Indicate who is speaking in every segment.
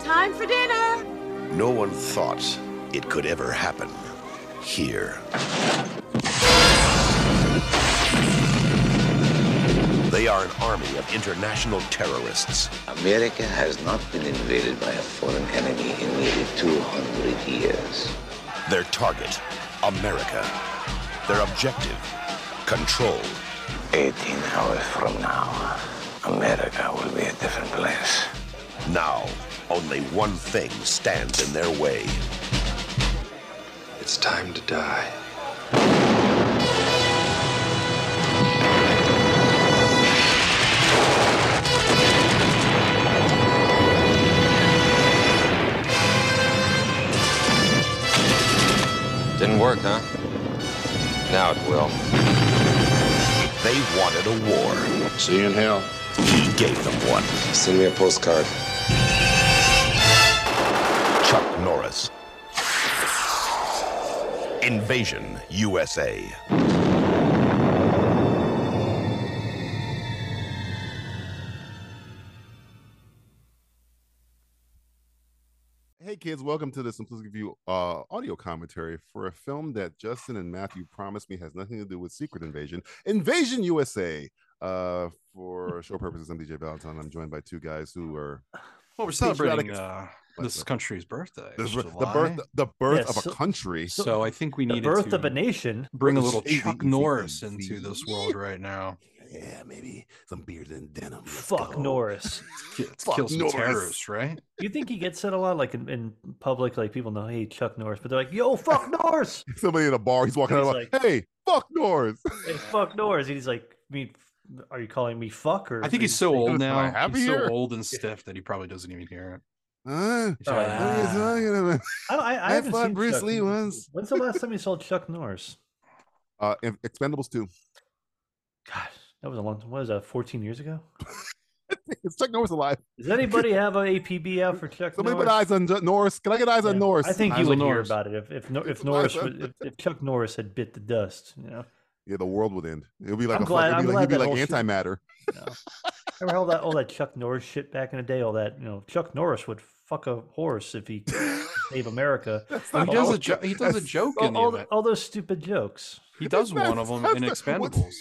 Speaker 1: Time for dinner.
Speaker 2: No one thought it could ever happen here. They are an army of international terrorists
Speaker 3: America has not been invaded by a foreign enemy in nearly 200 years.
Speaker 2: Their target, America. Their objective, control.
Speaker 3: 18 hours from now, America will be a different place.
Speaker 2: Now, only one thing stands in their way
Speaker 4: It's time to die.
Speaker 5: Didn't work, huh? Now it will.
Speaker 2: they wanted a war.
Speaker 4: See you in hell.
Speaker 2: He gave them one.
Speaker 4: Send me a postcard.
Speaker 2: Chuck Norris. Invasion USA.
Speaker 6: Hey kids, welcome to the Simplistic View uh, audio commentary for a film that Justin and Matthew promised me has nothing to do with Secret Invasion, Invasion USA. Uh, for show purposes, I'm DJ Valentine. I'm joined by two guys who are
Speaker 7: Well, we're
Speaker 6: Patriotic
Speaker 7: celebrating
Speaker 6: is-
Speaker 7: uh,
Speaker 6: Like
Speaker 7: this
Speaker 6: the-
Speaker 7: country's birthday.
Speaker 6: the,
Speaker 7: It's
Speaker 6: bir- the
Speaker 7: July.
Speaker 6: birth the birth
Speaker 8: Yeah,
Speaker 6: of
Speaker 8: so-
Speaker 6: a country.
Speaker 7: So I think we
Speaker 8: the
Speaker 7: need
Speaker 8: birth
Speaker 7: to
Speaker 8: of a nation.
Speaker 7: Bring a
Speaker 6: Birth
Speaker 7: little
Speaker 6: of a
Speaker 7: Chuck
Speaker 6: nation.
Speaker 7: Norris into this world right now.
Speaker 6: Yeah, maybe some beard and denim. Let's
Speaker 8: Fuck
Speaker 6: go.
Speaker 8: Norris.
Speaker 7: Ki-
Speaker 6: Fuck
Speaker 7: Kill some
Speaker 6: Norris.
Speaker 7: terrorists, right?
Speaker 8: You think he gets said a lot, like in, in public, like people know, hey, Chuck Norris, but they're like, yo, fuck Norris.
Speaker 6: Somebody in a bar, he's walking out
Speaker 8: He's
Speaker 6: like, "Hey, fuck Norris."
Speaker 8: Hey, fuck Norris. And he's like, I mean, f- are you calling me fuck? Or
Speaker 7: I think
Speaker 8: are
Speaker 7: he's
Speaker 8: you-
Speaker 7: so old
Speaker 6: "Am I
Speaker 7: now.
Speaker 6: happy
Speaker 7: He's
Speaker 6: here?"
Speaker 7: so old and stiff that he probably doesn't even hear it.
Speaker 6: Huh?
Speaker 7: He's probably like,
Speaker 8: Ah.
Speaker 6: What are you talking about?
Speaker 8: I, don't- I, I
Speaker 6: I
Speaker 8: haven't
Speaker 6: fought
Speaker 8: seen
Speaker 6: Bruce
Speaker 8: Chuck
Speaker 6: Lee
Speaker 8: Norris.
Speaker 6: once.
Speaker 8: When's the last time you saw Chuck Norris?
Speaker 6: Uh, and Expendables two.
Speaker 8: Gosh, that was a long. What is that? Fourteen years ago.
Speaker 6: Is Chuck Norris alive?
Speaker 8: Does anybody have an APB out for Chuck
Speaker 6: Somebody
Speaker 8: Norris?
Speaker 6: put eyes on Ju- Norris. Can I get eyes
Speaker 8: Yeah,
Speaker 6: on Norris?
Speaker 8: I think
Speaker 7: Eyes
Speaker 8: you
Speaker 7: on
Speaker 8: would hear
Speaker 7: Norris.
Speaker 8: about it if if, Nor- if
Speaker 6: Eyes
Speaker 8: Norris
Speaker 6: on-
Speaker 8: would, if, if Chuck Norris had bit the dust. You know,
Speaker 6: Yeah, the world would end. It would be like
Speaker 8: I'm
Speaker 6: a
Speaker 8: glad-
Speaker 6: glad,
Speaker 8: I'm
Speaker 6: it'd be like,
Speaker 8: glad
Speaker 6: it'd be
Speaker 8: that
Speaker 6: like
Speaker 8: whole shit-
Speaker 6: antimatter.
Speaker 8: No. Remember all that all that Chuck Norris shit back in the day? All that you know, Chuck Norris would fuck a horse if he saved America.
Speaker 7: He
Speaker 6: not
Speaker 7: does
Speaker 6: how
Speaker 7: a
Speaker 6: it
Speaker 7: jo- he does a
Speaker 6: goes.
Speaker 7: joke in
Speaker 8: all,
Speaker 7: the
Speaker 8: all,
Speaker 7: event.
Speaker 8: all those stupid jokes.
Speaker 7: He does
Speaker 6: That's-
Speaker 7: one of them
Speaker 6: that's
Speaker 7: in
Speaker 6: the- what-
Speaker 7: Expendables.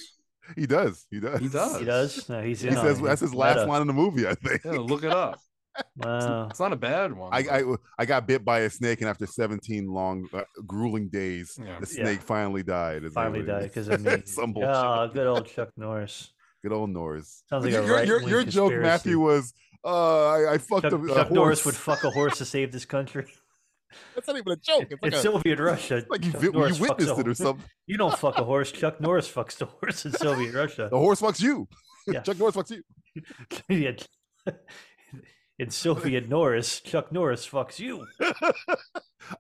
Speaker 6: He does. He does.
Speaker 7: He does.
Speaker 8: He does. No, he's
Speaker 6: He
Speaker 8: in on
Speaker 6: says
Speaker 8: it.
Speaker 6: that's his
Speaker 8: Meta.
Speaker 6: last line in the movie. I think.
Speaker 7: Yeah, look it up.
Speaker 8: Wow.
Speaker 7: It's not a bad one.
Speaker 6: I,
Speaker 7: but-
Speaker 6: I I got bit by a snake, and after 17 long, uh, grueling days,
Speaker 7: Yeah.
Speaker 6: the
Speaker 8: Yeah.
Speaker 6: snake finally died. is
Speaker 8: Finally
Speaker 6: what it
Speaker 8: died
Speaker 6: is.
Speaker 8: because of me.
Speaker 6: Some bullshit.
Speaker 8: Ah, good old Chuck Norris.
Speaker 6: Good old Norris.
Speaker 8: Sounds
Speaker 6: But
Speaker 8: like
Speaker 6: your,
Speaker 8: a
Speaker 6: your, your,
Speaker 8: right-wing
Speaker 6: your joke,
Speaker 8: conspiracy.
Speaker 6: Matthew, was uh, I, I fucked
Speaker 8: Chuck,
Speaker 6: a, a
Speaker 8: Chuck
Speaker 6: horse.
Speaker 8: Norris would fuck a horse to save this country.
Speaker 6: That's not even a joke. It's like,
Speaker 8: in
Speaker 6: a,
Speaker 8: Soviet Russia,
Speaker 6: like you,
Speaker 8: Chuck
Speaker 6: vi-
Speaker 8: Norris
Speaker 6: you
Speaker 8: fucks
Speaker 6: witnessed
Speaker 8: a-
Speaker 6: it or something.
Speaker 8: You don't fuck a horse. Chuck Norris fucks the horse in Soviet Russia.
Speaker 6: The horse fucks you.
Speaker 8: Yeah.
Speaker 6: Chuck Norris fucks you.
Speaker 8: Yeah. in Soviet Norris, Chuck Norris fucks you.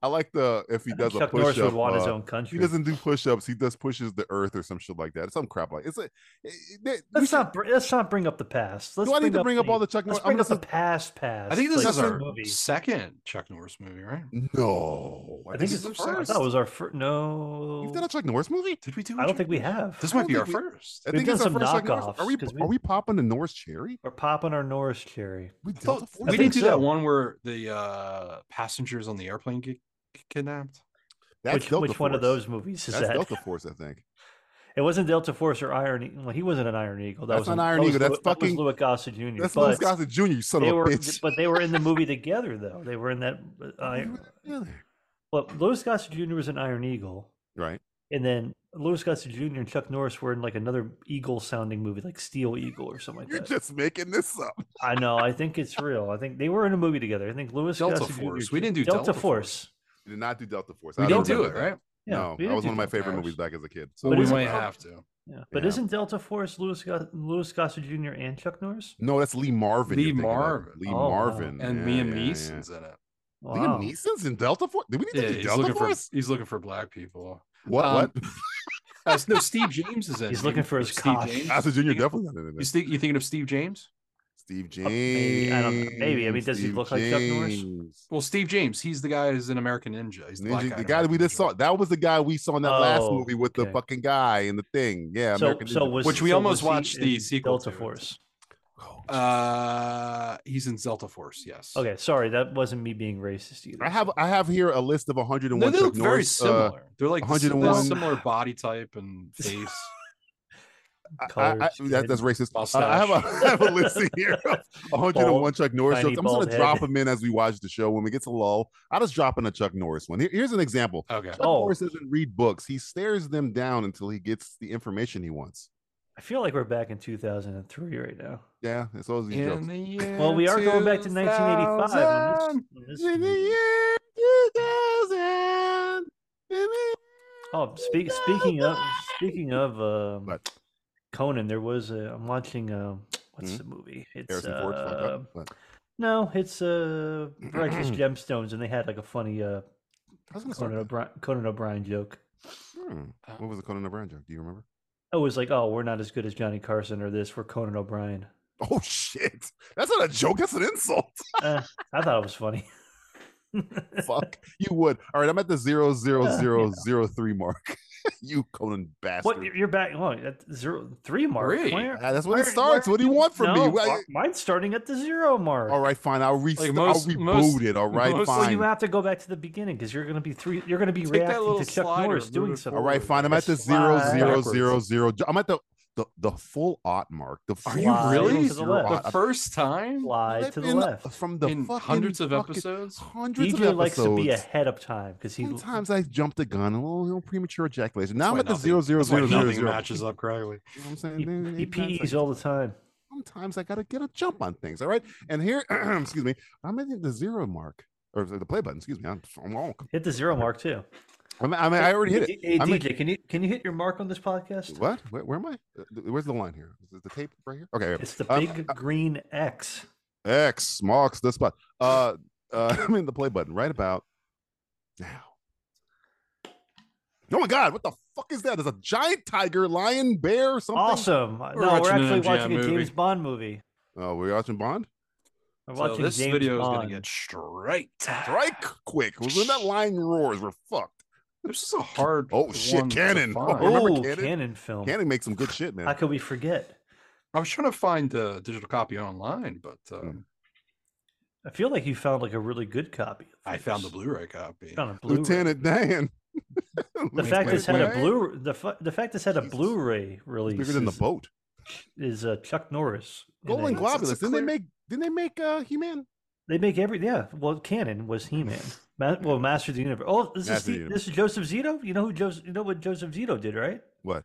Speaker 6: I like the if he does a
Speaker 8: Chuck
Speaker 6: push
Speaker 8: Norris
Speaker 6: up.
Speaker 8: would want his
Speaker 6: uh,
Speaker 8: own country.
Speaker 6: He doesn't do push-ups. He does pushes the earth or some shit like that. Some crap like it's a. it- it- we
Speaker 8: Let's
Speaker 6: should-
Speaker 8: not br- let's not bring up the past. Let's
Speaker 6: do I need to bring up all the Chuck
Speaker 8: Let's
Speaker 6: Norris?
Speaker 8: bring up
Speaker 6: I'm
Speaker 8: the past past.
Speaker 7: I think this
Speaker 8: like,
Speaker 7: is our
Speaker 8: movie.
Speaker 7: second Chuck Norris movie, right?
Speaker 6: listening- no.
Speaker 8: I think
Speaker 7: this
Speaker 8: it's
Speaker 7: is
Speaker 8: the
Speaker 7: our
Speaker 8: first.
Speaker 7: first.
Speaker 8: That was our first. No,
Speaker 6: you've done a Chuck Norris movie.
Speaker 7: Did we do? a
Speaker 8: I don't
Speaker 7: Chuck-
Speaker 8: think we have.
Speaker 7: This
Speaker 6: I
Speaker 7: might be
Speaker 6: don't
Speaker 7: our
Speaker 6: think
Speaker 7: first.
Speaker 6: I
Speaker 8: We've
Speaker 6: think
Speaker 8: done
Speaker 6: it's the
Speaker 8: some
Speaker 6: first Chuck Norris. Are we,
Speaker 8: knockoffs, 'cause we-
Speaker 6: are we popping the Norris cherry?
Speaker 8: We're popping our Norris cherry.
Speaker 6: We
Speaker 7: I
Speaker 6: done
Speaker 7: thought-
Speaker 6: the
Speaker 7: we
Speaker 8: I
Speaker 6: fourth-
Speaker 8: think
Speaker 7: didn't do
Speaker 8: so.
Speaker 7: that one where the uh, passengers on the airplane get get kidnapped.
Speaker 6: That's
Speaker 8: which
Speaker 6: Delta
Speaker 8: which one of
Speaker 6: Force.
Speaker 8: those movies is
Speaker 6: That's
Speaker 8: that?
Speaker 6: Delta Force, I think.
Speaker 8: It wasn't Delta Force or Iron Eagle. Well, he wasn't an Iron Eagle. That
Speaker 6: That's
Speaker 8: was
Speaker 6: not Iron
Speaker 8: that was
Speaker 6: Eagle. That's
Speaker 8: Lew- that was
Speaker 6: fucking-
Speaker 8: Louis Gossett Jr.
Speaker 6: That's
Speaker 8: but
Speaker 6: Louis Gossett Jr. You son
Speaker 8: they
Speaker 6: of a
Speaker 8: were,
Speaker 6: bitch.
Speaker 8: but they were in the movie together, though. They were in that. Uh,
Speaker 6: You
Speaker 8: Iron-
Speaker 6: were together.
Speaker 8: well, Louis Gossett Jr. was an Iron Eagle,
Speaker 6: Right.
Speaker 8: and then Louis Gossett Jr. and Chuck Norris were in like another Eagle-sounding movie, like Steel Eagle or something like
Speaker 6: You're
Speaker 8: that.
Speaker 6: just making this up.
Speaker 8: I know. I think it's real. I think they were in a movie together. I think Louis
Speaker 7: Delta
Speaker 8: Gossett Jr.
Speaker 7: Force. We didn't do
Speaker 8: Delta,
Speaker 7: Delta
Speaker 8: Force.
Speaker 7: Force.
Speaker 6: You did not do Delta Force.
Speaker 7: We
Speaker 6: I
Speaker 7: didn't
Speaker 6: don't
Speaker 7: do it,
Speaker 6: remember
Speaker 7: right?
Speaker 8: Yeah,
Speaker 6: no,
Speaker 8: we
Speaker 6: that
Speaker 8: didn't
Speaker 6: was
Speaker 8: do
Speaker 6: one of my
Speaker 8: Delta
Speaker 6: favorite
Speaker 8: Force.
Speaker 6: movies back as a kid.
Speaker 7: So
Speaker 8: But
Speaker 7: we
Speaker 8: isn't-
Speaker 7: might
Speaker 8: oh.
Speaker 7: have to.
Speaker 8: Yeah, but
Speaker 6: Yeah.
Speaker 8: isn't Delta Force Louis, Go- Louis Gossett Jr. and Chuck Norris?
Speaker 6: No, that's Lee Marvin.
Speaker 7: Lee
Speaker 6: you're thinking of.
Speaker 7: Marvin.
Speaker 6: Lee
Speaker 8: Oh, wow.
Speaker 6: Marvin.
Speaker 7: And
Speaker 6: Yeah,
Speaker 7: Liam
Speaker 6: yeah,
Speaker 7: Neeson's in it.
Speaker 6: yeah.
Speaker 8: Wow.
Speaker 6: Liam Neeson's in Delta Force. Did we need
Speaker 7: Yeah,
Speaker 6: to do
Speaker 7: he's
Speaker 6: Delta
Speaker 7: looking
Speaker 6: Force?
Speaker 7: for he's looking for black people.
Speaker 6: What?
Speaker 7: Um,
Speaker 6: what?
Speaker 7: Uh, no, Steve James is in. it.
Speaker 8: He's looking for his
Speaker 7: Steve
Speaker 8: cock.
Speaker 7: James.
Speaker 6: Gossett Jr.
Speaker 7: thinking-
Speaker 6: definitely not in
Speaker 7: You
Speaker 6: it.
Speaker 7: think you thinking of Steve James?
Speaker 6: Steve James.
Speaker 8: maybe. I don't know. Maybe. I mean, does he
Speaker 6: Steve
Speaker 8: look like Chuck Norris?
Speaker 6: James.
Speaker 7: Well, Steve James, he's the guy who's an American Ninja. He's the, black
Speaker 6: Ninja-
Speaker 7: guy
Speaker 6: the
Speaker 7: in
Speaker 6: guy that we
Speaker 7: American
Speaker 6: just saw.
Speaker 7: Ninja.
Speaker 6: That was the guy we saw in that last
Speaker 8: Oh,
Speaker 6: movie with the
Speaker 8: okay.
Speaker 6: fucking guy and the thing. Yeah.
Speaker 8: so,
Speaker 6: American
Speaker 8: so
Speaker 6: Ninja.
Speaker 8: was
Speaker 7: Which we
Speaker 8: so
Speaker 7: almost
Speaker 8: was he
Speaker 7: watched the
Speaker 8: in
Speaker 7: sequel
Speaker 8: Delta
Speaker 7: to it.
Speaker 8: Force.
Speaker 7: Uh, he's in Zelta Force. Yes.
Speaker 8: Okay, sorry, that wasn't me being racist either.
Speaker 6: I have I have here a list of 101
Speaker 7: No, they
Speaker 6: Chuck
Speaker 7: look very
Speaker 6: Norris, uh,
Speaker 7: similar. They're like the-
Speaker 6: 101
Speaker 7: the similar body type and face.
Speaker 6: I- I-
Speaker 8: Colors,
Speaker 6: that- that's racist. Uh,
Speaker 7: mustache.
Speaker 6: I, have a, I have a list here of 101
Speaker 8: Bald-
Speaker 6: Chuck Norris
Speaker 8: tiny
Speaker 6: jokes. I'm just
Speaker 8: bald
Speaker 6: gonna
Speaker 8: head.
Speaker 6: drop them in as we watch the show. When we get to lull, I'll just drop in a Chuck Norris one. Here- here's an example.
Speaker 7: Okay.
Speaker 6: Chuck
Speaker 8: Oh.
Speaker 6: Norris doesn't read books. He stares them down until he gets the information he wants.
Speaker 8: I feel like we're back in 2003 right now.
Speaker 6: Yeah, it's always these jokes.
Speaker 8: Well, we are going back to 1985. when this- when
Speaker 6: In the
Speaker 8: this-
Speaker 6: year 2000. in the-
Speaker 8: oh, speak, speaking of speaking of um,
Speaker 6: What?
Speaker 8: Conan, there was a, I'm watching um what's the movie? It's
Speaker 6: Hmm? Harrison Ford. fuck
Speaker 8: uh,
Speaker 6: up, but-
Speaker 8: no, it's uh, Righteous Gemstones, and they had like a funny uh,
Speaker 6: I was gonna start
Speaker 8: Conan
Speaker 6: that.
Speaker 8: O'Brien, Conan O'Brien joke.
Speaker 6: Hmm. What was the Conan O'Brien joke? Do you remember?
Speaker 8: It was like, oh, we're not as good as Johnny Carson or this. We're Conan O'Brien.
Speaker 6: Oh shit! That's not a joke. That's an insult.
Speaker 8: Eh, I thought it was funny.
Speaker 6: Fuck you would. All right, I'm at the zero zero
Speaker 8: Yeah.
Speaker 6: zero zero three mark. you Conan bastard.
Speaker 8: What you- you're back? Well, at zero three mark.
Speaker 7: Three.
Speaker 8: Why are-
Speaker 6: Ah, that's when
Speaker 8: why
Speaker 6: it
Speaker 8: are-
Speaker 6: starts.
Speaker 8: why are
Speaker 6: What do you want from
Speaker 8: No,
Speaker 6: me? Why-
Speaker 8: mi- mine's starting at the zero mark.
Speaker 6: all right, fine. I'll, re-
Speaker 7: Like
Speaker 6: I'll
Speaker 7: most-
Speaker 6: reboot
Speaker 7: most-
Speaker 6: it. All right,
Speaker 7: most-
Speaker 8: So
Speaker 6: fine.
Speaker 8: you have to go back to the beginning because you're going to be three. You're going to be
Speaker 7: Take that
Speaker 8: reacting
Speaker 7: little
Speaker 8: to Chuck
Speaker 7: slider,
Speaker 8: Norris
Speaker 7: move
Speaker 8: doing
Speaker 7: it
Speaker 8: something.
Speaker 6: all right, fine. I'm at the zero
Speaker 8: Slide
Speaker 6: zero
Speaker 7: backwards.
Speaker 6: zero zero. I'm at the the the full odd mark. The
Speaker 7: Are
Speaker 6: full
Speaker 7: you
Speaker 6: zero zero
Speaker 7: really?
Speaker 8: To the left.
Speaker 6: odd.
Speaker 7: The first time
Speaker 8: Fly to the
Speaker 6: Flipping
Speaker 8: left.
Speaker 6: from the
Speaker 7: in
Speaker 6: fucking
Speaker 7: hundreds of
Speaker 6: fucking-
Speaker 7: episodes.
Speaker 6: Hundreds of
Speaker 8: DJ
Speaker 6: episodes.
Speaker 8: likes to be ahead of time because he.
Speaker 6: Sometimes I jump the gun, a little, little premature ejaculation. Now I'm
Speaker 7: why
Speaker 6: at the
Speaker 7: nothing-
Speaker 6: zero zero
Speaker 7: That's why
Speaker 6: zero zero
Speaker 7: nothing
Speaker 6: zero.
Speaker 7: matches up correctly.
Speaker 6: You know what I'm saying?
Speaker 8: He,
Speaker 6: There-
Speaker 8: he
Speaker 6: there's times
Speaker 8: pees
Speaker 6: I-
Speaker 8: all the time.
Speaker 6: Sometimes I gotta get a jump on things. All right, and here, excuse me, I'm at the zero mark or the play button. Excuse me, I'm, I'm wrong.
Speaker 8: Hit the zero mark too.
Speaker 6: I'm, I'm, I already hit it.
Speaker 8: Hey,
Speaker 6: I'm at-
Speaker 8: DJ, can you can you hit your mark on this podcast?
Speaker 6: What? Where, where am I? Uh, th- Where's the line here? Is it the tape right here? Okay.
Speaker 8: It's the
Speaker 6: Um,
Speaker 8: big green X.
Speaker 6: X marks the spot. Uh, uh, I'm in the play button right about now. Oh my God! What the fuck is that? There's a giant tiger, lion, bear, something.
Speaker 8: Awesome.
Speaker 7: We're
Speaker 8: no, we're
Speaker 7: watching an
Speaker 8: actually
Speaker 7: MGM
Speaker 8: watching a
Speaker 7: movie.
Speaker 8: James Bond movie.
Speaker 6: Oh, we're watching Bond.
Speaker 8: We're
Speaker 7: So
Speaker 8: watching
Speaker 7: this
Speaker 8: James
Speaker 7: video is
Speaker 8: Bond.
Speaker 7: gonna get straight.
Speaker 6: Strike quick. When that lion roars, we're fucked.
Speaker 7: This is a hard.
Speaker 6: Oh, shit,
Speaker 7: one to
Speaker 6: Cannon.
Speaker 7: find.
Speaker 6: Oh. remember
Speaker 8: Ooh,
Speaker 6: Cannon?
Speaker 8: Cannon, film.
Speaker 6: Canning makes some good shit, man.
Speaker 8: How could we forget?
Speaker 7: I was trying to find the digital copy online, but
Speaker 6: Mm.
Speaker 7: um,
Speaker 8: I feel like you found like a really good copy. of
Speaker 7: I found the
Speaker 8: this.
Speaker 7: Blu-ray copy.
Speaker 8: Found a Blu-ray.
Speaker 6: Lieutenant Dan.
Speaker 8: The fact this had a
Speaker 6: Lieutenant
Speaker 8: blue the fa- the fact this had a
Speaker 6: Jesus.
Speaker 8: Blu-ray
Speaker 6: Dan.
Speaker 8: release
Speaker 6: bigger than the
Speaker 8: is-
Speaker 6: boat.
Speaker 8: is uh, Chuck Norris. in
Speaker 6: Golden
Speaker 8: it.
Speaker 7: That's- that's a
Speaker 6: Globulus. Didn't they
Speaker 7: clear-
Speaker 6: make? Didn't they make uh, He-Man?
Speaker 8: They make every yeah. Well, Cannon was He Man. Ma- well, Master of the Universe. Oh, this
Speaker 6: Master of
Speaker 8: is
Speaker 6: the
Speaker 8: Steve,
Speaker 6: Universe.
Speaker 8: this is Joseph Zito. You know who Joseph? You know what Joseph Zito did, right?
Speaker 6: What?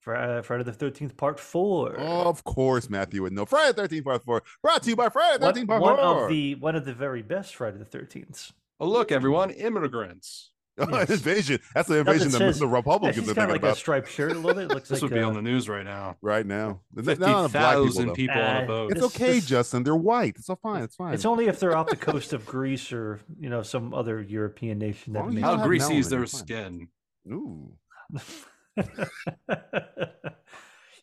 Speaker 8: Fri- uh, Friday the Thirteenth Part Four.
Speaker 6: Of course, Matthew would know. Friday Thirteen Part Four, brought to you by Friday
Speaker 8: One-
Speaker 6: Thirteen Part
Speaker 8: one
Speaker 6: Four.
Speaker 8: of the one of the very best Friday the Thirteenths.
Speaker 7: Oh, look, everyone, immigrants.
Speaker 8: yes.
Speaker 6: Oh, invasion. That's the invasion
Speaker 8: that
Speaker 6: the,
Speaker 8: says-
Speaker 6: the Republicans
Speaker 8: She's
Speaker 6: are
Speaker 8: got
Speaker 6: thinking
Speaker 8: like a
Speaker 6: about
Speaker 8: striped shirt a little bit. It looks
Speaker 7: This
Speaker 8: like
Speaker 7: would be
Speaker 8: uh,
Speaker 7: on the news right now.
Speaker 6: right now. Not on
Speaker 7: Fifty
Speaker 6: the black people,
Speaker 7: thousand
Speaker 6: though.
Speaker 7: people on
Speaker 8: Uh,
Speaker 7: a boat.
Speaker 6: It's
Speaker 8: This-
Speaker 6: okay,
Speaker 8: this-
Speaker 6: Justin. They're white. It's all fine. It's fine.
Speaker 8: It's only if they're off the coast of Greece or you know some other European nation that.
Speaker 6: Well,
Speaker 8: it
Speaker 6: you
Speaker 8: may
Speaker 6: don't
Speaker 7: How
Speaker 6: have
Speaker 7: greasy is
Speaker 6: melanin,
Speaker 7: their
Speaker 6: it's fine.
Speaker 7: skin?
Speaker 6: Ooh.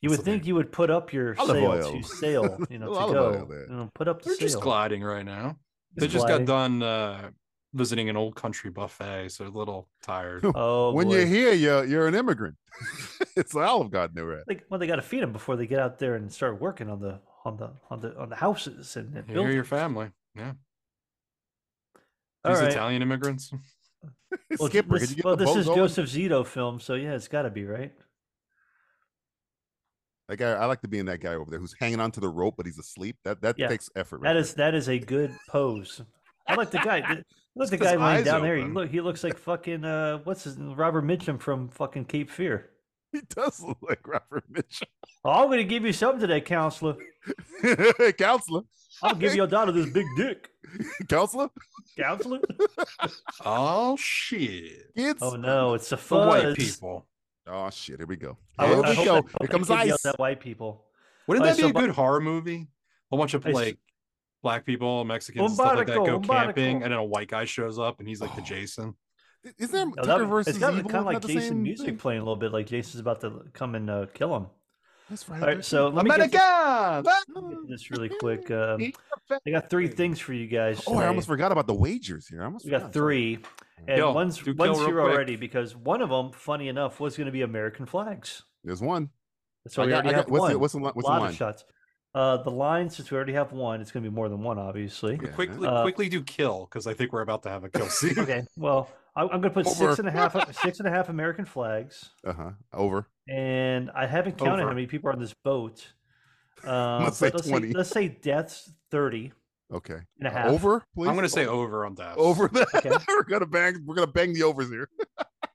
Speaker 8: you would
Speaker 6: Something-
Speaker 8: think you would put up your
Speaker 6: Olive
Speaker 8: sail
Speaker 6: oil.
Speaker 8: to sail, you know,
Speaker 6: Olive
Speaker 8: to
Speaker 6: oil
Speaker 8: go,
Speaker 6: there.
Speaker 8: you know, put up the
Speaker 7: They're just
Speaker 8: sail.
Speaker 7: gliding right now. They
Speaker 8: Just
Speaker 7: just
Speaker 8: gliding.
Speaker 7: got done uh, visiting an old country buffet, so they're a little tired.
Speaker 8: Oh,
Speaker 6: when
Speaker 8: boy.
Speaker 6: you're here, you're you're an immigrant. it's Olive Garden they're at.
Speaker 8: They, well, they got to feed them before they get out there and start working on the on the on the on the houses and, and
Speaker 7: You hear
Speaker 8: building.
Speaker 7: your family. Yeah.
Speaker 8: All
Speaker 7: These
Speaker 8: right.
Speaker 7: Italian immigrants.
Speaker 8: Well,
Speaker 6: Skipper,
Speaker 8: this,
Speaker 6: could you get
Speaker 8: well,
Speaker 6: the
Speaker 8: this
Speaker 6: boat
Speaker 8: is
Speaker 6: going?
Speaker 8: Joseph Zito film, so yeah, it's got to be right.
Speaker 6: That guy, I like to be in that guy over there who's hanging onto the rope, but he's asleep. That that
Speaker 8: Yeah.
Speaker 6: takes effort.
Speaker 8: That
Speaker 6: right
Speaker 8: is that is a good pose. I like the guy. the- Look, the
Speaker 7: got
Speaker 8: guy
Speaker 7: his
Speaker 8: laying
Speaker 7: eyes
Speaker 8: down there. He
Speaker 7: open.
Speaker 8: look, he looks like fucking uh, what's his Robert Mitchum from fucking Cape Fear.
Speaker 6: there. He does look like Robert Mitchell,
Speaker 8: Oh, I'm gonna give you something today, counselor.
Speaker 6: counselor,
Speaker 8: I'll give your daughter this big dick,
Speaker 6: counselor,
Speaker 8: counselor.
Speaker 7: Oh shit.
Speaker 6: kids.
Speaker 8: Oh no, it's the
Speaker 7: The
Speaker 8: fuzz.
Speaker 7: white people.
Speaker 6: Oh, shit! Here we go.
Speaker 8: I-
Speaker 6: Here
Speaker 8: I
Speaker 6: we
Speaker 8: hope
Speaker 6: go.
Speaker 8: that-
Speaker 6: Here
Speaker 8: hope
Speaker 6: comes
Speaker 8: that kid
Speaker 6: ice.
Speaker 8: yells at white people.
Speaker 7: Wouldn't
Speaker 8: All
Speaker 7: that
Speaker 8: right,
Speaker 7: be
Speaker 8: so
Speaker 7: a
Speaker 8: bu-
Speaker 7: good horror movie? A bunch of
Speaker 8: I s-
Speaker 7: like black people, Mexicans, and stuff like that go
Speaker 8: Umbarico,
Speaker 7: camping, and
Speaker 8: umbarico.
Speaker 7: then a white guy shows up and he's like the
Speaker 6: Oh.
Speaker 7: Jason.
Speaker 6: Is there
Speaker 8: Oh,
Speaker 6: Tucker
Speaker 8: that-
Speaker 6: versus
Speaker 8: it's got
Speaker 6: Evil?
Speaker 8: kind of
Speaker 6: Isn't
Speaker 8: like
Speaker 6: that the same
Speaker 8: Jason music
Speaker 6: thing?
Speaker 8: playing a little bit, like Jason's about to come and uh, kill him.
Speaker 6: That's right. Oh,
Speaker 8: All right,
Speaker 6: there's-
Speaker 8: so let me get this,
Speaker 7: America!
Speaker 8: let me get this really quick. Um, I got three things for you guys.
Speaker 6: Oh, I
Speaker 8: today.
Speaker 6: almost forgot about the wagers here. I almost
Speaker 8: We
Speaker 6: forgot.
Speaker 8: got
Speaker 6: Sorry.
Speaker 8: three, and
Speaker 7: Yo,
Speaker 8: one's
Speaker 7: do
Speaker 8: one's
Speaker 7: kill real
Speaker 8: here
Speaker 7: quick.
Speaker 8: already because one of them, funny enough, was going to be American flags.
Speaker 6: There's one.
Speaker 8: So
Speaker 6: I
Speaker 8: we
Speaker 6: got-
Speaker 8: already
Speaker 6: I got-
Speaker 8: have
Speaker 6: what's the-
Speaker 8: one.
Speaker 6: what's the li- what's the
Speaker 8: lot
Speaker 6: line?
Speaker 8: of shots. Uh, the line, since we already have one, it's going to be more than one, obviously.
Speaker 6: Yeah.
Speaker 7: Quickly,
Speaker 8: Uh,
Speaker 7: quickly do kill because I think we're about to have a kill scene.
Speaker 8: Okay. Well, I, I'm going to put
Speaker 6: Over.
Speaker 8: six and a half, six and a half American flags,
Speaker 6: Uh huh. Over.
Speaker 8: and I haven't counted
Speaker 7: Over.
Speaker 8: how many people are on this boat. Uh,
Speaker 6: Let's say
Speaker 8: but let's
Speaker 6: 20.
Speaker 8: let's say deaths thirty
Speaker 6: Okay.
Speaker 8: and a
Speaker 6: Uh,
Speaker 8: half.
Speaker 6: Over, please.
Speaker 7: I'm going to say over on that.
Speaker 6: over that.
Speaker 8: Okay.
Speaker 6: we're gonna bang. We're gonna bang the overs here.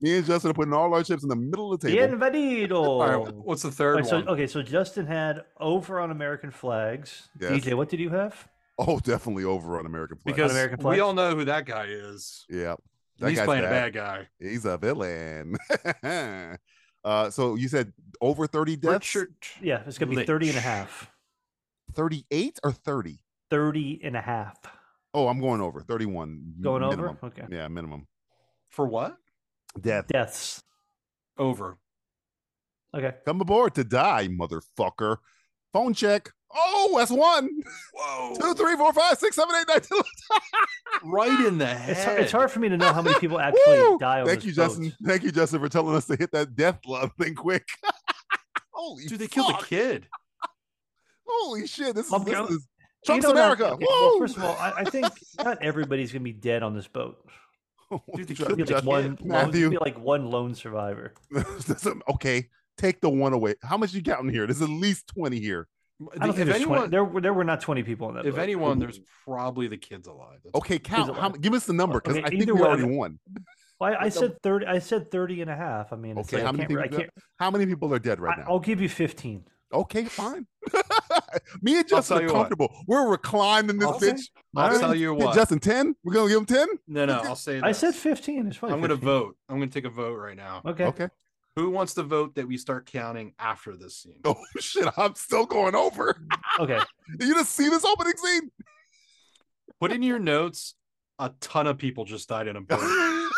Speaker 6: Me and Justin are putting all our chips in the middle of the table.
Speaker 8: Bienvenido.
Speaker 7: All right. What's the third
Speaker 8: All right, Oh. so, oh,
Speaker 7: one?
Speaker 8: okay, so Justin had over on American flags.
Speaker 6: Yes.
Speaker 8: DJ, what did you have?
Speaker 6: Oh, definitely over on American Flag.
Speaker 7: Because
Speaker 8: American
Speaker 7: we
Speaker 8: flags?
Speaker 7: all know who that guy is.
Speaker 6: yeah,
Speaker 7: And
Speaker 6: That
Speaker 7: He's
Speaker 6: guy's
Speaker 7: playing
Speaker 6: bad.
Speaker 7: a bad guy.
Speaker 6: he's a villain. uh, so you said over thirty deaths,
Speaker 7: Richard.
Speaker 8: Yeah, it's going to be 30 and a half.
Speaker 6: thirty-eight or thirty?
Speaker 8: 30 and a half.
Speaker 6: Oh, I'm going over thirty-one. m-
Speaker 8: Going
Speaker 6: minimum.
Speaker 8: over? Oh, Okay.
Speaker 6: Yeah, minimum
Speaker 7: For what?
Speaker 6: death.
Speaker 8: Deaths.
Speaker 7: Over.
Speaker 8: Okay.
Speaker 6: Come aboard to die, motherfucker. Phone check. Oh, that's one, two,
Speaker 7: Whoa.
Speaker 6: three, four, five, six, seven, eight, nine, ten.
Speaker 7: right in the
Speaker 8: It's,
Speaker 7: head.
Speaker 8: it's hard for me to know how many people actually
Speaker 6: Woo!
Speaker 8: die on
Speaker 6: Thank
Speaker 8: this
Speaker 6: you,
Speaker 8: boat.
Speaker 6: Justin. Thank you, Justin, for telling us to hit that death glove thing quick. Holy
Speaker 7: Dude, they killed
Speaker 6: fuck.
Speaker 7: the kid.
Speaker 6: Holy shit! This is,
Speaker 8: I'm
Speaker 6: this
Speaker 8: go-
Speaker 6: is
Speaker 8: You
Speaker 6: Trump's
Speaker 8: know, now-
Speaker 6: America.
Speaker 8: okay, Well,
Speaker 6: Woo!
Speaker 8: first of all, I, I think not everybody's going to be dead on this boat.
Speaker 7: Dude, they
Speaker 6: Ju-
Speaker 7: killed
Speaker 8: It'll be like
Speaker 6: Justin,
Speaker 8: one, lone,
Speaker 6: Matthew.
Speaker 8: it'll be like one lone survivor.
Speaker 6: That's- okay, take the one away. How much you got in here? There's at least twenty here.
Speaker 8: I don't
Speaker 7: if
Speaker 8: think there's
Speaker 7: anyone,
Speaker 8: 20, there, were- there were not 20 people on that
Speaker 7: if
Speaker 8: boat.
Speaker 7: anyone, there's probably the kids alive. That's-
Speaker 6: Okay, count.
Speaker 8: it
Speaker 6: How,
Speaker 8: one?
Speaker 6: give us the number because
Speaker 8: Okay,
Speaker 6: I think
Speaker 8: either
Speaker 6: we
Speaker 8: way,
Speaker 6: already won.
Speaker 8: Well, I, I said 30 I said 30 and a half. I mean, it's
Speaker 6: Okay,
Speaker 8: like,
Speaker 6: how
Speaker 8: I
Speaker 6: many
Speaker 8: can't, re- I
Speaker 6: people
Speaker 8: can't,
Speaker 6: How many people are dead right
Speaker 8: I,
Speaker 6: now?
Speaker 8: I'll give you 15.
Speaker 6: Okay, fine. Me and
Speaker 7: I'll
Speaker 6: Justin
Speaker 7: tell
Speaker 6: are
Speaker 7: you what.
Speaker 6: comfortable. We're reclined in this
Speaker 7: I'll,
Speaker 6: bitch.
Speaker 7: say- I'll
Speaker 6: Alright.
Speaker 7: tell you
Speaker 6: Hey,
Speaker 7: what.
Speaker 6: Justin, ten? We're gonna give him ten.
Speaker 7: no, no, I'll say.
Speaker 8: I
Speaker 7: this.
Speaker 8: said 15. It's probably
Speaker 7: I'm going to
Speaker 8: 15.
Speaker 7: vote. I'm going to take a vote right now.
Speaker 8: Okay.
Speaker 6: Okay.
Speaker 7: Who wants to vote that we start counting after this scene?
Speaker 6: Oh shit! I'm still going over.
Speaker 8: Okay.
Speaker 6: Did you just see this opening scene?
Speaker 7: Put in your notes. A ton of people just died in a boat.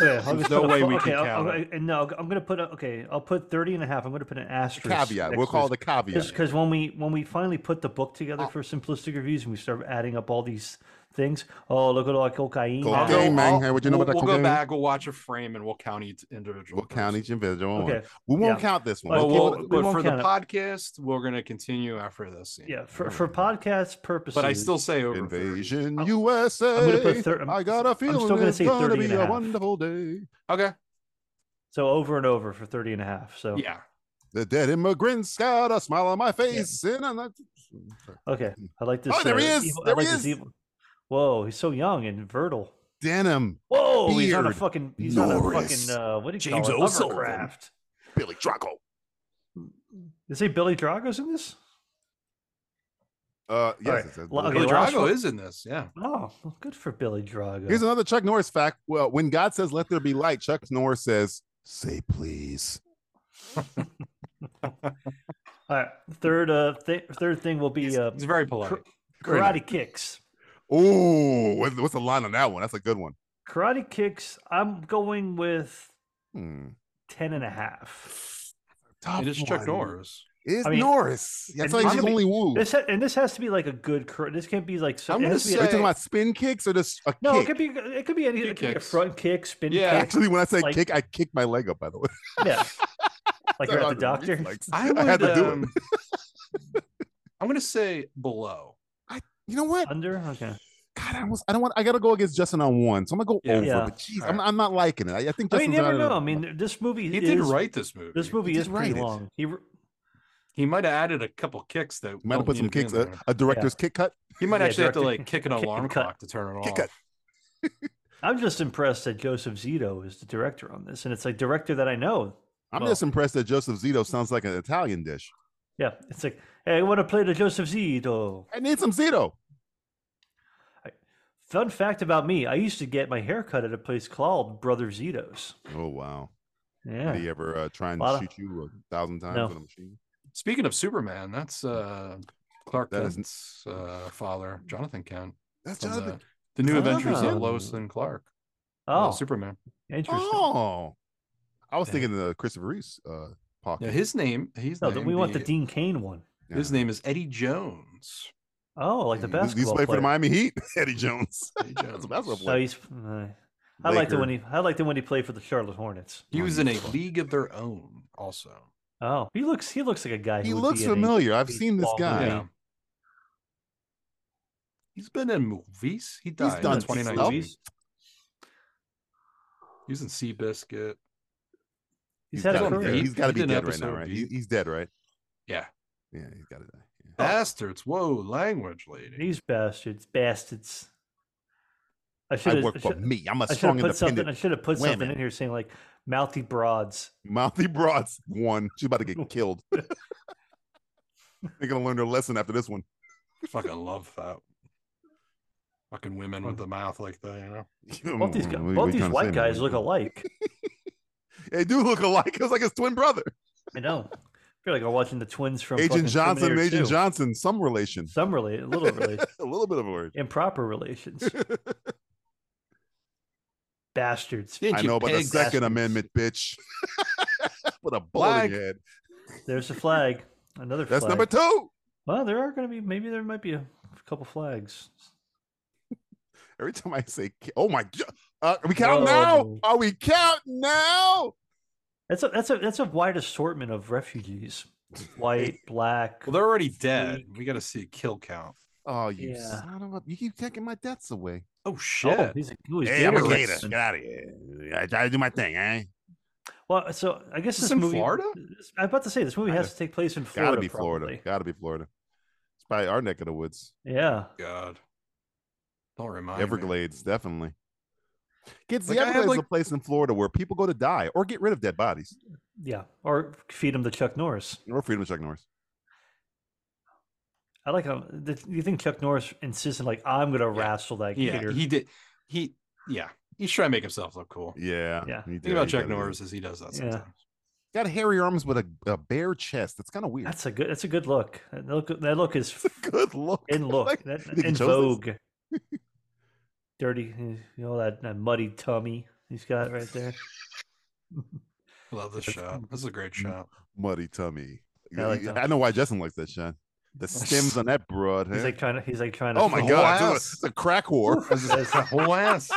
Speaker 8: Okay, I'll
Speaker 7: There's
Speaker 8: just
Speaker 7: no
Speaker 8: put a
Speaker 7: way
Speaker 8: fu-
Speaker 7: we
Speaker 8: okay,
Speaker 7: can
Speaker 8: I'll-
Speaker 7: count
Speaker 8: I'll- and no, I'm going to put a, okay. I'll put 30 and a half. I'm going to put an asterisk.
Speaker 6: caveat. We'll call it a caveat.
Speaker 8: because when we when we finally put the book together
Speaker 6: Uh,
Speaker 8: for simplistic reviews and we start adding up all these things, oh look at all that cocaine.
Speaker 6: Cocaine,
Speaker 8: I'll
Speaker 7: I'll go-
Speaker 8: go-
Speaker 6: man.
Speaker 7: I'll-
Speaker 6: Hey, what you know
Speaker 7: we'll,
Speaker 6: about that
Speaker 7: we'll go
Speaker 6: cocaine?
Speaker 7: back. We'll watch a frame and we'll count each individual.
Speaker 6: We'll count
Speaker 7: person.
Speaker 6: each individual one.
Speaker 8: Okay.
Speaker 6: We won't
Speaker 8: Yeah.
Speaker 6: count this one.
Speaker 8: But
Speaker 7: But,
Speaker 6: We'll
Speaker 8: we
Speaker 7: we'll,
Speaker 6: keep it-
Speaker 8: we
Speaker 7: but
Speaker 8: won't
Speaker 7: for the
Speaker 8: count it.
Speaker 7: podcast, we're going to continue after this scene.
Speaker 8: Yeah, for for podcast purposes.
Speaker 7: But I still say over. 30.
Speaker 6: Invasion
Speaker 8: I'm-
Speaker 6: USA.
Speaker 8: I'm gonna put thir- I'm-
Speaker 6: I got a
Speaker 8: still
Speaker 6: feeling
Speaker 8: gonna
Speaker 6: it's
Speaker 8: say 30
Speaker 6: gonna
Speaker 8: and
Speaker 6: be
Speaker 8: a
Speaker 6: a
Speaker 8: half.
Speaker 6: wonderful day.
Speaker 7: Okay.
Speaker 8: so over and over for 30 and a half. So
Speaker 7: Yeah.
Speaker 6: The dead immigrants got a smile on my face. And I'm not...
Speaker 8: okay, I like this.
Speaker 6: Oh, there he
Speaker 8: uh,
Speaker 6: is!
Speaker 8: evil- I
Speaker 6: There
Speaker 8: like
Speaker 6: he
Speaker 8: this
Speaker 6: is!
Speaker 8: evil- Whoa, he's so young and fertile.
Speaker 6: Denim,
Speaker 8: Whoa, he's on a
Speaker 6: Beard.
Speaker 8: fucking he's on a
Speaker 6: Norris.
Speaker 8: fucking uh, what do you
Speaker 6: James
Speaker 8: call it?
Speaker 6: O'Sullivan.
Speaker 8: Hovercraft.
Speaker 6: Billy Draco.
Speaker 8: Is he Billy Drago's in this?
Speaker 6: Uh, yes.
Speaker 8: right.
Speaker 6: it says
Speaker 8: Well,
Speaker 6: Billy
Speaker 7: Billy
Speaker 8: okay,
Speaker 6: Drago.
Speaker 8: last
Speaker 7: Drago
Speaker 8: one-
Speaker 7: is in this. Yeah.
Speaker 8: Oh, well, good for Billy Drago.
Speaker 6: Here's another Chuck Norris fact. Well, when God says, "Let there be light," Chuck Norris says, "Say please."
Speaker 8: All right, third uh, th- third thing will be uh,
Speaker 7: It's very polite.
Speaker 8: cr-
Speaker 6: Very nice.
Speaker 8: karate kicks.
Speaker 6: Oh, what's the line on that one? That's a good one.
Speaker 8: Karate kicks. I'm going with
Speaker 6: Hmm.
Speaker 8: ten and a half.
Speaker 6: Tough
Speaker 7: It is Chuck
Speaker 6: one.
Speaker 7: Norris.
Speaker 6: It's
Speaker 8: I mean-
Speaker 6: Norris. That's
Speaker 8: And
Speaker 6: why
Speaker 8: I'm
Speaker 6: he's the
Speaker 8: gonna
Speaker 6: only
Speaker 8: be-
Speaker 6: woo.
Speaker 8: This ha- and this has to be like a good. Cur- this can't be like.
Speaker 7: I'm
Speaker 8: it
Speaker 7: gonna
Speaker 8: has to
Speaker 6: Are
Speaker 8: be
Speaker 6: you
Speaker 8: like-
Speaker 6: talking about spin kicks or just a
Speaker 8: no,
Speaker 6: kick?
Speaker 8: it could be. It could be any.
Speaker 7: Kick
Speaker 8: It could be a
Speaker 7: kicks.
Speaker 8: front kick, spin
Speaker 7: Yeah.
Speaker 8: kick.
Speaker 6: Actually, when I say
Speaker 8: Like-
Speaker 6: kick, I kick my leg up. By the way,
Speaker 8: Yeah. Like you're
Speaker 6: Not
Speaker 8: at the
Speaker 6: on
Speaker 8: doctor.
Speaker 6: reflex.
Speaker 7: I,
Speaker 6: I had
Speaker 7: would,
Speaker 6: to do it.
Speaker 7: um, I'm going to say below.
Speaker 6: You know what?
Speaker 8: Under. Okay.
Speaker 6: God, I, almost, I don't want. I gotta go against Justin on one, so I'm gonna go
Speaker 7: Yeah.
Speaker 6: over.
Speaker 8: Yeah.
Speaker 6: But jeez, I'm, I'm not liking it. I, I think
Speaker 8: I
Speaker 6: Justin's
Speaker 8: mean, you never
Speaker 6: on it.
Speaker 8: know. I mean, this movie.
Speaker 7: He
Speaker 8: is,
Speaker 7: did write this movie.
Speaker 8: This movie
Speaker 6: did
Speaker 8: is pretty
Speaker 6: write it.
Speaker 8: long. He. re-
Speaker 7: He might have added a couple kicks that
Speaker 6: might have
Speaker 7: don't
Speaker 6: put some
Speaker 7: need to be
Speaker 6: kicks,
Speaker 7: in
Speaker 6: a,
Speaker 7: there.
Speaker 6: a director's kick cut.
Speaker 7: He might
Speaker 8: Yeah,
Speaker 7: actually have to
Speaker 8: director-
Speaker 7: like kick an
Speaker 8: kick and
Speaker 7: alarm
Speaker 8: cut.
Speaker 7: clock to turn it
Speaker 6: Kick
Speaker 7: off.
Speaker 6: cut.
Speaker 8: I'm just impressed that Joseph Zito is the director on this, and it's like director that I know.
Speaker 6: I'm
Speaker 8: Well-
Speaker 6: just impressed that Joseph Zito sounds like an Italian dish.
Speaker 8: Yeah, it's like, hey, I want to play the Joseph Zito.
Speaker 6: I need some Zito.
Speaker 8: Fun fact about me: I used to get my hair cut at a place called Brother Zito's.
Speaker 6: Oh wow! Did
Speaker 8: Yeah,
Speaker 6: he ever uh, try and
Speaker 8: Lotta-
Speaker 6: shoot you a thousand times
Speaker 8: No.
Speaker 6: with a machine?
Speaker 7: Speaking of Superman, that's uh, Clark
Speaker 6: That is-
Speaker 7: Kent's uh, father, Jonathan Kent.
Speaker 6: That's
Speaker 7: from
Speaker 6: Jonathan.
Speaker 7: The, the New Adventures
Speaker 6: Ah.
Speaker 7: of Lois and Clark. uh,
Speaker 8: Oh,
Speaker 7: Superman.
Speaker 8: interesting.
Speaker 6: Oh, I was
Speaker 7: Yeah.
Speaker 6: thinking the Christopher Reeves uh, pocket.
Speaker 7: Yeah, his name. He's
Speaker 8: No, then we want the Dean Kane one.
Speaker 7: His name is Eddie Jones.
Speaker 8: Oh, like the
Speaker 6: He's-
Speaker 8: basketball
Speaker 6: He's played for
Speaker 8: player.
Speaker 6: the Miami Heat. Eddie Jones.
Speaker 7: Eddie Jones.
Speaker 6: That's what-
Speaker 8: No, he's. uh, I liked it when he. I liked it when he played for the Charlotte Hornets.
Speaker 7: he was in a league of their own, also.
Speaker 8: Oh, he looks. He looks like a guy.
Speaker 6: He
Speaker 8: who would
Speaker 6: looks
Speaker 8: be in a-
Speaker 6: familiar. I've
Speaker 8: a
Speaker 6: seen this
Speaker 8: small
Speaker 6: guy.
Speaker 8: movie.
Speaker 7: Yeah. He's been in movies. He died
Speaker 6: done
Speaker 7: in
Speaker 6: stuff.
Speaker 7: 2019. Movies. He was in Seabiscuit.
Speaker 6: Oh.
Speaker 8: He's had a
Speaker 6: gotta be
Speaker 8: career.
Speaker 6: dead. He's got to
Speaker 7: He
Speaker 6: be
Speaker 7: did
Speaker 6: dead
Speaker 7: an
Speaker 6: right now,
Speaker 7: episode
Speaker 6: right?
Speaker 7: of
Speaker 6: He-
Speaker 7: Veep.
Speaker 6: he's dead, right?
Speaker 7: Yeah.
Speaker 6: Yeah, he's got to die. Yeah.
Speaker 7: Bastards. Whoa, language lady.
Speaker 8: These bastards, bastards. I should
Speaker 6: I
Speaker 8: have.
Speaker 6: work for me. I'm a
Speaker 8: I should have
Speaker 6: strong,
Speaker 8: put something. I
Speaker 6: independent,
Speaker 8: should have put something
Speaker 6: women.
Speaker 8: in here saying like mouthy broads.
Speaker 6: mouthy broads. One, she's about to get killed. They're gonna learn their lesson after this one.
Speaker 7: Fucking love that. Fucking women with the mouth like that, you know.
Speaker 8: Both these,
Speaker 6: What
Speaker 8: gu-
Speaker 6: are you- what are
Speaker 8: both
Speaker 6: you trying
Speaker 8: these
Speaker 6: to say,
Speaker 8: white
Speaker 6: man?
Speaker 8: guys look alike.
Speaker 6: They do look alike. It's like his twin brother,
Speaker 8: I know. I feel like I'm watching the twins from fucking
Speaker 6: Agent Johnson and
Speaker 8: Terminator
Speaker 6: Agent
Speaker 8: 2.
Speaker 6: Johnson. Some relation,
Speaker 8: Some relate, a little relation,
Speaker 6: a little bit of a relation.
Speaker 8: improper relations. Bastards.
Speaker 6: I know about the Second Amendment, bitch. Put a bullet in
Speaker 7: Flag.
Speaker 6: your head.
Speaker 8: There's a flag. Another
Speaker 6: That's
Speaker 8: flag.
Speaker 6: number two.
Speaker 8: Well, there are going to be. Maybe there might be a couple flags.
Speaker 6: Every time I say, ki- "Oh my god," uh, are we count now?
Speaker 8: Whoa.
Speaker 6: Are we count now?
Speaker 8: That's a that's a that's a wide assortment of refugees. White, black.
Speaker 7: Well, they're already dead. We got to see a kill count.
Speaker 6: Oh, you
Speaker 8: Yeah.
Speaker 6: son of a! You keep taking my deaths away.
Speaker 7: Oh shit!
Speaker 8: oh, he's a, ooh, he's
Speaker 6: Hey, I'm a
Speaker 8: Gator
Speaker 6: gator.
Speaker 8: Rex.
Speaker 6: Get out of here. I try to do my thing, eh?
Speaker 8: Well, so I guess
Speaker 7: Is
Speaker 8: this
Speaker 7: this in
Speaker 8: movie.
Speaker 7: Florida?
Speaker 8: this- I'm about to say this movie
Speaker 6: Kinda.
Speaker 8: has to take place in Florida.
Speaker 6: Gotta be Florida.
Speaker 8: probably.
Speaker 6: Gotta be Florida. It's probably our neck of the woods.
Speaker 8: Yeah.
Speaker 7: God, don't remind me.
Speaker 6: Everglades, definitely. Kids,
Speaker 7: Like,
Speaker 6: the
Speaker 7: I have,
Speaker 6: Everglades is a
Speaker 7: like-
Speaker 6: place in Florida where people go to die or get rid of dead bodies.
Speaker 8: Yeah. Or feed him to Chuck Norris.
Speaker 6: Or freedom of Chuck Norris.
Speaker 8: I like how the, you think Chuck Norris insisted, like, I'm going to
Speaker 7: Yeah.
Speaker 8: wrestle that
Speaker 7: Yeah,
Speaker 8: gator.
Speaker 7: he did. He yeah, he's trying to make himself look cool.
Speaker 6: Yeah.
Speaker 8: Yeah.
Speaker 6: he did-
Speaker 7: Thing about
Speaker 6: he
Speaker 7: Chuck
Speaker 6: did it.
Speaker 7: Norris is he does that
Speaker 8: Yeah.
Speaker 7: sometimes.
Speaker 6: Got hairy arms with a, a bare chest. That's kind of weird.
Speaker 8: That's a good. That's a good look. That look, that look is
Speaker 6: Good look.
Speaker 8: in look
Speaker 6: Like,
Speaker 8: that,
Speaker 6: you think he
Speaker 8: in
Speaker 6: chose this?
Speaker 8: vogue. Dirty, you know that, that muddy tummy he's got right there.
Speaker 7: Love this shot. This is a great shot.
Speaker 6: Muddy tummy.
Speaker 8: I like
Speaker 6: Yeah,
Speaker 8: that.
Speaker 6: I know why Justin likes that, Sean. The stems on that broad.
Speaker 8: He's
Speaker 6: huh?
Speaker 8: like trying to. He's like trying to.
Speaker 6: oh my
Speaker 7: whole
Speaker 6: God. It's a,
Speaker 7: ass.
Speaker 6: it's a crack whore.
Speaker 7: It's the whole ass.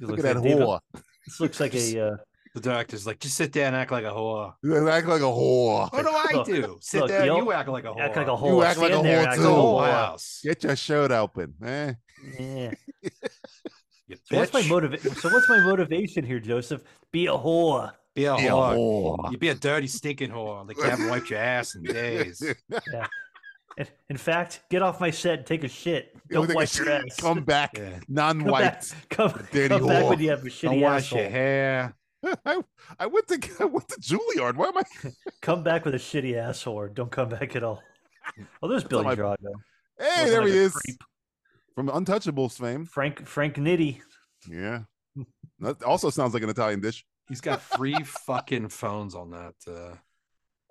Speaker 6: Look at that whore.
Speaker 8: This looks like a. Uh,
Speaker 7: The doctor's like, just sit there and act like a whore.
Speaker 6: You act like a whore.
Speaker 7: What do I
Speaker 8: Look,
Speaker 7: do? Sit
Speaker 8: look,
Speaker 7: there.
Speaker 8: you'll
Speaker 7: and You act like a whore.
Speaker 8: act like a whore.
Speaker 6: act like a
Speaker 8: Stand there
Speaker 6: whore
Speaker 8: and act
Speaker 6: too.
Speaker 8: like a
Speaker 7: whole
Speaker 6: whore.
Speaker 7: house.
Speaker 6: Get your shirt open, eh?
Speaker 8: Yeah.
Speaker 7: You
Speaker 8: So what's my
Speaker 7: bitch.
Speaker 8: motivation? So what's my motivation here, Joseph? Be a whore.
Speaker 7: Be a
Speaker 6: Be a
Speaker 7: whore.
Speaker 6: whore.
Speaker 7: You'd be a dirty, stinking whore. Like you haven't wiped your ass in days.
Speaker 8: In- In fact, get off my set and take a shit. Don't
Speaker 6: Everything
Speaker 8: wipe
Speaker 6: is-
Speaker 8: your ass.
Speaker 6: Come back,
Speaker 7: Yeah.
Speaker 8: Come back.
Speaker 6: non-white.
Speaker 8: Come,
Speaker 6: dirty
Speaker 8: come back when
Speaker 6: whore.
Speaker 8: you have a shitty
Speaker 7: Don't wash
Speaker 8: asshole.
Speaker 7: your hair.
Speaker 6: I, I went to I went to Juilliard. Why am I?
Speaker 8: Come back with a shitty asshole. Or don't come back at all. Oh, there's Billy
Speaker 6: my-
Speaker 8: Drago.
Speaker 6: Hey,
Speaker 8: Looking
Speaker 6: there
Speaker 8: like
Speaker 6: he
Speaker 8: a
Speaker 6: is
Speaker 8: creep.
Speaker 6: from Untouchables fame.
Speaker 8: Frank Frank Nitti.
Speaker 6: Yeah, that also sounds like an Italian dish.
Speaker 7: He's got three fucking phones on that uh,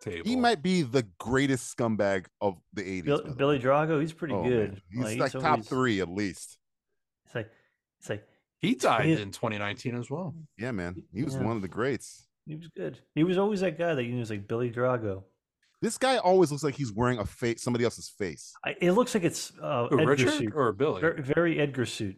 Speaker 7: table.
Speaker 6: He might be the greatest scumbag of the '80s.
Speaker 8: Bill,
Speaker 6: by the
Speaker 8: Billy Drago. He's pretty
Speaker 6: way. Oh, man.
Speaker 8: good.
Speaker 6: He's like, top
Speaker 8: always-
Speaker 6: three at least.
Speaker 8: It's like it's like
Speaker 7: He died
Speaker 8: Yeah.
Speaker 7: in 2019 as well.
Speaker 6: Yeah, man. He was
Speaker 8: Yeah.
Speaker 6: one of the greats.
Speaker 8: he was good. He was always that guy that you knew was like Billy Drago.
Speaker 6: This guy always looks like he's wearing a face, somebody else's face.
Speaker 8: I, it looks like it's uh,
Speaker 7: Who,
Speaker 8: Edgar
Speaker 7: Richard
Speaker 8: suit.
Speaker 7: or Billy?
Speaker 8: Very, very Edgar suit.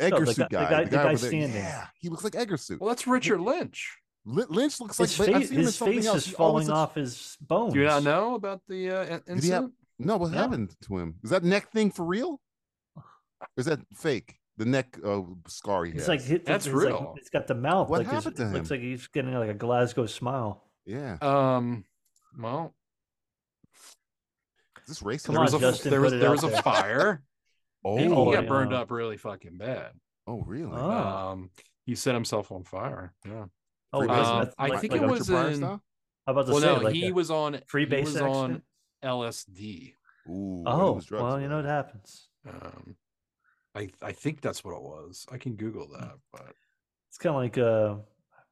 Speaker 6: Edgar
Speaker 8: the guy-
Speaker 6: suit
Speaker 8: the
Speaker 6: guy.
Speaker 8: guy- the guy
Speaker 6: over there.
Speaker 8: standing.
Speaker 6: Yeah, he looks like Edgar suit.
Speaker 7: well, that's Richard Lynch.
Speaker 6: Lin- Lynch looks like
Speaker 8: His,
Speaker 6: but I've
Speaker 8: face,
Speaker 6: seen him in
Speaker 8: his
Speaker 6: something
Speaker 8: face
Speaker 6: else.
Speaker 8: is
Speaker 6: He always
Speaker 8: falling
Speaker 6: looks-
Speaker 8: off his bones.
Speaker 7: Do you not know about the uh, in-
Speaker 6: Did he have-
Speaker 7: incident?
Speaker 6: No, what
Speaker 8: No.
Speaker 6: happened to him? Is that neck thing for real? Or is that fake? The neck uh, scar he
Speaker 8: It's
Speaker 6: has.
Speaker 8: like hit-
Speaker 7: That's
Speaker 8: it's like-
Speaker 7: real.
Speaker 8: it's got the mouth.
Speaker 6: What
Speaker 8: like his-
Speaker 6: happened to
Speaker 8: it Looks
Speaker 6: him?
Speaker 8: like he's getting like a Glasgow smile.
Speaker 6: yeah.
Speaker 7: Um, well,
Speaker 6: Is this racist?
Speaker 8: Come
Speaker 7: there
Speaker 8: on,
Speaker 7: was a
Speaker 8: Justin,
Speaker 7: there
Speaker 8: put
Speaker 7: was
Speaker 8: it
Speaker 7: there
Speaker 8: out
Speaker 7: was a
Speaker 8: there.
Speaker 7: fire. He- he
Speaker 6: oh,
Speaker 8: Oh,
Speaker 7: got
Speaker 8: yeah.
Speaker 7: burned up really fucking bad.
Speaker 6: oh, really?
Speaker 8: Oh.
Speaker 7: Um, he set himself on fire. Yeah.
Speaker 8: Oh,
Speaker 6: Freebase?
Speaker 8: wow.
Speaker 7: Uh,
Speaker 8: That's
Speaker 7: I
Speaker 8: like-
Speaker 7: think
Speaker 8: like
Speaker 7: it
Speaker 8: a-
Speaker 7: was-
Speaker 6: Richard Pryor
Speaker 7: in-
Speaker 6: style?
Speaker 8: I'm about to
Speaker 7: Well,
Speaker 8: say
Speaker 7: no,
Speaker 8: like
Speaker 7: he
Speaker 8: a
Speaker 7: was on he
Speaker 8: freebase
Speaker 7: was on
Speaker 8: accident?
Speaker 7: LSD.
Speaker 6: Ooh, it
Speaker 8: Oh,
Speaker 6: was drugs,
Speaker 8: well, you know
Speaker 6: man.
Speaker 8: what happens.
Speaker 7: Um, I I think that's what it was. I can Google that, but
Speaker 8: It's kind of like uh,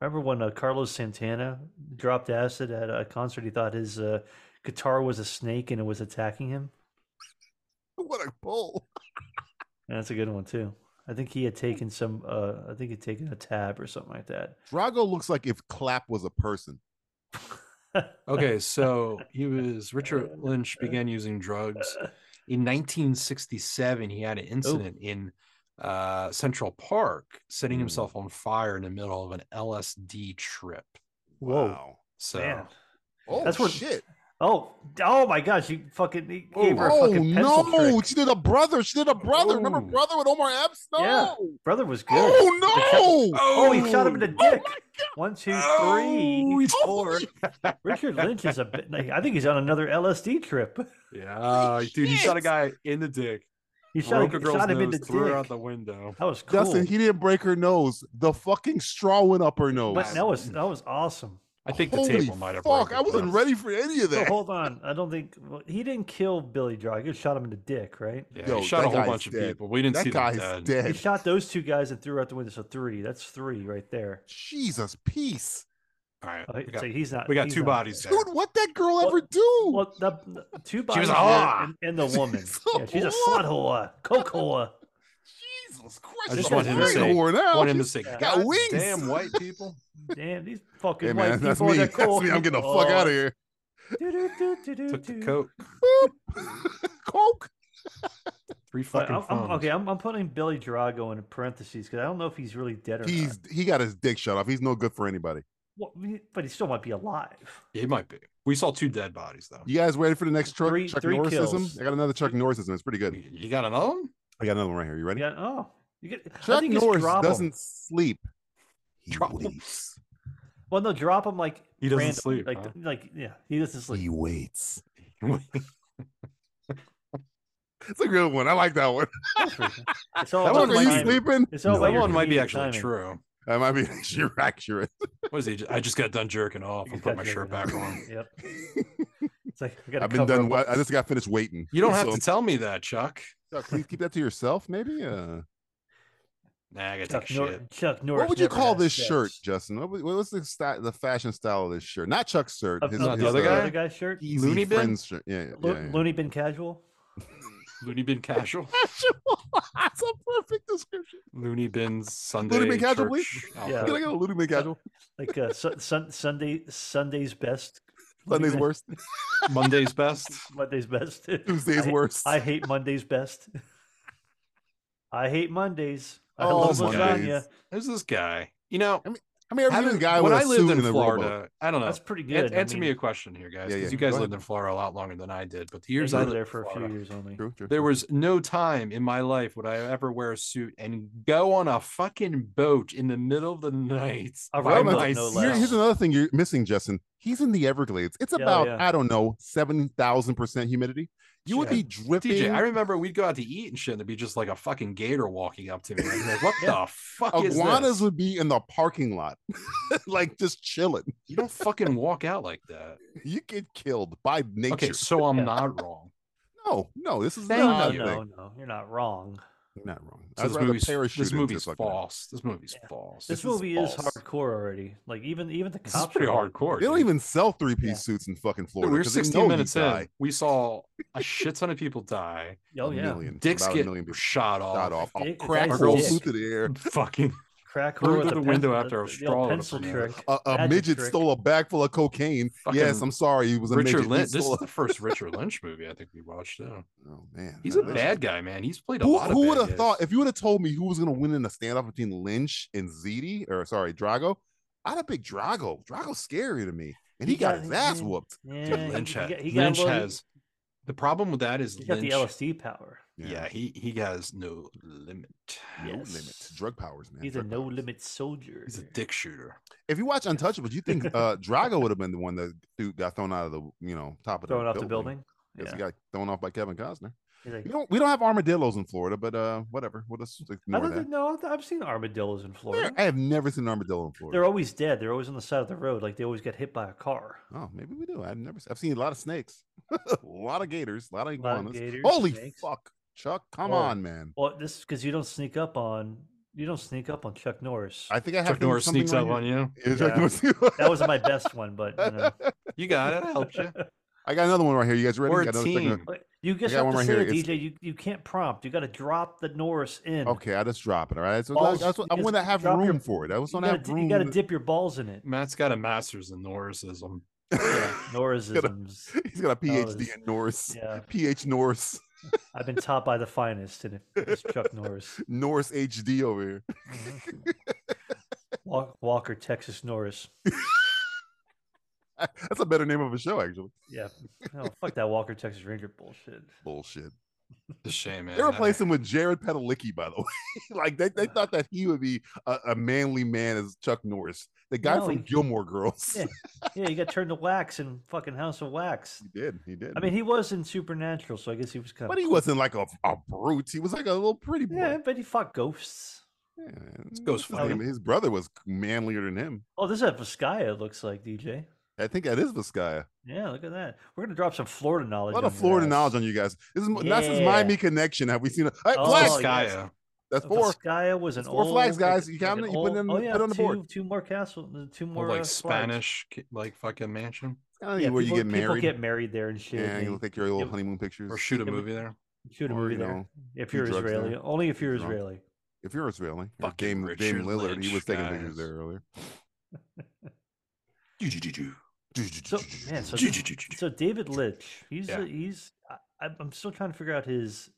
Speaker 8: remember when uh, Carlos Santana dropped acid at a concert? He thought his uh, guitar was a snake and it was attacking him.
Speaker 6: What a pull.
Speaker 8: And that's a good one too. I think he had taken some. Uh, I think he'd taken a tab or something like that.
Speaker 6: Drago looks like if Clap was a person.
Speaker 7: okay. So he was Richard Lynch
Speaker 8: Uh-huh.
Speaker 7: began using drugs in 1967. He
Speaker 8: Oh.
Speaker 7: had an incident in uh, Central Park, setting
Speaker 8: Mm.
Speaker 6: Hmm.
Speaker 7: himself on fire in the middle of an LSD trip.
Speaker 8: Whoa,
Speaker 6: Wow.
Speaker 7: So
Speaker 8: man!
Speaker 6: Oh,
Speaker 8: That's what-
Speaker 6: shit.
Speaker 8: Oh, oh my gosh! You fucking he
Speaker 7: Oh,
Speaker 8: gave her a
Speaker 6: Oh
Speaker 8: fucking pencil
Speaker 6: no,
Speaker 8: trick.
Speaker 6: she did a brother. She did a brother. Remember
Speaker 7: Oh.
Speaker 6: brother with Omar Epps? No.
Speaker 8: Yeah. Brother was good.
Speaker 6: Oh no.
Speaker 8: Oh, he shot him in the dick. One, two,
Speaker 7: Oh,
Speaker 8: three,
Speaker 7: he's-
Speaker 8: four. Richard Lynch is a bit. I think he's on another LSD trip.
Speaker 7: Yeah, dude, he shot a guy in the dick.
Speaker 8: He shot,
Speaker 7: broke a
Speaker 8: he
Speaker 7: girl's
Speaker 8: shot him in
Speaker 7: nose,
Speaker 8: the dick.
Speaker 7: threw her out the window.
Speaker 8: That was cool.
Speaker 6: Dustin, he didn't break her nose. The fucking straw went up her nose.
Speaker 8: but that was that was awesome.
Speaker 7: I think the
Speaker 6: Holy
Speaker 7: table might have.
Speaker 6: Fuck,
Speaker 7: broken,
Speaker 6: I wasn't
Speaker 7: but-
Speaker 6: ready for any of
Speaker 8: So
Speaker 6: that.
Speaker 8: hold on, I don't think well, he didn't kill Billy Draw. He just shot him in the dick, right?
Speaker 7: Yeah,
Speaker 6: Yo,
Speaker 7: he shot
Speaker 6: that
Speaker 7: a whole
Speaker 6: guy's
Speaker 7: bunch of
Speaker 6: dead.
Speaker 7: people. We didn't see
Speaker 6: That
Speaker 7: them
Speaker 6: guy's
Speaker 7: dead.
Speaker 8: He
Speaker 6: dead.
Speaker 8: shot those two guys and threw her out the window. So three. That's three right there.
Speaker 6: Jesus, peace.
Speaker 7: All right,
Speaker 8: Uh,
Speaker 7: we got,
Speaker 8: so he's not.
Speaker 7: we got
Speaker 8: he's
Speaker 7: two
Speaker 8: not-
Speaker 7: bodies. There.
Speaker 6: Dude, what that girl ever do?
Speaker 8: Well, the, the two
Speaker 7: She was
Speaker 8: bodies
Speaker 7: a
Speaker 8: there
Speaker 7: whore.
Speaker 8: and, and the woman.
Speaker 6: She's a
Speaker 8: yeah, she's a
Speaker 6: whore.
Speaker 8: slut whore, coke whore.
Speaker 6: Jesus Christ.
Speaker 7: I just
Speaker 6: she's
Speaker 7: want
Speaker 6: a
Speaker 7: him to
Speaker 6: white
Speaker 7: say-
Speaker 6: whore now.
Speaker 7: I want him to
Speaker 6: She's
Speaker 7: say,
Speaker 8: got
Speaker 7: Oh, "God
Speaker 6: wings."
Speaker 7: Damn white people.
Speaker 8: Damn, these fucking
Speaker 6: Hey
Speaker 8: white
Speaker 6: man, that's
Speaker 8: people
Speaker 6: me.
Speaker 8: are
Speaker 6: That's me. I'm getting the fuck out of here.
Speaker 8: here.
Speaker 7: Took the coat.
Speaker 6: Coke.
Speaker 7: Three fucking
Speaker 8: I'm, I'm-
Speaker 7: phones.
Speaker 8: okay, I'm, I'm putting Billy Drago in parentheses because I don't know if he's really dead or
Speaker 6: He's
Speaker 8: not.
Speaker 6: he got his dick shot off. He's no good for anybody.
Speaker 8: Well, he- but he still might be alive.
Speaker 7: It might be. We saw two dead bodies though.
Speaker 6: You guys ready for the next Chuck,
Speaker 8: Three-
Speaker 6: Chuck
Speaker 8: three
Speaker 6: Norrisism?
Speaker 8: kills.
Speaker 6: I got another Chuck Norrisism. It's pretty good.
Speaker 7: You you got another one?
Speaker 6: I got another one right here. You ready?
Speaker 8: Yeah. Oh, you get, I
Speaker 6: Chuck
Speaker 8: think just
Speaker 6: Norris
Speaker 8: drop him.
Speaker 6: doesn't sleep. He
Speaker 7: Drop him.
Speaker 6: waits.
Speaker 8: Well, no, drop him like
Speaker 7: He doesn't
Speaker 8: random,
Speaker 7: sleep,
Speaker 8: Like,
Speaker 7: huh?
Speaker 8: like, yeah, he doesn't sleep.
Speaker 6: He waits.
Speaker 7: that
Speaker 6: It's a good one. I like that one.
Speaker 8: It's all
Speaker 7: That
Speaker 8: about
Speaker 7: one
Speaker 6: Are
Speaker 7: might
Speaker 8: your
Speaker 7: be-
Speaker 6: you
Speaker 8: timing.
Speaker 6: sleeping?
Speaker 8: It's all about your
Speaker 7: one might be
Speaker 8: comedic
Speaker 7: actually
Speaker 8: timing.
Speaker 7: true.
Speaker 6: That might be you're accurate.
Speaker 7: What is he? I just got done jerking off
Speaker 8: You
Speaker 7: and
Speaker 8: just
Speaker 7: put
Speaker 8: gotta
Speaker 7: my
Speaker 8: take
Speaker 7: shirt
Speaker 8: it
Speaker 7: back
Speaker 8: out.
Speaker 7: on.
Speaker 8: Yep. It's like I gotta
Speaker 6: I've been done.
Speaker 8: What?
Speaker 6: I just got finished waiting.
Speaker 7: You don't have
Speaker 6: So,
Speaker 7: to tell me that, Chuck.
Speaker 6: Chuck, please keep that to yourself, maybe. Uh,
Speaker 7: Nah, I gotta
Speaker 8: Chuck,
Speaker 7: take a
Speaker 8: Nor-
Speaker 7: shit.
Speaker 8: Chuck Norris.
Speaker 6: what would you
Speaker 8: never
Speaker 6: call
Speaker 8: had
Speaker 6: this
Speaker 8: sex.
Speaker 6: shirt, Justin? What, wa- what was the sty the fashion style of this shirt? Not Chuck's shirt.
Speaker 8: Of-
Speaker 6: his-
Speaker 8: of
Speaker 6: his,
Speaker 7: the other
Speaker 6: uh,
Speaker 7: guy?
Speaker 8: guy's shirt.
Speaker 6: Easy
Speaker 7: Looney Bin?
Speaker 6: Friends shirt. Yeah, yeah,
Speaker 8: Lo-
Speaker 6: yeah, yeah.
Speaker 8: Looney Bin casual.
Speaker 7: Looney bin casual.
Speaker 6: That's a perfect description.
Speaker 7: Looney bin Sunday.
Speaker 6: Bin casual, please?
Speaker 7: church
Speaker 8: Yeah.
Speaker 7: outfit.
Speaker 6: Can I get a Looney Bin casual?
Speaker 8: Like uh, Sun- Sun- Sunday Sunday's best. Looney
Speaker 6: Sunday's
Speaker 8: Bin-
Speaker 6: worst.
Speaker 7: Monday's best.
Speaker 8: Monday's best.
Speaker 6: Tuesday's
Speaker 8: I-
Speaker 6: worst.
Speaker 8: I hate Monday's best. I hate Mondays. I
Speaker 6: Oh,
Speaker 8: love
Speaker 7: Mondays.
Speaker 8: lasagna.
Speaker 7: Who's this guy? You know,
Speaker 6: I mean, every
Speaker 7: having-
Speaker 6: guy
Speaker 7: when
Speaker 6: with
Speaker 7: I
Speaker 6: a suit
Speaker 7: lived in
Speaker 6: and a rowboat.
Speaker 7: Florida, I don't know.
Speaker 8: That's pretty
Speaker 7: An-
Speaker 8: good. I
Speaker 7: answer me a
Speaker 8: mean,
Speaker 7: question here, guys,
Speaker 6: Yeah,
Speaker 7: because
Speaker 6: yeah.
Speaker 7: you guys
Speaker 6: Go
Speaker 7: lived
Speaker 6: ahead.
Speaker 7: in Florida a lot longer than I did. But the
Speaker 8: yeah,
Speaker 7: years
Speaker 8: you
Speaker 7: I
Speaker 8: were
Speaker 7: lived
Speaker 8: there
Speaker 7: in
Speaker 8: for a few
Speaker 7: Florida,
Speaker 8: years only.
Speaker 6: True, true.
Speaker 7: there was no time in my life would I ever wear a suit and go on a fucking boat in the middle of the night.
Speaker 8: A
Speaker 7: by
Speaker 8: rowboat,
Speaker 7: myself.
Speaker 8: no
Speaker 6: Here-
Speaker 8: less.
Speaker 6: here's another thing you're missing, Justin. He's in the Everglades. It's
Speaker 8: Yeah,
Speaker 6: about
Speaker 8: yeah.
Speaker 6: I don't know seven thousand percent humidity. You would
Speaker 7: Yeah.
Speaker 6: be dripping.
Speaker 7: DJ, I remember we'd go out to eat and shit, and there'd be just like a fucking gator walking up to me. I'd be like, what the fuck is
Speaker 6: Iguanas
Speaker 7: this?
Speaker 6: would be in the parking lot, like just chilling.
Speaker 7: You don't fucking walk out like that.
Speaker 6: You get killed by nature.
Speaker 7: Okay, so I'm
Speaker 8: Yeah.
Speaker 7: not wrong.
Speaker 6: no, no, this is
Speaker 7: Thank
Speaker 6: not
Speaker 8: No,
Speaker 7: you.
Speaker 8: no, no. You're not wrong.
Speaker 6: You're not wrong.
Speaker 7: So
Speaker 6: I'd
Speaker 7: this
Speaker 6: rather
Speaker 7: movie's,
Speaker 6: parachute
Speaker 7: this
Speaker 6: into
Speaker 7: movie's
Speaker 6: fucking-
Speaker 7: false. This movie's
Speaker 8: Yeah.
Speaker 7: false.
Speaker 8: This,
Speaker 7: is
Speaker 8: movie is,
Speaker 7: false.
Speaker 8: hardcore already. Like even even the
Speaker 7: This is
Speaker 8: cops
Speaker 7: pretty
Speaker 8: are like,
Speaker 7: hardcore.
Speaker 6: They don't
Speaker 7: dude.
Speaker 6: even sell three piece
Speaker 8: Yeah.
Speaker 6: suits in fucking
Speaker 7: Dude,
Speaker 6: Florida.
Speaker 7: we were
Speaker 6: 'cause they
Speaker 7: 16
Speaker 6: know you
Speaker 7: minutes in.
Speaker 6: die.
Speaker 7: We saw a shit ton of people die.
Speaker 8: Oh
Speaker 6: A
Speaker 8: yeah,
Speaker 6: million,
Speaker 7: Dicks
Speaker 6: about a
Speaker 7: get
Speaker 6: million people
Speaker 7: shot off.
Speaker 6: shot off.
Speaker 8: Oh, Dick-
Speaker 6: A crack
Speaker 8: guy's
Speaker 6: hole
Speaker 7: dick.
Speaker 6: flew through the air.
Speaker 7: Fucking
Speaker 8: crack
Speaker 7: Threw
Speaker 8: her
Speaker 7: it
Speaker 8: with
Speaker 7: through
Speaker 8: the
Speaker 7: the window
Speaker 8: pen-
Speaker 7: after a
Speaker 8: the old
Speaker 7: straw with a
Speaker 8: pencil
Speaker 7: banana.
Speaker 8: trick.
Speaker 6: A, a
Speaker 8: Magic
Speaker 6: midget
Speaker 8: trick.
Speaker 6: stole a bag full of cocaine. yes,
Speaker 7: Fucking
Speaker 6: I'm sorry. He was a midget.
Speaker 7: Richard
Speaker 6: He
Speaker 7: Lynch. This
Speaker 6: stole
Speaker 7: is
Speaker 6: a-
Speaker 7: the first Richard Lynch movie I think we watched. Yeah.
Speaker 6: Oh man,
Speaker 7: He's
Speaker 6: I
Speaker 7: a
Speaker 6: wish-
Speaker 7: bad guy, man. He's played a
Speaker 6: Who,
Speaker 7: lot of
Speaker 6: who
Speaker 7: bad
Speaker 6: would have
Speaker 7: guys.
Speaker 6: thought? If you would have told me who was going to win in a standoff between Lynch and Ziti, or sorry, Drago, I'd have picked Drago. Drago's scary to me, and he,
Speaker 8: He
Speaker 6: got,
Speaker 8: got-
Speaker 6: his ass
Speaker 8: yeah.
Speaker 6: whooped.
Speaker 8: Yeah,
Speaker 7: Dude,
Speaker 8: he-
Speaker 7: Lynch,
Speaker 8: he
Speaker 7: had-
Speaker 8: got- he got a
Speaker 7: Lynch
Speaker 8: little-
Speaker 7: has the problem with that is
Speaker 8: He got
Speaker 7: Lynch.
Speaker 8: the LSD power.
Speaker 7: yeah. he he has no limit.
Speaker 6: no
Speaker 8: Yes.
Speaker 6: limit. Drug powers, man.
Speaker 8: He's a
Speaker 6: drug
Speaker 8: no
Speaker 6: powers.
Speaker 8: limit soldier.
Speaker 7: He's a dick shooter.
Speaker 6: If you watch Untouchables, you think uh, Drago would have been the one that dude got thrown out of the you know top of
Speaker 8: Thrown
Speaker 6: the
Speaker 8: off the building.
Speaker 6: because
Speaker 8: Yeah.
Speaker 6: he got thrown off by Kevin Costner.
Speaker 8: He's like,
Speaker 6: We don't we don't have armadillos in Florida, but uh, whatever. We'll just
Speaker 8: I
Speaker 6: ignore
Speaker 8: don't
Speaker 6: that.
Speaker 8: think, no, I've seen armadillos in
Speaker 6: Where-
Speaker 8: Florida.
Speaker 6: I have never seen an armadillo in Florida.
Speaker 8: They're always dead. They're always on the side of the road. Like they always get hit by a car.
Speaker 6: Oh, maybe we do. I've never. s- I've seen a lot of snakes, a lot of gators, a lot of
Speaker 8: A lot of
Speaker 6: iguanas.
Speaker 8: gators,
Speaker 6: Holy
Speaker 8: snakes.
Speaker 6: fuck, Chuck! Come
Speaker 8: Whoa.
Speaker 6: on, man.
Speaker 8: Well, this is because you don't sneak up on you don't sneak up on Chuck Norris.
Speaker 6: I think I have
Speaker 7: Chuck
Speaker 6: to do
Speaker 7: Norris
Speaker 6: something
Speaker 7: sneaks
Speaker 6: right
Speaker 7: up
Speaker 6: here.
Speaker 7: on you.
Speaker 6: Yeah, Chuck
Speaker 8: Yeah.
Speaker 6: Norris-
Speaker 8: that was my best one, but you, know.
Speaker 7: You got it. I helped you.
Speaker 6: I got another one right here. You guys ready?
Speaker 7: We're
Speaker 6: Got
Speaker 7: a
Speaker 6: another second
Speaker 7: team.
Speaker 6: one.
Speaker 8: But you just
Speaker 6: got
Speaker 8: have
Speaker 6: one
Speaker 8: to
Speaker 6: right
Speaker 8: say
Speaker 6: here.
Speaker 8: it,
Speaker 6: It's-
Speaker 8: DJ. You you can't prompt. You got to drop the Norris in.
Speaker 6: Okay, I just drop it. All right. So that-
Speaker 8: Balls-
Speaker 6: that's what I
Speaker 8: Oh, just
Speaker 6: want to have
Speaker 8: drop your-
Speaker 6: room for it. I just
Speaker 8: You
Speaker 6: want to
Speaker 8: gotta,
Speaker 6: have
Speaker 8: di-
Speaker 6: room.
Speaker 8: you gotta
Speaker 6: to-
Speaker 8: dip your balls in it.
Speaker 7: Matt's got a master's in Norrisism.
Speaker 8: Norrisisms.
Speaker 6: He's got a PhD
Speaker 8: is-
Speaker 6: in Norris.
Speaker 8: Oh, Yeah,
Speaker 6: PH Norris.
Speaker 8: I've been taught by the finest, and it's Chuck Norris, Mm-hmm.
Speaker 6: Norris HD over here.
Speaker 8: Walk, Walker, Texas Norris.
Speaker 6: That's a better name of a show, actually.
Speaker 8: Yeah. Oh, fuck that Walker Texas Ranger bullshit.
Speaker 6: Bullshit.
Speaker 7: It's a shame, man.
Speaker 6: They replaced him with Jared Padalecki, by the way. like they, they thought that he would be a, a manly man as Chuck Norris, the guy
Speaker 8: No,
Speaker 6: from
Speaker 8: he-
Speaker 6: Gilmore Girls.
Speaker 8: Yeah. Yeah, he got turned to wax in fucking House of Wax.
Speaker 6: he did. He did.
Speaker 8: I mean, he was in Supernatural, so I guess he was kind
Speaker 6: but
Speaker 8: of.
Speaker 6: he wasn't like a, a brute. He was like a little pretty boy.
Speaker 8: Yeah, but he fought ghosts.
Speaker 6: Yeah,
Speaker 7: This goes
Speaker 6: what's his name?
Speaker 7: fine.
Speaker 6: His brother was manlier than him.
Speaker 8: Oh, this is what Vizcaya looks like, DJ.
Speaker 6: I think that is Vizcaya.
Speaker 8: Yeah, look at that. We're gonna drop some Florida
Speaker 6: A
Speaker 8: knowledge.
Speaker 6: lot
Speaker 8: on
Speaker 6: of
Speaker 8: your
Speaker 6: Florida
Speaker 8: ass.
Speaker 6: knowledge on you guys. This is not since
Speaker 8: Yeah.
Speaker 6: Miami Connection. Have we seen a hey,
Speaker 8: Oh,
Speaker 6: flag?
Speaker 8: yes.
Speaker 7: Vizcaya.
Speaker 6: That's four.
Speaker 8: Vizcaya was an
Speaker 6: That's four flags,
Speaker 8: old-
Speaker 6: guys. You
Speaker 8: an
Speaker 6: count it, you put
Speaker 8: old-
Speaker 6: them-
Speaker 8: oh,
Speaker 6: put
Speaker 8: yeah,
Speaker 6: it on the
Speaker 8: two,
Speaker 6: board.
Speaker 8: Two more castle. Two more
Speaker 7: Or like
Speaker 8: uh, flags.
Speaker 7: Spanish, ki- like fucking mansion,
Speaker 6: I don't
Speaker 8: Yeah,
Speaker 6: know where
Speaker 8: people,
Speaker 6: you get
Speaker 8: people
Speaker 6: married.
Speaker 8: get married there and shit.
Speaker 6: yeah,
Speaker 8: and
Speaker 6: you
Speaker 8: they
Speaker 6: look like your little
Speaker 8: Yeah.
Speaker 6: honeymoon pictures.
Speaker 7: or shoot a
Speaker 8: Yeah, we-
Speaker 7: movie there.
Speaker 8: shoot a
Speaker 6: or,
Speaker 8: movie
Speaker 6: you
Speaker 8: there
Speaker 6: know,
Speaker 8: if
Speaker 6: do
Speaker 8: you're
Speaker 6: drugs there.
Speaker 8: Israeli. Only if you're
Speaker 6: Drunk.
Speaker 8: Israeli.
Speaker 6: if you're Israeli, or
Speaker 7: Fucking
Speaker 6: Dame, Dame
Speaker 7: Richard
Speaker 6: Lillard, he
Speaker 7: Lynch,
Speaker 6: was taking pictures
Speaker 7: guys.
Speaker 6: there earlier.
Speaker 8: So man, so, so David Litch, he's
Speaker 7: Yeah.
Speaker 8: a, he's I, I'm- I'm still trying to figure out his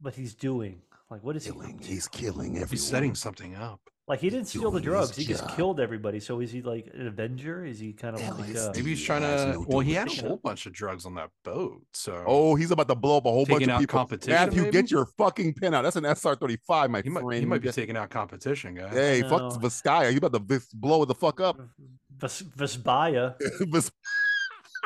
Speaker 8: what he's doing. Like, what is he
Speaker 2: Killing. He's killing everyone.
Speaker 7: He's setting something up.
Speaker 8: Like he didn't steal the
Speaker 2: doing his
Speaker 8: drugs. He just
Speaker 2: job.
Speaker 8: killed everybody. So is he like an Avenger? Is he kind of like
Speaker 2: LSD.
Speaker 8: uh,
Speaker 7: Maybe he's
Speaker 2: He
Speaker 7: trying
Speaker 2: has
Speaker 7: to.
Speaker 2: no
Speaker 7: well, he had a
Speaker 2: duplication.
Speaker 7: whole bunch of drugs on that boat. So
Speaker 6: Oh, he's about to blow up a whole bunch
Speaker 7: Taking
Speaker 6: of
Speaker 7: out
Speaker 6: people.
Speaker 7: competition,
Speaker 6: Matthew,
Speaker 7: maybe?
Speaker 6: get your fucking pen out. That's an SR35, my
Speaker 7: he might,
Speaker 6: friend.
Speaker 7: he might
Speaker 6: You
Speaker 7: be
Speaker 6: get-
Speaker 7: taking out competition, guys.
Speaker 6: Hey,
Speaker 8: No.
Speaker 6: fuck Vizcaya. You about to vis- blow the fuck up.
Speaker 8: Vis- Visbaya?
Speaker 6: Vis-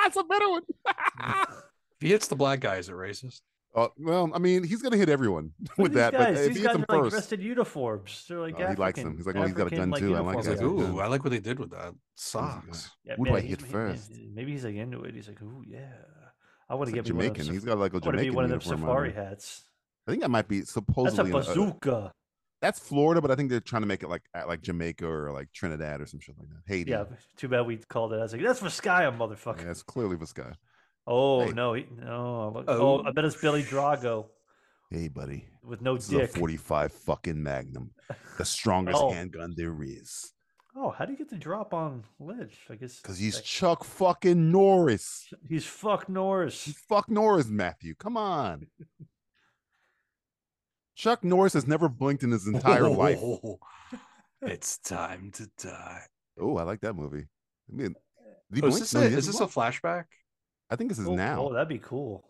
Speaker 6: That's a better one.
Speaker 7: If he hits the black guy, is it racist?
Speaker 6: Uh, well, I mean, he's gonna hit everyone
Speaker 8: Look
Speaker 6: with that.
Speaker 8: at These
Speaker 6: but uh,
Speaker 8: guys,
Speaker 6: if
Speaker 8: these
Speaker 6: he hits
Speaker 8: guys are
Speaker 6: him
Speaker 8: like
Speaker 6: first,
Speaker 8: dressed in uniforms. They're like
Speaker 6: No, he likes
Speaker 8: African-
Speaker 6: them. He's like, oh, he's got a
Speaker 8: African,
Speaker 6: gun too. I like
Speaker 7: He's
Speaker 8: uniforms.
Speaker 7: like,
Speaker 6: Yeah,
Speaker 7: ooh,
Speaker 6: yeah.
Speaker 7: I like what they did with that. Socks.
Speaker 8: Yeah,
Speaker 6: What do I hit
Speaker 8: he-
Speaker 6: first?
Speaker 8: maybe he's like into it. He's like, ooh yeah, I want
Speaker 6: he's like
Speaker 8: to get me One of
Speaker 6: Jamaican.
Speaker 8: those,
Speaker 6: He's got like a
Speaker 8: I want to be
Speaker 6: Jamaican
Speaker 8: one of them
Speaker 6: uniform on
Speaker 8: safari
Speaker 6: there.
Speaker 8: hats.
Speaker 6: I think that might be
Speaker 8: That's a
Speaker 6: supposedly. uh, in a- a-
Speaker 8: bazooka.
Speaker 6: that's Florida, but I think they're trying to make it like at, like Jamaica or like Trinidad or some shit like that. Haiti.
Speaker 8: Yeah, too bad we called it. I was like, that's Vizcaya, motherfucker.
Speaker 6: Yeah, it's clearly Vizcaya.
Speaker 8: Oh
Speaker 6: Hey.
Speaker 8: no, he, no. look- Oh, I
Speaker 7: Oh,
Speaker 8: bet it's Billy Drago
Speaker 6: Hey, buddy.
Speaker 8: with no
Speaker 6: This
Speaker 8: Oh, dick.
Speaker 6: is a 45 fucking Magnum, the strongest
Speaker 8: Oh.
Speaker 6: handgun there is.
Speaker 8: Oh, how do you get the drop on Lidge? I guess
Speaker 6: Because he's
Speaker 8: that-
Speaker 6: Chuck fucking Norris.
Speaker 8: he's fuck Norris.
Speaker 6: He's fuck Norris, Matthew. Come on. Chuck Norris has never blinked in his entire life.
Speaker 7: It's time to die.
Speaker 6: Oh, I like that movie. I mean, did he
Speaker 7: Oh, is
Speaker 6: blink?
Speaker 7: this,
Speaker 6: No,
Speaker 7: a,
Speaker 6: he
Speaker 7: is
Speaker 6: hasn't
Speaker 7: this a
Speaker 6: blinked.
Speaker 7: flashback?
Speaker 6: I think this is
Speaker 8: Oh,
Speaker 6: now.
Speaker 8: Oh, that'd be cool.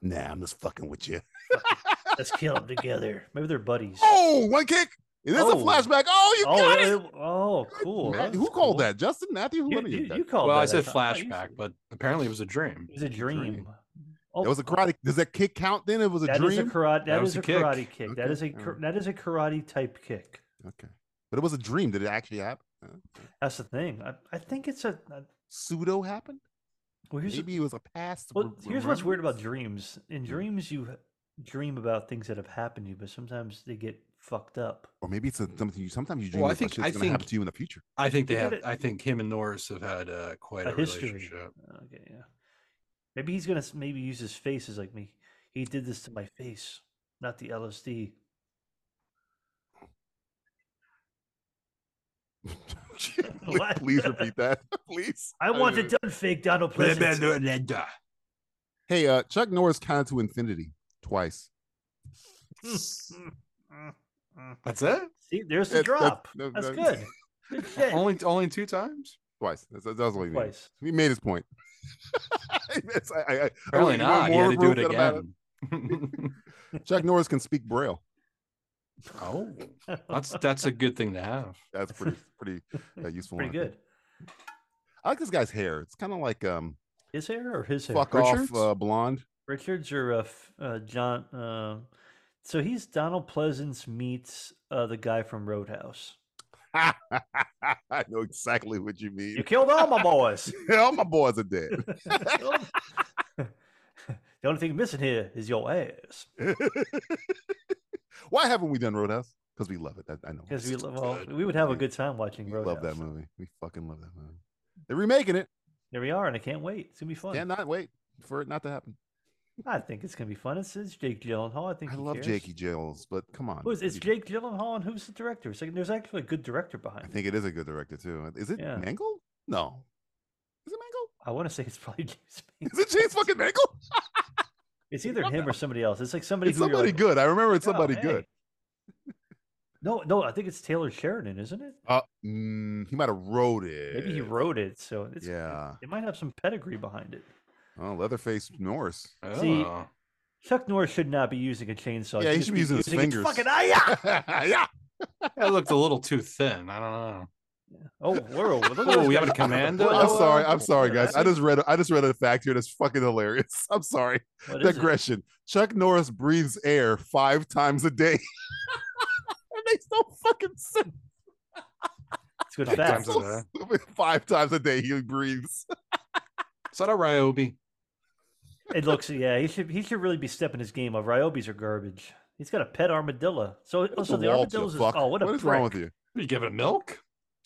Speaker 6: Nah, I'm just fucking with you.
Speaker 8: Let's kill them together. Maybe they're buddies.
Speaker 6: Oh, one kick. It is
Speaker 8: Oh.
Speaker 6: a flashback. Oh, you
Speaker 8: oh,
Speaker 6: got it.
Speaker 8: it- oh, cool.
Speaker 6: Matt-
Speaker 8: That's
Speaker 6: who called
Speaker 8: cool.
Speaker 6: that? Justin, Matthew, who
Speaker 8: You,
Speaker 6: one of you?
Speaker 8: you-
Speaker 6: guys?
Speaker 8: you called
Speaker 7: well,
Speaker 8: that.
Speaker 7: I said
Speaker 8: thought- I thought you
Speaker 7: flashback,
Speaker 8: said-
Speaker 7: but apparently it was a dream.
Speaker 8: it was a dream. Oh,
Speaker 6: That was a
Speaker 8: oh,
Speaker 6: karate. Does that kick count then? It was a
Speaker 8: that is
Speaker 6: dream.
Speaker 8: a karate.
Speaker 7: That
Speaker 8: That
Speaker 7: was
Speaker 8: is
Speaker 7: a
Speaker 8: a
Speaker 7: kick.
Speaker 8: karate kick. That
Speaker 6: Okay,
Speaker 8: is a
Speaker 6: all
Speaker 8: kar-
Speaker 6: right.
Speaker 8: that is a karate type kick.
Speaker 6: okay, but it was a dream. Did it actually uh, happen?
Speaker 8: That's the thing. I, I think it's a. a-
Speaker 6: Pseudo happened.
Speaker 8: Well, here's the
Speaker 6: Maybe it was a past.
Speaker 8: Well,
Speaker 6: re-
Speaker 8: here's what's weird about
Speaker 6: remembrance?
Speaker 8: dreams. In dreams, you h- dream about things that have happened to you, but sometimes they get fucked up.
Speaker 6: Or maybe it's a, something you sometimes you dream
Speaker 7: Well, I
Speaker 6: about
Speaker 7: think-
Speaker 6: shit's
Speaker 7: I
Speaker 6: gonna happen
Speaker 7: think-
Speaker 6: to you in the future.
Speaker 7: I think they
Speaker 8: Look
Speaker 7: have.
Speaker 8: at it.
Speaker 7: I think him and Norris have had uh, quite
Speaker 8: A
Speaker 7: a,
Speaker 8: history.
Speaker 7: relationship.
Speaker 8: Okay, yeah. Maybe he's gonna s- maybe use his face as like me. He did this to my face, not the LSD.
Speaker 6: please,
Speaker 8: What?
Speaker 6: please repeat that, please.
Speaker 8: I want it done fake, Donald Pleasant.
Speaker 6: Hey, uh, Chuck Norris counted to infinity twice.
Speaker 7: That's it.
Speaker 8: See, there's the
Speaker 6: That- that-
Speaker 8: drop.
Speaker 6: no,
Speaker 8: That's
Speaker 6: that-
Speaker 8: good. Good shit.
Speaker 7: Only only two times.
Speaker 6: Twice. That's, that was all he needed.
Speaker 8: Twice.
Speaker 6: He made his point. That's- I- I- I- I don't
Speaker 7: Apparently
Speaker 6: think you want
Speaker 7: not. He had
Speaker 6: more
Speaker 7: to do it
Speaker 6: proof than about
Speaker 7: again.
Speaker 6: it. Chuck Norris can speak Braille.
Speaker 7: oh, that's that's a good thing to have.
Speaker 6: That's pretty pretty uh, useful.
Speaker 8: pretty
Speaker 6: one, I
Speaker 8: good.
Speaker 6: think. I like this guy's hair. It's kind of like um
Speaker 8: His hair or his hair?
Speaker 6: fuck
Speaker 7: Richards?
Speaker 6: off uh, blonde.
Speaker 8: Richards or uh, F- uh, John. Uh, so he's Donald Pleasance meets uh, the guy from Roadhouse.
Speaker 6: I know exactly what you
Speaker 8: You
Speaker 6: mean.
Speaker 8: killed all my boys.
Speaker 6: All my boys are dead.
Speaker 8: the only thing missing here is your ass.
Speaker 6: Why haven't we done Roadhouse? Because we love it. I, I know.
Speaker 8: Because we,
Speaker 6: It's
Speaker 8: lo- well,
Speaker 6: good.
Speaker 8: we would have a
Speaker 6: We-
Speaker 8: good time watching
Speaker 6: we
Speaker 8: Roadhouse.
Speaker 6: love that movie. We fucking love that movie. They're remaking it.
Speaker 8: There we are, and I can't wait. It's gonna be fun.
Speaker 6: Cannot wait for it not to happen.
Speaker 8: I think it's gonna be fun. It's, it's Jake Gyllenhaal. I think
Speaker 6: I
Speaker 8: he
Speaker 6: love
Speaker 8: cares.
Speaker 6: Jakey Gills, but come on.
Speaker 8: Who's it's
Speaker 6: you-
Speaker 8: Jake Gyllenhaal, and who's the director? It's like there's actually a good director behind.
Speaker 6: I
Speaker 8: it.
Speaker 6: think it is a good director too. Is it
Speaker 8: Yeah.
Speaker 6: Mangle? No. Is it Mangle?
Speaker 8: I want to say it's probably James.
Speaker 6: Is it James fucking Mangle?
Speaker 8: It's either him or somebody else. It's like somebody.
Speaker 6: It's
Speaker 8: who you're
Speaker 6: somebody
Speaker 8: like,
Speaker 6: good. I remember it's
Speaker 8: "Oh,
Speaker 6: somebody
Speaker 8: hey."
Speaker 6: good.
Speaker 8: No, no, I think it's Taylor Sheridan, isn't it?
Speaker 6: Uh, mm, he might have wrote it.
Speaker 8: Maybe he wrote it, so it's,
Speaker 6: Yeah.
Speaker 8: it might have some pedigree behind it.
Speaker 6: Oh, Leatherface Norse.
Speaker 8: See-
Speaker 7: Oh.
Speaker 8: Chuck Norris should not be using a chainsaw.
Speaker 6: Yeah, he should be using his fingers.
Speaker 8: Fucking ah, aya!
Speaker 6: yeah.
Speaker 7: that looked a little too thin. I don't know.
Speaker 8: Oh, whoa! look at
Speaker 7: Oh,
Speaker 8: those
Speaker 7: we
Speaker 8: guys.
Speaker 7: have a commando.
Speaker 8: Well,
Speaker 6: I'm
Speaker 8: uh,
Speaker 6: sorry. I'm sorry,
Speaker 8: yeah,
Speaker 6: guys. I
Speaker 8: that's-
Speaker 6: just read. I just read a fact here that's fucking hilarious. I'm sorry.
Speaker 8: What is it?
Speaker 6: Digression. Chuck Norris breathes air five times a day. it makes no fucking sense.
Speaker 8: It's good
Speaker 7: Five
Speaker 8: fact.
Speaker 7: times a day.
Speaker 6: Stupid. Five times a day he breathes.
Speaker 7: Is that a Ryobi?
Speaker 8: It looks, yeah, he should he should really be stepping his game up. Ryobis are garbage. He's got a pet armadillo. So, oh, so
Speaker 6: The Walt,
Speaker 8: the
Speaker 6: you
Speaker 8: armadillo's is,
Speaker 6: fuck.
Speaker 8: oh, what a
Speaker 6: what is wrong with you?
Speaker 7: You give it milk?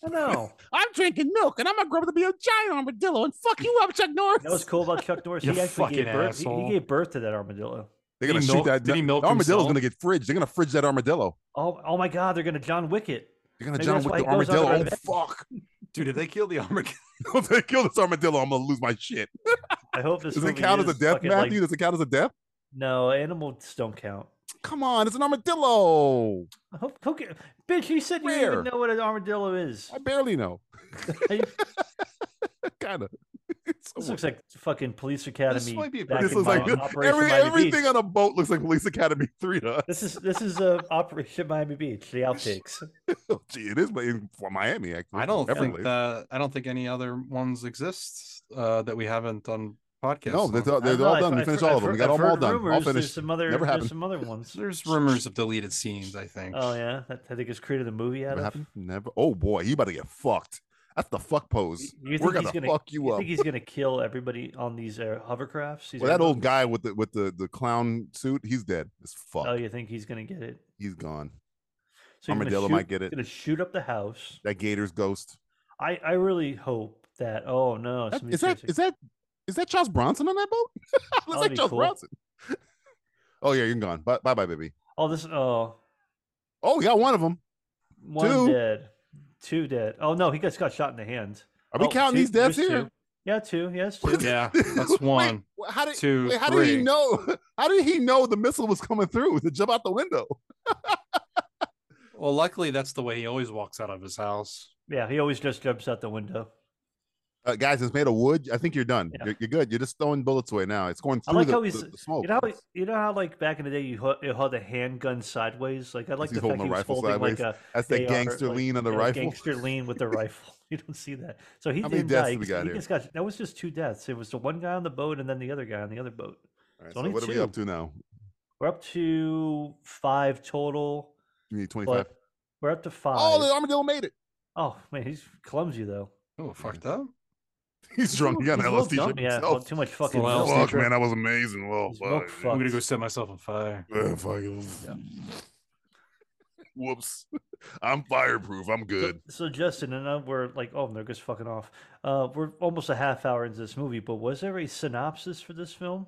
Speaker 8: I know.
Speaker 6: I'm drinking milk, and I'm gonna grow up to be a giant armadillo and fuck you up, Chuck Norris.
Speaker 8: That was cool about Chuck Norris.
Speaker 7: You
Speaker 8: he actually
Speaker 7: fucking
Speaker 8: gave birth. He,
Speaker 7: asshole.
Speaker 8: he gave birth to that armadillo.
Speaker 6: They're
Speaker 7: Did
Speaker 6: gonna
Speaker 7: he
Speaker 6: shoot
Speaker 7: milk-
Speaker 6: that.
Speaker 7: did he milk
Speaker 6: armadillo's
Speaker 7: himself?
Speaker 6: gonna get fridged. They're gonna fridge that armadillo.
Speaker 8: Oh, oh my God! They're gonna John Wick it.
Speaker 6: They're gonna
Speaker 8: Maybe
Speaker 6: jump
Speaker 8: that's
Speaker 6: with
Speaker 8: why
Speaker 6: the
Speaker 8: he goes
Speaker 6: armadillo.
Speaker 8: under
Speaker 6: Oh
Speaker 8: the
Speaker 6: fuck!
Speaker 7: Dude, did they kill the armadillo?
Speaker 6: if they kill this armadillo, I'm gonna lose my shit.
Speaker 8: I hope this
Speaker 6: Does it
Speaker 8: movie
Speaker 6: count as a
Speaker 8: is
Speaker 6: death,
Speaker 8: fucking, like-
Speaker 6: Matthew? Does it count as a death?
Speaker 8: no, animals don't count.
Speaker 6: Come on, it's an armadillo.
Speaker 8: I hope, who ca- bitch, you said you didn't
Speaker 6: Rare.
Speaker 8: even know what an armadillo is.
Speaker 6: I barely know.
Speaker 8: Hey,
Speaker 6: kind of.
Speaker 8: this looks like fucking Police Academy.
Speaker 7: might be a
Speaker 8: back
Speaker 7: pretty
Speaker 6: This
Speaker 8: in
Speaker 6: looks like
Speaker 8: Miami- Operation
Speaker 6: every,
Speaker 8: Miami
Speaker 6: everything
Speaker 8: Beach.
Speaker 6: on a boat looks like Police Academy three to us.
Speaker 8: This is this is uh, Operation Miami Beach. The outtakes.
Speaker 6: Oh, Gee, it is Mi- in for Miami. Actually,
Speaker 7: I don't think
Speaker 6: Everglades.
Speaker 7: that I don't think any other ones exist uh, that we haven't done podcasts.
Speaker 6: No,
Speaker 7: on.
Speaker 6: they're, all-
Speaker 8: I don't
Speaker 6: Oh, they're
Speaker 8: know,
Speaker 6: all
Speaker 8: I've-
Speaker 6: done. We
Speaker 8: I've
Speaker 6: finished all
Speaker 8: heard- I've
Speaker 6: of them. We got them
Speaker 8: heard- I've
Speaker 6: all
Speaker 8: heard
Speaker 6: done. All
Speaker 8: rumors.
Speaker 6: finished.
Speaker 8: There's some other.
Speaker 6: Never
Speaker 8: there's
Speaker 6: happened.
Speaker 8: some other ones.
Speaker 7: There's rumors of deleted scenes. I think.
Speaker 8: Oh yeah, that I think it's created a movie out
Speaker 6: Never
Speaker 8: of.
Speaker 6: happened. Never. Oh boy, he about to get fucked. That's the fuck pose.
Speaker 8: You think
Speaker 6: We're
Speaker 8: he's
Speaker 6: gonna,
Speaker 8: gonna-
Speaker 6: fuck you, up.
Speaker 8: think he's gonna kill everybody on these uh, hovercrafts? He's
Speaker 6: Well, that
Speaker 8: gonna-
Speaker 6: old guy with the with the the clown suit, he's dead. It's fuck.
Speaker 8: Oh, you think he's gonna get it?
Speaker 6: He's gone.
Speaker 8: So he's gonna
Speaker 6: Armadillo
Speaker 8: shoot-
Speaker 6: might get
Speaker 8: he's
Speaker 6: it.
Speaker 8: Gonna shoot up the house.
Speaker 6: That Gator's ghost.
Speaker 8: I I really hope that. Oh no,
Speaker 6: That,
Speaker 8: somebody's
Speaker 6: is that
Speaker 8: gonna-
Speaker 6: is that is that Charles Bronson on that boat? Looks
Speaker 8: That'd
Speaker 6: like
Speaker 8: be
Speaker 6: Charles
Speaker 8: cool.
Speaker 6: Bronson. oh yeah, you're gone. Bye bye bye baby.
Speaker 8: Oh this. Oh,
Speaker 6: Oh, we got one of them.
Speaker 8: one
Speaker 6: Two.
Speaker 8: dead, two dead. Oh no, he just got shot in the hand.
Speaker 6: Are we
Speaker 8: Oh,
Speaker 6: counting
Speaker 8: two-
Speaker 6: these deaths
Speaker 8: there's
Speaker 6: here?
Speaker 8: two. Yeah, two. Yes,
Speaker 6: What
Speaker 8: two.
Speaker 6: the-
Speaker 7: Yeah,
Speaker 6: Wait,
Speaker 7: that's one,
Speaker 6: wh- How did
Speaker 7: two,
Speaker 6: wait, how
Speaker 7: three.
Speaker 6: did he know? How did he know the missile was coming through to jump out the window?
Speaker 7: Well, luckily that's the way he always walks out of his house.
Speaker 8: yeah, he always just jumps out the window.
Speaker 6: Uh, guys, it's made of wood. I think you're done.
Speaker 8: Yeah.
Speaker 6: You're, you're good. You're just throwing bullets away now. It's going
Speaker 8: I
Speaker 6: through
Speaker 8: like
Speaker 6: the,
Speaker 8: how
Speaker 6: the-
Speaker 8: he's-
Speaker 6: the smoke.
Speaker 8: You know, how, you know how like back in the day you held, you held a handgun sideways. Like I like
Speaker 6: he's
Speaker 8: the fact
Speaker 6: holding a
Speaker 8: he was
Speaker 6: rifle
Speaker 8: holding like a
Speaker 6: That's that
Speaker 8: AR,
Speaker 6: gangster
Speaker 8: like,
Speaker 6: lean on the
Speaker 8: yeah,
Speaker 6: rifle.
Speaker 8: Gangster lean with the rifle. You don't see that. So he
Speaker 6: How many
Speaker 8: didn't
Speaker 6: deaths
Speaker 8: die.
Speaker 6: did we
Speaker 8: He
Speaker 6: got
Speaker 8: he
Speaker 6: here?
Speaker 8: just got that was just two deaths. It was the one guy on the boat and then the other guy on the other boat.
Speaker 6: All right,
Speaker 8: It's
Speaker 6: so
Speaker 8: only
Speaker 6: what are we up
Speaker 8: two.
Speaker 6: to now?
Speaker 8: We're up to five total.
Speaker 6: You need 25.
Speaker 8: But we're up to five.
Speaker 6: Oh, the armadillo made it.
Speaker 8: oh man, he's clumsy though.
Speaker 7: Oh, fucked up.
Speaker 6: He's drunk. He got an
Speaker 8: He's a little
Speaker 6: LSD
Speaker 8: dumb,
Speaker 6: trip
Speaker 8: Yeah, well,
Speaker 6: himself.
Speaker 8: too much fucking
Speaker 7: little
Speaker 8: milk.
Speaker 7: LSD
Speaker 6: Fuck, man, that was amazing. Well,
Speaker 8: He's milk
Speaker 6: fuck.
Speaker 7: I'm gonna go
Speaker 8: fucks.
Speaker 7: set myself on fire.
Speaker 6: Uh, fuck, it was- Whoops. I'm fireproof. I'm
Speaker 8: So-
Speaker 6: good.
Speaker 8: So, Justin and I were like, "Oh, they're just fucking off." Uh, we're almost a half hour into this movie, but was there a synopsis for this film?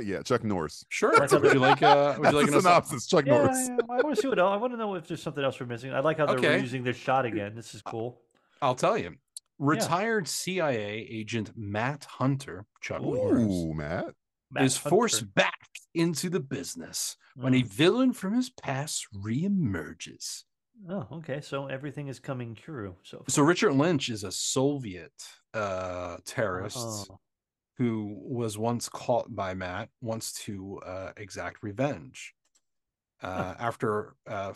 Speaker 6: yeah, Chuck Norris.
Speaker 7: Sure.
Speaker 8: That's how
Speaker 7: would you like? Uh, would
Speaker 6: That's
Speaker 7: you like
Speaker 6: the
Speaker 7: an
Speaker 6: synopsis.
Speaker 7: synopsis?
Speaker 6: Chuck
Speaker 8: Yeah,
Speaker 6: Norris.
Speaker 8: yeah, I want to see what else. I want to know if there's something else we're missing. I like how they're
Speaker 7: Okay.
Speaker 8: using this shot again. This is cool.
Speaker 7: I'll tell you. Retired CIA agent Matt Hunter, Chuck Norris,
Speaker 6: Ooh, Matt.
Speaker 8: Matt
Speaker 7: is
Speaker 8: Hunter. Hmm.
Speaker 7: forced back into the business when a villain from his past reemerges.
Speaker 8: Oh, okay. So everything is coming true. So,
Speaker 7: So Richard Lynch is a Soviet uh, terrorist
Speaker 8: Oh,
Speaker 7: who was once caught by Matt, wants to uh, exact revenge. Uh, after uh,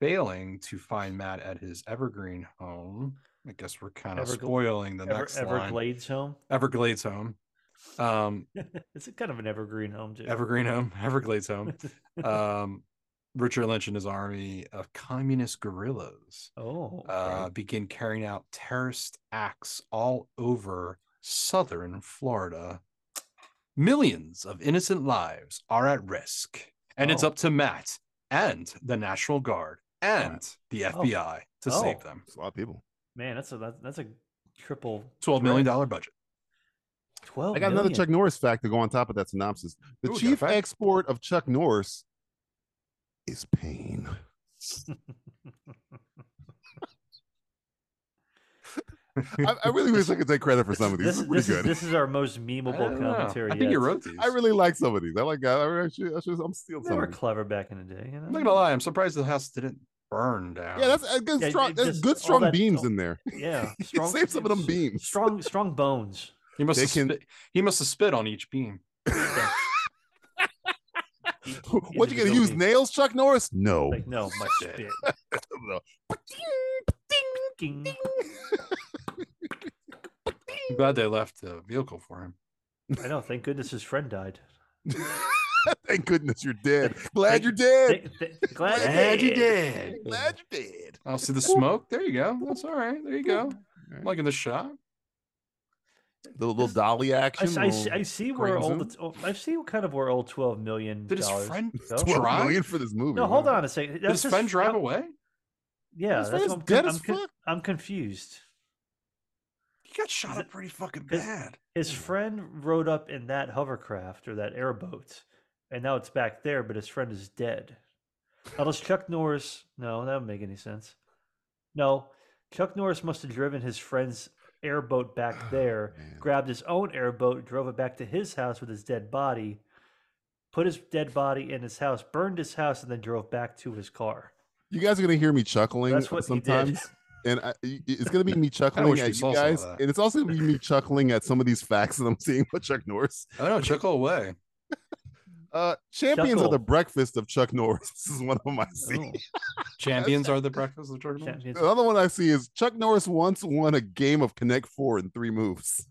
Speaker 7: failing to find Matt at his Evergreen home, I guess we're kind of
Speaker 8: Evergla-
Speaker 7: spoiling the
Speaker 8: Ever,
Speaker 7: next line.
Speaker 8: Everglades home.
Speaker 7: Everglades home. Um,
Speaker 8: it's kind of an evergreen home too.
Speaker 7: Evergreen home, Everglades home. um, Richard Lynch and his army of communist guerrillas
Speaker 8: oh,
Speaker 7: uh,
Speaker 8: okay.
Speaker 7: begin carrying out terrorist acts all over southern Florida. Millions of innocent lives are at risk, and it's
Speaker 8: Oh.
Speaker 7: up to Matt and the National Guard and the
Speaker 8: Oh.
Speaker 7: FBI to
Speaker 8: Oh.
Speaker 7: save them.
Speaker 6: It's a lot of people.
Speaker 8: man, that's a that, that's a triple
Speaker 7: Twelve million dollar budget.
Speaker 8: threat. Twelve.
Speaker 6: I got another
Speaker 8: million.
Speaker 6: Chuck Norris fact to go on top of that synopsis. The
Speaker 7: Oh, Ooh, got a
Speaker 6: chief
Speaker 7: fact?
Speaker 6: export of Chuck Norris is pain. I, I really wish I could take credit for some of these.
Speaker 8: This,
Speaker 6: These
Speaker 8: is-
Speaker 6: are pretty
Speaker 8: this
Speaker 6: good.
Speaker 8: is this is our most
Speaker 7: I
Speaker 8: memeable
Speaker 7: don't know.
Speaker 8: commentary.
Speaker 7: I think you
Speaker 8: yet.
Speaker 7: wrote these.
Speaker 6: I really like some of these. I like. I, I actually, I should, I'm stealing
Speaker 8: They
Speaker 6: some.
Speaker 8: were
Speaker 6: of these.
Speaker 8: clever back in the day. You know?
Speaker 7: I'm not gonna lie, I'm surprised the house didn't burn down.
Speaker 6: Yeah, that's uh, a good
Speaker 8: Yeah,
Speaker 6: strong.
Speaker 8: it
Speaker 6: That's
Speaker 8: just-
Speaker 6: good
Speaker 8: all
Speaker 6: strong
Speaker 8: that-
Speaker 6: beams
Speaker 8: all-
Speaker 6: in there.
Speaker 8: Yeah, strong,
Speaker 6: Save some of them beams.
Speaker 8: Strong, strong bones.
Speaker 7: he must
Speaker 6: they
Speaker 7: have
Speaker 6: can-
Speaker 7: spit, he must have spit on each beam.
Speaker 6: what you gonna use?
Speaker 8: Individual
Speaker 6: Nails, Chuck Norris? No.
Speaker 8: beams. Like no, my spit.
Speaker 6: No.
Speaker 8: Ding.
Speaker 7: I'm glad they left the vehicle for him.
Speaker 8: I know. Thank goodness his friend died.
Speaker 6: Thank goodness you're dead. Glad
Speaker 8: Thank-
Speaker 6: you're dead.
Speaker 8: Thank- thank- glad,
Speaker 6: Glad
Speaker 8: you did.
Speaker 6: Glad you're dead.
Speaker 7: I'll Oh, see the smoke. There you go. That's all right. There you go.
Speaker 6: Alright.
Speaker 7: Like in the shot.
Speaker 6: The little dolly
Speaker 8: I,
Speaker 6: action.
Speaker 8: s- I s- I
Speaker 6: little
Speaker 8: see where
Speaker 6: Graves
Speaker 8: all
Speaker 6: in.
Speaker 8: the t- oh, I see kind of where all twelve million
Speaker 7: Did his
Speaker 8: dollars
Speaker 7: friend?
Speaker 8: go.
Speaker 7: I-
Speaker 6: 12
Speaker 7: Drive?
Speaker 6: million for this movie.
Speaker 8: No, hold
Speaker 6: wow.
Speaker 8: on a second.
Speaker 7: Did his friend drive away?
Speaker 8: Yeah,
Speaker 6: His
Speaker 8: that's
Speaker 6: friend's
Speaker 8: what I'm,
Speaker 6: dead
Speaker 8: con-
Speaker 6: as
Speaker 8: I'm, con-
Speaker 6: fuck.
Speaker 8: I'm confused.
Speaker 7: He got shot up pretty fucking
Speaker 8: Is-
Speaker 7: bad.
Speaker 6: Hmm.
Speaker 8: His friend rode up in that hovercraft or that airboat, and now it's back there, but his friend is dead. Unless Chuck Norris, no, that would make any sense. No, Chuck Norris must have driven his friend's airboat back there,
Speaker 6: Oh, man.
Speaker 8: grabbed his own airboat, drove it back to his house with his dead body, put his dead body in his house, burned his house, and then drove back to his car.
Speaker 6: You guys are gonna hear me chuckling
Speaker 8: That's what he did.
Speaker 6: sometimes. And I, it- it's gonna be me
Speaker 7: wish
Speaker 6: chuckling at
Speaker 7: we saw
Speaker 6: you
Speaker 7: some of
Speaker 6: guys,
Speaker 7: that.
Speaker 6: and it's also gonna be me chuckling at some of these facts that I'm seeing with Chuck Norris.
Speaker 7: I know. Chuckle away.
Speaker 6: Uh, champions
Speaker 8: Chuckle.
Speaker 6: of the breakfast of Chuck Norris. This is one of them I see.
Speaker 8: Oh,
Speaker 7: Champions are the breakfast of Jordan. Belfort.
Speaker 8: champions.
Speaker 6: The other one I see is Chuck Norris once won a game of Connect Four in three moves.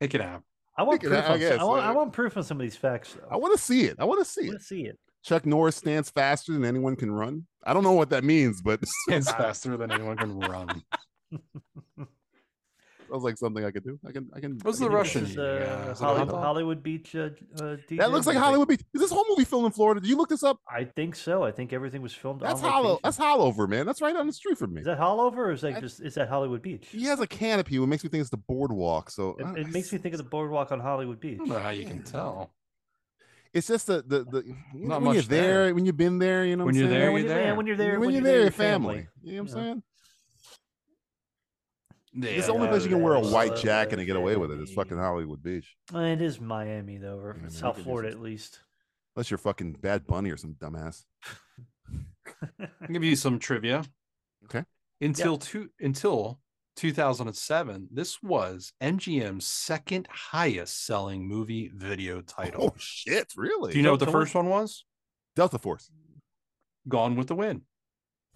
Speaker 7: It can happen.
Speaker 8: I want
Speaker 6: Think of
Speaker 8: proof.
Speaker 6: that, I
Speaker 8: on some- I
Speaker 6: guess,
Speaker 8: want I
Speaker 6: uh,
Speaker 8: want proof on some of these facts though.
Speaker 6: I want to see it. I want to see it.
Speaker 8: Let's see it.
Speaker 6: Chuck Norris stands faster than anyone can run. I don't know what that means, but it
Speaker 7: It's faster than anyone can run.
Speaker 6: was like something I could do. I can. I can.
Speaker 7: What's
Speaker 6: I
Speaker 7: the
Speaker 6: can do
Speaker 7: Russian?
Speaker 8: This is,
Speaker 7: eating,
Speaker 8: uh,
Speaker 7: uh, is it
Speaker 8: Holly-
Speaker 7: hot dog?
Speaker 8: Hollywood Beach. Uh, uh,
Speaker 6: that.
Speaker 8: DJ
Speaker 6: That looks like
Speaker 8: music.
Speaker 6: Hollywood Beach. Is this whole movie filmed in Florida? Did you look this up?
Speaker 8: I think so. I think everything was filmed.
Speaker 6: That's
Speaker 8: on
Speaker 6: hollow.
Speaker 8: location.
Speaker 6: That's Hollover, man. That's right on the street from me.
Speaker 8: Is that Hollover or is that
Speaker 6: I-
Speaker 8: just is that Hollywood Beach?
Speaker 6: He has a canopy, which makes me think it's the boardwalk. So uh, I
Speaker 8: It,
Speaker 6: don't-
Speaker 8: it makes me think of the boardwalk on Hollywood
Speaker 7: I
Speaker 8: Beach.
Speaker 7: don't know how you can tell.
Speaker 6: It's just the the, the you know, when
Speaker 7: Not
Speaker 6: you're
Speaker 7: much there.
Speaker 6: there, when you've been there, you know.
Speaker 7: When
Speaker 6: what I'm
Speaker 7: you're
Speaker 6: saying?
Speaker 7: there,
Speaker 8: when
Speaker 7: you're
Speaker 8: you're, yeah,
Speaker 7: there.
Speaker 8: when you're there,
Speaker 6: when, you're there, your family. You know what I'm
Speaker 8: Yeah.
Speaker 6: saying?
Speaker 7: It's
Speaker 6: it's the only place you can wear a
Speaker 8: that's
Speaker 6: white
Speaker 8: what
Speaker 6: jacket and get away with it. It's
Speaker 8: Miami-
Speaker 6: fucking Hollywood Beach.
Speaker 8: Uh, It is Miami though, or
Speaker 6: Yeah,
Speaker 8: South
Speaker 6: Miami is
Speaker 8: Florida
Speaker 6: just-
Speaker 8: at least.
Speaker 6: Unless you're fucking Bad Bunny or some dumbass.
Speaker 7: I'll give you some trivia.
Speaker 6: Okay.
Speaker 7: Until two until 2007, this was MGM's second highest selling movie video title.
Speaker 6: Oh shit! Really?
Speaker 7: Do you know what
Speaker 8: So-
Speaker 7: the
Speaker 8: so what-
Speaker 7: first one was?
Speaker 6: Delta Force.
Speaker 7: Gone with the Wind.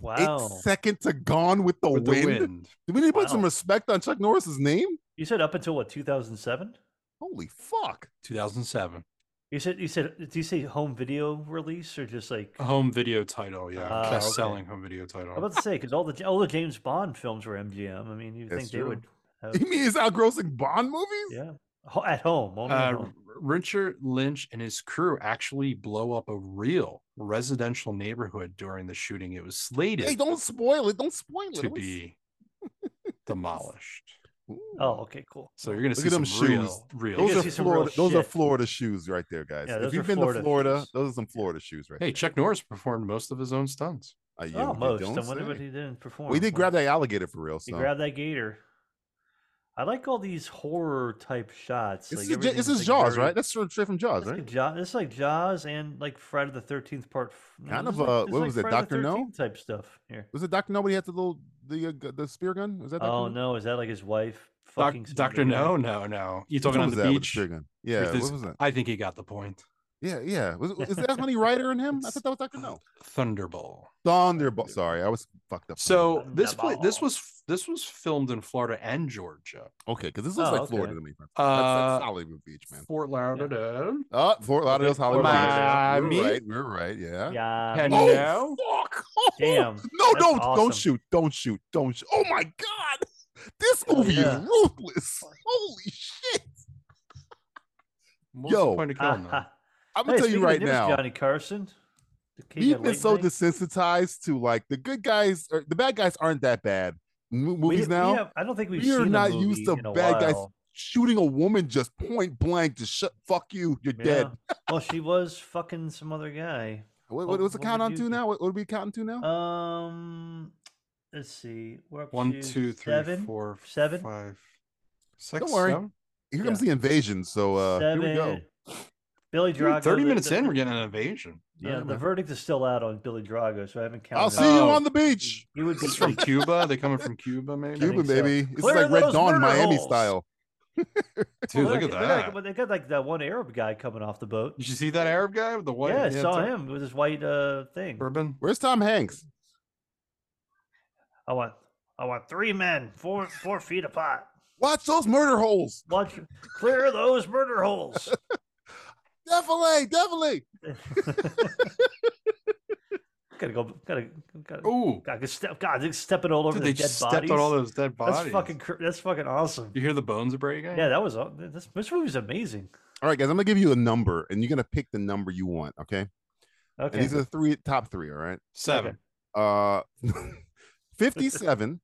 Speaker 8: wow.
Speaker 6: Eight second to Gone with the,
Speaker 7: With
Speaker 6: wind.
Speaker 7: the Wind.
Speaker 6: Did we need to put some
Speaker 8: Wow.
Speaker 6: respect on Chuck Norris's name?
Speaker 8: You said up until what 2007?
Speaker 6: Holy fuck!
Speaker 7: 2007.
Speaker 8: You said you said did you say home video release or just like
Speaker 7: A home video title, yeah.
Speaker 8: Ah,
Speaker 7: best
Speaker 8: okay.
Speaker 7: selling home video
Speaker 8: I
Speaker 7: title.
Speaker 8: was about to say because all the all the James Bond films were MGM. I mean, you
Speaker 6: That's
Speaker 8: think they
Speaker 6: true.
Speaker 8: would? Have,
Speaker 6: You mean he's outgrossing Bond movies?
Speaker 8: yeah, Ho- at home. Only at
Speaker 7: uh,
Speaker 8: home.
Speaker 7: Richard Lynch and his crew actually blow up a real residential neighborhood during the shooting. It was slated
Speaker 6: Hey, don't spoil it. Don't spoil it.
Speaker 7: to
Speaker 6: It was-
Speaker 7: be demolished.
Speaker 6: Ooh.
Speaker 8: Oh, okay, cool.
Speaker 7: So you're gonna
Speaker 6: Look
Speaker 7: see
Speaker 6: at
Speaker 7: some
Speaker 6: them
Speaker 7: real, real.
Speaker 8: You're
Speaker 6: Those
Speaker 8: gonna
Speaker 6: are
Speaker 8: see some real
Speaker 6: Florida. Those are
Speaker 8: shit.
Speaker 6: Florida shoes right there, guys.
Speaker 8: Yeah,
Speaker 6: if
Speaker 8: those
Speaker 6: you've
Speaker 8: are
Speaker 6: been
Speaker 8: Florida
Speaker 6: to Florida,
Speaker 8: shoes.
Speaker 6: those are some Florida shoes right
Speaker 7: hey,
Speaker 6: there.
Speaker 7: Chuck Norris performed most of his own stunts.
Speaker 6: Uh, yeah,
Speaker 8: Oh,
Speaker 6: they
Speaker 8: most.
Speaker 6: don't
Speaker 8: I wonder
Speaker 6: say.
Speaker 8: what he didn't perform.
Speaker 6: We did grab
Speaker 8: Wow.
Speaker 6: that alligator for real.
Speaker 8: He
Speaker 6: So
Speaker 8: grabbed that gator. I like all these horror type shots.
Speaker 6: this
Speaker 8: like
Speaker 6: is, Ja- this
Speaker 8: everything's,
Speaker 6: is
Speaker 8: like,
Speaker 6: Jaws,
Speaker 8: very-
Speaker 6: right? That's sort of straight from Jaws,
Speaker 8: It's like
Speaker 6: right?
Speaker 8: Jaws, it's like Jaws and like Friday the Thirteenth Part. f- no,
Speaker 6: Kind of,
Speaker 8: this is like-
Speaker 6: uh,
Speaker 8: this is
Speaker 6: what
Speaker 8: like
Speaker 6: was it,
Speaker 8: Friday the
Speaker 6: Dr. No?
Speaker 8: 13th type stuff here.
Speaker 6: Was it Doctor Nobody had the little the uh, gu- the spear gun? Was that Dr.
Speaker 8: Oh
Speaker 6: No?
Speaker 8: no, is that like his wife?
Speaker 7: Doc,
Speaker 8: fucking
Speaker 7: Doctor
Speaker 8: somebody?
Speaker 7: No, no, no. You
Speaker 6: Which
Speaker 7: talking
Speaker 6: one
Speaker 7: on
Speaker 6: was
Speaker 7: the
Speaker 6: that with
Speaker 7: beach?
Speaker 6: spear gun? Yeah,
Speaker 7: this-
Speaker 6: what was that?
Speaker 7: I think he got the point.
Speaker 6: Yeah, yeah. Was, it- is that Honey Rider in him? I
Speaker 7: It's-
Speaker 6: thought that was Doctor No.
Speaker 7: Thunderball.
Speaker 6: Thunderbolt. Sorry, I was fucked up.
Speaker 7: So this pla- this
Speaker 8: Thunderball.
Speaker 7: was this was filmed in Florida and Georgia.
Speaker 6: okay, because this looks
Speaker 8: Oh,
Speaker 6: like
Speaker 8: okay.
Speaker 6: Florida to me. That's,
Speaker 7: Uh,
Speaker 6: that's Hollywood Beach, man.
Speaker 7: Fort Lauderdale.
Speaker 6: Oh, Fort Lauderdale's
Speaker 8: Fort
Speaker 6: Hollywood Beach.
Speaker 7: Miami.
Speaker 6: We're right. We're right. Yeah.
Speaker 8: Yeah.
Speaker 7: Can-
Speaker 8: I mean,
Speaker 7: Oh,
Speaker 6: fuck! Oh, No,
Speaker 8: Damn. That's
Speaker 6: don't
Speaker 8: awesome.
Speaker 6: don't shoot, don't shoot, don't shoot. Oh my god, this
Speaker 8: Oh,
Speaker 6: movie
Speaker 8: yeah.
Speaker 6: is ruthless. Holy shit!
Speaker 7: What's
Speaker 6: Yo.
Speaker 7: the point of killing them?
Speaker 6: I'm
Speaker 8: Hey,
Speaker 6: gonna tell
Speaker 8: speaking
Speaker 6: you
Speaker 8: of
Speaker 6: right
Speaker 8: this,
Speaker 6: now,
Speaker 8: Johnny Carson. The king
Speaker 6: we've
Speaker 8: of
Speaker 6: been
Speaker 8: late
Speaker 6: so
Speaker 8: night.
Speaker 6: desensitized to like the good guys or the bad guys aren't that bad. Mo-
Speaker 8: We-
Speaker 6: movies
Speaker 8: we
Speaker 6: now,
Speaker 8: have- I don't think we've
Speaker 6: we are
Speaker 8: seen a
Speaker 6: not used
Speaker 8: movie
Speaker 6: to
Speaker 8: in a
Speaker 6: bad guys
Speaker 8: while.
Speaker 6: shooting a woman just point blank to shut. Fuck you, you're dead.
Speaker 8: Yeah. well, she was fucking some other guy.
Speaker 6: What,
Speaker 8: What-
Speaker 6: what, what's the
Speaker 8: what
Speaker 6: count
Speaker 8: would
Speaker 6: on
Speaker 8: you
Speaker 6: to
Speaker 8: do?
Speaker 6: now? What, what are we counting to now?
Speaker 8: Um, let's see. We're up
Speaker 7: One,
Speaker 8: to
Speaker 7: two, three,
Speaker 8: seven,
Speaker 7: four,
Speaker 8: seven?
Speaker 7: five, six,
Speaker 6: worry.
Speaker 7: seven?
Speaker 6: uh, Here comes the invasion. So uh, here we go.
Speaker 8: seven- Billy
Speaker 7: Dude,
Speaker 8: Drago.
Speaker 7: 30
Speaker 8: the-
Speaker 7: minutes
Speaker 8: the-
Speaker 7: in, we're getting an invasion.
Speaker 8: Yeah, the
Speaker 7: Alright.
Speaker 8: verdict is still out on Billy Drago, so I haven't counted.
Speaker 6: I'll
Speaker 8: it
Speaker 6: see
Speaker 8: out.
Speaker 6: you
Speaker 7: Oh.
Speaker 6: on the beach.
Speaker 8: He would be
Speaker 7: It's from Cuba. They coming from Cuba, maybe.
Speaker 6: Cuba,
Speaker 8: so.
Speaker 6: baby. It's
Speaker 8: Clear
Speaker 6: like Red
Speaker 8: those
Speaker 6: Dawn,
Speaker 8: murder
Speaker 6: Miami
Speaker 8: holes.
Speaker 6: style.
Speaker 7: Dude,
Speaker 8: Well,
Speaker 7: look at
Speaker 8: they're not-
Speaker 7: that.
Speaker 8: They got like that one Arab guy coming off the boat.
Speaker 7: Did you see that Arab guy with the white?
Speaker 8: yeah, I
Speaker 7: he had
Speaker 8: saw
Speaker 7: the
Speaker 8: him with his white uh thing.
Speaker 7: Turban.
Speaker 6: Where's Tom Hanks?
Speaker 8: I want, I want three men, four four feet apart.
Speaker 6: Watch those murder holes.
Speaker 8: Watch, clear those murder holes.
Speaker 6: Definitely, definitely.
Speaker 8: gotta go, gotta, gotta.
Speaker 7: Ooh,
Speaker 8: God, just step, God, just stepping all over
Speaker 7: dude,
Speaker 8: the
Speaker 7: they
Speaker 8: dead
Speaker 7: just stepped
Speaker 8: bodies.
Speaker 7: on all those dead bodies.
Speaker 8: That's fucking, cr- that's fucking awesome.
Speaker 7: You hear the bones breaking?
Speaker 8: Yeah, that was aw- this. This movie's amazing.
Speaker 6: All right, guys, I'm gonna give you a number, and you're gonna pick the number you want. Okay,
Speaker 8: Okay,
Speaker 6: and these are the three top three. All right,
Speaker 7: Seven.
Speaker 6: uh, 57,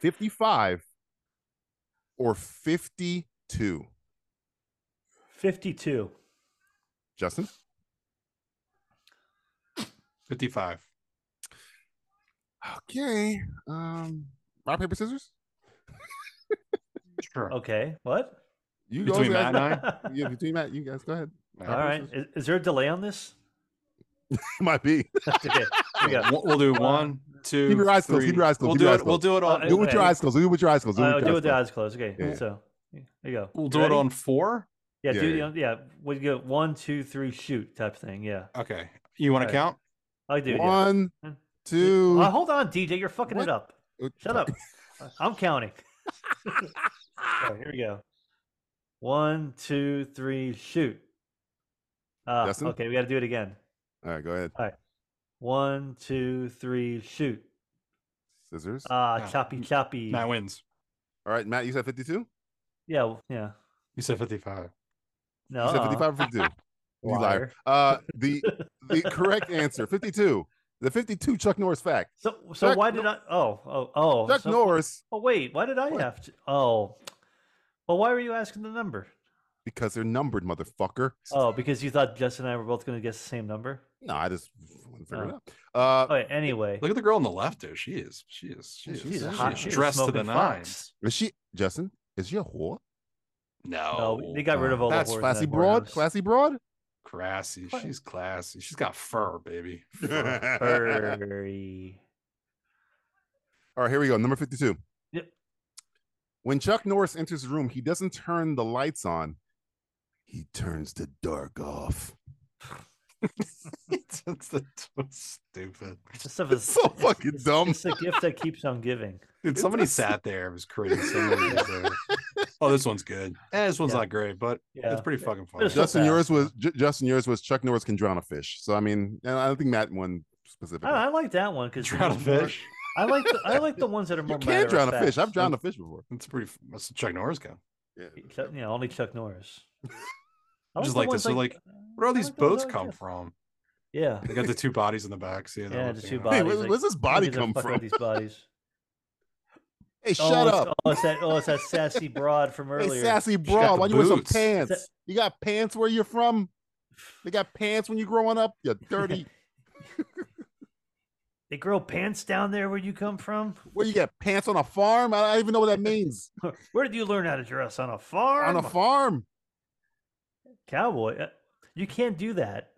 Speaker 6: 55, or 52.
Speaker 8: fifty-two.
Speaker 6: Justin,
Speaker 7: 55.
Speaker 6: okay. Um, rock paper scissors.
Speaker 7: Sure.
Speaker 8: Okay, what?
Speaker 6: You
Speaker 7: Between
Speaker 6: guys,
Speaker 7: Matt and I?
Speaker 6: yeah, between Matt, you guys go ahead.
Speaker 7: All
Speaker 8: All right, is, is there a delay on this?
Speaker 6: Might be.
Speaker 8: okay, we got-
Speaker 7: We'll, we'll do one, two.
Speaker 6: Keep your eyes closed, keep
Speaker 7: three.
Speaker 6: your eyes closed,
Speaker 7: We'll
Speaker 6: keep
Speaker 7: do
Speaker 6: your
Speaker 7: it.
Speaker 6: eyes
Speaker 7: We'll do it on.
Speaker 8: Uh,
Speaker 6: Do it with your
Speaker 8: Okay.
Speaker 6: eyes closed. Do it with your eyes closed.
Speaker 8: I'll do it with
Speaker 6: with
Speaker 8: the
Speaker 6: your eyes
Speaker 8: eyes closed. Okay,
Speaker 6: Yeah.
Speaker 8: so there you go.
Speaker 7: We'll
Speaker 8: You
Speaker 7: do it
Speaker 8: ready?
Speaker 7: on four.
Speaker 8: Yeah,
Speaker 6: Yeah,
Speaker 8: do
Speaker 6: yeah.
Speaker 8: the yeah. We go one, two, three, shoot type thing. Yeah,
Speaker 7: Okay. You want to
Speaker 8: Okay.
Speaker 7: count?
Speaker 8: I do.
Speaker 6: closed.
Speaker 8: yeah.
Speaker 6: One,
Speaker 8: One,
Speaker 6: two.
Speaker 8: Uh, hold on, DJ, you're fucking
Speaker 6: What?
Speaker 8: it up.
Speaker 6: uh,
Speaker 8: Shut up. Uh, I'm counting. All right, here we go. One, two, three, shoot. Uh,
Speaker 6: Justin?
Speaker 8: okay, we got to do it again.
Speaker 6: All right, go ahead.
Speaker 8: One, two, three, shoot.
Speaker 6: Scissors.
Speaker 8: Ah,
Speaker 7: No,
Speaker 8: choppy,
Speaker 7: n-
Speaker 8: choppy.
Speaker 7: Matt wins.
Speaker 6: All right, Matt, you said 52?
Speaker 8: Yeah, w- yeah.
Speaker 7: You said 55.
Speaker 8: No,
Speaker 6: You said
Speaker 8: uh-uh.
Speaker 6: 55 or 52? You liar.
Speaker 8: Liar.
Speaker 6: Uh, the the correct answer, 52. The 52 Chuck Norris fact.
Speaker 8: So, so
Speaker 6: Chuck
Speaker 8: why did I? Oh, oh, oh.
Speaker 6: Chuck
Speaker 8: so-
Speaker 6: Norris,
Speaker 8: Oh, wait. Why did I have to? Oh, well, why were you asking the number?
Speaker 6: because they're numbered, motherfucker.
Speaker 8: Oh, because you thought Justin and I were both going to guess the same number.
Speaker 6: No, I just want to figure
Speaker 8: Oh.
Speaker 6: it out. Uh,
Speaker 8: Okay. Anyway,
Speaker 7: Look at the girl on the left there. She is. She is. She
Speaker 6: Yeah,
Speaker 7: is.
Speaker 6: she's a
Speaker 7: she
Speaker 6: hot-
Speaker 7: is
Speaker 6: she's a
Speaker 7: dressed to the
Speaker 8: smoking
Speaker 7: nines.
Speaker 8: fox.
Speaker 6: is she, Justin, is she a whore?
Speaker 7: No.
Speaker 8: no, they got rid of all
Speaker 6: That's
Speaker 8: the whores in
Speaker 6: classy
Speaker 8: that
Speaker 6: broad.
Speaker 8: whorehouse.
Speaker 6: Classy broad.
Speaker 7: Classy.
Speaker 8: Cla-
Speaker 7: She's classy. She's got fur, baby. Fur.
Speaker 6: All
Speaker 8: Furry.
Speaker 6: right, here we go. Number 52.
Speaker 8: Yep.
Speaker 6: When Chuck Norris enters the room, he doesn't turn the lights on, he turns the dark off.
Speaker 7: it's, it's, it's stupid.
Speaker 8: This stuff
Speaker 6: It's
Speaker 8: is
Speaker 6: so fucking
Speaker 8: it's-
Speaker 6: dumb.
Speaker 8: It's the gift that keeps on giving.
Speaker 7: Dude, somebody sat there. It was crazy. Somebody was there. Oh, this one's good. Eh, this one's
Speaker 8: Yeah.
Speaker 7: not great, but
Speaker 8: Yeah.
Speaker 7: it's pretty fucking
Speaker 8: But
Speaker 7: funny.
Speaker 8: it's so
Speaker 6: Justin,
Speaker 8: fast.
Speaker 6: yours was Ju- Justin. Yours was Chuck Norris can drown a fish. So I mean, and I don't think Matt won specifically.
Speaker 8: I, I like that one because
Speaker 7: Drown a fish.
Speaker 8: I like the, I like the ones that are
Speaker 6: you
Speaker 8: more.
Speaker 6: can drown a
Speaker 8: matter-of-fact.
Speaker 6: fish. I've drowned a fish before.
Speaker 7: It's pretty. f- That's a Chuck Norris guy.
Speaker 6: Yeah.
Speaker 8: Chuck- Yeah, only Chuck Norris. I
Speaker 7: Just
Speaker 8: the
Speaker 7: like
Speaker 8: ones uh,
Speaker 7: this, like, Where do all
Speaker 8: I
Speaker 7: these
Speaker 8: like the ones
Speaker 7: boats
Speaker 8: that are
Speaker 7: come
Speaker 8: just-
Speaker 7: from?
Speaker 8: Yeah,
Speaker 7: They got the two bodies in the back. See, that
Speaker 8: Yeah,
Speaker 7: one
Speaker 8: just
Speaker 7: thing,
Speaker 8: two
Speaker 7: huh?
Speaker 6: Hey,
Speaker 8: bodies,
Speaker 6: where,
Speaker 8: like,
Speaker 6: where's this body
Speaker 8: Nobody's gonna
Speaker 6: come
Speaker 8: fuck with
Speaker 6: from?
Speaker 8: These bodies.
Speaker 6: Hey, shut
Speaker 8: oh,
Speaker 6: up!
Speaker 8: It's, oh, it's that oh, it's that sassy broad from
Speaker 6: Hey,
Speaker 8: earlier.
Speaker 6: sassy
Speaker 7: got
Speaker 6: bro,
Speaker 7: the
Speaker 6: why you wear some
Speaker 7: boots.
Speaker 6: pants?
Speaker 8: Sa-
Speaker 6: you got pants where you're from? They got pants when you're growing up. You dirty.
Speaker 8: They grow pants down there where you come from.
Speaker 6: where you got pants on a farm? I don't even know what that means.
Speaker 8: Where did you learn how to dress on a farm?
Speaker 6: on a farm.
Speaker 8: cowboy. uh, You can't do that.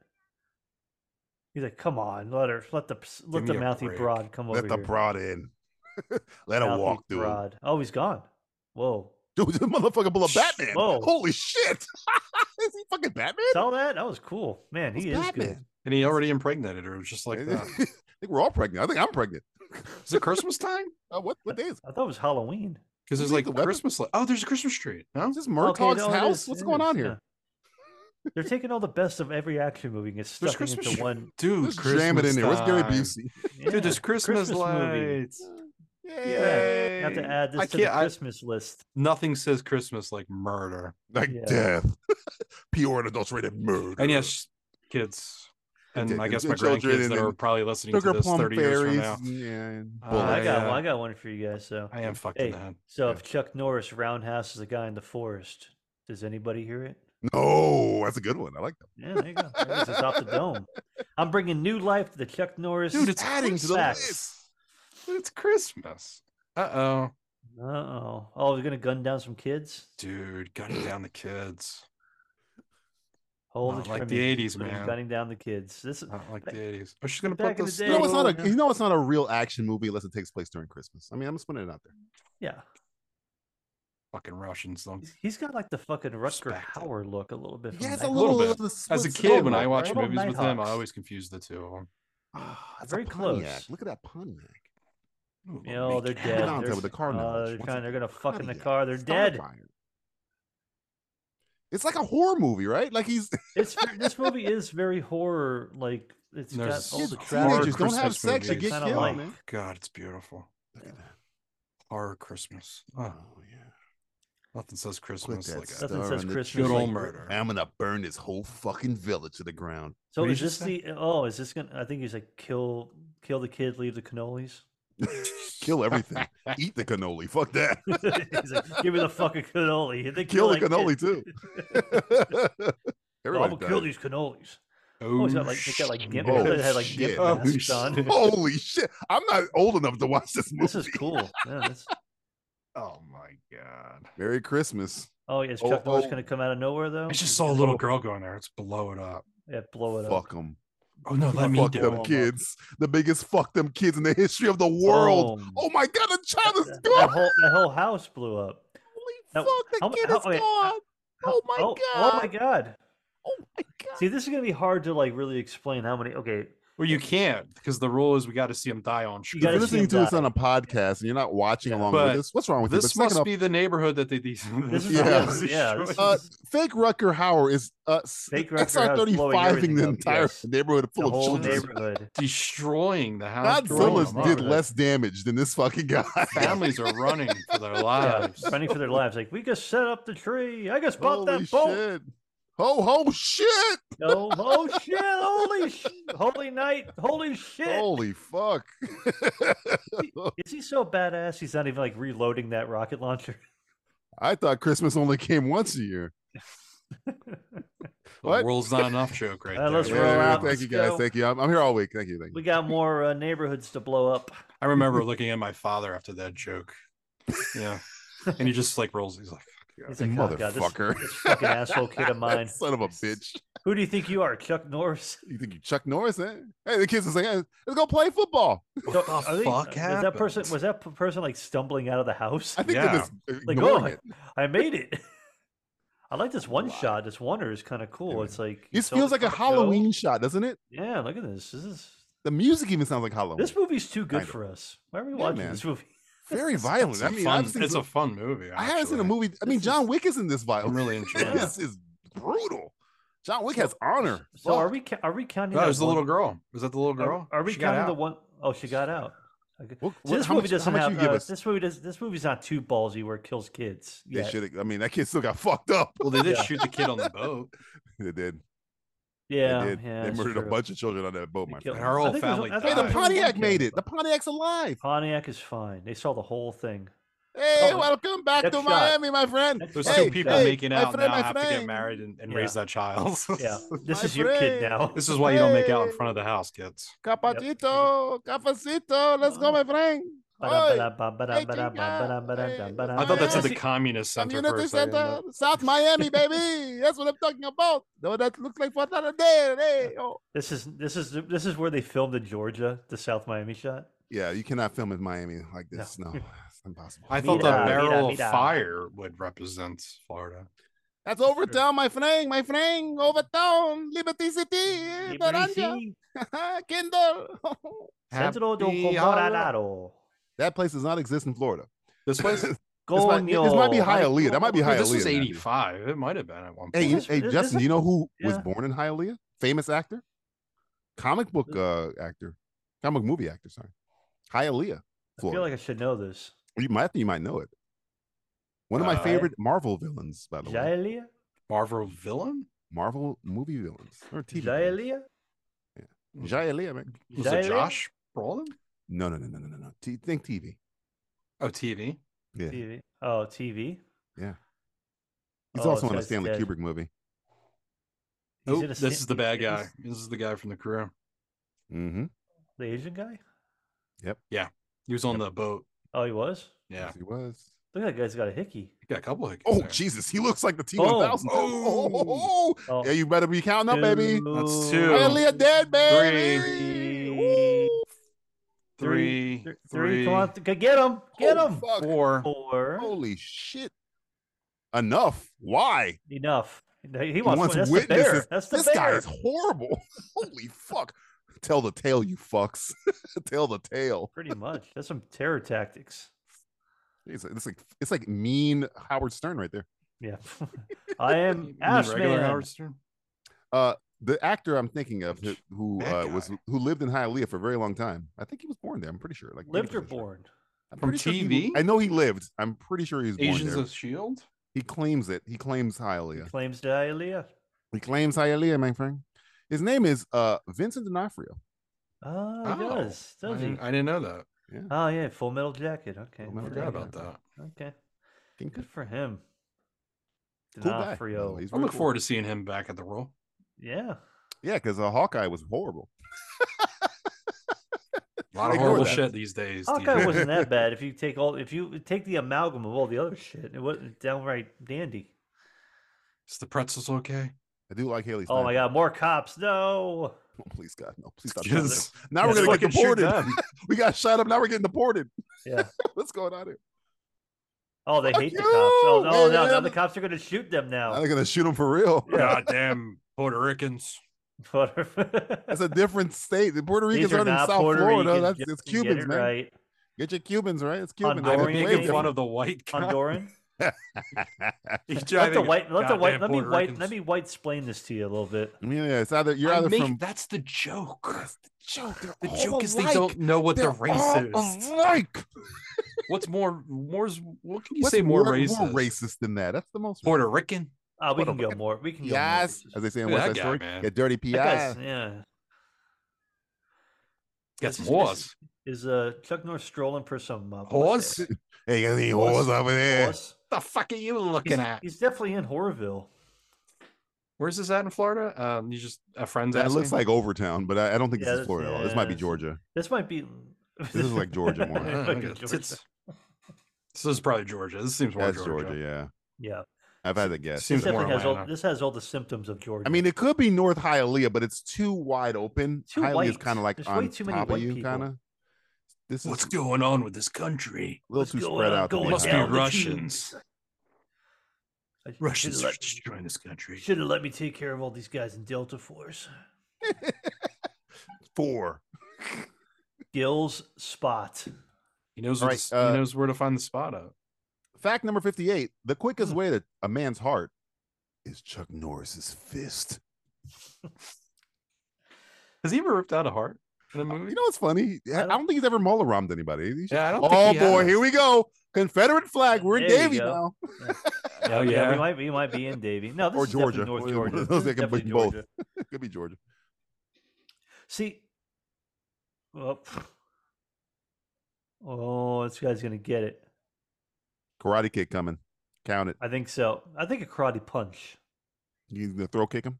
Speaker 8: He's like, come on, let her, let the ps- let
Speaker 7: me
Speaker 8: the
Speaker 7: a
Speaker 8: mouthy
Speaker 7: break.
Speaker 8: broad come over
Speaker 6: Let the
Speaker 8: here.
Speaker 6: broad in. Let her
Speaker 8: Mouthy
Speaker 6: walk, dude.
Speaker 8: broad. Oh, he's gone. Whoa,
Speaker 6: Dude, this motherfucker pull a Batman.
Speaker 8: Whoa.
Speaker 6: Holy shit! Is he fucking Batman?
Speaker 8: saw that? That was cool, man. He
Speaker 6: That's
Speaker 8: is
Speaker 6: Batman.
Speaker 8: good.
Speaker 7: And he already impregnated her. It was just like
Speaker 6: I
Speaker 7: that.
Speaker 6: think we're all pregnant. I think I'm pregnant.
Speaker 7: Is it Christmas time?
Speaker 6: Uh, what what day is it?
Speaker 8: I thought it was Halloween.
Speaker 7: Because there's
Speaker 6: Leave
Speaker 7: like
Speaker 6: the
Speaker 7: a
Speaker 6: weapon.
Speaker 7: Christmas. Li- oh, there's a Christmas tree. No,
Speaker 6: Is this
Speaker 8: Okay,
Speaker 6: Murtaugh's
Speaker 8: no, it
Speaker 6: house?
Speaker 8: is,
Speaker 6: What's
Speaker 8: it
Speaker 6: going on
Speaker 8: is,
Speaker 6: here?
Speaker 8: yeah. They're taking all the best of every action movie and it's
Speaker 7: there's
Speaker 8: stuffing
Speaker 7: Christmas
Speaker 8: into
Speaker 7: tree.
Speaker 8: one.
Speaker 7: Dude,
Speaker 6: Let's
Speaker 7: Christmas
Speaker 6: jam it in there. Where's Gary
Speaker 7: time.
Speaker 6: Busey?
Speaker 8: Yeah,
Speaker 7: Dude, there's Christmas,
Speaker 8: movie.
Speaker 7: lights.
Speaker 6: Yay!
Speaker 8: Yeah, you have to add this
Speaker 7: I
Speaker 8: to the
Speaker 7: can't- I-
Speaker 8: Christmas list.
Speaker 7: Nothing says Christmas like murder.
Speaker 6: Like
Speaker 8: Yeah.
Speaker 6: death, pure and adulterated murder.
Speaker 7: And yes, kids, and
Speaker 6: Okay,
Speaker 7: I
Speaker 6: and-
Speaker 7: guess
Speaker 6: and
Speaker 7: my
Speaker 6: children,
Speaker 7: grandkids
Speaker 6: and
Speaker 7: that are
Speaker 6: then
Speaker 7: probably listening to
Speaker 6: sugar
Speaker 7: this
Speaker 6: plum
Speaker 7: 30 years from
Speaker 6: fairies.
Speaker 7: now.
Speaker 6: Yeah, and
Speaker 7: Uh,
Speaker 8: Oh, I
Speaker 6: bullets.
Speaker 8: got
Speaker 7: yeah.
Speaker 8: one. I got one for you guys. So,
Speaker 7: I am fucked in
Speaker 8: hey,
Speaker 7: the head.
Speaker 8: so
Speaker 7: yeah.
Speaker 8: if Chuck Norris roundhouses the guy in the forest, does anybody hear it?
Speaker 6: no, that's a good one. I like that.
Speaker 8: Yeah, there you go. There it is. It's off the dome. I'm bringing new life to the Chuck Norris.
Speaker 7: Dude, it's
Speaker 6: adding to the
Speaker 8: facts.
Speaker 6: list.
Speaker 7: It's Christmas. Uh oh,
Speaker 8: Uh oh. Oh, they're gonna gun down some kids.
Speaker 7: dude, gunning down the kids.
Speaker 8: All the
Speaker 7: Not like the
Speaker 8: trimmings,
Speaker 7: 80s,
Speaker 8: including
Speaker 7: man.
Speaker 8: Gunning down the kids. This is
Speaker 7: Not like the
Speaker 8: Back-
Speaker 7: 80s. Oh, she's gonna
Speaker 8: back
Speaker 7: put
Speaker 8: in
Speaker 7: the
Speaker 8: the day-
Speaker 6: You know, it's not
Speaker 8: Yeah.
Speaker 6: a you know it's not a real action movie unless it takes place during Christmas. I mean, I'm just putting it out there.
Speaker 8: yeah.
Speaker 7: fucking Russians. Don't
Speaker 8: He's- He's got like the fucking Rutger
Speaker 7: Respect it.
Speaker 8: Hauer look a little bit. from
Speaker 6: Yeah, it's a
Speaker 8: Night-
Speaker 7: little
Speaker 6: little,
Speaker 7: bit.
Speaker 6: of the
Speaker 7: As a
Speaker 6: Swiss
Speaker 7: kid, when
Speaker 6: Army
Speaker 7: I
Speaker 6: knife,
Speaker 7: watch
Speaker 8: Little
Speaker 7: movies with him, I
Speaker 8: Nighthawks.
Speaker 7: always confuse the two of them.
Speaker 6: Ah, it's
Speaker 8: Very
Speaker 6: a Pontiac.
Speaker 8: close.
Speaker 6: Look at that Pontiac.
Speaker 7: Ooh,
Speaker 8: You know, they're
Speaker 7: make it
Speaker 8: dead.
Speaker 6: Down
Speaker 7: happen.
Speaker 6: there
Speaker 8: They're,
Speaker 6: with the car
Speaker 8: uh,
Speaker 6: knowledge.
Speaker 8: they're
Speaker 6: What's
Speaker 8: kinda-
Speaker 6: it
Speaker 8: they're gonna
Speaker 6: called?
Speaker 8: fuck in the
Speaker 6: Pontiac.
Speaker 8: car, they're
Speaker 6: Starfire.
Speaker 8: dead.
Speaker 6: It's like a horror movie, right? Like he's
Speaker 8: It's ver- this movie is very horror like. It's
Speaker 7: There's
Speaker 8: got
Speaker 7: so
Speaker 8: all the
Speaker 7: much
Speaker 8: crowd.
Speaker 6: teenagers don't have
Speaker 7: Christmas
Speaker 6: sex, you
Speaker 7: movies.
Speaker 6: get
Speaker 8: Kinda
Speaker 6: killed,
Speaker 8: like-
Speaker 6: man.
Speaker 7: God, it's beautiful.
Speaker 6: Look at that.
Speaker 7: Horror Christmas.
Speaker 6: Oh
Speaker 7: Oh,
Speaker 6: yeah.
Speaker 7: nothing says
Speaker 6: Quit
Speaker 7: Christmas
Speaker 6: that
Speaker 7: like
Speaker 8: stuff.
Speaker 7: a
Speaker 8: Nothing
Speaker 6: star
Speaker 8: says
Speaker 6: on the
Speaker 8: Christmas
Speaker 6: tree.
Speaker 7: Good old murder.
Speaker 6: I'm gonna burn this whole fucking village to the ground.
Speaker 8: So
Speaker 7: What did
Speaker 8: is
Speaker 7: you
Speaker 8: this
Speaker 7: just
Speaker 8: the? Oh, is this gonna? I think he's like kill, kill the kid, leave the cannolis.
Speaker 6: Kill everything. Eat the cannoli. Fuck that.
Speaker 8: he's like, give me the fucking cannoli. And they
Speaker 6: Kill the
Speaker 8: that
Speaker 6: cannoli
Speaker 8: kid.
Speaker 6: too.
Speaker 8: I'm
Speaker 6: Everybody
Speaker 8: gonna kill
Speaker 6: dies.
Speaker 8: these cannolis.
Speaker 7: Oh,
Speaker 8: Oh, he's got like, he's got like,
Speaker 7: shit.
Speaker 8: gimp,
Speaker 6: Oh,
Speaker 8: they had like
Speaker 6: shit.
Speaker 8: gimp
Speaker 7: Oh,
Speaker 8: masks on.
Speaker 7: shit.
Speaker 6: Holy shit! I'm not old enough to watch this movie.
Speaker 8: This is cool. Yeah, this,
Speaker 7: Oh my god!
Speaker 6: Merry Christmas.
Speaker 8: oh, yeah, is
Speaker 6: Oh,
Speaker 8: Chuck Norris
Speaker 6: oh.
Speaker 8: gonna come out of nowhere though?
Speaker 7: I just saw a little girl going there. Let's blow it up.
Speaker 8: Yeah, blow it up.
Speaker 6: Fuck them.
Speaker 7: Oh no, let me
Speaker 6: fuck
Speaker 7: do
Speaker 6: them
Speaker 7: it.
Speaker 6: kids. The biggest fuck them kids in the history of the world.
Speaker 8: Boom.
Speaker 6: Oh my god, the child
Speaker 8: That,
Speaker 6: is
Speaker 8: that- that
Speaker 6: gone.
Speaker 8: whole, that whole house blew up.
Speaker 6: Holy
Speaker 8: that-
Speaker 6: fuck, the
Speaker 8: how mu-
Speaker 6: kid
Speaker 8: how-
Speaker 6: is
Speaker 8: wait,
Speaker 6: gone.
Speaker 8: How-
Speaker 6: Oh my
Speaker 8: Oh my
Speaker 6: God.
Speaker 8: god!
Speaker 6: Oh my god.
Speaker 8: See, this is gonna be hard to like really explain how many. Okay,
Speaker 7: Well, you can't because the rule is we got to see him die on
Speaker 8: You
Speaker 7: screen.
Speaker 6: If you're
Speaker 8: gotta see
Speaker 6: listening
Speaker 8: him
Speaker 6: to us
Speaker 8: die.
Speaker 6: on a podcast and you're not watching
Speaker 8: Yeah.
Speaker 6: along
Speaker 7: But
Speaker 6: with us, what's wrong with
Speaker 7: this
Speaker 6: you? But
Speaker 7: must
Speaker 6: second off,
Speaker 7: be the neighborhood that they. These,
Speaker 8: this is
Speaker 6: Yeah.
Speaker 8: yeah, yeah. This is,
Speaker 6: Uh, fake Rucker Hauer is uh, s-
Speaker 8: Fake Rucker Hauer's blowing
Speaker 6: SR35ing
Speaker 8: everything
Speaker 6: the
Speaker 8: up,
Speaker 6: entire
Speaker 8: yes.
Speaker 6: neighborhood full
Speaker 8: the
Speaker 6: of
Speaker 8: whole
Speaker 6: children.
Speaker 8: neighborhood.
Speaker 7: destroying the house. blowing
Speaker 6: Godzilla's
Speaker 7: them up.
Speaker 6: did less damage than this fucking guy.
Speaker 7: Families are running for their
Speaker 8: Yeah,
Speaker 7: lives.
Speaker 8: running for their lives. Like we just set up the tree. I just bought
Speaker 6: Holy
Speaker 8: that boat.
Speaker 6: shit. Ho ho shit.
Speaker 8: No, oh shit! Holy sh- holy night! Holy shit!
Speaker 6: Holy fuck.
Speaker 8: Is he so badass? He's not even like reloading that rocket launcher.
Speaker 6: I thought Christmas only came once a year.
Speaker 7: The
Speaker 6: What?
Speaker 7: world's not enough joke right
Speaker 8: Uh,
Speaker 7: there.
Speaker 8: let's
Speaker 6: Yeah,
Speaker 8: roll out.
Speaker 6: Thank
Speaker 8: let's
Speaker 6: you guys.
Speaker 8: go.
Speaker 6: Thank you. I'm, I'm here all week. Thank you. Thank
Speaker 8: We
Speaker 6: you.
Speaker 8: got more uh, neighborhoods to blow up.
Speaker 7: I remember looking at my father after that joke. Yeah. And he just like rolls. He's like,
Speaker 8: He's
Speaker 7: Fuck
Speaker 8: like, "Oh, God, this-
Speaker 6: Motherfucker.
Speaker 8: this fucking asshole kid of mine.
Speaker 6: That son of a bitch.
Speaker 8: Who do you think you are, Chuck Norris?
Speaker 6: You think you Chuck Norris? Eh? Hey, the kids are saying, hey, let's go play football.
Speaker 7: yeah.
Speaker 8: So,
Speaker 7: What
Speaker 8: are
Speaker 7: the
Speaker 8: they-
Speaker 7: fuck
Speaker 8: is
Speaker 7: happened?
Speaker 8: that person was that p- person like stumbling out of the house?
Speaker 6: I think
Speaker 7: Yeah.
Speaker 6: they're just
Speaker 8: Like,
Speaker 6: ignoring
Speaker 8: oh,
Speaker 6: it.
Speaker 8: I made it. I like this one shot. This oneer is kind of cool.
Speaker 6: man.
Speaker 8: It's like you
Speaker 6: It
Speaker 8: told
Speaker 6: feels
Speaker 8: the
Speaker 6: like a
Speaker 8: car to go.
Speaker 6: Halloween shot, doesn't it?
Speaker 8: Yeah, look at this. This is
Speaker 6: The music even sounds like Halloween.
Speaker 8: this movie's too good
Speaker 6: Kind of.
Speaker 8: for us. Why are we
Speaker 6: Oh. Yeah,
Speaker 8: watching
Speaker 6: man.
Speaker 8: this movie?
Speaker 6: Very violent.
Speaker 7: It's a
Speaker 6: I mean,
Speaker 7: fun-
Speaker 6: I've seen
Speaker 7: it's
Speaker 6: some-
Speaker 7: a fun movie.
Speaker 6: I haven't seen a
Speaker 7: actually.
Speaker 6: movie. I mean,
Speaker 8: This
Speaker 6: John
Speaker 8: is-
Speaker 6: Wick isn't this
Speaker 7: I'm
Speaker 6: violent.
Speaker 7: really enjoying it.
Speaker 8: Yeah.
Speaker 6: this is brutal. John Wick has honor.
Speaker 8: So are
Speaker 6: Fuck.
Speaker 8: we ca- are we counting?
Speaker 7: That
Speaker 8: that
Speaker 7: was the
Speaker 8: one-
Speaker 7: little girl. Was that the little
Speaker 8: are-
Speaker 7: girl?
Speaker 8: Are, we
Speaker 7: She got
Speaker 8: counting the
Speaker 7: out.
Speaker 8: one oh she got out. Okay.
Speaker 6: What-
Speaker 8: So
Speaker 6: what-
Speaker 8: this
Speaker 6: how
Speaker 8: movie
Speaker 6: much-
Speaker 8: doesn't
Speaker 6: how much
Speaker 8: have
Speaker 6: you give
Speaker 8: uh,
Speaker 6: us?
Speaker 8: this movie does this movie's not too ballsy where it kills kids.
Speaker 6: They
Speaker 8: yet.
Speaker 6: should. I mean, that kid still got fucked up.
Speaker 7: Well, they did
Speaker 8: Yeah.
Speaker 7: shoot the kid on the boat.
Speaker 6: they did.
Speaker 8: Yeah,
Speaker 6: they did.
Speaker 8: yeah.
Speaker 6: they
Speaker 8: it's
Speaker 6: murdered a
Speaker 8: true.
Speaker 6: bunch of children on that boat,
Speaker 8: They
Speaker 6: my
Speaker 8: killed-
Speaker 6: friend.
Speaker 7: And her
Speaker 8: I
Speaker 7: whole
Speaker 8: think it was-
Speaker 7: family
Speaker 8: I think
Speaker 6: Hey,
Speaker 8: it
Speaker 6: the
Speaker 8: was
Speaker 7: died.
Speaker 8: only one
Speaker 6: Pontiac
Speaker 8: kid,
Speaker 6: made it. The
Speaker 8: but-
Speaker 6: Pontiac's alive.
Speaker 8: Pontiac is fine. They saw the whole thing.
Speaker 6: Hey,
Speaker 8: Oh,
Speaker 6: welcome back to
Speaker 8: next shot.
Speaker 6: Miami, my friend.
Speaker 8: Next
Speaker 7: Those
Speaker 8: shot.
Speaker 6: Hey,
Speaker 7: two people
Speaker 6: hey,
Speaker 7: making
Speaker 6: my
Speaker 7: out
Speaker 6: friend,
Speaker 7: now
Speaker 6: my
Speaker 7: have to
Speaker 6: friend.
Speaker 7: get married and, and raise
Speaker 8: Yeah.
Speaker 7: that child.
Speaker 8: Yeah, this
Speaker 6: My
Speaker 8: is your kid now.
Speaker 7: This is why you don't make out in front of the house, kids.
Speaker 6: Capacito, capacito. Let's go, my friend. Oi, hey,
Speaker 8: Ba-da-ba-da-ba-da-ba-da-ba-da-ba-da-ba-da.
Speaker 7: I thought that's at
Speaker 6: Yeah,
Speaker 7: the
Speaker 6: she-
Speaker 7: communist center
Speaker 6: community
Speaker 7: first. I didn't
Speaker 6: center,
Speaker 7: know.
Speaker 6: South Miami, baby. That's what I'm talking about. The one that looks like for another day. Hey, oh.
Speaker 8: This is this is this is where they filmed in Georgia, the South Miami shot.
Speaker 6: Yeah, you cannot film in Miami like
Speaker 8: No.
Speaker 6: this. No, it's impossible.
Speaker 7: I thought the
Speaker 8: Mira,
Speaker 7: barrel
Speaker 8: mira,
Speaker 7: of
Speaker 8: mira.
Speaker 7: fire would represent Florida.
Speaker 6: That's Overtown, my friend, my friend, Overtown, Liberty City, eh, Naranja,
Speaker 8: Ibrisi,
Speaker 6: Kendall.
Speaker 8: Centro do
Speaker 7: Happy
Speaker 8: Comorararo.
Speaker 6: That place does not exist in Florida.
Speaker 7: This was
Speaker 6: This might, this might be
Speaker 8: Coño,
Speaker 6: Hialeah. That might be
Speaker 8: Michael.
Speaker 6: Hialeah.
Speaker 7: this was
Speaker 6: Matthew.
Speaker 7: '85. It might have been at one
Speaker 6: Hey,
Speaker 7: point.
Speaker 6: you-
Speaker 8: This-
Speaker 6: hey,
Speaker 8: this-
Speaker 6: Justin,
Speaker 8: this-
Speaker 6: you know who was
Speaker 8: yeah.
Speaker 6: born in Hialeah? Famous actor, comic book uh, actor, comic movie actor. Sorry, Hialeah.
Speaker 8: I
Speaker 6: Florida.
Speaker 8: feel like I should know this.
Speaker 6: you might, I think you might know it. One of my
Speaker 7: Uh,
Speaker 6: favorite Marvel villains, by the way.
Speaker 8: Jaelia?
Speaker 7: Marvel villain?
Speaker 6: Marvel movie villains or TV. villains.
Speaker 8: Jaelia?
Speaker 6: Jaelia, man.
Speaker 7: Was
Speaker 8: Jaelia?
Speaker 7: it Josh Brolin?
Speaker 6: No, no, no, no, no, no, no. T- think TV.
Speaker 7: Oh, TV.
Speaker 6: Yeah,
Speaker 8: TV. Oh, TV.
Speaker 6: he's
Speaker 8: Oh,
Speaker 6: also
Speaker 8: so
Speaker 6: in a
Speaker 8: it's
Speaker 6: Stanley
Speaker 8: dead.
Speaker 6: Kubrick movie.
Speaker 8: He's
Speaker 7: Oh,
Speaker 8: in a
Speaker 7: this
Speaker 8: sta-
Speaker 7: is the bad
Speaker 8: he's in a
Speaker 7: guy.
Speaker 8: s-
Speaker 7: This is the guy from the crew.
Speaker 6: Mm-hmm.
Speaker 8: The Asian guy?
Speaker 7: He was on the boat.
Speaker 8: Oh, he was?
Speaker 7: Yeah.
Speaker 6: Yes, he was.
Speaker 8: Look at that guy's got a hickey.
Speaker 7: You got a couple of
Speaker 6: Oh
Speaker 7: there.
Speaker 6: Jesus, he looks like the T
Speaker 8: Oh.
Speaker 6: one thousand. Oh,
Speaker 8: Oh,
Speaker 6: yeah, you better be counting up, baby.
Speaker 7: That's
Speaker 8: two,
Speaker 7: two.
Speaker 6: Finally a dead baby.
Speaker 7: Three.
Speaker 6: Woo.
Speaker 7: Three,
Speaker 8: th-
Speaker 7: three,
Speaker 8: Come on, th- get him, get
Speaker 6: Oh,
Speaker 8: him.
Speaker 6: fuck.
Speaker 7: four.
Speaker 8: Four.
Speaker 6: Holy shit! Enough. Why?
Speaker 8: Enough. He
Speaker 6: He
Speaker 8: wants,
Speaker 6: wants
Speaker 8: that's the
Speaker 6: witnesses.
Speaker 8: bear. That's the
Speaker 6: This
Speaker 8: bear.
Speaker 6: guy is horrible. Holy fuck! Tell the tale, you fucks. Tell the tale.
Speaker 8: Pretty much. That's some terror tactics.
Speaker 6: It's, it's like it's like mean Howard Stern right there.
Speaker 8: Yeah. I
Speaker 7: You
Speaker 8: am
Speaker 7: mean regular
Speaker 8: Ashman.
Speaker 7: Howard Stern?
Speaker 6: Uh, the actor I'm thinking of who, who
Speaker 7: That
Speaker 6: uh, was
Speaker 7: guy.
Speaker 6: who lived in Hialeah for a very long time. I think he was born there. I'm pretty sure. Like
Speaker 8: Lived or
Speaker 6: 80% sure.
Speaker 8: born?
Speaker 6: I'm
Speaker 7: From
Speaker 6: pretty sure he-
Speaker 7: TV?
Speaker 6: I know he lived. I'm pretty sure he was born
Speaker 7: Agents
Speaker 6: there.
Speaker 7: of Shield.
Speaker 6: He claims it. He claims Hialeah.
Speaker 8: Claims to Hialeah.
Speaker 6: He claims Hialeah, my friend. His name is uh Vincent D'Onofrio.
Speaker 8: Oh, he
Speaker 7: Oh,
Speaker 8: does.
Speaker 7: I
Speaker 8: Does he?
Speaker 7: didn't, I didn't know that.
Speaker 8: Oh yeah, Full Metal Jacket. Okay,
Speaker 6: Full Metal
Speaker 8: for
Speaker 7: Forgot
Speaker 8: him.
Speaker 6: Jacket.
Speaker 7: about that.
Speaker 8: Okay,
Speaker 6: King-
Speaker 8: good for him.
Speaker 6: Cool guy. by the
Speaker 8: D'Onofrio.
Speaker 6: way. He's
Speaker 7: I
Speaker 6: really
Speaker 7: look
Speaker 6: cool.
Speaker 7: forward to seeing him back at the role.
Speaker 8: yeah,
Speaker 6: Yeah, because uh, Hawkeye was horrible.
Speaker 7: A lot of
Speaker 6: Ignore
Speaker 7: horrible
Speaker 6: that.
Speaker 7: shit these days. dude.
Speaker 8: Hawkeye wasn't that bad. If you take all, if you take the amalgam of all the other shit, it wasn't downright dandy.
Speaker 7: Is the pretzels okay?
Speaker 6: I do like Haley.
Speaker 8: Oh my
Speaker 6: Steinfeld.
Speaker 8: god, more cops! No,
Speaker 6: Oh, please God, no! Please stop. doing this.
Speaker 7: Just-
Speaker 6: Now we're
Speaker 7: just
Speaker 6: gonna get
Speaker 7: fucking shoot
Speaker 6: deported.
Speaker 7: them.
Speaker 6: We got shot up. Now we're getting deported.
Speaker 8: Yeah.
Speaker 6: what's going on here?
Speaker 8: oh they
Speaker 6: Fuck
Speaker 8: hate the cops. Oh
Speaker 6: you,
Speaker 8: no, no, now
Speaker 6: man.
Speaker 8: the cops are gonna shoot them
Speaker 6: Now
Speaker 8: now.
Speaker 6: they're gonna shoot him for real.
Speaker 7: Goddamn Puerto Ricans.
Speaker 6: That's a different state. The Puerto Ricans
Speaker 8: These are
Speaker 6: aren't in
Speaker 8: not
Speaker 6: South
Speaker 8: Puerto
Speaker 6: Florida.
Speaker 8: Ricans.
Speaker 6: That's
Speaker 8: Jeff,
Speaker 6: it's
Speaker 8: you get
Speaker 6: Cubans,
Speaker 8: it
Speaker 6: man.
Speaker 8: Right,
Speaker 6: Get your Cubans right. It's Cubans.
Speaker 8: Honduras.
Speaker 7: I'm
Speaker 8: Honduran
Speaker 7: making
Speaker 8: game.
Speaker 7: fun of the white guy.
Speaker 8: Honduran.
Speaker 7: He's
Speaker 8: Let the
Speaker 7: driving a
Speaker 8: white, let the
Speaker 7: goddamn
Speaker 8: white, let me
Speaker 7: Puerto
Speaker 8: white,
Speaker 7: Ricans.
Speaker 8: let me white explain this to you a little bit.
Speaker 6: yeah, yeah, it's either you're
Speaker 7: I
Speaker 6: either
Speaker 7: make-
Speaker 6: from
Speaker 7: That's the joke.
Speaker 6: joke. they're
Speaker 7: The
Speaker 6: all
Speaker 7: joke is they
Speaker 6: alike.
Speaker 7: don't know what they're,
Speaker 6: They're all
Speaker 7: racist.
Speaker 6: alike.
Speaker 7: What's more, more's what can you
Speaker 6: What's
Speaker 7: say? More,
Speaker 6: more
Speaker 7: racist?
Speaker 6: more racist than that? That's the most
Speaker 7: Puerto Rican.
Speaker 8: Ah, we
Speaker 6: What a
Speaker 8: can go
Speaker 6: fucking
Speaker 8: more. We can go more.
Speaker 6: Yes, as they say in
Speaker 7: Look
Speaker 6: West Side
Speaker 7: at that guy,
Speaker 6: Story,
Speaker 7: man.
Speaker 6: get dirty
Speaker 8: That guy's-
Speaker 6: PI.
Speaker 8: yeah.
Speaker 7: Got some
Speaker 8: This is-
Speaker 7: horse.
Speaker 8: Is uh Chuck Norris strolling for some uh,
Speaker 7: Horse?
Speaker 8: pussy?
Speaker 6: Hey, you got any whores over there?
Speaker 8: Horse?
Speaker 7: The fuck are you looking
Speaker 8: He's,
Speaker 7: at?
Speaker 8: he's definitely in Horrorville.
Speaker 7: Where's this at in Florida? Um, you just a friend's.
Speaker 6: That
Speaker 7: asked
Speaker 6: looks
Speaker 7: me?
Speaker 6: like Overtown, but I, I don't think this is
Speaker 8: Yeah, that's-
Speaker 6: Florida at all. This might be
Speaker 8: yeah.
Speaker 6: Georgia.
Speaker 8: This might be. This
Speaker 6: is like Georgia more.
Speaker 7: Uh, look at it. It's- This is probably Georgia. This seems more
Speaker 6: That's
Speaker 7: Georgia.
Speaker 6: Georgia. yeah.
Speaker 8: Yeah,
Speaker 6: I've had to guess.
Speaker 8: this
Speaker 7: Seems more
Speaker 8: definitely has all.
Speaker 7: Atlanta.
Speaker 8: This has all the symptoms of Georgia.
Speaker 6: I mean, it could be North Hialeah, but it's too wide open.
Speaker 8: Too
Speaker 6: Hialeah is
Speaker 8: white.
Speaker 6: kind of like
Speaker 8: There's way
Speaker 6: on
Speaker 8: too many
Speaker 6: top of
Speaker 8: white
Speaker 6: you,
Speaker 8: people.
Speaker 6: kind of. This is
Speaker 7: What's going on with this country?
Speaker 6: a little
Speaker 8: what's
Speaker 6: too
Speaker 8: going
Speaker 6: spread
Speaker 8: on?
Speaker 6: out. to
Speaker 8: Going
Speaker 6: be
Speaker 7: Must be
Speaker 8: down the
Speaker 6: Hialeah.
Speaker 7: Russians.
Speaker 8: I should've
Speaker 7: Russians are
Speaker 8: let-
Speaker 7: destroying this country.
Speaker 8: Should have let me take care of all these guys in Delta Force.
Speaker 6: Four.
Speaker 8: Gill's spot.
Speaker 7: He knows.
Speaker 6: All
Speaker 7: where
Speaker 6: right,
Speaker 7: to s-
Speaker 6: uh,
Speaker 7: he knows where to find the spot at.
Speaker 6: Fact number 58 the
Speaker 8: Hmm.
Speaker 6: quickest way to a man's heart is Chuck Norris's fist.
Speaker 7: Has he ever ripped out a heart in a
Speaker 8: Hmm.
Speaker 7: movie?
Speaker 6: You know what's funny? I I
Speaker 8: don't-
Speaker 6: don't think he's ever molaromed anybody. He's-
Speaker 7: yeah, I don't.
Speaker 6: oh
Speaker 7: think he
Speaker 6: boy,
Speaker 7: has.
Speaker 6: here we go. Confederate flag. We're in
Speaker 8: There you
Speaker 6: Davie
Speaker 8: go.
Speaker 6: now.
Speaker 7: Oh
Speaker 8: yeah,
Speaker 7: yeah.
Speaker 8: we might, we might be in Davie. No, this
Speaker 6: Or
Speaker 8: is definitely
Speaker 6: Georgia.
Speaker 8: North
Speaker 6: One of
Speaker 8: Georgia.
Speaker 6: those
Speaker 8: This is
Speaker 6: that can be
Speaker 8: definitely
Speaker 6: both.
Speaker 8: Georgia.
Speaker 6: Could be Georgia.
Speaker 8: See, well, oh, this guy's gonna get it.
Speaker 6: Karate kick coming. Count it.
Speaker 8: I think so. I think a karate punch.
Speaker 6: You gonna throw kick him?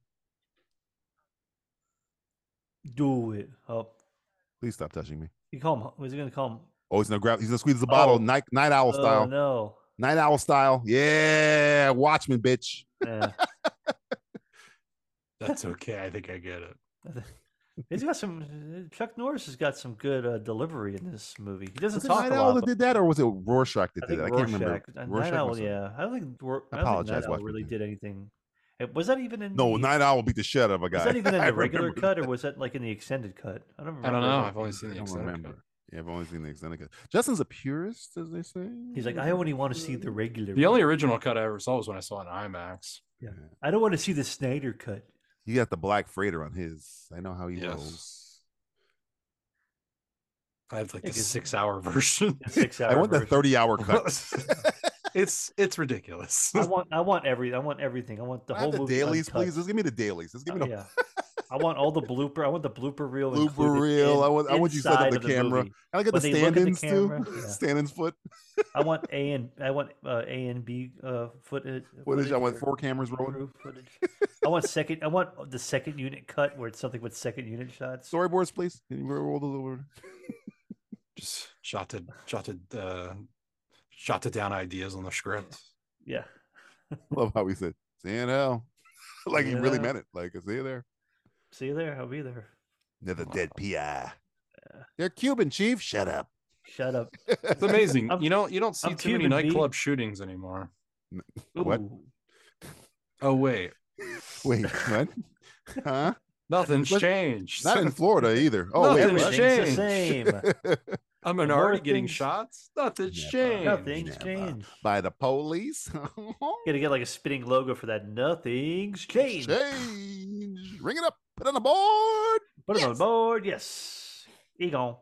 Speaker 8: Do it. Oh,
Speaker 6: Please stop touching me.
Speaker 8: you call him. Was he gonna call him?
Speaker 6: Oh, he's gonna grab. He's gonna squeeze the bottle.
Speaker 8: Oh.
Speaker 6: Night, night owl
Speaker 8: Oh
Speaker 6: style.
Speaker 8: no.
Speaker 6: Night owl style. Yeah, Watchman, bitch.
Speaker 8: Yeah.
Speaker 7: That's okay. I think I get it.
Speaker 8: He's got some. Chuck Norris has got some good uh, delivery in this movie. He doesn't
Speaker 6: Was it
Speaker 8: talk
Speaker 6: Night
Speaker 8: a
Speaker 6: Owl
Speaker 8: lot.
Speaker 6: that
Speaker 8: but
Speaker 6: did that, or was it Rorschach that
Speaker 8: I
Speaker 6: did
Speaker 8: think
Speaker 6: it? I can't remember.
Speaker 8: Rorschach. uh, Night
Speaker 6: Rorschach
Speaker 8: Owl,
Speaker 6: was it?
Speaker 8: yeah. I don't think. Ror- I,
Speaker 6: apologize,
Speaker 8: apologize. Think Night Owl
Speaker 6: Watchmen
Speaker 8: really
Speaker 6: fans.
Speaker 8: did anything. Uh, Was that even in?
Speaker 6: No,
Speaker 8: the,
Speaker 6: Night Owl beat the shit out of a guy.
Speaker 8: Was that even in
Speaker 6: Mm-hmm. I
Speaker 8: the regular
Speaker 6: remember.
Speaker 8: cut, or was that like in the extended cut? I don't. Remember.
Speaker 7: I don't know. I've only seen
Speaker 6: I
Speaker 7: the
Speaker 6: don't
Speaker 7: extended cut.
Speaker 6: remember. Yeah, I've only seen the extended cut. Justin's a purist, as they say.
Speaker 8: He's like, I only want to see the regular.
Speaker 7: The only
Speaker 8: one.
Speaker 7: original cut I ever saw was when I saw it in IMAX.
Speaker 8: I don't want to see the Snyder cut.
Speaker 6: You got the black freighter on his. I know how he
Speaker 7: Yes.
Speaker 6: rolls.
Speaker 7: I have like
Speaker 8: Yeah,
Speaker 7: the
Speaker 8: 'cause-
Speaker 7: six-hour version.
Speaker 8: The six hour.
Speaker 6: I want the
Speaker 8: version.
Speaker 6: thirty-hour cut.
Speaker 7: it's it's ridiculous.
Speaker 8: I want. I want every. I want everything. I want the
Speaker 6: I
Speaker 8: whole
Speaker 6: have the
Speaker 8: movie
Speaker 6: dailies,
Speaker 8: uncut.
Speaker 6: please. Just give me the dailies. Just give me
Speaker 8: Uh,
Speaker 6: the
Speaker 8: yeah. I want all the blooper. I want the blooper reel.
Speaker 6: Blooper
Speaker 8: included
Speaker 6: reel,
Speaker 8: in-
Speaker 6: I want- I want you to set up
Speaker 8: inside
Speaker 6: the
Speaker 8: of
Speaker 6: camera.
Speaker 8: movie.
Speaker 6: I get
Speaker 8: When
Speaker 6: the
Speaker 8: they look at the
Speaker 6: stand-ins
Speaker 8: camera,
Speaker 6: too.
Speaker 8: yeah.
Speaker 6: Stand-ins foot
Speaker 8: I want A and I want uh, A and B uh, footage.
Speaker 6: footage. I want
Speaker 8: or
Speaker 6: four cameras rolling.
Speaker 8: crew footage. I want second. I want the second unit cut where it's something with second unit shots.
Speaker 6: Storyboards, please. Can you roll those over?
Speaker 7: just shot to shot to uh, jotted down ideas on the script.
Speaker 8: Yeah.
Speaker 6: Love how he said, see you now. like he really
Speaker 8: Yeah.
Speaker 6: meant it. Like, see you there.
Speaker 8: See you there. I'll be there.
Speaker 6: Another
Speaker 7: Wow.
Speaker 6: dead PI.
Speaker 8: Yeah.
Speaker 6: They're Cuban, Chief. Shut up.
Speaker 8: Shut up.
Speaker 7: It's amazing.
Speaker 8: I'm-
Speaker 7: you know, you don't see
Speaker 8: I'm
Speaker 7: too many
Speaker 8: Cuban, B.
Speaker 7: nightclub shootings anymore.
Speaker 6: What?
Speaker 8: Ooh.
Speaker 7: Oh wait,
Speaker 6: Wait, what? Huh?
Speaker 7: nothing's
Speaker 6: Let's-
Speaker 7: changed.
Speaker 6: Not in Florida either. Oh, wait,
Speaker 7: Nothing's
Speaker 6: what?
Speaker 8: Everything's the same.
Speaker 7: A minority
Speaker 8: more
Speaker 7: getting
Speaker 8: things-
Speaker 7: shots. Nothing's
Speaker 6: Never.
Speaker 7: changed.
Speaker 8: Nothing's
Speaker 6: Never.
Speaker 8: changed. You
Speaker 6: By the police.
Speaker 8: gotta get like a spinning logo for that. Nothing's changed.
Speaker 6: Change. Ring it up. Put it on the board.
Speaker 8: Put him on board. Yes. Egon.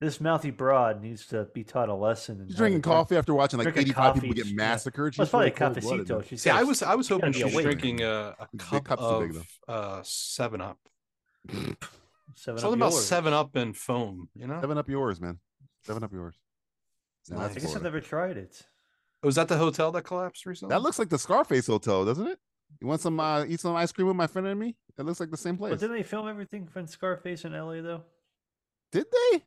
Speaker 8: This mouthy broad needs to be taught a lesson. in
Speaker 6: She's
Speaker 8: how to
Speaker 6: drinking
Speaker 8: drink-
Speaker 6: coffee after watching like
Speaker 8: drinking
Speaker 6: 85 people
Speaker 8: coffee,
Speaker 6: get
Speaker 8: yeah.
Speaker 6: massacred.
Speaker 8: Well, it's
Speaker 6: She's
Speaker 8: probably a
Speaker 6: really cold-blooded.
Speaker 8: cafecito. She's
Speaker 7: See,
Speaker 8: got-
Speaker 7: I was I was
Speaker 8: gotta
Speaker 7: hoping
Speaker 8: be
Speaker 7: she was
Speaker 8: awake.
Speaker 7: drinking a, a
Speaker 6: The
Speaker 7: cup
Speaker 6: cup's too big,
Speaker 7: of uh, Seven Up.
Speaker 8: seven
Speaker 7: Something
Speaker 8: up
Speaker 7: about
Speaker 8: yours.
Speaker 7: Seven Up and foam. You know,
Speaker 6: Seven up yours, man. Seven up yours.
Speaker 7: It's
Speaker 6: Now
Speaker 7: nice.
Speaker 6: that's
Speaker 8: I guess I've
Speaker 6: Florida.
Speaker 8: never tried it.
Speaker 7: was Oh, that the hotel that collapsed recently?
Speaker 6: That looks like the Scarface Hotel, doesn't it? You want some uh, eat some ice cream with my friend and me? That looks like the same place.
Speaker 8: But didn't they film everything from Scarface in LA though?
Speaker 6: Did they?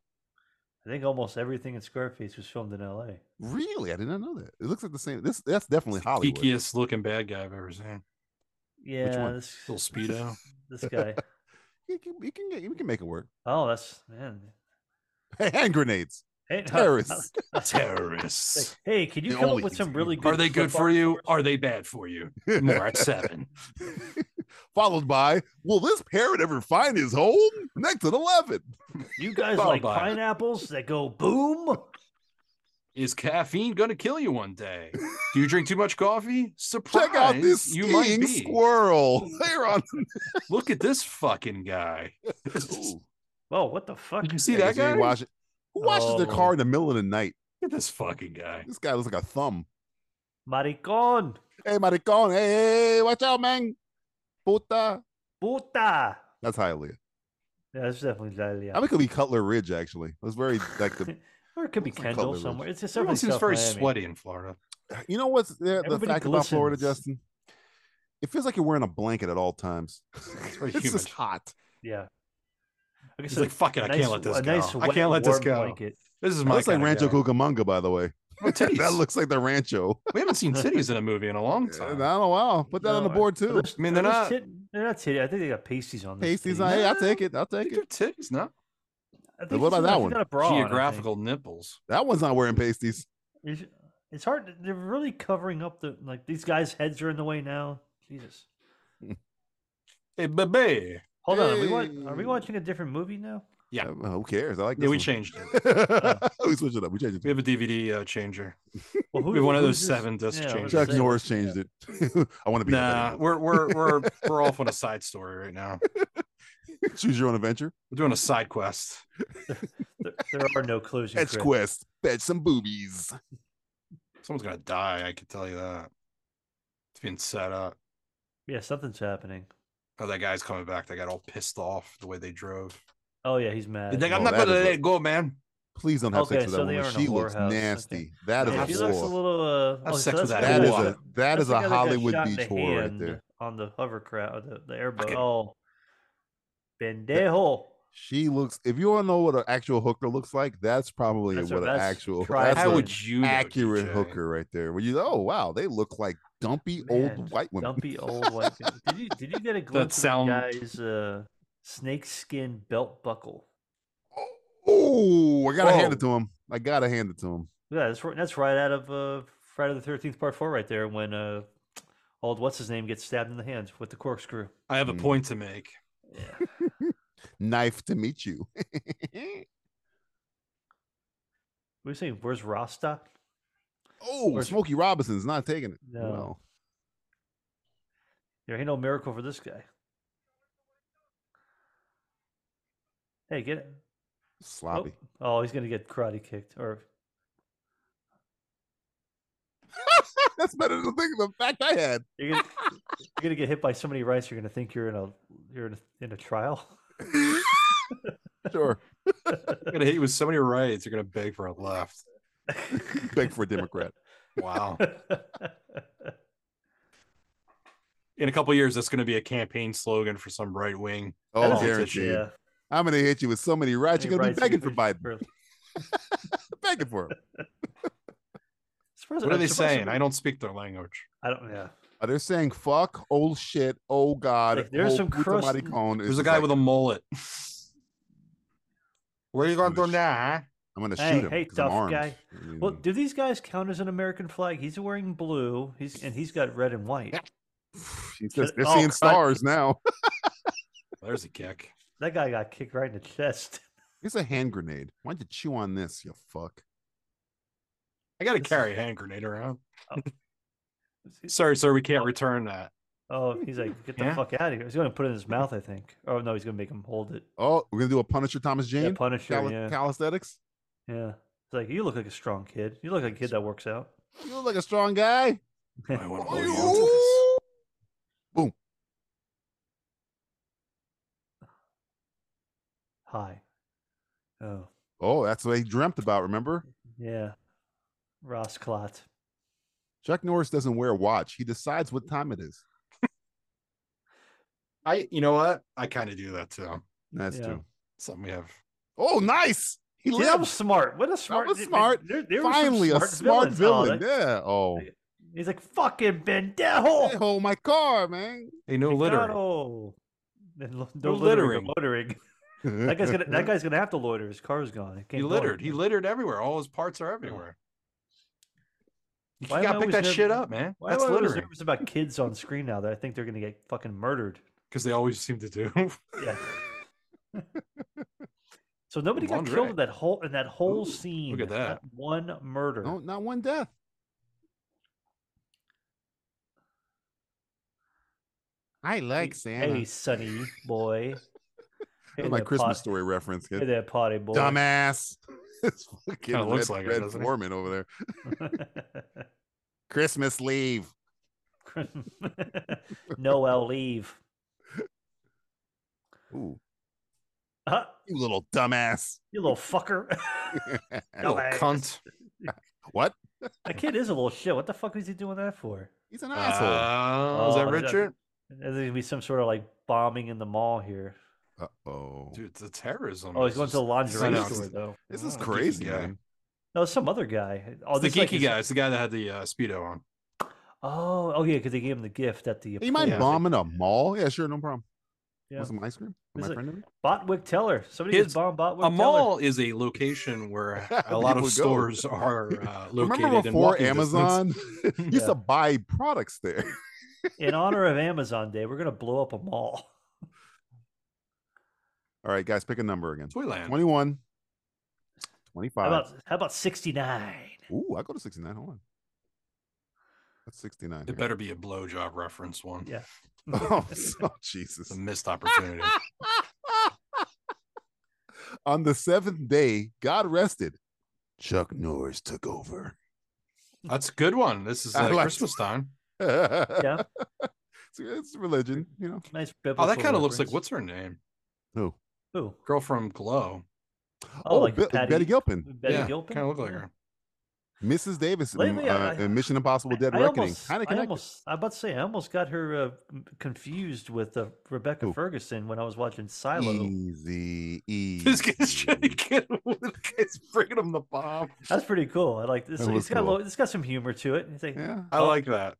Speaker 8: I think almost everything in Scarface was filmed in LA.
Speaker 6: Really? I did not know that. It looks like the same. This that's definitely
Speaker 7: It's the
Speaker 6: Hollywood.
Speaker 7: geekiest looking bad guy I've ever seen.
Speaker 8: Yeah,
Speaker 6: one?
Speaker 8: this
Speaker 7: Little speedo.
Speaker 8: this guy.
Speaker 6: You can, you can get you can make it work.
Speaker 8: Oh, that's man.
Speaker 6: Hand grenades.
Speaker 8: Hey,
Speaker 6: Terrorists.
Speaker 7: Terrorists.
Speaker 8: Hey, can you
Speaker 6: The
Speaker 8: come up
Speaker 6: only
Speaker 8: with some
Speaker 6: thing-
Speaker 8: really good?
Speaker 7: Are they good
Speaker 8: football
Speaker 7: for you?
Speaker 8: scores?
Speaker 7: Are they bad for you? More at seven.
Speaker 6: Followed by, will this parrot ever find his home? Next at eleven.
Speaker 8: You guys
Speaker 7: Followed
Speaker 8: like
Speaker 7: by-
Speaker 8: pineapples that go boom?
Speaker 7: Is caffeine gonna kill you one day? Do you drink too much coffee? Surprise!
Speaker 6: Check out this
Speaker 7: you might
Speaker 6: skiing
Speaker 7: be.
Speaker 6: squirrel. They're on.
Speaker 7: Look at this fucking guy.
Speaker 6: Ooh.
Speaker 8: Whoa, what the fuck?
Speaker 7: Did you see
Speaker 6: I
Speaker 7: that
Speaker 6: guess you
Speaker 7: guy?
Speaker 6: ain't
Speaker 7: Look
Speaker 6: wash it. Who washes their
Speaker 8: Oh.
Speaker 6: car in the middle of the night?
Speaker 7: at this fucking guy.
Speaker 6: This guy looks like a thumb.
Speaker 8: Maricón,
Speaker 6: Hey, maricón. Hey, hey, watch out, man. Puta.
Speaker 8: puta.
Speaker 6: That's Hialeah.
Speaker 8: Yeah, that's definitely Dahlia.
Speaker 6: I think it could be Cutler Ridge, actually. It was very like the
Speaker 8: or it could be
Speaker 6: looks like
Speaker 8: Kendall
Speaker 6: Cutler Ridge.
Speaker 8: somewhere. It's just
Speaker 7: Everyone
Speaker 8: definitely
Speaker 7: seems
Speaker 8: South
Speaker 7: very
Speaker 8: Miami.
Speaker 7: sweaty in Florida.
Speaker 6: you know what's the, the
Speaker 8: Everybody
Speaker 6: fact about Florida,
Speaker 8: glistens.
Speaker 6: Justin? It feels like you're wearing a blanket at all times.
Speaker 7: very
Speaker 6: it's just
Speaker 7: humid.
Speaker 6: hot.
Speaker 8: Yeah. I guess
Speaker 7: He's like, fuck it, I can't let this
Speaker 8: a
Speaker 7: go.
Speaker 8: nice
Speaker 7: I can't let this
Speaker 8: wet,
Speaker 7: go.
Speaker 8: warm blanket.
Speaker 7: This is
Speaker 6: That
Speaker 7: my
Speaker 6: looks like
Speaker 7: kinda
Speaker 6: Rancho
Speaker 7: guy.
Speaker 6: Cucamonga, by the way.
Speaker 7: Oh, titties.
Speaker 6: that looks like the Rancho.
Speaker 7: we haven't seen titties in a movie in a long time.
Speaker 6: I don't know. Put that on
Speaker 8: No,
Speaker 6: the
Speaker 8: I-
Speaker 6: board
Speaker 8: are
Speaker 6: too.
Speaker 8: those-
Speaker 7: I mean,
Speaker 8: are
Speaker 7: they're
Speaker 8: those
Speaker 7: not-
Speaker 8: tit- they're not titty. I think they got pasties on. those
Speaker 6: Pasties
Speaker 8: titties.
Speaker 6: on. Hey, I'll
Speaker 7: Nah.
Speaker 6: take it. I'll take it.
Speaker 7: They're titties, not
Speaker 8: I think
Speaker 6: what about
Speaker 8: it's a-
Speaker 6: that
Speaker 8: it's
Speaker 6: one?
Speaker 8: not a bra on, I think.
Speaker 7: geographical nipples.
Speaker 6: That one's not wearing pasties.
Speaker 8: It's, it's hard. to- They're really covering up the like these guys' heads are in the way now. Jesus.
Speaker 7: Hey, baby.
Speaker 8: Hold on. Are we, wa- are we
Speaker 6: Hey.
Speaker 8: watching a different movie now?
Speaker 7: Yeah.
Speaker 6: Uh, Who cares? I like this
Speaker 7: Yeah, we
Speaker 6: one.
Speaker 7: changed it.
Speaker 6: we switched it up. We changed it.
Speaker 7: We have a DVD uh, changer.
Speaker 8: Well,
Speaker 7: We have one of
Speaker 8: who's
Speaker 7: those
Speaker 8: this-
Speaker 7: seven disc
Speaker 8: yeah, I was
Speaker 7: changers.
Speaker 8: gonna
Speaker 6: Chuck
Speaker 8: say,
Speaker 6: Norris changed it. I want to be.
Speaker 7: Nah, we're we're we're we're off on a side story right now.
Speaker 6: Choose your own adventure.
Speaker 7: We're doing a side quest.
Speaker 8: There, there are no clues. in
Speaker 6: Fetch
Speaker 8: Crit.
Speaker 6: quest. Fetch some boobies.
Speaker 7: Someone's gonna die. I can tell you that. It's being set up.
Speaker 8: Yeah, something's happening.
Speaker 7: Oh, that guy's coming back. They got all pissed off the way they drove.
Speaker 8: Oh yeah, he's mad.
Speaker 7: He's like,
Speaker 6: Oh,
Speaker 7: I'm not
Speaker 6: that
Speaker 7: gonna
Speaker 6: is
Speaker 7: let
Speaker 6: a-
Speaker 7: it go, man.
Speaker 6: Please don't have
Speaker 8: Okay,
Speaker 6: sex with
Speaker 8: so
Speaker 6: that
Speaker 8: they
Speaker 6: woman.
Speaker 8: are in a
Speaker 6: She looks
Speaker 8: whore house.
Speaker 6: nasty.
Speaker 8: Okay.
Speaker 6: That is
Speaker 8: Yeah,
Speaker 6: a
Speaker 8: she looks a
Speaker 6: whore.
Speaker 8: little. Uh, oh,
Speaker 7: sex
Speaker 8: that's
Speaker 7: with
Speaker 8: the
Speaker 7: that
Speaker 6: That is
Speaker 8: whore.
Speaker 6: a that
Speaker 8: That's
Speaker 6: is
Speaker 8: the
Speaker 6: a
Speaker 8: guy that got
Speaker 6: Hollywood
Speaker 8: shot in
Speaker 6: beach
Speaker 8: the
Speaker 6: whore right
Speaker 8: hand
Speaker 6: there.
Speaker 8: On the hovercraft, or the, the airboat.
Speaker 7: Fucking-
Speaker 8: Oh, pendejo.
Speaker 6: She looks. If you want to know what an actual hooker looks like, that's probably
Speaker 8: That's a-
Speaker 6: what an
Speaker 8: that's
Speaker 6: actual.
Speaker 8: tri-
Speaker 6: That's
Speaker 8: How
Speaker 6: an
Speaker 8: would
Speaker 7: you know,
Speaker 6: accurate
Speaker 7: DJ?
Speaker 6: hooker right there? When you oh wow, they look like dumpy
Speaker 8: Man,
Speaker 6: old white women.
Speaker 8: Dumpy old white guy. Did you did you get a glimpse
Speaker 7: sound-
Speaker 8: of the guy's uh, snakeskin belt buckle?
Speaker 6: Oh, I gotta hand it
Speaker 7: Whoa.
Speaker 6: to him. I gotta hand it to him.
Speaker 8: Yeah, that's ri- that's right out of uh, Friday the Thirteenth Part Four, right there. When uh, old what's his name gets stabbed in the hand with the corkscrew.
Speaker 7: I have a
Speaker 6: Mm.
Speaker 7: point to make.
Speaker 6: Knife to meet you.
Speaker 8: What are you saying? Where's Rasta?
Speaker 6: oh,
Speaker 8: Where's-
Speaker 6: Smokey Robinson's not taking it.
Speaker 8: No. Oh. There ain't no miracle for this guy. Hey, get it. Oh,
Speaker 6: sloppy.
Speaker 8: oh, he's gonna get karate kicked. Or
Speaker 6: That's better than the thing. The fact I had.
Speaker 8: you're gonna, you're gonna get hit by so many rights. You're gonna think you're in a you're in a, in a trial.
Speaker 6: Sure,
Speaker 7: I'm gonna hit you with so many rights. You're gonna beg for a left.
Speaker 6: beg for a Democrat.
Speaker 7: Wow. In a couple years, that's gonna be a campaign slogan for some right wing.
Speaker 6: Oh,
Speaker 7: Politician.
Speaker 6: guaranteed.
Speaker 8: uh,
Speaker 6: I'm gonna hit you with so many rights. You're gonna be begging for Biden. Begging for him.
Speaker 8: surprised-
Speaker 7: What are
Speaker 8: I'm
Speaker 7: they
Speaker 8: surprised
Speaker 7: saying?
Speaker 8: somebody-
Speaker 7: I don't speak their language.
Speaker 8: I don't. Yeah.
Speaker 6: Uh, they're saying fuck, oh shit, oh god.
Speaker 8: Like, there's
Speaker 6: oh,
Speaker 8: some
Speaker 6: puta
Speaker 8: crust-
Speaker 6: maricon." It's
Speaker 7: There's a
Speaker 6: just
Speaker 7: guy
Speaker 6: like,
Speaker 7: with a mullet. Where are you going to
Speaker 6: Holy
Speaker 7: go
Speaker 6: sh-
Speaker 7: now?
Speaker 6: I'm gonna shoot
Speaker 8: Hey,
Speaker 6: him.
Speaker 8: hey,
Speaker 6: 'cause I'm
Speaker 8: tough
Speaker 6: armed." Mm.
Speaker 8: guy.
Speaker 6: I mean,
Speaker 8: Well, do these guys count as an American flag? He's wearing blue. He's and he's got red and white.
Speaker 6: he says
Speaker 8: should-
Speaker 6: they're
Speaker 8: oh,
Speaker 6: seeing
Speaker 8: God.
Speaker 6: stars now.
Speaker 7: There's a kick.
Speaker 8: That guy got kicked right in the chest.
Speaker 6: Here's a hand grenade. Why'd you chew on this, you fuck?
Speaker 7: I got to
Speaker 8: This is-
Speaker 7: carry a hand grenade around.
Speaker 8: Oh.
Speaker 7: Sorry, sir, we can't return that.
Speaker 8: Oh, he's like, get the
Speaker 7: Yeah.
Speaker 8: fuck out of here. He's going to put it in his mouth, I think. Oh no, he's going to make him hold it.
Speaker 6: Oh, we're gonna do a Punisher Thomas Jane?
Speaker 8: Yeah, Punisher.
Speaker 6: Cali-
Speaker 8: yeah,
Speaker 6: Calisthenics?
Speaker 8: yeah. It's like you look like a strong kid. You look like a kid that works out.
Speaker 6: You look like a strong guy.
Speaker 7: I want to blow you into this.
Speaker 6: Boom.
Speaker 8: Hi. Oh
Speaker 6: Oh, that's what he dreamt about, remember?
Speaker 8: yeah, Ross Klotz.
Speaker 6: Chuck Norris doesn't wear a watch. He decides what time it is.
Speaker 7: I, you know what? I kind of do that too.
Speaker 6: That's
Speaker 8: Yeah.
Speaker 6: true.
Speaker 7: Something we have.
Speaker 6: Oh, nice. He
Speaker 8: Dude, that was
Speaker 6: lives.
Speaker 8: smart. What a smart.
Speaker 6: was
Speaker 8: th- th-
Speaker 6: smart.
Speaker 8: there- there were some
Speaker 6: Finally, a smart
Speaker 8: villains. Oh,
Speaker 6: villain.
Speaker 8: that-
Speaker 6: yeah. Oh,
Speaker 8: Hey, He's like fucking Bendejo.
Speaker 6: hey, hold my car, man.
Speaker 7: Hey, no littering.
Speaker 8: McDonald. And lo-
Speaker 7: No
Speaker 8: No littering.
Speaker 7: littering.
Speaker 8: or Loitering. That guy's gonna. That guy's gonna have to loiter. His car's gone. It
Speaker 7: He
Speaker 8: can't go
Speaker 7: littered. He
Speaker 8: anywhere.
Speaker 7: littered everywhere. All his parts are everywhere. You
Speaker 8: Why am
Speaker 7: got
Speaker 8: I
Speaker 7: to pick
Speaker 8: always
Speaker 7: that
Speaker 8: nerv-
Speaker 7: shit up, man.
Speaker 8: Why
Speaker 7: That's
Speaker 8: am I always
Speaker 7: littering.
Speaker 8: nervous about kids on screen now that I think they're gonna get fucking murdered?
Speaker 7: Because they always seem to do.
Speaker 8: Yeah. so nobody got
Speaker 7: Laundrette.
Speaker 8: killed in that whole in that whole
Speaker 7: Ooh,
Speaker 8: scene.
Speaker 7: at that.
Speaker 8: Not one murder.
Speaker 6: No, not one death. I like Santa.
Speaker 8: Hey, Sonny boy. Hey
Speaker 6: That's my
Speaker 8: there,
Speaker 6: Christmas
Speaker 8: pot-
Speaker 6: story reference,
Speaker 8: Hey
Speaker 6: kid.
Speaker 8: there, potty boy.
Speaker 6: Dumbass. it's fucking
Speaker 7: Kinda looks
Speaker 6: Red-
Speaker 7: like it,
Speaker 6: Red
Speaker 7: doesn't he?
Speaker 6: Foreman over there. Christmas leave.
Speaker 8: Noel leave.
Speaker 6: Ooh,
Speaker 8: Huh?
Speaker 6: you little dumbass.
Speaker 8: You little fucker.
Speaker 7: Little
Speaker 8: Dumbass.
Speaker 7: cunt.
Speaker 6: what?
Speaker 8: That kid is a little shit. What the fuck is he doing that for?
Speaker 6: He's an asshole.
Speaker 7: Uh, is
Speaker 8: Oh,
Speaker 7: that
Speaker 8: yeah.
Speaker 7: Richard?
Speaker 8: There's gonna be some sort of like bombing in the mall here.
Speaker 6: Uh oh.
Speaker 7: Dude, the terrorism.
Speaker 8: Oh, he's
Speaker 7: is
Speaker 8: going to the
Speaker 7: just-
Speaker 8: lingerie
Speaker 7: Sounds-
Speaker 8: store though.
Speaker 6: This is
Speaker 7: Oh, geeky
Speaker 6: crazy,
Speaker 7: guy.
Speaker 6: man.
Speaker 8: No, some other guy. Oh,
Speaker 7: It's the
Speaker 8: this, like,
Speaker 7: geeky
Speaker 8: is-
Speaker 7: guy. It's the guy that had the uh, speedo on.
Speaker 8: Oh, oh yeah, because they gave him the gift at the.
Speaker 6: You mind
Speaker 8: pool.
Speaker 7: Yeah.
Speaker 6: bombing a mall? Yeah, sure, no problem.
Speaker 8: Yeah.
Speaker 6: Want some ice cream?
Speaker 8: It's
Speaker 6: My
Speaker 8: like-
Speaker 6: friend of me?
Speaker 8: Botwick Teller. Somebody just
Speaker 7: Kids,
Speaker 8: bombed Botwick
Speaker 7: a
Speaker 8: Teller.
Speaker 7: mall is a location where a lot
Speaker 6: People go.
Speaker 7: of stores are uh, located.
Speaker 6: Remember
Speaker 7: in
Speaker 6: before
Speaker 7: walking distance.
Speaker 6: Amazon used
Speaker 8: Yeah.
Speaker 6: to buy products there?
Speaker 8: In honor of Amazon Day, we're gonna blow up a mall.
Speaker 6: All right, guys, pick a number again.
Speaker 7: Toyland.
Speaker 6: 21,
Speaker 8: How
Speaker 6: 25.
Speaker 8: about how about sixty nine?
Speaker 6: Ooh, I go to 69. Hold on. That's 69.
Speaker 7: It better be a blowjob reference one.
Speaker 8: Yeah.
Speaker 6: oh, oh,
Speaker 7: It's
Speaker 6: Jesus.
Speaker 7: a missed opportunity.
Speaker 6: On the seventh day, God rested. Chuck Norris took over.
Speaker 7: That's a good one. This is
Speaker 6: I
Speaker 7: uh,
Speaker 6: like-
Speaker 7: Christmas time.
Speaker 6: yeah. It's, it's religion, you know.
Speaker 8: Nice biblical.
Speaker 7: Oh, that kind of looks like
Speaker 8: reference.
Speaker 7: what's her name?
Speaker 6: Who?
Speaker 8: Who?
Speaker 7: Girl from Glow.
Speaker 8: Oh, like
Speaker 6: Be-
Speaker 8: Patty-
Speaker 6: Betty Gilpin.
Speaker 8: Betty
Speaker 7: yeah,
Speaker 8: Gilpin.
Speaker 7: Kind of look like
Speaker 8: Yeah.
Speaker 7: her.
Speaker 6: Mrs. Davis
Speaker 8: Lately,
Speaker 6: in, uh,
Speaker 8: I-
Speaker 6: in Mission Impossible Dead
Speaker 8: I
Speaker 6: Reckoning.
Speaker 8: almost-
Speaker 6: Kind of
Speaker 8: I
Speaker 6: connected.
Speaker 8: almost, I'm about to say, I almost got her uh, m- confused with uh, Rebecca
Speaker 6: Who?
Speaker 8: Ferguson when I was watching Silo.
Speaker 6: Easy, easy.
Speaker 7: This kid's trying to get this kid's bringing him the bomb.
Speaker 8: That's pretty cool. I like this.
Speaker 6: That was
Speaker 8: It's got a
Speaker 6: cool.
Speaker 8: little, it's got some humor to it. It's like,
Speaker 6: Yeah.
Speaker 7: I
Speaker 8: Oh.
Speaker 7: like that.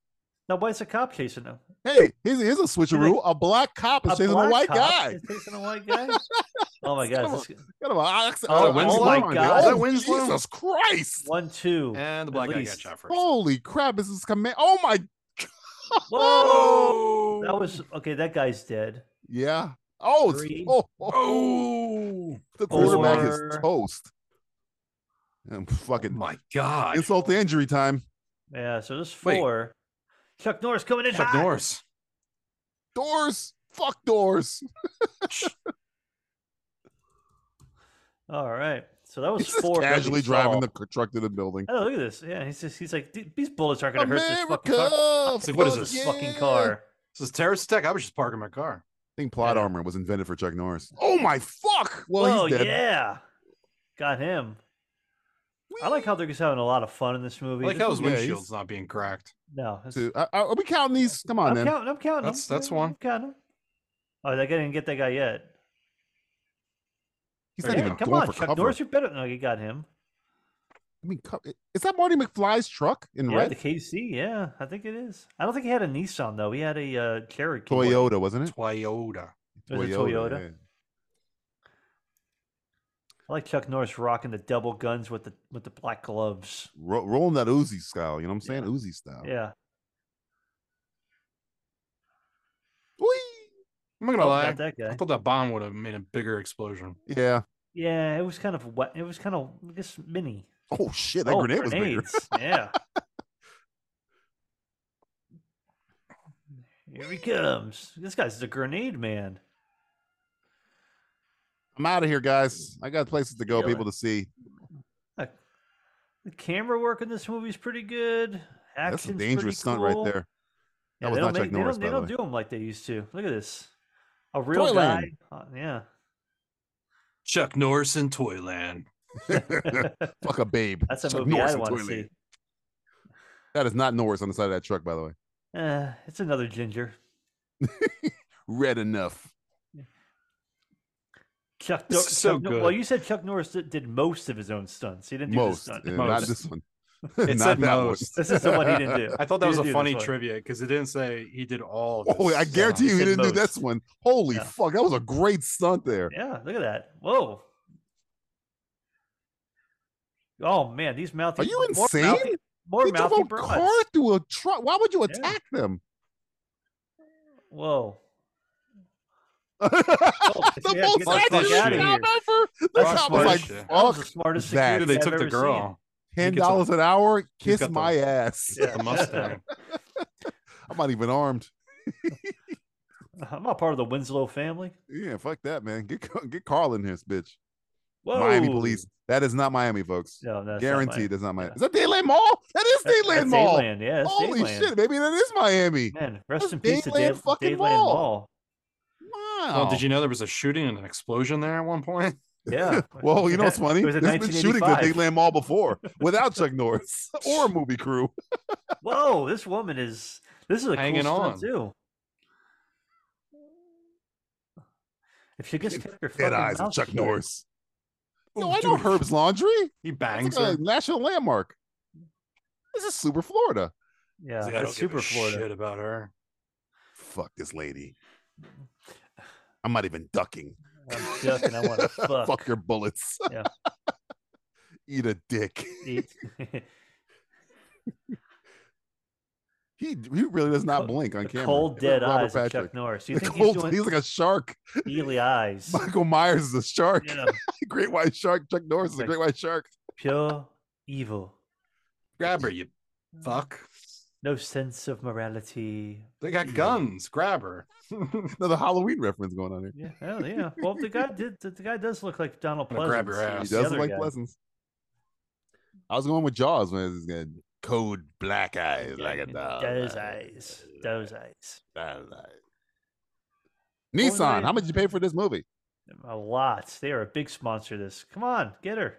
Speaker 8: Now why is a cop chasing him?
Speaker 6: Hey, here's, here's a switcheroo. a black cop is chasing a
Speaker 8: black
Speaker 6: white
Speaker 8: cop
Speaker 6: guy.
Speaker 8: is chasing a white guy. oh my
Speaker 6: Come
Speaker 8: god! This,
Speaker 6: Got him a ox-
Speaker 8: Oh,
Speaker 6: a
Speaker 7: oh my
Speaker 6: oxymoron there.
Speaker 8: God. Is
Speaker 7: that
Speaker 6: Oh,
Speaker 7: Winslow?
Speaker 6: Jesus Christ.
Speaker 8: one, two.
Speaker 7: And the
Speaker 8: At
Speaker 7: black guy got
Speaker 8: least.
Speaker 7: shot first.
Speaker 6: Holy crap. This is command. Oh, my.
Speaker 8: Whoa!
Speaker 7: Oh.
Speaker 8: That was okay. That guy's dead.
Speaker 6: Yeah. Oh, it's-
Speaker 8: Three.
Speaker 6: oh, oh,
Speaker 7: Oh.
Speaker 6: the quarterback is
Speaker 8: Four. Oh
Speaker 6: toast. And fucking
Speaker 7: my God.
Speaker 6: insult to injury time.
Speaker 8: Yeah. So there's
Speaker 7: Wait.
Speaker 8: four. Chuck Norris coming in.
Speaker 7: Chuck
Speaker 8: hot.
Speaker 7: Norris.
Speaker 6: Doors. Fuck doors.
Speaker 8: All right. So that was
Speaker 6: He's just
Speaker 8: four. that we
Speaker 6: casually driving
Speaker 8: saw.
Speaker 6: the c- truck to the building.
Speaker 8: Oh, look at this. Yeah, he's just he's like "Dude, these bullets aren't gonna hurt this fucking car.
Speaker 6: America.
Speaker 7: It's like, what is
Speaker 6: fuck
Speaker 7: this
Speaker 8: This fucking
Speaker 6: Oh, yeah.
Speaker 8: car.
Speaker 7: This is terrorist attack. I was just parking my car.
Speaker 6: I think plot
Speaker 8: Yeah.
Speaker 6: armor was invented for Chuck Norris. Oh my fuck! Well,
Speaker 8: Whoa,
Speaker 6: he's dead.
Speaker 8: yeah. Got him. I like how they're just having a lot of fun in this
Speaker 7: I
Speaker 8: movie.
Speaker 7: like
Speaker 8: This
Speaker 7: how
Speaker 8: is-
Speaker 7: his
Speaker 6: Yeah, he's-
Speaker 7: windshield's not being cracked.
Speaker 8: no, this-
Speaker 6: Two- uh, uh, Are we counting these? Come on,
Speaker 8: I'm
Speaker 6: then.
Speaker 8: counting. I'm counting.
Speaker 7: That's-
Speaker 8: him.
Speaker 7: that's
Speaker 8: Yeah,
Speaker 7: one.
Speaker 8: I'm counting. him. Oh, that guy didn't get that guy yet.
Speaker 6: He's
Speaker 7: Yeah,
Speaker 6: not even
Speaker 8: come
Speaker 6: going
Speaker 8: on,
Speaker 6: for
Speaker 8: Chuck
Speaker 6: cover.
Speaker 8: Norris, you better. No, you got him.
Speaker 6: I mean, co- is that Marty McFly's truck in
Speaker 8: Yeah,
Speaker 6: red?
Speaker 8: the KC. Yeah, I think it is. I don't think he had a Nissan though. He had a uh, Cherokee.
Speaker 6: Toyota,
Speaker 7: Hmm.
Speaker 6: wasn't it?
Speaker 7: Toyota.
Speaker 8: It was a Toyota.
Speaker 6: yeah.
Speaker 8: I like Chuck Norris rocking the double guns with the with the black gloves.
Speaker 6: Ro- rolling that Uzi style. You know what I'm saying? Uzi style.
Speaker 8: Yeah.
Speaker 6: Whee!
Speaker 7: I'm not gonna
Speaker 8: Oh,
Speaker 7: lie.
Speaker 8: not that guy.
Speaker 7: I thought that bomb would have made a bigger explosion.
Speaker 6: Yeah.
Speaker 8: Yeah, it was kind of wet. It was kind of I guess mini.
Speaker 6: Oh shit! That
Speaker 8: oh,
Speaker 6: grenade was bigger.
Speaker 8: grenades. yeah. Here he comes. This guy's the grenade man.
Speaker 6: I'm out of here, guys. I got places to go,
Speaker 8: Really?
Speaker 6: people to see.
Speaker 8: The camera work in this movie is pretty good.
Speaker 6: That's a
Speaker 8: Action's
Speaker 6: dangerous
Speaker 8: pretty
Speaker 6: stunt
Speaker 8: cool.
Speaker 6: right there. That
Speaker 8: Yeah,
Speaker 6: was
Speaker 8: they
Speaker 6: not
Speaker 8: don't
Speaker 6: Chuck
Speaker 8: make- they
Speaker 6: Norris,
Speaker 8: don't-
Speaker 6: by
Speaker 8: They
Speaker 6: the
Speaker 8: don't,
Speaker 6: way.
Speaker 8: do them like they used to. Look at this. A real
Speaker 6: Toyland.
Speaker 8: guy. uh, yeah.
Speaker 7: Chuck Norris in Toyland.
Speaker 6: Fuck a babe.
Speaker 8: That's a
Speaker 6: Chuck
Speaker 8: movie
Speaker 6: Norris
Speaker 8: I
Speaker 6: in
Speaker 8: want to
Speaker 6: Toyland.
Speaker 8: see.
Speaker 6: That is not Norris on the side of that truck, by the way.
Speaker 8: Uh, it's another ginger.
Speaker 6: Red enough.
Speaker 8: Chuck
Speaker 7: This
Speaker 8: Nor-
Speaker 7: is so
Speaker 8: Chuck Nor- Well,
Speaker 7: good.
Speaker 8: you said Chuck Norris did, did most of his own stunts. He didn't do
Speaker 6: Most,
Speaker 8: the stunt.
Speaker 6: yeah, not
Speaker 7: Most.
Speaker 6: this one.
Speaker 7: It
Speaker 6: not
Speaker 7: said
Speaker 6: that one.
Speaker 7: most.
Speaker 8: This is the one he didn't do.
Speaker 7: I thought that
Speaker 8: He
Speaker 7: was
Speaker 8: didn't
Speaker 7: a
Speaker 8: do this
Speaker 7: funny
Speaker 8: one.
Speaker 7: trivia because it didn't say he did all. Of
Speaker 6: Oh, I
Speaker 7: this.
Speaker 6: guarantee you,
Speaker 8: he
Speaker 6: he
Speaker 8: did
Speaker 6: didn't do
Speaker 8: most.
Speaker 6: this one. Holy
Speaker 8: Yeah.
Speaker 6: fuck, that was a great stunt there.
Speaker 8: Yeah, look at that. Whoa. Oh man, these mouthy.
Speaker 6: Are you
Speaker 8: more
Speaker 6: insane?
Speaker 8: mouthy- More
Speaker 6: He
Speaker 8: mouthy
Speaker 6: drove a
Speaker 8: broads.
Speaker 6: car through a truck. Why would you
Speaker 8: Yeah.
Speaker 6: attack them?
Speaker 8: Whoa.
Speaker 6: the
Speaker 8: yeah,
Speaker 6: most
Speaker 8: get the fuck
Speaker 6: accurate job
Speaker 7: outta
Speaker 8: here.
Speaker 6: ever. That's
Speaker 7: Fuck
Speaker 6: how I was like,
Speaker 7: that shit.
Speaker 8: That was the
Speaker 6: fuck
Speaker 8: smartest
Speaker 6: that.
Speaker 8: security
Speaker 7: They
Speaker 8: I've
Speaker 7: took the
Speaker 8: ever seen.
Speaker 7: girl.
Speaker 6: ten
Speaker 7: He gets
Speaker 6: dollars an hour.
Speaker 7: he's
Speaker 6: Kiss
Speaker 7: got the-
Speaker 6: my ass.
Speaker 8: Yeah.
Speaker 7: The Mustang.
Speaker 6: I'm not even armed.
Speaker 8: I'm not part of the Winslow family.
Speaker 6: Yeah, fuck that, man. Get Ca- get Carl in here, bitch.
Speaker 8: Whoa.
Speaker 6: Miami police. That is not Miami, folks.
Speaker 8: No, that's
Speaker 6: Guaranteed,
Speaker 8: Not
Speaker 6: that's not Miami.
Speaker 8: Yeah.
Speaker 6: Is that Dayland Mall? That is
Speaker 8: Miami.
Speaker 6: Dayland
Speaker 8: That's
Speaker 6: Mall.
Speaker 8: Dayland, Yeah, that's
Speaker 6: Holy
Speaker 8: Dayland.
Speaker 6: shit, maybe that is Miami.
Speaker 8: Man, rest
Speaker 6: That's
Speaker 8: in peace to
Speaker 6: Dayland
Speaker 8: Dave,
Speaker 6: fucking
Speaker 8: Dayland
Speaker 6: Mall.
Speaker 8: Mall.
Speaker 6: Wow.
Speaker 7: Well, did you know there was a shooting and an explosion there at one point?
Speaker 8: Yeah.
Speaker 6: Well, you know what's funny?
Speaker 8: It was in
Speaker 6: There's been shootings at
Speaker 8: 1985.
Speaker 6: Dayland Mall before without Chuck Norris or a movie crew.
Speaker 8: Whoa, this woman is. This is a
Speaker 7: Hanging
Speaker 8: cool
Speaker 7: on.
Speaker 8: stunt too. If she just kept her
Speaker 6: Dead
Speaker 8: fucking
Speaker 6: eyes of
Speaker 8: mouth
Speaker 6: Chuck
Speaker 8: shut.
Speaker 6: Norris. No,
Speaker 7: Oh,
Speaker 6: I know
Speaker 7: dude,
Speaker 6: Herb's Laundry.
Speaker 7: He
Speaker 6: It's
Speaker 7: bangs
Speaker 6: like
Speaker 7: her.
Speaker 6: a national landmark. This is Super Florida.
Speaker 8: Yeah,
Speaker 7: He's like, I
Speaker 8: that's
Speaker 7: don't give
Speaker 8: super
Speaker 7: a
Speaker 8: Florida.
Speaker 7: shit about her.
Speaker 6: Fuck this lady. I'm not even ducking.
Speaker 8: I'm joking. I want to fuck.
Speaker 6: your bullets.
Speaker 8: Yeah.
Speaker 6: Eat a dick.
Speaker 8: Eat.
Speaker 6: He he really does not
Speaker 8: Co-
Speaker 6: blink on
Speaker 8: The
Speaker 6: camera.
Speaker 8: cold
Speaker 6: Look at
Speaker 8: dead
Speaker 6: Robert
Speaker 8: eyes of
Speaker 6: Patrick.
Speaker 8: Chuck Norris. You
Speaker 6: The
Speaker 8: think
Speaker 6: cold-
Speaker 8: he's doing
Speaker 6: he's like a shark.
Speaker 8: eely eyes?
Speaker 6: Michael Myers is a shark.
Speaker 8: Yeah,
Speaker 6: Great white shark. Chuck Norris is a
Speaker 8: Like-
Speaker 6: great white shark.
Speaker 8: pure evil.
Speaker 7: Grab her, you fuck.
Speaker 8: No sense of morality.
Speaker 7: They got guns. Grab her. I'm
Speaker 6: Another Halloween reference going on here.
Speaker 8: Yeah, hell yeah. Well, the guy did. The, the guy does look like Donald
Speaker 7: gonna grab
Speaker 8: Pleasant.
Speaker 7: your
Speaker 6: He
Speaker 7: ass.
Speaker 8: the
Speaker 6: does
Speaker 8: other
Speaker 6: look like
Speaker 8: guy.
Speaker 6: Pleasance. I was going with Jaws when he's got cold black eyes like a dog.
Speaker 8: Those eyes. Those eyes.
Speaker 6: Dog eyes.
Speaker 8: was the
Speaker 6: Nissan,
Speaker 8: name?
Speaker 6: how much you pay for this movie?
Speaker 8: A lot. They are a big sponsor. This. Come on, get her.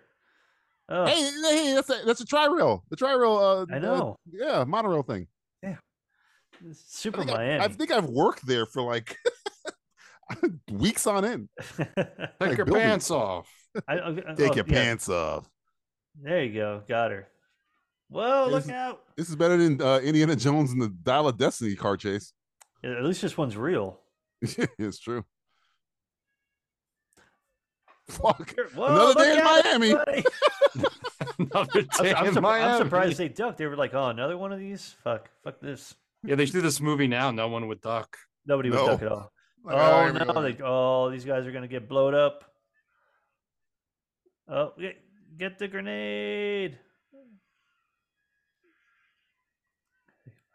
Speaker 8: Oh,
Speaker 6: Hey, hey, that's a, that's a tri rail. The tri rail. Uh,
Speaker 8: I
Speaker 6: uh,
Speaker 8: know.
Speaker 6: yeah, monorail thing.
Speaker 8: it's
Speaker 6: I
Speaker 8: Super
Speaker 6: think, I,
Speaker 8: Miami.
Speaker 6: I think I've worked there for like weeks on end.
Speaker 8: Oh,
Speaker 7: Take
Speaker 6: Like
Speaker 7: your
Speaker 6: building.
Speaker 7: pants off.
Speaker 8: I- I-
Speaker 6: Take
Speaker 8: oh,
Speaker 6: your
Speaker 8: yeah,
Speaker 6: pants off.
Speaker 8: There you go. Got her. Whoa!
Speaker 6: This
Speaker 8: Look
Speaker 6: is-
Speaker 8: out.
Speaker 6: This is better than uh, Indiana Jones and the Dial of Destiny car chase.
Speaker 8: Yeah, At least this one's real.
Speaker 6: it's true. Fuck.
Speaker 8: Here- Whoa,
Speaker 6: Another day
Speaker 8: look
Speaker 6: in
Speaker 8: out,
Speaker 6: Miami.
Speaker 8: everybody.
Speaker 7: Another day
Speaker 8: I'm, I'm
Speaker 7: in
Speaker 8: surpri- I'm
Speaker 7: Miami.
Speaker 8: surprised they ducked. They were like, "Oh, another one of these? Fuck, fuck this."
Speaker 7: Yeah, they should do this movie now. No one would duck.
Speaker 8: Nobody would
Speaker 6: No.
Speaker 8: duck at all.
Speaker 6: Like, all
Speaker 8: Oh
Speaker 6: right, we're
Speaker 8: no!
Speaker 6: gonna-
Speaker 8: They, oh, these guys are gonna get blowed up. Oh, get, get the grenade!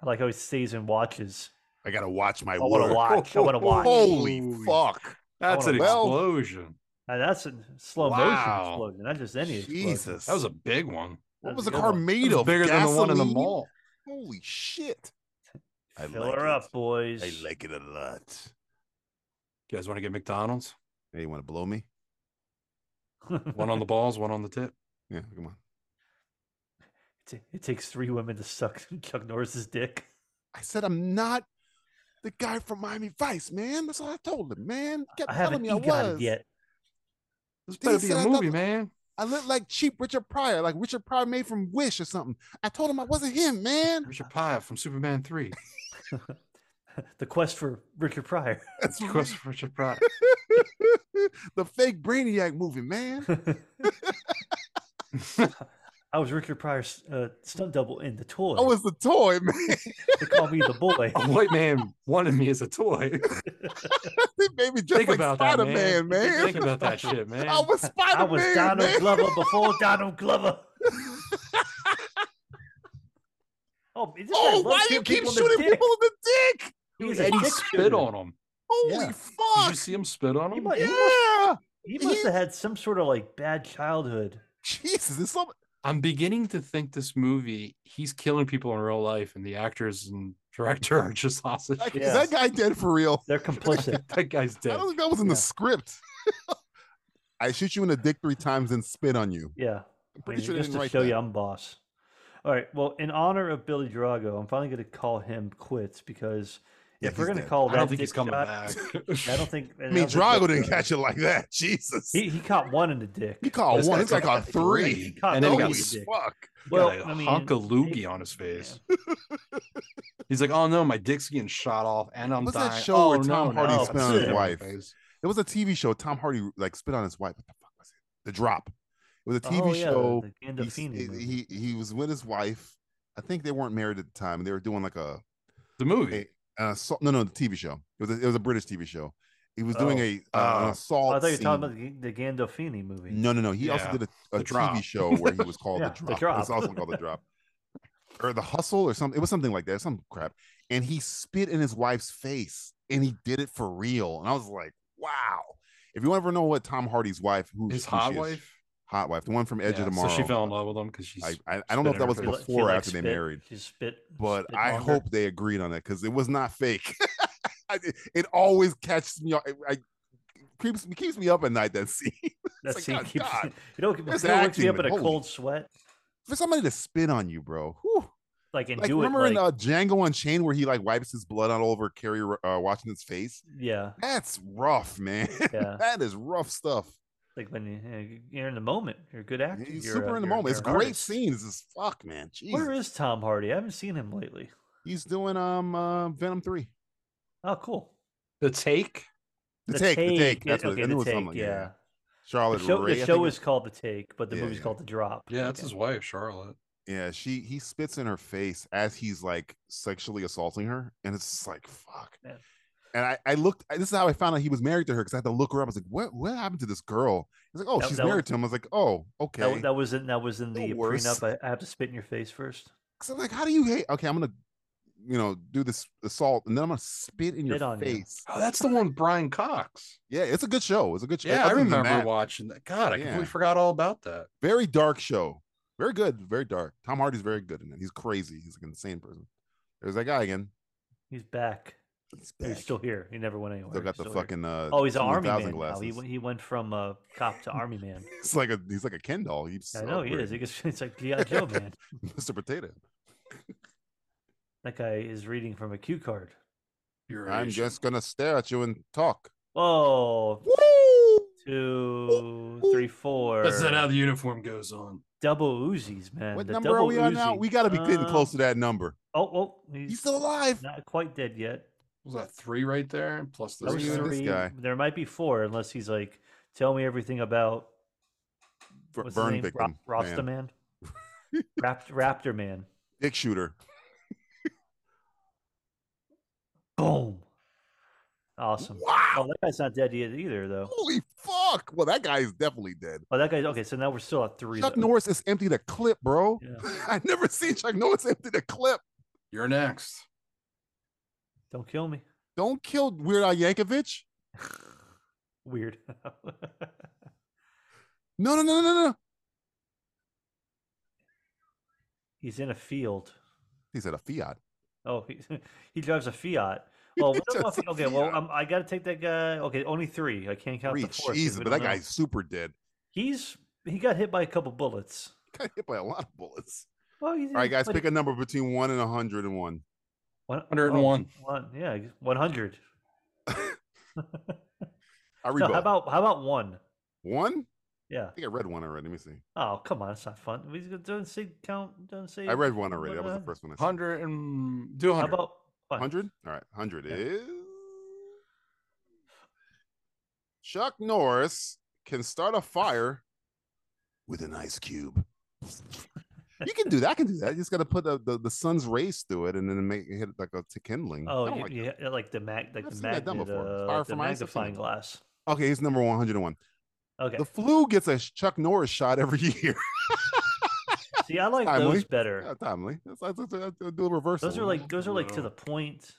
Speaker 8: I like how he stays and watches.
Speaker 6: I gotta watch my
Speaker 8: I want
Speaker 6: word.
Speaker 8: to watch. I want to watch.
Speaker 6: Holy
Speaker 7: Holy
Speaker 6: fuck!
Speaker 7: That's
Speaker 8: wanna
Speaker 7: an
Speaker 6: Well-
Speaker 7: explosion.
Speaker 8: Now, that's a slow
Speaker 7: Wow.
Speaker 8: motion explosion. Not just any explosion.
Speaker 6: Jesus,
Speaker 7: That was a big one.
Speaker 6: what was
Speaker 8: that was
Speaker 6: the
Speaker 8: a good
Speaker 6: car
Speaker 8: one.
Speaker 7: It
Speaker 6: made
Speaker 7: was
Speaker 6: of?
Speaker 7: bigger than the one in the
Speaker 6: Gasoline?
Speaker 7: mall.
Speaker 6: Holy shit! I
Speaker 8: Fill
Speaker 6: like
Speaker 8: her
Speaker 6: it.
Speaker 8: up, boys.
Speaker 6: I like it a lot.
Speaker 7: You guys want to get McDonald's?
Speaker 6: Hey, you want to blow me?
Speaker 7: One on the balls, one on the tip.
Speaker 6: Yeah, come on.
Speaker 8: T- it takes three women to suck Chuck Norris's dick.
Speaker 6: I said I'm not the guy from Miami Vice, man. That's all I told him, man. He kept
Speaker 8: I
Speaker 6: telling
Speaker 8: haven't
Speaker 6: me I
Speaker 8: egot it
Speaker 6: was.
Speaker 8: yet.
Speaker 7: This
Speaker 6: Dude,
Speaker 7: better
Speaker 6: he
Speaker 7: be
Speaker 6: said I
Speaker 7: a
Speaker 6: thought-
Speaker 7: movie, man.
Speaker 6: I look like cheap Richard Pryor, like Richard Pryor made from Wish or something. I told him I wasn't him, man.
Speaker 7: Richard Pryor from Superman 3.
Speaker 8: the quest for Richard Pryor.
Speaker 6: That's
Speaker 7: Of course, Richard Pryor.
Speaker 6: right. the fake Brainiac movie, man.
Speaker 8: I was Richard Pryor's uh, stunt double in the toy.
Speaker 6: I was the toy, man.
Speaker 8: they call me the boy.
Speaker 6: Oh,
Speaker 7: A white man wanted me as a toy.
Speaker 6: they made me just
Speaker 7: Think
Speaker 6: like
Speaker 7: about that,
Speaker 6: Spider
Speaker 7: man.
Speaker 6: Man, man.
Speaker 7: Think about that shit, man.
Speaker 6: I was
Speaker 8: I
Speaker 6: Spider
Speaker 8: was
Speaker 6: Man,
Speaker 8: Donald
Speaker 6: man.
Speaker 8: Glover before Donald Glover. oh, this guy
Speaker 6: Oh,
Speaker 8: loves
Speaker 6: why do you
Speaker 8: shooting
Speaker 6: keep
Speaker 8: in the
Speaker 6: shooting
Speaker 8: dick.
Speaker 6: people in the dick?
Speaker 8: He's a
Speaker 7: and he
Speaker 8: dick
Speaker 7: spit
Speaker 8: shooter.
Speaker 7: on him.
Speaker 6: Holy
Speaker 8: Yeah.
Speaker 7: Did you
Speaker 6: fuck!
Speaker 7: see him spit on
Speaker 8: He
Speaker 7: him?
Speaker 8: might-
Speaker 6: Yeah,
Speaker 8: He must have had some sort of like bad childhood.
Speaker 6: Jesus, it's so.
Speaker 7: I'm beginning to think this movie, he's killing people in real life, and the actors and director are just hostage.
Speaker 6: Like,
Speaker 8: Yeah.
Speaker 6: Is that guy dead for real?
Speaker 8: They're complicit.
Speaker 7: That guy's
Speaker 6: I
Speaker 7: dead.
Speaker 6: don't think that was in the
Speaker 8: Yeah.
Speaker 6: script. I shoot you in the dick three times and spit on you.
Speaker 8: Yeah.
Speaker 6: I'm pretty
Speaker 8: mean,
Speaker 6: sure they
Speaker 8: just
Speaker 6: didn't
Speaker 8: to
Speaker 6: write
Speaker 8: show you
Speaker 6: that.
Speaker 8: I'm boss. All right. Well, in honor of Billy Drago, I'm finally going to call him quits because
Speaker 6: Yeah,
Speaker 8: if we're
Speaker 6: he's
Speaker 8: going to
Speaker 6: dead.
Speaker 8: call
Speaker 7: I
Speaker 8: that,
Speaker 7: don't think he's
Speaker 8: dick
Speaker 7: coming
Speaker 8: shot-
Speaker 7: back.
Speaker 8: I don't think.
Speaker 6: I mean, Drago didn't catch it like that. Jesus,
Speaker 8: He he caught one in the dick.
Speaker 6: he caught
Speaker 7: This
Speaker 6: one.
Speaker 7: guy
Speaker 6: It's like
Speaker 7: got
Speaker 6: a
Speaker 7: the
Speaker 6: three.
Speaker 8: Caught
Speaker 7: And then he
Speaker 8: one
Speaker 6: Holy
Speaker 7: got
Speaker 8: in the
Speaker 7: sick.
Speaker 8: dick.
Speaker 6: fuck!
Speaker 8: Well,
Speaker 7: got a
Speaker 8: I mean,
Speaker 7: hunk of
Speaker 8: maybe-
Speaker 7: loogie on his face. He's like, oh no, my dick's getting shot off, and I'm
Speaker 6: What's that
Speaker 7: dying.
Speaker 6: show
Speaker 7: oh,
Speaker 6: where
Speaker 7: no,
Speaker 6: Tom
Speaker 7: no,
Speaker 6: Hardy
Speaker 7: no,
Speaker 8: spit on
Speaker 7: I'm
Speaker 8: his
Speaker 7: sick."
Speaker 6: wife? It was a TV show. Tom Hardy like spit on his wife. What the fuck was it? The Drop. It was a TV
Speaker 8: oh, yeah,
Speaker 6: show.
Speaker 8: The
Speaker 6: He's-
Speaker 8: Gandolfini movie.
Speaker 6: he, he he was with his wife. I think they weren't married at the time. They were doing like a
Speaker 7: The movie.
Speaker 6: Hey, an assault. No, no, the TV show. It was a, it was a British TV show. He was doing
Speaker 8: Oh.
Speaker 6: a uh, an
Speaker 7: Oh.
Speaker 6: assault.
Speaker 8: Oh, I thought you were
Speaker 6: scene.
Speaker 8: talking about the, G- the Gandolfini movie.
Speaker 6: No, no, no. He also
Speaker 7: Yeah,
Speaker 6: did a, a
Speaker 7: The
Speaker 6: TV
Speaker 7: Drop.
Speaker 6: show where he was called
Speaker 8: Yeah,
Speaker 6: the
Speaker 8: The
Speaker 6: drop. It's
Speaker 8: Drop.
Speaker 6: also called the drop, or the hustle, or something. It was something like that. Some crap. And he spit in his wife's face, and he did it for real. And I was like, wow. If you ever know what Tom Hardy's wife, who's
Speaker 7: His hot
Speaker 6: she is-
Speaker 7: wife.
Speaker 6: hot wife, the one from Edge
Speaker 7: Yeah,
Speaker 6: of Tomorrow.
Speaker 7: So she fell in love with him because she's.
Speaker 6: I, I, I don't know if
Speaker 7: spit
Speaker 6: that
Speaker 7: in her
Speaker 6: was
Speaker 7: face.
Speaker 8: She li- she
Speaker 6: before or
Speaker 8: liked
Speaker 6: after they
Speaker 8: spit.
Speaker 6: married
Speaker 8: She spit.
Speaker 6: but
Speaker 8: spit
Speaker 6: I
Speaker 8: longer.
Speaker 6: hope they agreed on it because it was not fake. I, it always catches me. I, I creeps me keeps me up at night. That scene
Speaker 8: that
Speaker 6: like,
Speaker 8: scene
Speaker 6: "God,
Speaker 8: keeps
Speaker 6: God,
Speaker 8: you know it
Speaker 6: this
Speaker 8: wakes me
Speaker 6: acting,
Speaker 8: up in a
Speaker 6: holy-
Speaker 8: cold sweat.
Speaker 6: for somebody to spit on you, bro. whew.
Speaker 8: Like and
Speaker 6: Like
Speaker 8: do it
Speaker 6: remember
Speaker 8: like
Speaker 6: in uh, Django Unchained where he like wipes his blood all over Carrie uh, Washington's face.
Speaker 8: yeah
Speaker 6: That's rough, man.
Speaker 8: yeah
Speaker 6: that is rough stuff.
Speaker 8: like when you, you're in the moment you're a good actor.
Speaker 6: He's
Speaker 8: you're
Speaker 6: super
Speaker 8: a-
Speaker 6: in the
Speaker 8: you're-
Speaker 6: moment. It's
Speaker 8: you're an
Speaker 6: great
Speaker 8: uh, artist.
Speaker 6: scenes. It's fuck, man. Jesus.
Speaker 8: Where is Tom Hardy? I haven't seen him lately.
Speaker 6: He's doing um uh, Venom three.
Speaker 8: Oh, cool.
Speaker 7: the take.
Speaker 6: The, take, the take.
Speaker 8: yeah,
Speaker 6: That's what
Speaker 8: okay,
Speaker 6: I
Speaker 8: the
Speaker 6: knew it was
Speaker 8: take,
Speaker 6: something. like-
Speaker 8: yeah. The
Speaker 6: Charlotte
Speaker 8: show,
Speaker 6: Ray.
Speaker 8: the
Speaker 6: I
Speaker 8: show
Speaker 6: think it-
Speaker 8: is called The Take, but the
Speaker 6: Yeah,
Speaker 8: movie movie's
Speaker 6: yeah.
Speaker 8: called The Drop.
Speaker 7: Yeah, that's
Speaker 8: Okay.
Speaker 7: his wife, Charlotte.
Speaker 6: Yeah, she he spits in her face as he's like sexually assaulting her, and it's just like fuck.
Speaker 8: Yeah.
Speaker 6: And I, I looked. I- This is how I found out he was married to her because I had to look her up. I was like, what what happened to this girl? It's like, oh,
Speaker 8: That-
Speaker 6: she's
Speaker 8: that
Speaker 6: married
Speaker 8: was-
Speaker 6: to him. I was like, oh, okay.
Speaker 8: That, that was in that was in
Speaker 6: No
Speaker 8: the
Speaker 6: worse.
Speaker 8: prenup. I, I have to spit in your face first.
Speaker 6: 'Cause I'm like, how do you hate? Okay, I'm gonna, you know, do this assault, and then I'm gonna spit in
Speaker 8: Spit
Speaker 6: your
Speaker 8: on you.
Speaker 6: face.
Speaker 7: Oh, that's the one, with Brian Cox.
Speaker 6: Yeah, it's a good show. It's a good show.
Speaker 7: Yeah, I
Speaker 6: Other than
Speaker 7: remember
Speaker 6: that,
Speaker 7: watching that. God, I
Speaker 6: Yeah.
Speaker 7: completely forgot all about that.
Speaker 6: Very dark show. Very good. Very dark. Tom Hardy's very good in it. He's crazy. He's an insane person. There's that guy again.
Speaker 8: He's back.
Speaker 6: He's
Speaker 8: He's still here. He never went anywhere.
Speaker 6: Still got the
Speaker 8: here.
Speaker 6: fucking uh,
Speaker 8: Oh, he's an
Speaker 6: 21,000
Speaker 8: army man now. He,
Speaker 6: glasses.
Speaker 8: went- he went from uh, cop to army man.
Speaker 6: He's like a he's like a Ken doll. He's
Speaker 8: I know he is. He gets, it's like G.I. Joe man.
Speaker 6: Mr. Potato.
Speaker 8: That guy is reading from a cue card.
Speaker 7: You're
Speaker 6: I'm
Speaker 7: Asian.
Speaker 6: just gonna stare at you and talk.
Speaker 8: Oh,
Speaker 6: Woo!
Speaker 8: two, three, four.
Speaker 7: That's not how the uniform goes on.
Speaker 8: double Uzis, man.
Speaker 6: What
Speaker 8: The
Speaker 6: number are
Speaker 8: double
Speaker 6: we on now?
Speaker 8: Uzi.
Speaker 6: We gotta be getting
Speaker 8: Uh,
Speaker 6: close to that number.
Speaker 8: Oh, oh, he's,
Speaker 6: He's still alive.
Speaker 8: not quite dead yet.
Speaker 7: Was that three right there? Plus
Speaker 8: That
Speaker 7: the
Speaker 8: was
Speaker 6: Look at
Speaker 7: zero.
Speaker 6: this
Speaker 8: three.
Speaker 6: guy.
Speaker 8: There might be four, unless he's like, tell me everything about
Speaker 6: For
Speaker 8: what's
Speaker 6: burn
Speaker 8: his name?
Speaker 6: victim.
Speaker 8: Ra- Rasta
Speaker 6: man.
Speaker 8: man. Rapt- Raptor man.
Speaker 6: Dick shooter.
Speaker 8: Boom. Awesome.
Speaker 6: Wow.
Speaker 8: Oh, that guy's not dead yet either, though.
Speaker 6: Holy fuck. Well, that guy is definitely dead.
Speaker 8: Oh, that guy's okay. So now we're still at three.
Speaker 6: Chuck
Speaker 8: though.
Speaker 6: Norris is empty the clip, bro.
Speaker 8: Yeah.
Speaker 6: I've never seen Chuck Norris empty the clip.
Speaker 7: You're next.
Speaker 8: Don't kill me.
Speaker 6: Don't kill Weird Al Yankovic.
Speaker 8: Weird.
Speaker 6: No, no, no, no, no, no.
Speaker 8: he's in a field.
Speaker 6: He said a Fiat.
Speaker 8: Oh, he, he drives a Fiat. Well, we don't know
Speaker 6: drives
Speaker 8: if-
Speaker 6: a
Speaker 8: okay. Well,
Speaker 6: Fiat.
Speaker 8: um, I got to take that guy. Okay, only three. I can't count
Speaker 6: Three.
Speaker 8: the fourth. 'cause
Speaker 6: Jesus,
Speaker 8: we
Speaker 6: but
Speaker 8: don't
Speaker 6: that
Speaker 8: know.
Speaker 6: guy's super dead.
Speaker 8: He's he got hit by a couple bullets.
Speaker 6: Got hit by a lot of bullets.
Speaker 8: Well, he
Speaker 6: All right,
Speaker 8: didn't-
Speaker 6: guys,
Speaker 8: but
Speaker 6: pick
Speaker 8: he-
Speaker 6: a number between one and a hundred and one.
Speaker 8: one-
Speaker 7: 101.
Speaker 8: oh, one, yeah, one hundred.
Speaker 6: I read
Speaker 8: No, how about how about one?
Speaker 6: one.
Speaker 8: Yeah.
Speaker 6: I think I read one already. Let me see.
Speaker 8: Oh, come on. It's not fun. We just don't say count. Don't say.
Speaker 6: I read one already. That was the
Speaker 8: What, uh,
Speaker 6: first one. I said.
Speaker 7: Hundred and do
Speaker 8: How
Speaker 7: hundred.
Speaker 8: about what?
Speaker 6: Hundred. All right. Hundred
Speaker 8: Yeah.
Speaker 6: is. Chuck Norris can start a fire with an ice cube. you can do that. I can do that. You just got to put the, the the sun's rays through it and then make it hit like a to kindling.
Speaker 8: Oh,
Speaker 6: I don't
Speaker 8: you,
Speaker 6: like
Speaker 8: you, yeah, like the mag, like
Speaker 6: I've
Speaker 8: the
Speaker 6: seen that done
Speaker 8: magnet,
Speaker 6: before.
Speaker 8: uh,
Speaker 6: Fire
Speaker 8: like the
Speaker 6: from ice, I've seen
Speaker 8: magnifying
Speaker 6: it.
Speaker 8: glass.
Speaker 6: Okay, he's number 101.
Speaker 8: Okay.
Speaker 6: The flu gets a Chuck Norris shot every year.
Speaker 8: See, I like
Speaker 6: Timely.
Speaker 8: those better.
Speaker 6: Yeah, timely. That's, that's, that's, that's- do a reversal.
Speaker 8: Those are like those are like to
Speaker 7: Wow.
Speaker 8: the point.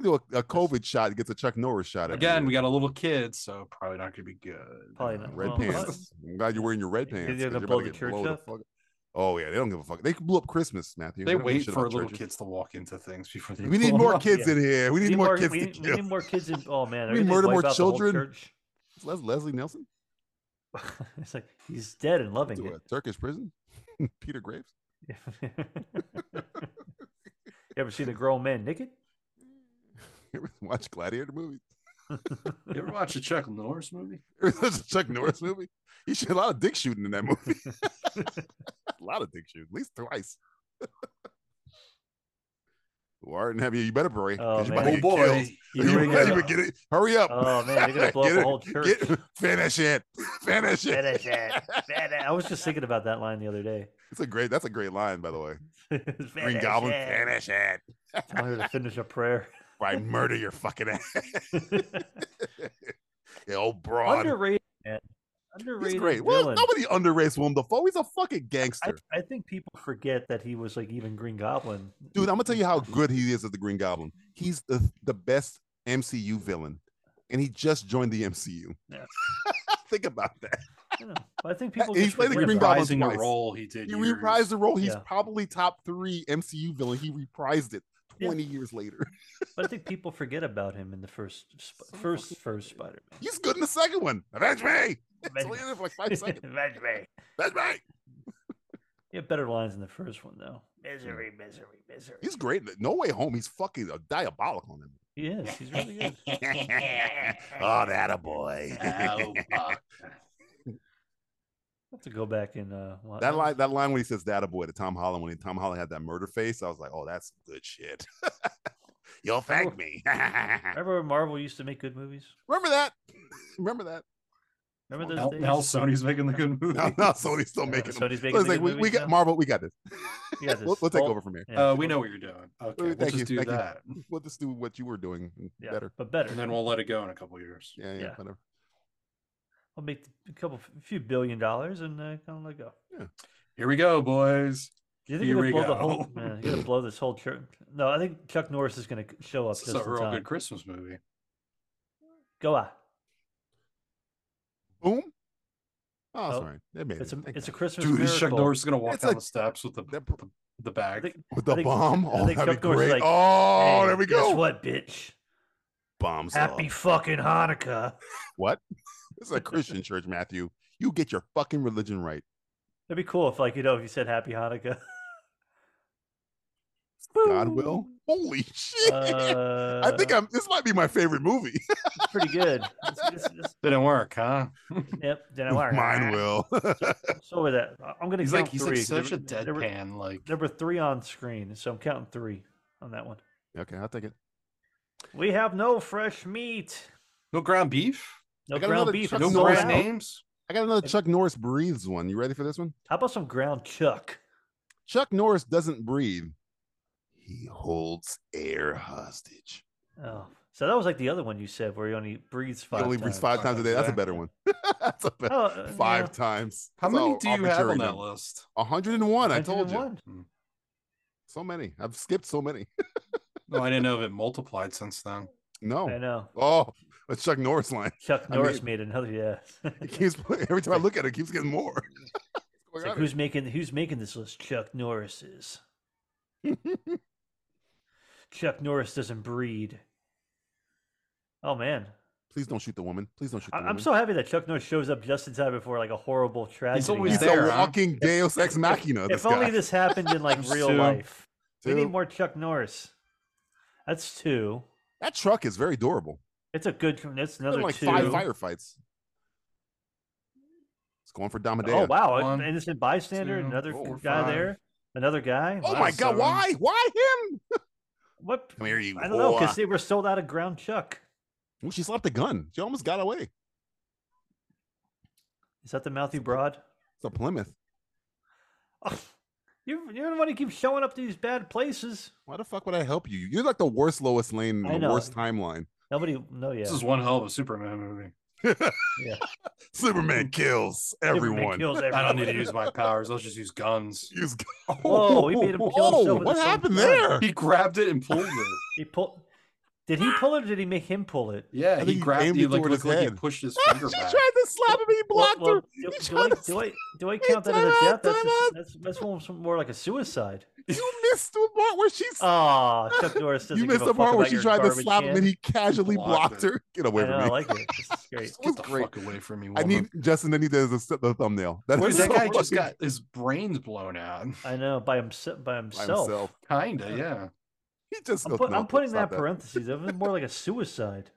Speaker 6: do a, a COVID shot gets a Chuck Norris shot every
Speaker 7: Again, we
Speaker 6: year.
Speaker 7: got a little kid, so probably not gonna be good.
Speaker 8: Probably
Speaker 7: Uh,
Speaker 8: not. Oh,
Speaker 6: red
Speaker 8: well,
Speaker 6: pants. I'm glad you're wearing your red
Speaker 8: You think
Speaker 6: pants.
Speaker 8: they're
Speaker 6: 'cause you're
Speaker 8: gonna
Speaker 6: about
Speaker 8: blow
Speaker 6: to
Speaker 8: the
Speaker 6: get
Speaker 8: church
Speaker 6: blown the
Speaker 8: up?
Speaker 6: fuck- Oh yeah, they don't give a fuck. They can blow up Christmas, Matthew.
Speaker 7: They
Speaker 6: don't give a
Speaker 7: wait
Speaker 6: shit
Speaker 7: for
Speaker 6: about
Speaker 7: little
Speaker 6: churches.
Speaker 7: kids to walk into things before they.
Speaker 6: We need
Speaker 7: blow
Speaker 6: more
Speaker 7: up.
Speaker 6: kids in here. We need, more, kids
Speaker 8: we,
Speaker 6: to
Speaker 8: need, we
Speaker 6: kill.
Speaker 8: need more kids in oh man
Speaker 6: We
Speaker 8: are we
Speaker 6: need
Speaker 8: gonna
Speaker 6: murder
Speaker 8: wipe
Speaker 6: more
Speaker 8: out the whole
Speaker 6: children.
Speaker 8: church?
Speaker 6: Is Les- Leslie Nelson
Speaker 8: it's like he's dead and loving
Speaker 6: to a Turkish prison. Peter Graves.
Speaker 8: it you ever seen a grown man naked
Speaker 6: You ever Watch Gladiator movies.
Speaker 7: You ever watch a Chuck Norris movie?
Speaker 6: There's a Chuck Norris movie. He shit a lot of dick shooting in that movie. a lot of dick shooting, at least twice. Warden, have you? You better pray. 'cause
Speaker 8: Oh,
Speaker 6: you
Speaker 8: man.
Speaker 6: better
Speaker 7: Oh
Speaker 6: get killed.
Speaker 7: boy,
Speaker 6: You,
Speaker 7: here we
Speaker 6: better
Speaker 7: go.
Speaker 6: even get it. Hurry up.
Speaker 8: oh man they're gonna blow up
Speaker 6: Get
Speaker 8: a
Speaker 6: it.
Speaker 8: whole church
Speaker 6: Get, finish it. Finish it.
Speaker 8: Finish it. Finish- i was just thinking about that line the other day
Speaker 6: It's a great. That's a great line, by the way. Green
Speaker 8: Finish
Speaker 6: Goblin,
Speaker 8: it.
Speaker 6: finish it.
Speaker 8: tell her to finish a prayer
Speaker 6: Or I murder your fucking ass. You old broad.
Speaker 8: underrated man. underrated
Speaker 6: He's great. Well,
Speaker 8: villain.
Speaker 6: nobody underrates Willem Dafoe. He's a fucking
Speaker 8: I,
Speaker 6: gangster.
Speaker 8: I think people forget that he was like even green goblin
Speaker 6: Dude, I'm gonna tell you how good he is as the Green Goblin. He's the, the best MCU villain, and he just joined the MCU.
Speaker 8: Yeah.
Speaker 6: Think about that.
Speaker 8: I, don't know. I think people
Speaker 6: He's
Speaker 8: just
Speaker 6: played the
Speaker 8: forget
Speaker 6: Green
Speaker 8: about it.
Speaker 6: Goblin
Speaker 7: reprising a
Speaker 6: twice.
Speaker 7: role he did.
Speaker 6: He
Speaker 7: years-
Speaker 6: reprised the role. He's
Speaker 8: Yeah.
Speaker 6: probably top three MCU villain. He reprised it
Speaker 8: Yeah.
Speaker 6: 20 years later.
Speaker 8: But I think people forget about him in the first sp-
Speaker 6: So
Speaker 8: first
Speaker 6: fucking
Speaker 8: first Spider-Man.
Speaker 6: He's good in the second one. Avenge me! It's only in there for like five seconds.
Speaker 8: Avenge me.
Speaker 6: Avenge me!
Speaker 8: He had better lines in the first one though. Misery, misery, misery.
Speaker 6: He's great. in it. No way home. He's fucking uh, diabolical in him.
Speaker 8: He is. He's really good.
Speaker 6: oh, that a boy.
Speaker 7: Oh, fuck.
Speaker 8: I have to go back and uh watch
Speaker 6: that line, that line when he says that a boy to Tom Holland when he, Tom Holland had that murder face, I was like, oh, that's good shit. You'll thank me. Remember
Speaker 8: Remember when Marvel used to make good movies?
Speaker 6: that? Remember that?
Speaker 8: Remember
Speaker 7: Now,
Speaker 8: those days?
Speaker 7: now Sony's making the good movie.
Speaker 6: No, no, Sony's still
Speaker 8: Yeah,
Speaker 6: making them.
Speaker 8: Sony's making
Speaker 6: It's
Speaker 8: the
Speaker 6: like,
Speaker 8: good
Speaker 6: we, we
Speaker 8: movies
Speaker 6: got
Speaker 8: now?
Speaker 6: Marvel. We got this.
Speaker 8: You got
Speaker 6: We'll,
Speaker 8: this.
Speaker 6: we'll take
Speaker 8: Oh,
Speaker 6: over from here.
Speaker 8: yeah,
Speaker 7: Uh, we
Speaker 8: well,
Speaker 7: know what you're doing. Okay, we'll
Speaker 6: thank
Speaker 7: just
Speaker 6: you,
Speaker 7: do
Speaker 6: thank you.
Speaker 7: that,
Speaker 6: We'll just do what you were doing
Speaker 8: yeah,
Speaker 6: better.
Speaker 8: but better.
Speaker 7: and then we'll let it go in a couple years.
Speaker 6: Yeah, yeah,
Speaker 8: Yeah.
Speaker 6: whatever.
Speaker 8: I'll make a couple, a few billion dollars, and uh, kind of let go.
Speaker 7: Here we go, boys.
Speaker 8: Do you think
Speaker 7: Here
Speaker 8: you're
Speaker 7: we
Speaker 8: gonna blow the
Speaker 7: go.
Speaker 8: whole? Yeah, you're gonna blow this whole church? No, I think Chuck Norris is gonna show up
Speaker 7: This
Speaker 8: just
Speaker 7: is a
Speaker 8: in
Speaker 7: real
Speaker 8: time.
Speaker 7: good Christmas movie.
Speaker 8: Go on.
Speaker 6: Boom. Oh,
Speaker 8: Oh,
Speaker 6: sorry. That made
Speaker 8: It's
Speaker 6: it.
Speaker 8: a
Speaker 6: Thank
Speaker 8: it's a
Speaker 6: God.
Speaker 8: Christmas
Speaker 7: Dude,
Speaker 8: miracle.
Speaker 7: this Chuck Norris is gonna walk
Speaker 6: It's
Speaker 7: down
Speaker 6: like-
Speaker 7: the steps with the
Speaker 6: that-
Speaker 7: the, the
Speaker 8: I
Speaker 7: bag.
Speaker 8: think,
Speaker 6: with
Speaker 8: I
Speaker 6: the
Speaker 8: think-
Speaker 6: bomb.
Speaker 8: I
Speaker 6: Oh,
Speaker 8: think
Speaker 6: that'd be
Speaker 8: Chuck Norris is
Speaker 6: great.
Speaker 8: like,
Speaker 6: oh,
Speaker 8: "Hey,
Speaker 6: there we
Speaker 8: Guess
Speaker 6: go.
Speaker 8: what, bitch?
Speaker 6: Bombs.
Speaker 8: Happy
Speaker 6: off.
Speaker 8: fucking Hanukkah.
Speaker 6: What? This is a Christian church, Matthew. You get your fucking religion right.
Speaker 8: That'd be cool if, like, you know, if you said Happy Hanukkah.
Speaker 6: God will. Holy shit.
Speaker 8: Uh,
Speaker 6: I think I'm. This might be my favorite movie.
Speaker 8: it's pretty good. It's, it's, it's,
Speaker 7: Didn't work, huh?
Speaker 8: yep, didn't work.
Speaker 6: Mine will.
Speaker 8: So with that, I- I'm gonna
Speaker 7: He's
Speaker 8: count
Speaker 7: like he's
Speaker 8: three.
Speaker 7: like such a
Speaker 8: There were- there were-
Speaker 7: deadpan. Like
Speaker 8: There were three on screen, so I'm counting three on that one.
Speaker 6: okay, I'll take it.
Speaker 8: We have no fresh meat.
Speaker 7: no ground beef,
Speaker 8: No
Speaker 6: I got
Speaker 8: ground
Speaker 6: another
Speaker 8: beef.
Speaker 6: Chuck
Speaker 8: it's
Speaker 7: no
Speaker 8: sold
Speaker 6: Norris
Speaker 7: brand
Speaker 8: out.
Speaker 7: names.
Speaker 6: I got another Chuck Norris breathes one. You ready for this one?
Speaker 8: How about some ground chuck?
Speaker 6: Chuck Norris doesn't breathe. He holds air hostage.
Speaker 8: Oh, so that was like the other one you said, where he only breathes
Speaker 6: He
Speaker 8: five.
Speaker 6: only
Speaker 8: times.
Speaker 6: breathes five times a day. That's a
Speaker 7: Exactly.
Speaker 6: better one. That's a better
Speaker 8: Oh, uh,
Speaker 6: five
Speaker 8: yeah.
Speaker 6: times.
Speaker 7: How
Speaker 6: That's
Speaker 7: many
Speaker 6: all
Speaker 7: do you have
Speaker 6: arbitrary
Speaker 7: on that
Speaker 6: number.
Speaker 7: list?
Speaker 6: 101. I told you.
Speaker 8: 101.
Speaker 6: So many. I've skipped so many.
Speaker 7: No, I didn't know if it multiplied since then.
Speaker 8: I
Speaker 6: No.
Speaker 8: know.
Speaker 6: Oh, that's Chuck Norris line.
Speaker 8: Chuck
Speaker 6: I
Speaker 8: Norris
Speaker 6: mean-
Speaker 8: made another. Yeah.
Speaker 6: It keeps every time I look at it, it keeps getting more. What's
Speaker 8: It's
Speaker 6: going
Speaker 8: like,
Speaker 6: on here?
Speaker 8: who's making who's making this list? Chuck Norris is. Chuck Norris doesn't breed. Oh man,
Speaker 6: Please don't shoot the woman. Please don't shoot the
Speaker 8: I,
Speaker 6: woman.
Speaker 8: I'm so happy that Chuck Norris shows up just in time before like a horrible tragedy.
Speaker 7: always
Speaker 6: He's
Speaker 8: happens.
Speaker 7: there.
Speaker 6: a
Speaker 7: huh?
Speaker 6: walking Deus Ex Machina.
Speaker 8: If
Speaker 6: This
Speaker 8: only
Speaker 6: guy.
Speaker 8: this happened in like
Speaker 7: That's
Speaker 8: real
Speaker 7: two.
Speaker 8: life. We
Speaker 6: Two.
Speaker 8: need more Chuck Norris. That's two.
Speaker 6: That truck is very durable.
Speaker 8: It's a good. That's
Speaker 6: There's
Speaker 8: another
Speaker 6: like
Speaker 8: two.
Speaker 6: five firefights. It's going for Domadeo.
Speaker 8: Oh wow, an
Speaker 7: One,
Speaker 8: innocent bystander,
Speaker 7: two,
Speaker 8: another
Speaker 7: four,
Speaker 8: guy
Speaker 7: five.
Speaker 8: there, another guy.
Speaker 6: Oh
Speaker 8: Wow.
Speaker 6: my
Speaker 7: seven.
Speaker 6: god, why? Why him?
Speaker 8: What?
Speaker 6: Come here, you
Speaker 8: I don't know
Speaker 6: whore.
Speaker 8: because they were sold out of ground chuck.
Speaker 6: Well, she slapped a gun. She almost got away.
Speaker 8: Is that the mouthy broad?
Speaker 6: It's a Plymouth.
Speaker 8: Ugh. you you're the one who keeps showing up to these bad places.
Speaker 6: Why the fuck would I help you? You're like the worst Lois Lane
Speaker 8: I
Speaker 6: and the
Speaker 8: know.
Speaker 6: worst timeline.
Speaker 8: Nobody, no, yeah.
Speaker 7: This is one hell of a Superman movie.
Speaker 6: Superman kills
Speaker 8: Mm-hmm. Superman
Speaker 6: everyone.
Speaker 8: kills
Speaker 7: I don't need to
Speaker 8: everyone.
Speaker 7: use my powers. I'll just use guns.
Speaker 6: Use-
Speaker 8: Whoa, he made him kill himself
Speaker 6: Whoa,
Speaker 8: with
Speaker 6: what
Speaker 8: his own
Speaker 6: happened
Speaker 8: gun.
Speaker 6: there?
Speaker 7: He grabbed it and pulled it.
Speaker 8: He pulled. Did he pull it or did he make him pull it?
Speaker 7: Yeah,
Speaker 6: think
Speaker 7: he
Speaker 6: he
Speaker 7: grabbed.
Speaker 6: aimed
Speaker 7: He
Speaker 6: it
Speaker 7: like
Speaker 6: toward
Speaker 7: looked
Speaker 6: his
Speaker 7: like he
Speaker 6: head.
Speaker 7: pushed his
Speaker 6: she
Speaker 7: finger
Speaker 6: tried
Speaker 7: back.
Speaker 6: to slap him. He
Speaker 8: Well-
Speaker 6: blocked
Speaker 8: well,
Speaker 6: her.
Speaker 8: do,
Speaker 6: He
Speaker 8: do
Speaker 6: tried
Speaker 8: I,
Speaker 6: to
Speaker 8: do I do I
Speaker 6: He
Speaker 8: count that as
Speaker 6: tried
Speaker 8: a
Speaker 6: to
Speaker 8: death? That's,
Speaker 6: time
Speaker 8: a,
Speaker 6: out.
Speaker 8: that's that's more, more like a suicide.
Speaker 6: You missed the part where she. s-
Speaker 8: Oh, Chuck Norris doesn't
Speaker 6: you
Speaker 8: give
Speaker 6: missed the
Speaker 8: a fuck
Speaker 6: part where
Speaker 8: about
Speaker 6: she
Speaker 8: your
Speaker 6: tried to
Speaker 8: garbage
Speaker 6: slap him
Speaker 8: can.
Speaker 6: and he casually
Speaker 7: Blocked
Speaker 6: blocked
Speaker 7: it.
Speaker 6: her. Get
Speaker 8: I
Speaker 6: away
Speaker 8: know,
Speaker 6: from
Speaker 8: I
Speaker 6: me.
Speaker 8: like it. This is great.
Speaker 6: was
Speaker 7: Get the
Speaker 6: great.
Speaker 7: fuck away from me,
Speaker 6: I
Speaker 7: woman.
Speaker 6: need Justin. I need the, the, the thumbnail. That
Speaker 7: Dude,
Speaker 6: is
Speaker 7: that
Speaker 6: so
Speaker 7: guy just
Speaker 6: fucking-
Speaker 7: got his brains blown out.
Speaker 8: I know by himself. By
Speaker 6: by
Speaker 8: himself.
Speaker 6: himself.
Speaker 7: Kinda, yeah.
Speaker 6: He just.
Speaker 8: I'm,
Speaker 6: goes,
Speaker 8: put,
Speaker 6: "No,
Speaker 8: I'm putting that
Speaker 6: stop
Speaker 8: parentheses. It was more like a suicide.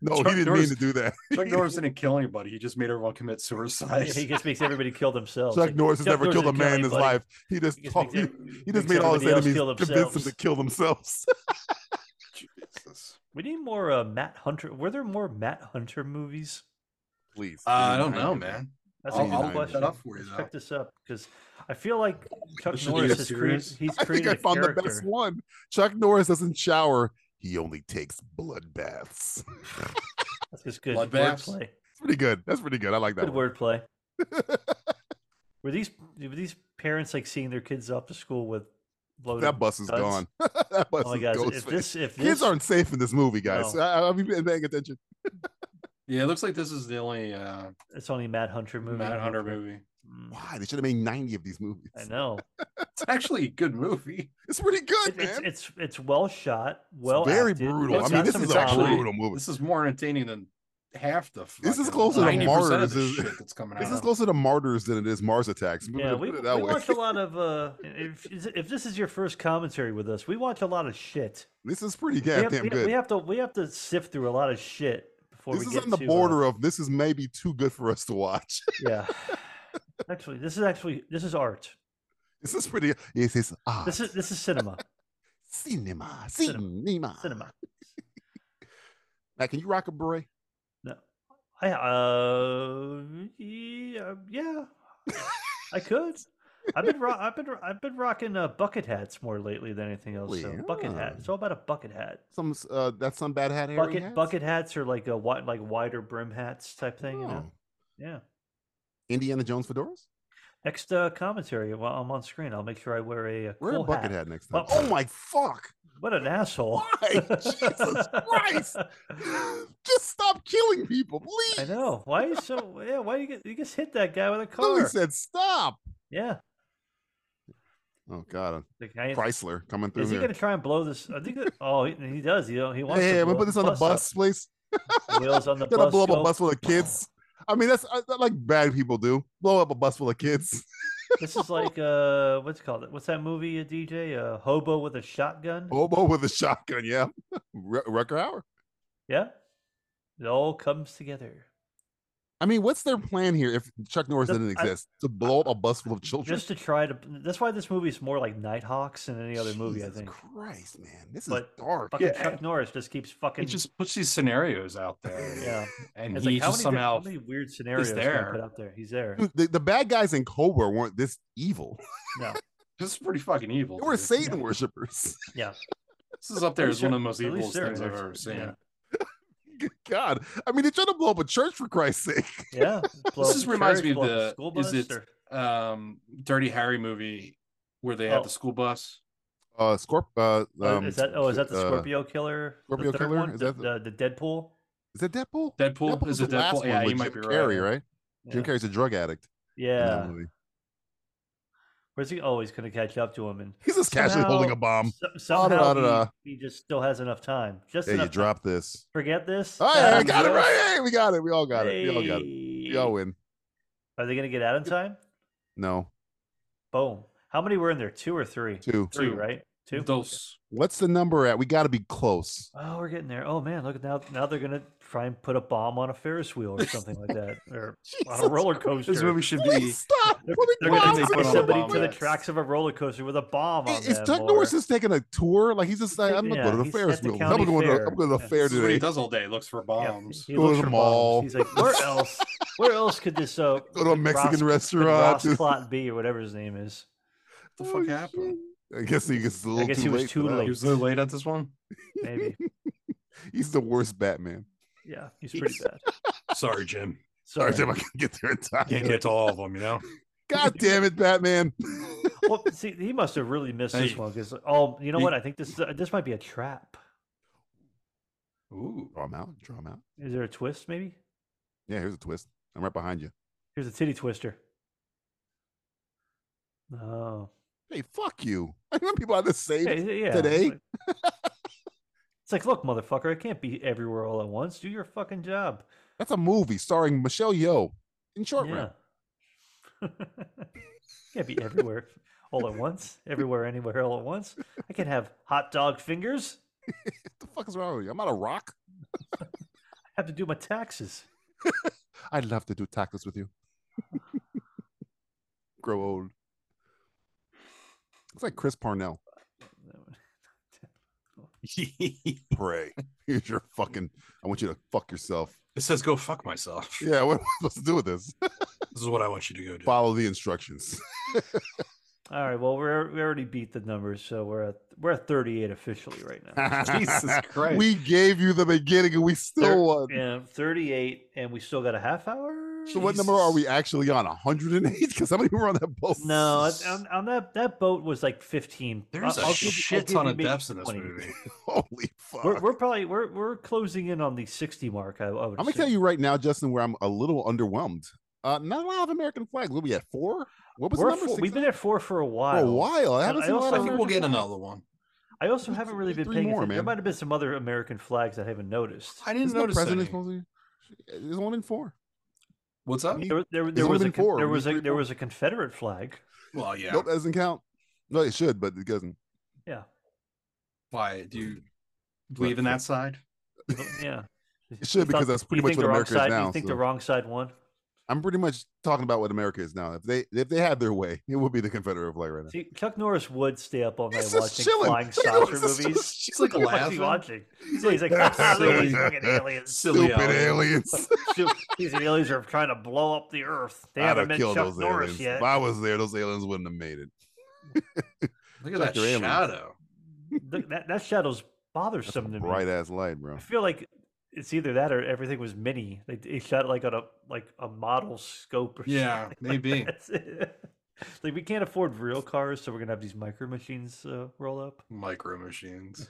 Speaker 6: No,
Speaker 7: Chuck
Speaker 6: he didn't
Speaker 7: Norris-
Speaker 6: mean to do that.
Speaker 7: Chuck Norris didn't kill anybody. He just made everyone commit suicide.
Speaker 8: he just makes everybody kill themselves.
Speaker 6: Chuck
Speaker 8: Like,
Speaker 6: Norris has never killed a
Speaker 8: didn't kill
Speaker 6: man in his
Speaker 8: anybody.
Speaker 6: life. He just
Speaker 8: He just
Speaker 6: talked-
Speaker 8: makes
Speaker 6: he,
Speaker 8: every-
Speaker 6: he just
Speaker 8: makes
Speaker 6: made all his
Speaker 8: everybody else
Speaker 6: enemies
Speaker 8: kill
Speaker 6: convince them to
Speaker 8: themselves.
Speaker 6: kill themselves.
Speaker 7: Jesus.
Speaker 8: We need more uh, Matt Hunter. Were there more Matt Hunter movies?
Speaker 6: Please.
Speaker 7: Uh, I don't know, man.
Speaker 8: That's
Speaker 6: I'll-
Speaker 8: a good
Speaker 6: I'll look
Speaker 8: question.
Speaker 7: that up for you,
Speaker 8: Let's
Speaker 7: though.
Speaker 8: check this up because I feel like Chuck
Speaker 7: This should be a
Speaker 8: Norris has created.
Speaker 7: series.
Speaker 8: He's
Speaker 6: I think
Speaker 8: created
Speaker 6: I
Speaker 8: a
Speaker 6: found
Speaker 8: character.
Speaker 6: the best one. Chuck Norris doesn't shower. He only takes blood baths.
Speaker 8: That's just good
Speaker 7: Bloodbaths?
Speaker 8: wordplay.
Speaker 6: It's pretty good. That's pretty good. I like that.
Speaker 8: Good
Speaker 6: one.
Speaker 8: wordplay. were these were these parents like seeing their kids off to school with bloated?
Speaker 6: That bus is
Speaker 8: duds?
Speaker 6: gone. that bus
Speaker 8: Oh my
Speaker 6: is
Speaker 8: gosh!
Speaker 6: ghost
Speaker 8: If
Speaker 6: face.
Speaker 8: this if
Speaker 6: Kids
Speaker 8: this
Speaker 6: aren't safe in this movie, guys.
Speaker 8: No.
Speaker 6: I, I've been paying attention.
Speaker 7: Yeah, it looks like this is the only uh,
Speaker 8: it's only Matt Hunter movie.
Speaker 7: Matt
Speaker 8: I'm
Speaker 7: Hunter
Speaker 8: looking at.
Speaker 7: movie.
Speaker 8: Mm,
Speaker 6: Why they should have made ninety of these movies?
Speaker 8: I know.
Speaker 7: It's actually a good movie.
Speaker 6: It's pretty good,
Speaker 8: It-
Speaker 6: man.
Speaker 8: it's it's it's well shot, well
Speaker 6: very
Speaker 8: acted,
Speaker 6: brutal.
Speaker 8: it's
Speaker 6: I mean,
Speaker 8: got
Speaker 6: this
Speaker 8: some
Speaker 6: is a
Speaker 8: comedy.
Speaker 6: brutal movie.
Speaker 7: This is more entertaining than half the.
Speaker 6: This is
Speaker 7: fucking
Speaker 6: closer to
Speaker 7: 90% of
Speaker 6: Mars,
Speaker 7: the
Speaker 6: is-
Speaker 7: shit that's coming out.
Speaker 6: This is closer to Martyrs than it is Mars Attacks. Put
Speaker 8: Yeah,
Speaker 6: it-
Speaker 8: we,
Speaker 6: put
Speaker 8: we
Speaker 6: it that way.
Speaker 8: watch a lot of. uh if, if this is your first commentary with us, we watch a lot of shit.
Speaker 6: This is pretty
Speaker 8: we,
Speaker 6: goddamn
Speaker 8: have, we,
Speaker 6: good.
Speaker 8: we have to we have to sift through a lot of shit before
Speaker 6: this
Speaker 8: we
Speaker 6: is
Speaker 8: get
Speaker 6: on the
Speaker 8: to, uh,
Speaker 6: border of this is maybe too good for us to watch.
Speaker 8: yeah. Actually, this is actually this is art.
Speaker 6: this is pretty. Yes, yes. Ah,
Speaker 8: This is this is cinema.
Speaker 6: cinema,
Speaker 8: cinema,
Speaker 6: cinema,
Speaker 8: cinema.
Speaker 6: Now, can you rock a beret?
Speaker 8: No, I uh yeah, um, yeah I could. I've been ro- I've been ro- I've been rocking uh, bucket hats more lately than anything else. So bucket hat.
Speaker 6: Yeah.
Speaker 8: It's all about a bucket hat.
Speaker 6: Some s- uh, that's some bad hat. Harry
Speaker 8: Bucket
Speaker 6: has?
Speaker 8: bucket hats are like a wide like wider brim hats type thing. You know.
Speaker 6: Oh.
Speaker 8: Yeah.
Speaker 6: Indiana Jones fedoras.
Speaker 8: Next uh, commentary while I'm on screen, I'll make sure I wear a, uh,
Speaker 6: Wear
Speaker 8: cool
Speaker 6: a bucket hat,
Speaker 8: hat.
Speaker 6: next time.
Speaker 8: Well-
Speaker 6: oh my fuck!
Speaker 8: What an asshole!
Speaker 6: Why? Jesus Christ! Just stop killing people, please.
Speaker 8: I know. Why you so? Yeah. Why you get you just hit that guy with a
Speaker 6: Lily
Speaker 8: car?
Speaker 6: said stop.
Speaker 8: Yeah.
Speaker 6: Oh god,
Speaker 8: The guy,
Speaker 6: Chrysler coming through
Speaker 8: is he
Speaker 6: here.
Speaker 8: gonna try and blow this? I think. that- Oh, he, he does. He don't- he wants.
Speaker 6: hey,
Speaker 8: to
Speaker 6: hey, I'm
Speaker 8: blow
Speaker 6: gonna put this on the
Speaker 8: up.
Speaker 6: bus, please.
Speaker 8: Wheels on the
Speaker 6: gonna
Speaker 8: bus.
Speaker 6: blow up
Speaker 8: go.
Speaker 6: a bus full of kids. I mean, that's uh, that, like bad people do. Blow up a bus full of kids.
Speaker 8: This is like uh, what's it called? What's that movie? uh, A DJ, a hobo with a shotgun.
Speaker 6: Bobo with a shotgun. Yeah, Ru- Rucker Hour.
Speaker 8: Yeah. It all comes together.
Speaker 6: I mean, what's their plan here if Chuck Norris
Speaker 8: The-
Speaker 6: didn't
Speaker 8: I-
Speaker 6: exist to blow up a bus full of children?
Speaker 8: Just to try to. That's why this movie is more like Nighthawks than any other movie. I
Speaker 6: Jesus
Speaker 8: think.
Speaker 6: Christ, man, this
Speaker 8: But-
Speaker 6: is dark.
Speaker 8: Fucking
Speaker 7: Yeah.
Speaker 8: Chuck Norris just keeps fucking.
Speaker 7: He just puts these scenarios out there,
Speaker 8: yeah.
Speaker 7: and
Speaker 8: It's
Speaker 7: he
Speaker 8: like, how
Speaker 7: just
Speaker 8: many, di-
Speaker 7: somehow
Speaker 8: how many weird scenarios can I
Speaker 7: there.
Speaker 8: put out there? He's there.
Speaker 6: Dude, the, the bad guys in Cobra weren't this evil.
Speaker 8: Oh,
Speaker 7: this is pretty fucking evil.
Speaker 6: They were
Speaker 7: dude.
Speaker 6: Satan worshippers.
Speaker 8: Yeah.
Speaker 7: This is up there
Speaker 8: At
Speaker 7: as
Speaker 8: least
Speaker 7: one of
Speaker 8: they're-
Speaker 7: the most
Speaker 8: at
Speaker 7: evil
Speaker 8: least they're
Speaker 7: things I've
Speaker 8: innocent,
Speaker 7: ever seen.
Speaker 8: yeah.
Speaker 6: Good God, I mean, they tried to blow up a church for Christ's sake.
Speaker 8: Yeah. blow
Speaker 7: This
Speaker 8: up
Speaker 7: is
Speaker 8: the
Speaker 7: reminds
Speaker 8: church,
Speaker 7: me of
Speaker 8: blow up
Speaker 7: the-
Speaker 8: school
Speaker 7: is
Speaker 8: bus
Speaker 7: it-
Speaker 8: or-
Speaker 7: um Dirty Harry movie where they had
Speaker 8: Oh.
Speaker 7: the school bus.
Speaker 6: Uh, Scorp. Uh,
Speaker 8: oh,
Speaker 6: um,
Speaker 8: is that oh is that the
Speaker 6: uh,
Speaker 8: Scorpio killer? The
Speaker 6: Scorpio
Speaker 8: third
Speaker 6: Killer?
Speaker 8: One?
Speaker 6: Is
Speaker 8: the,
Speaker 6: that the-
Speaker 8: the, the Deadpool?
Speaker 6: Is that Deadpool?
Speaker 7: Deadpool
Speaker 6: Deadpool's
Speaker 7: is it
Speaker 6: the last
Speaker 7: Deadpool?
Speaker 6: one
Speaker 7: Yeah,
Speaker 6: with
Speaker 7: you might be
Speaker 6: Jim
Speaker 7: right.
Speaker 6: Carrey, right? Jim
Speaker 8: Yeah.
Speaker 6: Carrey's a drug addict. in that
Speaker 8: Yeah.
Speaker 6: movie.
Speaker 8: Where's he always going to catch up to him? And
Speaker 6: He's just casually holding
Speaker 8: somehow-
Speaker 6: a bomb.
Speaker 8: so- somehow he-
Speaker 6: da-da-da.
Speaker 8: he, just still has enough time. Just
Speaker 6: Hey, you
Speaker 8: enough. time.
Speaker 6: dropped this.
Speaker 8: Forget this.
Speaker 6: Oh,
Speaker 8: that
Speaker 6: yeah, I
Speaker 8: I'm
Speaker 6: got it
Speaker 8: good.
Speaker 6: right. Hey, we got it. We all got it. We all got it. We all
Speaker 8: Hey.
Speaker 6: win.
Speaker 8: Are they going to get out in time?
Speaker 6: No,
Speaker 8: Boom. How many were in there? Two or three?
Speaker 6: two.
Speaker 8: Three,
Speaker 7: Two.
Speaker 8: right? Two.
Speaker 1: Dos.
Speaker 6: What's the number at? We got to be close.
Speaker 8: Oh, we're getting there. Oh man, look at now. Now they're gonna try and put a bomb on a Ferris wheel or something like that, or on a roller coaster.
Speaker 1: This movie should be.
Speaker 6: Please stop.
Speaker 8: They're,
Speaker 6: What are
Speaker 8: they're
Speaker 6: you
Speaker 8: gonna
Speaker 1: they
Speaker 6: doing?
Speaker 1: put
Speaker 8: tie
Speaker 1: on a
Speaker 8: somebody
Speaker 1: bomb
Speaker 8: to the
Speaker 1: yet?
Speaker 8: tracks of a roller coaster with a bomb on
Speaker 6: Is is
Speaker 8: them.
Speaker 6: Chuck
Speaker 8: or-
Speaker 6: Norris just taking a tour? Like he's just like, I'm not
Speaker 8: Yeah,
Speaker 6: going to the
Speaker 8: he's
Speaker 6: Ferris
Speaker 8: at the
Speaker 6: wheel.
Speaker 8: county
Speaker 6: I'm going to
Speaker 8: fair.
Speaker 6: I'm going to the
Speaker 8: Yeah.
Speaker 6: fair
Speaker 1: This is what he
Speaker 6: today.
Speaker 1: does all day. Looks for
Speaker 8: Yeah,
Speaker 1: bombs.
Speaker 8: he
Speaker 6: Go to
Speaker 8: looks
Speaker 6: the
Speaker 8: for bombs.
Speaker 6: mall.
Speaker 8: He's like, where else? Where else could this uh,
Speaker 6: Go to a Mexican
Speaker 8: Ross- could
Speaker 6: restaurant.
Speaker 8: Ross Plot B or whatever his name is.
Speaker 1: What the fuck happened?
Speaker 6: Oh, I guess he gets a little
Speaker 8: guess
Speaker 6: too
Speaker 8: he was
Speaker 6: late for
Speaker 8: too
Speaker 6: that.
Speaker 8: late.
Speaker 1: He was so late at this one.
Speaker 8: Maybe.
Speaker 6: He's the worst Batman.
Speaker 8: Yeah, he's pretty
Speaker 6: He's-
Speaker 8: bad.
Speaker 1: Sorry, Jim.
Speaker 6: Sorry,
Speaker 8: Sorry.
Speaker 6: Tim, I can't get there in
Speaker 1: Can't
Speaker 6: time.
Speaker 1: get to all of them, you know.
Speaker 6: God damn it, Batman!
Speaker 8: well, see, he must have really missed this
Speaker 1: Hey.
Speaker 8: one because oh, you know
Speaker 1: He-
Speaker 8: what? I think this is- this might be a trap.
Speaker 1: Ooh.
Speaker 6: draw him out. Draw him out.
Speaker 8: Is there a twist? Maybe
Speaker 6: Yeah, here's a twist. I'm right behind you.
Speaker 8: here's a titty twister. Oh,
Speaker 6: Hey, fuck you! I know people are the same.
Speaker 8: yeah, yeah, it's
Speaker 6: today?
Speaker 8: like- It's like, look, motherfucker, I can't be everywhere all at once. Do your fucking job.
Speaker 6: That's a movie starring Michelle Yeoh in short
Speaker 8: Yeah.
Speaker 6: round.
Speaker 8: can't be everywhere all at once. Everywhere, anywhere, all at once. I can have hot dog fingers.
Speaker 6: What the fuck is wrong with you? I'm not a rock.
Speaker 8: I have to do my taxes.
Speaker 6: I'd love to do tacos with you. Grow old. It's like Chris Parnell.
Speaker 1: it
Speaker 6: Pray. Here's your fucking. I want you to fuck yourself.
Speaker 1: says go fuck myself.
Speaker 6: Yeah. What am I supposed to do with this?
Speaker 1: This is what I want you to go do.
Speaker 6: Follow the instructions.
Speaker 8: All right. Well, we're we already beat the numbers, so we're at we're at 38 officially right now.
Speaker 1: Jesus Christ.
Speaker 6: We gave you the beginning and we still
Speaker 1: There-
Speaker 6: won.
Speaker 8: Yeah, 38, and we still got a half hour.
Speaker 6: So what number are we actually on? 108? Because how many were on that boat?
Speaker 8: No,
Speaker 1: Jesus.
Speaker 8: I- on, on that that boat was like 15.
Speaker 1: There's
Speaker 8: a
Speaker 1: a shit ton of depths in this movie.
Speaker 6: Holy fuck.
Speaker 8: We're, we're probably we're we're closing in on the 60 mark. I, I would
Speaker 6: I'm gonna tell
Speaker 8: assume.
Speaker 6: you right now, Justin, where I'm a little underwhelmed. Uh, not a lot of American flags. What are we at four? What was the
Speaker 8: We're
Speaker 6: number?
Speaker 8: four-
Speaker 6: Six
Speaker 8: we've been at four for a
Speaker 6: for
Speaker 8: while.
Speaker 6: a while. I
Speaker 8: And
Speaker 6: haven't
Speaker 8: I
Speaker 6: seen a lot
Speaker 8: also
Speaker 1: I
Speaker 6: of
Speaker 1: think we'll get
Speaker 6: American flags.
Speaker 1: another one.
Speaker 8: I also
Speaker 6: There's-
Speaker 8: haven't really
Speaker 6: there's
Speaker 8: been
Speaker 6: three
Speaker 8: paying
Speaker 6: more,
Speaker 8: attention. There
Speaker 6: man.
Speaker 8: might have been some other American flags that I haven't noticed.
Speaker 1: I didn't
Speaker 6: Isn't the
Speaker 1: notice
Speaker 6: president
Speaker 1: any.
Speaker 6: supposed to- There's one in four.
Speaker 1: What's up?
Speaker 6: He-
Speaker 8: There, there,
Speaker 6: there's
Speaker 8: there was
Speaker 6: only been
Speaker 8: a con-
Speaker 6: four.
Speaker 8: there
Speaker 6: We
Speaker 8: was
Speaker 6: need
Speaker 8: a
Speaker 6: three
Speaker 8: there
Speaker 6: more.
Speaker 8: was a Confederate flag.
Speaker 1: Well, yeah.
Speaker 6: Nope, that doesn't count. No, it should, but it doesn't.
Speaker 1: Why do you believe in that side?
Speaker 8: Yeah,
Speaker 6: It should
Speaker 8: You
Speaker 6: because
Speaker 8: thought-
Speaker 6: that's
Speaker 8: you
Speaker 6: pretty much
Speaker 8: think
Speaker 6: what
Speaker 8: the wrong
Speaker 6: America is
Speaker 8: side-
Speaker 6: now,
Speaker 8: You think
Speaker 6: so-
Speaker 8: the wrong side won?
Speaker 6: I'm pretty much talking about what America is now. If they if they had their way, it would be the Confederate flag right now.
Speaker 8: See, Chuck Norris would stay up all night
Speaker 6: He's just
Speaker 8: watching
Speaker 6: chilling.
Speaker 8: flying
Speaker 6: Look at him,
Speaker 8: saucer
Speaker 6: he's just-
Speaker 8: movies.
Speaker 1: She's like
Speaker 8: What the fuck's he
Speaker 1: laughing.
Speaker 8: watching? So he's like,
Speaker 6: That's
Speaker 8: "Ah, look at
Speaker 1: silly.
Speaker 8: these fucking aliens.
Speaker 1: Silly
Speaker 6: Stupid
Speaker 1: Al.
Speaker 6: aliens.
Speaker 8: Shoot, These aliens are trying to blow up the Earth. They
Speaker 6: I'd
Speaker 8: haven't
Speaker 6: have
Speaker 8: met
Speaker 6: killed
Speaker 8: Chuck
Speaker 6: those
Speaker 8: Norris
Speaker 6: aliens.
Speaker 8: yet.
Speaker 6: If I was there, those aliens wouldn't have made it.
Speaker 1: Look at
Speaker 6: Like
Speaker 1: that
Speaker 6: your aliens.
Speaker 1: shadow.
Speaker 8: Look, that, that shadow's
Speaker 6: That's a
Speaker 8: bothersome to me.
Speaker 6: bright ass light, bro.
Speaker 8: I feel like it's either that or everything was mini. They, they shot it like on a like a model scope or
Speaker 1: Yeah,
Speaker 8: something like
Speaker 1: maybe.
Speaker 8: that. It's like we can't afford real cars, so we're gonna have these micro machines uh, roll up.
Speaker 1: Micro machines.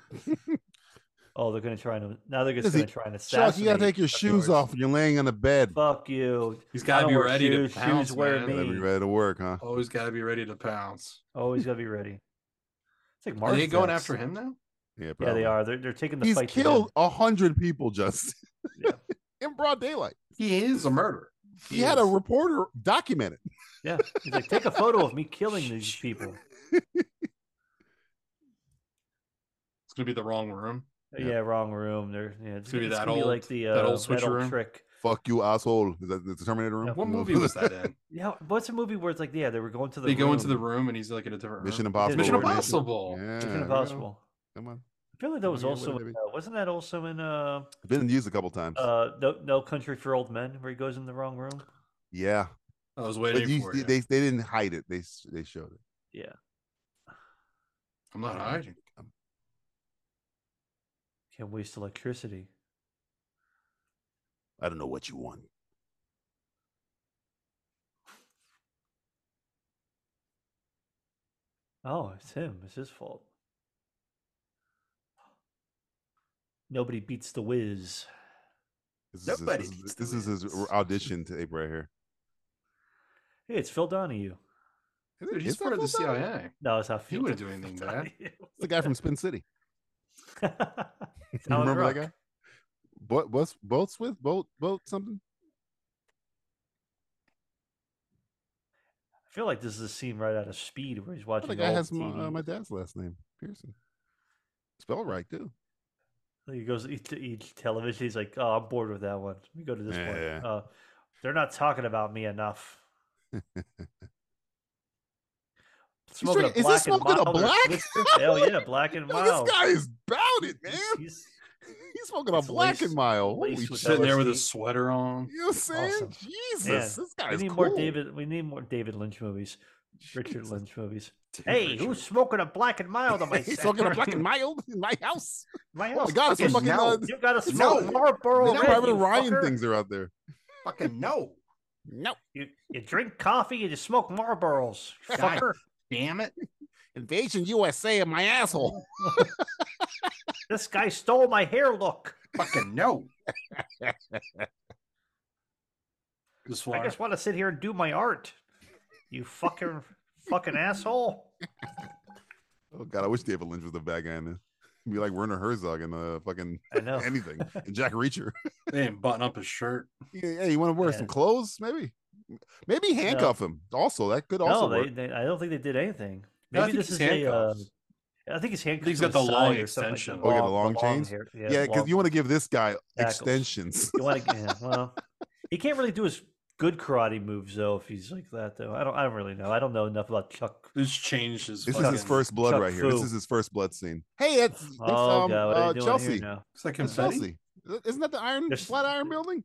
Speaker 8: Oh, they're gonna try and now they're just
Speaker 6: Listen,
Speaker 8: gonna try and assassinate.
Speaker 6: Chuck, you gotta take your
Speaker 8: Chuck
Speaker 6: shoes
Speaker 8: Norris.
Speaker 6: off when you're laying on the bed.
Speaker 8: Fuck you.
Speaker 1: He's
Speaker 8: I
Speaker 1: got to
Speaker 8: don't
Speaker 1: be
Speaker 8: wear
Speaker 1: ready
Speaker 8: shoes.
Speaker 1: to
Speaker 8: Shoes
Speaker 1: pounce.
Speaker 8: wear
Speaker 1: man.
Speaker 8: me.
Speaker 6: Gotta be ready to work, huh?
Speaker 1: Always got to be ready to pounce.
Speaker 8: Always gotta be ready. It's like Mars.
Speaker 1: Are they going
Speaker 8: attacks.
Speaker 1: after him now?
Speaker 6: Yeah,
Speaker 8: Yeah,
Speaker 6: probably.
Speaker 8: they are. They're they're taking the
Speaker 6: He's
Speaker 8: fight. to
Speaker 6: killed
Speaker 8: him.
Speaker 6: a hundred people just
Speaker 8: Yeah.
Speaker 6: in broad daylight.
Speaker 1: He is a murderer.
Speaker 6: He had a
Speaker 1: is.
Speaker 6: reporter document it.
Speaker 8: Yeah, he's like, take a photo of me killing these people.
Speaker 1: It's gonna be the wrong room.
Speaker 8: Yeah,
Speaker 6: Yeah.
Speaker 8: wrong room. They're yeah, it's,
Speaker 1: gonna be
Speaker 8: it's
Speaker 1: that
Speaker 8: gonna be like
Speaker 1: old-
Speaker 8: the uh,
Speaker 1: that
Speaker 8: that
Speaker 1: old
Speaker 8: old,
Speaker 1: switcheroo.
Speaker 8: trick.
Speaker 6: Fuck you, asshole. Is that the Terminator room?
Speaker 1: What movie was that in?
Speaker 8: Yeah, what's a movie where it's like yeah, they were going to the
Speaker 1: they go into the room and he's like in a different
Speaker 6: Mission
Speaker 1: room.
Speaker 6: Impossible.
Speaker 1: Mission
Speaker 8: Mission
Speaker 1: Impossible.
Speaker 6: Yeah, there we
Speaker 8: Mission
Speaker 6: go.
Speaker 8: Impossible.
Speaker 6: Come on.
Speaker 8: I feel like that was
Speaker 6: Yeah, what
Speaker 8: also
Speaker 6: did
Speaker 8: in,
Speaker 6: it
Speaker 8: uh, wasn't that also in uh
Speaker 6: Been used a couple times.
Speaker 8: uh no, no Country for Old Men where he goes in the wrong room.
Speaker 6: yeah,
Speaker 1: I was
Speaker 6: but
Speaker 1: waiting
Speaker 6: you,
Speaker 1: for
Speaker 6: you-
Speaker 1: you.
Speaker 6: they they didn't hide it. They s- they showed it.
Speaker 1: I'm not hiding.
Speaker 8: Can't waste electricity.
Speaker 6: I don't know what you want.
Speaker 8: Oh, it's him. It's his fault. Nobody beats the Wiz.
Speaker 6: This is, his-
Speaker 1: Nobody
Speaker 6: this,
Speaker 1: needs
Speaker 6: is,
Speaker 1: to
Speaker 6: this is his
Speaker 1: win.
Speaker 6: audition tape right here.
Speaker 8: Hey, it's Phil Donahue.
Speaker 6: Is it-
Speaker 1: Dude, he's
Speaker 6: is that
Speaker 1: part of the
Speaker 6: Phil Donahue?
Speaker 1: CIA.
Speaker 8: No, it's not Phil.
Speaker 1: wouldn't do
Speaker 8: it's
Speaker 1: anything
Speaker 8: Phil
Speaker 1: bad.
Speaker 8: Donahue.
Speaker 6: uh, It's the guy from Spin City.
Speaker 8: It's
Speaker 6: You
Speaker 8: Alan
Speaker 6: remember that
Speaker 8: Ruck.
Speaker 6: guy? What was boats with boat boat something?
Speaker 8: I feel like this is a scene right out of Speed where he's
Speaker 6: Oh,
Speaker 8: watching.
Speaker 6: the guy
Speaker 8: old
Speaker 6: has my, uh,
Speaker 8: TV.
Speaker 6: my dad's last name, Pearson. Spelled right too.
Speaker 8: He goes to each, each television. He's like, "Oh, I'm bored with that one. Let me go to this
Speaker 6: Yeah.
Speaker 8: one." Uh, they're not talking about me enough. Smoking
Speaker 6: drinking- is he
Speaker 8: Black and
Speaker 6: smoking a
Speaker 8: Mild or
Speaker 6: black?
Speaker 8: Twister? Hell yeah, black and
Speaker 6: Yo,
Speaker 8: mild.
Speaker 6: this guy is bounded, man.
Speaker 8: He's- he's-
Speaker 6: He's smoking a
Speaker 8: it's
Speaker 6: black
Speaker 8: laced-
Speaker 6: and mild. Holy
Speaker 8: laced with
Speaker 6: shit.
Speaker 1: Sitting there with his
Speaker 8: LSD.
Speaker 1: sweater on.
Speaker 6: You know what I'm saying?
Speaker 8: Awesome.
Speaker 6: Jesus,
Speaker 8: Man,
Speaker 6: this guy
Speaker 8: we
Speaker 6: is
Speaker 8: need
Speaker 6: cool.
Speaker 8: more David. We need more David Lynch movies. Richard
Speaker 6: Jesus.
Speaker 8: Lynch movies.
Speaker 1: Dude,
Speaker 8: Hey,
Speaker 1: Richard.
Speaker 8: who's smoking a black and mild on my
Speaker 6: He's
Speaker 8: set?
Speaker 6: smoking a black and mild in my house.
Speaker 8: my
Speaker 6: Oh
Speaker 8: house?
Speaker 6: my god, it's a
Speaker 8: Yes,
Speaker 6: fucking
Speaker 7: no.
Speaker 6: uh,
Speaker 8: You gotta
Speaker 6: no.
Speaker 8: smoke Marlboro
Speaker 6: the
Speaker 8: Red,
Speaker 6: Private
Speaker 8: you
Speaker 6: Ryan
Speaker 8: fucker.
Speaker 6: things are out there.
Speaker 7: Fucking no.
Speaker 6: No,
Speaker 8: You, you drink coffee and you smoke Marlboros. you
Speaker 6: God.
Speaker 8: Fucker.
Speaker 7: Damn it.
Speaker 6: invasion USA in my asshole.
Speaker 8: this guy stole my hair look.
Speaker 7: Fucking no.
Speaker 1: This
Speaker 8: I
Speaker 1: one.
Speaker 8: just want to sit here and do my art. You fucking fucking asshole.
Speaker 6: Oh god, I wish David Lynch was the bad guy in this. He'd be like Werner Herzog in uh fucking
Speaker 8: I know.
Speaker 6: anything. And Jack Reacher.
Speaker 1: They didn't button up his shirt.
Speaker 6: Yeah, yeah, you want to wear
Speaker 8: Yeah.
Speaker 6: some clothes? Maybe. Maybe handcuff him. Also, that could also
Speaker 8: No, they,
Speaker 6: work.
Speaker 8: they, I don't think they did anything.
Speaker 1: No, I
Speaker 8: Maybe
Speaker 1: think
Speaker 8: this
Speaker 1: he's
Speaker 8: is a. Uh,
Speaker 1: handcuffed.
Speaker 8: I think he's handcuffed.
Speaker 1: he's
Speaker 8: to
Speaker 1: got the
Speaker 8: side
Speaker 1: long
Speaker 8: or something, like
Speaker 1: extension.
Speaker 8: the
Speaker 6: Oh, yeah, the long chains?
Speaker 8: hair-
Speaker 6: Yeah, because
Speaker 8: long-
Speaker 6: you want to give this guy
Speaker 8: Tackles.
Speaker 6: extensions.
Speaker 8: You want to? Yeah, well, he can't really do his good karate moves though if he's like that though. I don't. I don't really know. I don't know enough about Chuck.
Speaker 1: This changed his.
Speaker 6: This is
Speaker 1: fucking-
Speaker 6: his first blood
Speaker 8: Chuck
Speaker 6: right here. This
Speaker 8: Fu.
Speaker 6: is his first blood scene. Hey, that's, that's
Speaker 8: Oh
Speaker 6: um,
Speaker 8: god, what
Speaker 6: uh,
Speaker 8: are they doing
Speaker 6: Chelsea.
Speaker 8: here now?
Speaker 1: It's like
Speaker 6: That's
Speaker 1: confetti.
Speaker 6: Chelsea. Isn't that the Iron
Speaker 8: There's-
Speaker 6: Flatiron Building?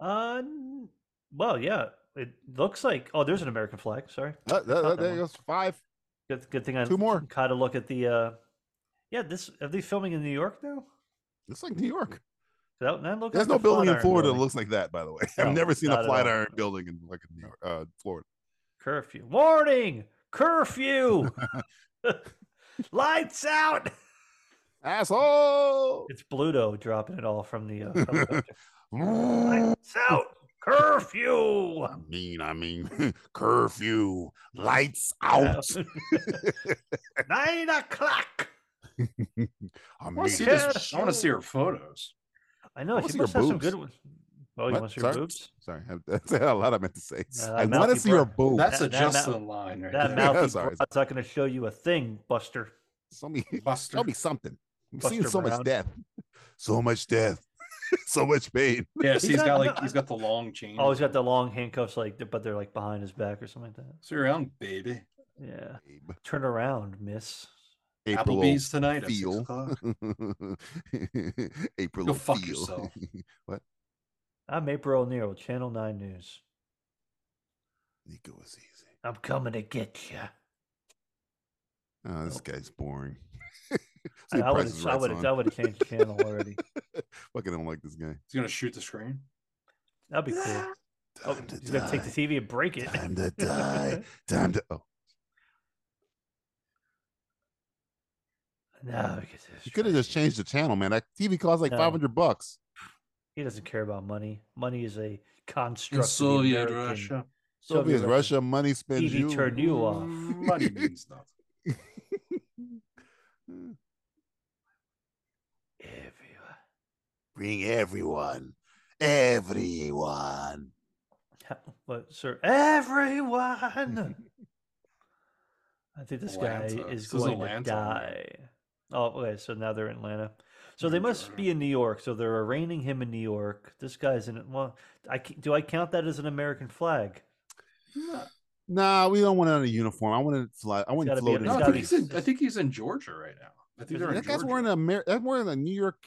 Speaker 8: Uh, n- well, yeah. It looks like. Oh, there's an American flag. Sorry.
Speaker 6: Uh, that,
Speaker 8: not
Speaker 6: that,
Speaker 8: that
Speaker 6: there
Speaker 8: one.
Speaker 6: goes five.
Speaker 8: Good. Good thing I
Speaker 6: Two more.
Speaker 8: Kind of look at the. uh Yeah, this are they filming in New York now?
Speaker 6: It's like New York.
Speaker 8: That, that look
Speaker 6: There's
Speaker 8: like
Speaker 6: no
Speaker 8: the
Speaker 6: building in
Speaker 8: Flatiron
Speaker 6: Florida that
Speaker 8: building.
Speaker 6: looks like that. By the way,
Speaker 8: No,
Speaker 6: I've never seen
Speaker 8: not
Speaker 6: a
Speaker 8: at all.
Speaker 6: Flatiron building in like New York, uh, Florida.
Speaker 8: Curfew. Warning! Curfew! Lights out!
Speaker 6: Asshole.
Speaker 8: It's Bluto dropping it all from the. Uh, helicopter. Lights out! Curfew!
Speaker 6: I mean, I mean, curfew, lights out.
Speaker 8: Nine o'clock!
Speaker 6: I
Speaker 1: I want
Speaker 6: mean,
Speaker 1: to see
Speaker 8: Yeah.
Speaker 1: this. I want to see her photos.
Speaker 8: I know,
Speaker 6: I
Speaker 8: she
Speaker 6: wanna see
Speaker 8: must
Speaker 6: her
Speaker 8: have some
Speaker 6: boobs.
Speaker 8: good ones. Oh, you
Speaker 6: What?
Speaker 8: want to see her
Speaker 6: Sorry.
Speaker 8: boobs?
Speaker 6: Sorry, I- that's a lot I meant to say.
Speaker 8: Uh,
Speaker 6: I want to
Speaker 8: mouthy
Speaker 6: see your
Speaker 8: bro-
Speaker 6: boobs.
Speaker 1: That's
Speaker 8: That-
Speaker 1: a
Speaker 8: that
Speaker 1: Justin
Speaker 8: mouth-
Speaker 1: line right
Speaker 8: That
Speaker 1: there.
Speaker 8: mouthy
Speaker 6: Sorry.
Speaker 8: broad's not going to show you a thing, Buster.
Speaker 6: Show me,
Speaker 1: Buster.
Speaker 6: show me something. I'm seeing
Speaker 8: Buster
Speaker 6: so much
Speaker 8: Brown.
Speaker 6: death, so much death, so much pain.
Speaker 1: Yeah, see,
Speaker 8: He's
Speaker 1: he's
Speaker 8: not-
Speaker 1: got
Speaker 8: no,
Speaker 1: like
Speaker 8: I-
Speaker 1: he's got the long
Speaker 7: Mm.
Speaker 1: chain.
Speaker 8: Oh, he's got the long handcuffs, like, but they're like behind his back or something like that.
Speaker 1: So you're on, baby.
Speaker 8: Yeah.
Speaker 6: Babe.
Speaker 8: Turn around, miss.
Speaker 6: April
Speaker 1: Applebee's tonight at six
Speaker 6: feel.
Speaker 1: o'clock.
Speaker 6: April
Speaker 1: Go fuck
Speaker 6: feel.
Speaker 1: yourself.
Speaker 8: I'm April O'Neil with Channel 9 News.
Speaker 6: Nico was easy.
Speaker 8: I'm coming to get you.
Speaker 6: Oh, this guy's boring.
Speaker 8: I,
Speaker 6: See,
Speaker 8: I would
Speaker 6: Price is
Speaker 8: have I
Speaker 6: Right's
Speaker 8: would
Speaker 6: on.
Speaker 8: have I would have changed the channel already.
Speaker 6: Fucking don't like this guy.
Speaker 1: He's gonna shoot the screen.
Speaker 8: That'd be cool. Oh,
Speaker 6: Time to
Speaker 8: he's gonna take the
Speaker 6: die.
Speaker 8: TV and break it.
Speaker 6: Time to die. Time to. Oh,
Speaker 8: no, because
Speaker 6: you could have just changed the channel, man. That TV costs like
Speaker 8: No.
Speaker 6: 500 bucks.
Speaker 8: He doesn't care about money. Money is a construct.
Speaker 1: In
Speaker 8: of the
Speaker 1: Soviet
Speaker 8: American-
Speaker 1: Russia.
Speaker 6: Soviet Russia money spends
Speaker 8: TV
Speaker 6: you.
Speaker 8: turned you uh, off.
Speaker 1: Money Mm, means nothing.
Speaker 8: Everywhere.
Speaker 6: Bring everyone. Everyone.
Speaker 8: How- But sir, everyone. I think this guy
Speaker 1: Atlanta. This
Speaker 8: is
Speaker 1: is
Speaker 8: going to
Speaker 1: Atlanta,
Speaker 8: die.
Speaker 1: man.
Speaker 8: Oh, okay. So now they're in Atlanta. So they
Speaker 1: In
Speaker 8: must
Speaker 1: Georgia.
Speaker 8: be in New York. So they're arraigning him in New York. This guy's in. Well, I ca- do I count that as an American flag?
Speaker 6: Nah, we don't want it on a uniform. I want it fly. I want it
Speaker 8: gotta be a-
Speaker 6: floating.
Speaker 1: No, I
Speaker 8: gotta
Speaker 1: think
Speaker 8: be-
Speaker 1: he's in. I think he's in Georgia right now. I think
Speaker 8: Is
Speaker 1: they're
Speaker 8: it-
Speaker 1: in
Speaker 6: That guy's
Speaker 1: Georgia.
Speaker 6: wearing a Amer- that's wearing a New York.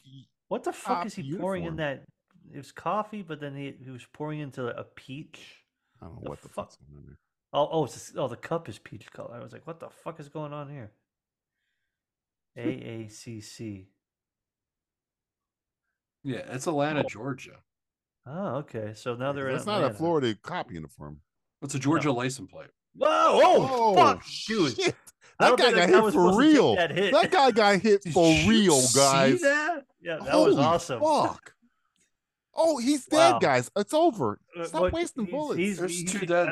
Speaker 8: What the fuck
Speaker 6: Top
Speaker 8: is he pouring in
Speaker 6: uniform.
Speaker 8: that? It was coffee, but then he, he was pouring into a peach.
Speaker 6: I don't know
Speaker 8: The
Speaker 6: what the
Speaker 8: fuck?
Speaker 6: fuck's going on there.
Speaker 8: Oh, oh, it's just- oh, the cup is peach color. I was like, what the fuck is going on here? AACC.
Speaker 1: Yeah, it's Atlanta, Georgia.
Speaker 8: Oh, okay. So now they're in.
Speaker 6: That's not a
Speaker 8: Atlanta.
Speaker 6: Florida cop uniform.
Speaker 1: What's a Georgia license plate?
Speaker 8: Whoa! Oh, fuck, dude.
Speaker 6: shit. That
Speaker 8: I don't
Speaker 6: guy
Speaker 8: think
Speaker 6: got
Speaker 8: Oh, was
Speaker 6: hit
Speaker 8: supposed
Speaker 6: for
Speaker 8: to take
Speaker 6: real.
Speaker 8: That hit.
Speaker 6: That guy got hit
Speaker 1: Did
Speaker 6: for
Speaker 1: you
Speaker 6: real,
Speaker 1: see
Speaker 6: guys.
Speaker 1: that?
Speaker 8: yeah, that was
Speaker 6: Holy
Speaker 8: awesome.
Speaker 6: Fuck. Oh, he's dead,
Speaker 8: Wow.
Speaker 6: guys. It's over.
Speaker 8: Uh,
Speaker 6: Stop
Speaker 8: what-
Speaker 6: wasting
Speaker 8: he's-
Speaker 6: bullets.
Speaker 8: he's-
Speaker 1: There's
Speaker 8: he's-
Speaker 1: two dead.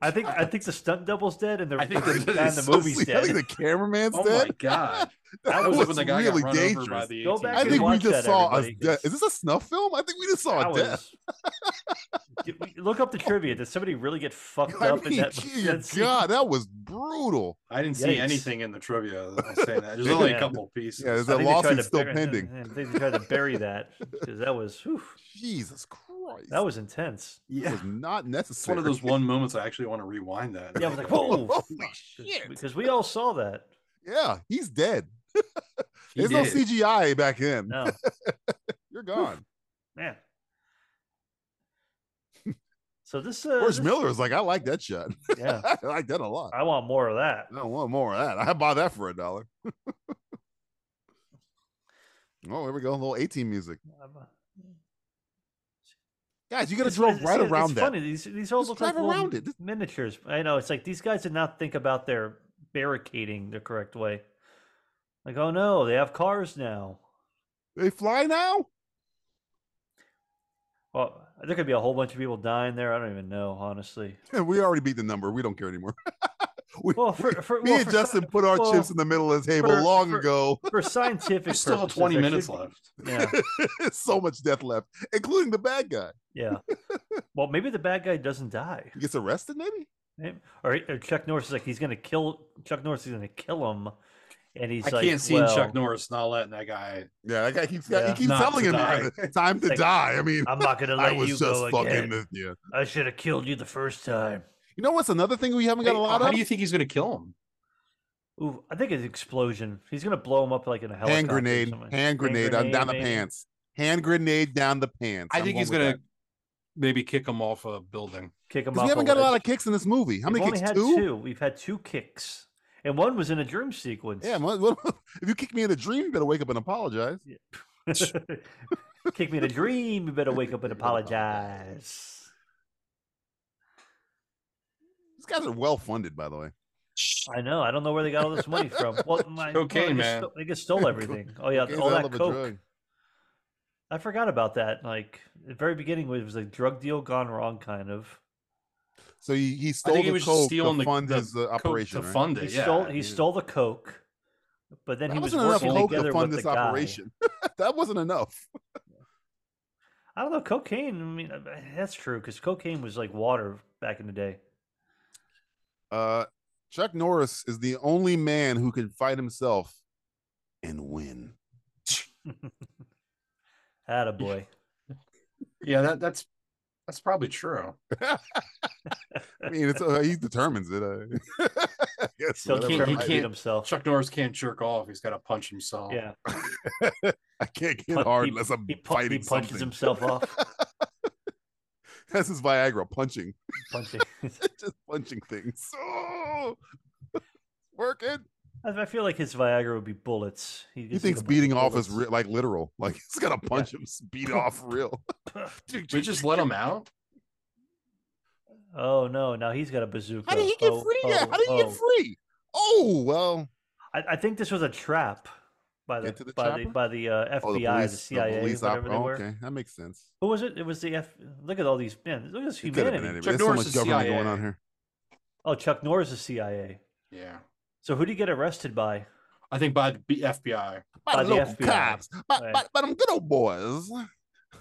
Speaker 8: I think I think the stunt double's dead, and the
Speaker 1: I think
Speaker 8: the,
Speaker 1: that- that
Speaker 8: guy in
Speaker 1: is
Speaker 8: the
Speaker 1: so
Speaker 8: movie's
Speaker 6: I think
Speaker 8: dead.
Speaker 6: the cameraman's
Speaker 1: Oh
Speaker 6: dead.
Speaker 1: my god,
Speaker 6: that,
Speaker 1: was,
Speaker 6: was,
Speaker 1: when the guy
Speaker 6: really
Speaker 1: got run
Speaker 6: dangerous.
Speaker 1: over by the.
Speaker 8: Go
Speaker 1: 18
Speaker 8: back
Speaker 6: I
Speaker 8: and
Speaker 6: think we
Speaker 8: watch
Speaker 6: just
Speaker 8: that,
Speaker 6: saw a
Speaker 8: everybody,
Speaker 6: death.
Speaker 8: 'cause
Speaker 6: Is this a snuff film? I think we just saw a
Speaker 8: That
Speaker 6: death.
Speaker 8: was- Did we- Look up the trivia. Did somebody really get fucked
Speaker 6: I
Speaker 8: up in
Speaker 6: mean,
Speaker 8: that?
Speaker 6: dear
Speaker 8: that scene?
Speaker 6: God, that was brutal.
Speaker 1: I didn't see
Speaker 8: Yikes.
Speaker 1: anything in the trivia that was saying that. There's only
Speaker 8: Yeah.
Speaker 1: a couple pieces.
Speaker 6: Yeah, there's
Speaker 8: I
Speaker 6: The
Speaker 8: think they tried
Speaker 6: lawsuit's
Speaker 8: to
Speaker 6: still
Speaker 8: bury-
Speaker 6: pending.
Speaker 8: I think they tried to bury that because that was whew,
Speaker 6: Jesus Christ.
Speaker 8: that was intense.
Speaker 1: yeah.
Speaker 6: That was not
Speaker 1: It's
Speaker 6: necessary.
Speaker 1: one of those one moments I actually want to rewind that.
Speaker 8: Yeah, I was like,
Speaker 6: Holy
Speaker 8: whoa,
Speaker 6: shit.
Speaker 8: because we all saw that.
Speaker 6: Yeah, he's dead.
Speaker 1: He did.
Speaker 6: There's no CGI back then.
Speaker 8: No,
Speaker 6: You're gone.
Speaker 8: man. So this uh,
Speaker 6: George
Speaker 8: this-
Speaker 6: Miller was like, I like that shot.
Speaker 8: Yeah,
Speaker 6: I like that a lot.
Speaker 8: I want more of that.
Speaker 6: I don't want more of that. I buy that for a dollar. oh, there we go. A little 18 music. Guys, you gotta
Speaker 8: uh, It's-
Speaker 6: drill
Speaker 8: it's-
Speaker 6: right
Speaker 8: it's-
Speaker 6: around
Speaker 8: it's
Speaker 6: that.
Speaker 8: Funny. These these all
Speaker 6: Just
Speaker 8: look like
Speaker 6: drive
Speaker 8: little
Speaker 6: around it. Just-
Speaker 8: miniatures. I know it's like these guys did not think about their barricading the correct way. Like, oh no, they have cars now.
Speaker 6: They fly now?
Speaker 8: Well, there could be a whole bunch of people dying there. I don't even know, honestly.
Speaker 6: we already beat the number. We don't care anymore. we,
Speaker 8: Well, for, for,
Speaker 6: me
Speaker 8: well,
Speaker 6: and
Speaker 8: for,
Speaker 6: Justin
Speaker 8: sci-
Speaker 6: put our
Speaker 8: well,
Speaker 6: chips in the middle of the table
Speaker 8: for-
Speaker 6: long
Speaker 8: for-
Speaker 6: ago.
Speaker 8: for scientific
Speaker 1: There's still
Speaker 8: purposes,
Speaker 1: 20
Speaker 8: there
Speaker 1: minutes
Speaker 8: should be-
Speaker 1: left.
Speaker 8: Yeah,
Speaker 6: so much death left, including the bad guy.
Speaker 8: yeah. Well, maybe the bad guy doesn't die.
Speaker 6: He gets arrested, maybe?
Speaker 8: Maybe- Or, or Chuck Norris is like he's gonna kill Chuck Norris is gonna kill him, and he's
Speaker 1: I
Speaker 8: like,
Speaker 1: can't see
Speaker 8: well,
Speaker 1: Chuck Norris not letting that guy.
Speaker 6: Yeah, that guy keeps
Speaker 8: Yeah.
Speaker 6: he keeps
Speaker 1: Not
Speaker 6: telling
Speaker 1: to
Speaker 6: him
Speaker 1: die.
Speaker 6: "Man, time to
Speaker 8: Like,
Speaker 6: die. I mean,
Speaker 8: I'm not gonna
Speaker 6: I
Speaker 8: let
Speaker 6: was
Speaker 8: you
Speaker 6: just
Speaker 8: go
Speaker 6: fucking
Speaker 8: again.
Speaker 6: this. Yeah.
Speaker 8: I should have killed you the first time.
Speaker 6: You know what's another thing we haven't got
Speaker 1: Hey,
Speaker 6: a lot
Speaker 1: how
Speaker 6: of?
Speaker 1: do you think he's going to kill him?
Speaker 8: Ooh, I think it's explosion. He's gonna blow him up like in a helicopter.
Speaker 6: hand
Speaker 8: or
Speaker 6: grenade,
Speaker 8: something.
Speaker 6: hand grenade, on down
Speaker 8: maybe.
Speaker 6: the pants. Hand grenade down the pants.
Speaker 7: I
Speaker 6: I'm
Speaker 7: think he's
Speaker 6: going
Speaker 7: gonna
Speaker 6: with that.
Speaker 7: maybe kick him off a building.
Speaker 8: Kick him
Speaker 6: 'Cause
Speaker 8: off.
Speaker 6: we haven't got a lot of kicks in this movie. How
Speaker 8: We've
Speaker 6: many
Speaker 8: only
Speaker 6: kicks?
Speaker 8: had
Speaker 6: two?
Speaker 8: We've had two kicks, and one was in a dream sequence.
Speaker 6: Yeah. well, well, if you kick me in a dream, you better wake up and apologize.
Speaker 8: Kick me in a dream. You better wake up and
Speaker 6: You better
Speaker 8: apologize.
Speaker 6: These guys are well funded, by the way.
Speaker 8: I know. I don't know where they got all this money from. Well, my, well,
Speaker 1: Cocaine,
Speaker 8: they just
Speaker 1: man.
Speaker 8: Stole, they just stole everything. Oh yeah,
Speaker 6: Cocaine's
Speaker 8: all
Speaker 6: a hell
Speaker 8: that
Speaker 6: of a
Speaker 8: coke.
Speaker 6: drug.
Speaker 8: I forgot about that. Like at the very beginning, it was a drug deal gone wrong, kind of.
Speaker 6: So he, he
Speaker 1: I
Speaker 6: stole
Speaker 1: think he
Speaker 6: the
Speaker 1: was just
Speaker 6: coke to
Speaker 1: stealing the,
Speaker 6: fund
Speaker 1: the
Speaker 6: his uh,
Speaker 1: coke
Speaker 6: operation.
Speaker 1: To
Speaker 6: right?
Speaker 1: fund
Speaker 8: He
Speaker 1: it, yeah.
Speaker 8: stole. He
Speaker 1: Yeah.
Speaker 8: stole the coke, but then
Speaker 6: That
Speaker 8: he was
Speaker 6: wasn't enough
Speaker 8: working
Speaker 6: coke
Speaker 8: together
Speaker 6: to
Speaker 8: with
Speaker 6: fund
Speaker 8: the
Speaker 6: this
Speaker 8: guy.
Speaker 6: operation. that wasn't enough.
Speaker 8: I don't know. Cocaine. I mean, uh, that's true because cocaine was like water back in the day.
Speaker 6: Uh, Chuck Norris is the only man who can fight himself and win.
Speaker 8: Attaboy.
Speaker 1: Yeah, that, that's that's probably true.
Speaker 6: I mean, it's uh, he determines it. Uh, yes,
Speaker 8: Still
Speaker 6: whatever
Speaker 1: can't-
Speaker 8: can't,
Speaker 1: he
Speaker 6: I-
Speaker 1: can't-
Speaker 8: beat himself.
Speaker 1: Chuck Norris can't jerk off. He's got to punch
Speaker 6: E.
Speaker 1: himself.
Speaker 8: yeah,
Speaker 6: I can't get
Speaker 8: Pun-
Speaker 6: hard
Speaker 8: he-
Speaker 6: unless I'm
Speaker 8: he, pu- he
Speaker 6: fighting
Speaker 8: punches
Speaker 6: something.
Speaker 8: himself off.
Speaker 6: That's his Viagra punching,
Speaker 8: Punching.
Speaker 6: just punching things. Oh, working.
Speaker 8: I I feel like his Viagra would be bullets.
Speaker 6: He thinks beating off is real, like literal. Like he's gonna punch him, beat off real.
Speaker 1: We just let him out.
Speaker 8: Oh no! Now he's got a bazooka.
Speaker 6: How did he get
Speaker 8: Oh,
Speaker 6: free?
Speaker 8: oh,
Speaker 6: Yeah, how did he
Speaker 8: oh.
Speaker 6: get free? Oh well,
Speaker 8: I, I think this was a trap by the,
Speaker 6: Into the
Speaker 8: by
Speaker 6: trapper?
Speaker 8: the by the uh, FBI,
Speaker 6: oh,
Speaker 8: the, CIA,
Speaker 6: op-
Speaker 8: whatever they
Speaker 6: oh,
Speaker 8: were.
Speaker 6: okay, that makes sense.
Speaker 8: Who was it? It was the F. Look at all these man. Look at this
Speaker 6: It could have been
Speaker 8: humanity.
Speaker 6: anybody.
Speaker 1: Chuck
Speaker 6: There's so
Speaker 1: Norris
Speaker 6: much
Speaker 1: is
Speaker 6: government
Speaker 1: CIA.
Speaker 6: going on here.
Speaker 8: Oh, Chuck Norris is CIA.
Speaker 1: Yeah.
Speaker 8: So who did he get arrested by?
Speaker 1: I think by the B- FBI.
Speaker 6: By,
Speaker 8: By
Speaker 6: the
Speaker 8: the
Speaker 6: local
Speaker 8: FBI.
Speaker 6: cops, by,
Speaker 8: Right.
Speaker 6: by, by them good old boys.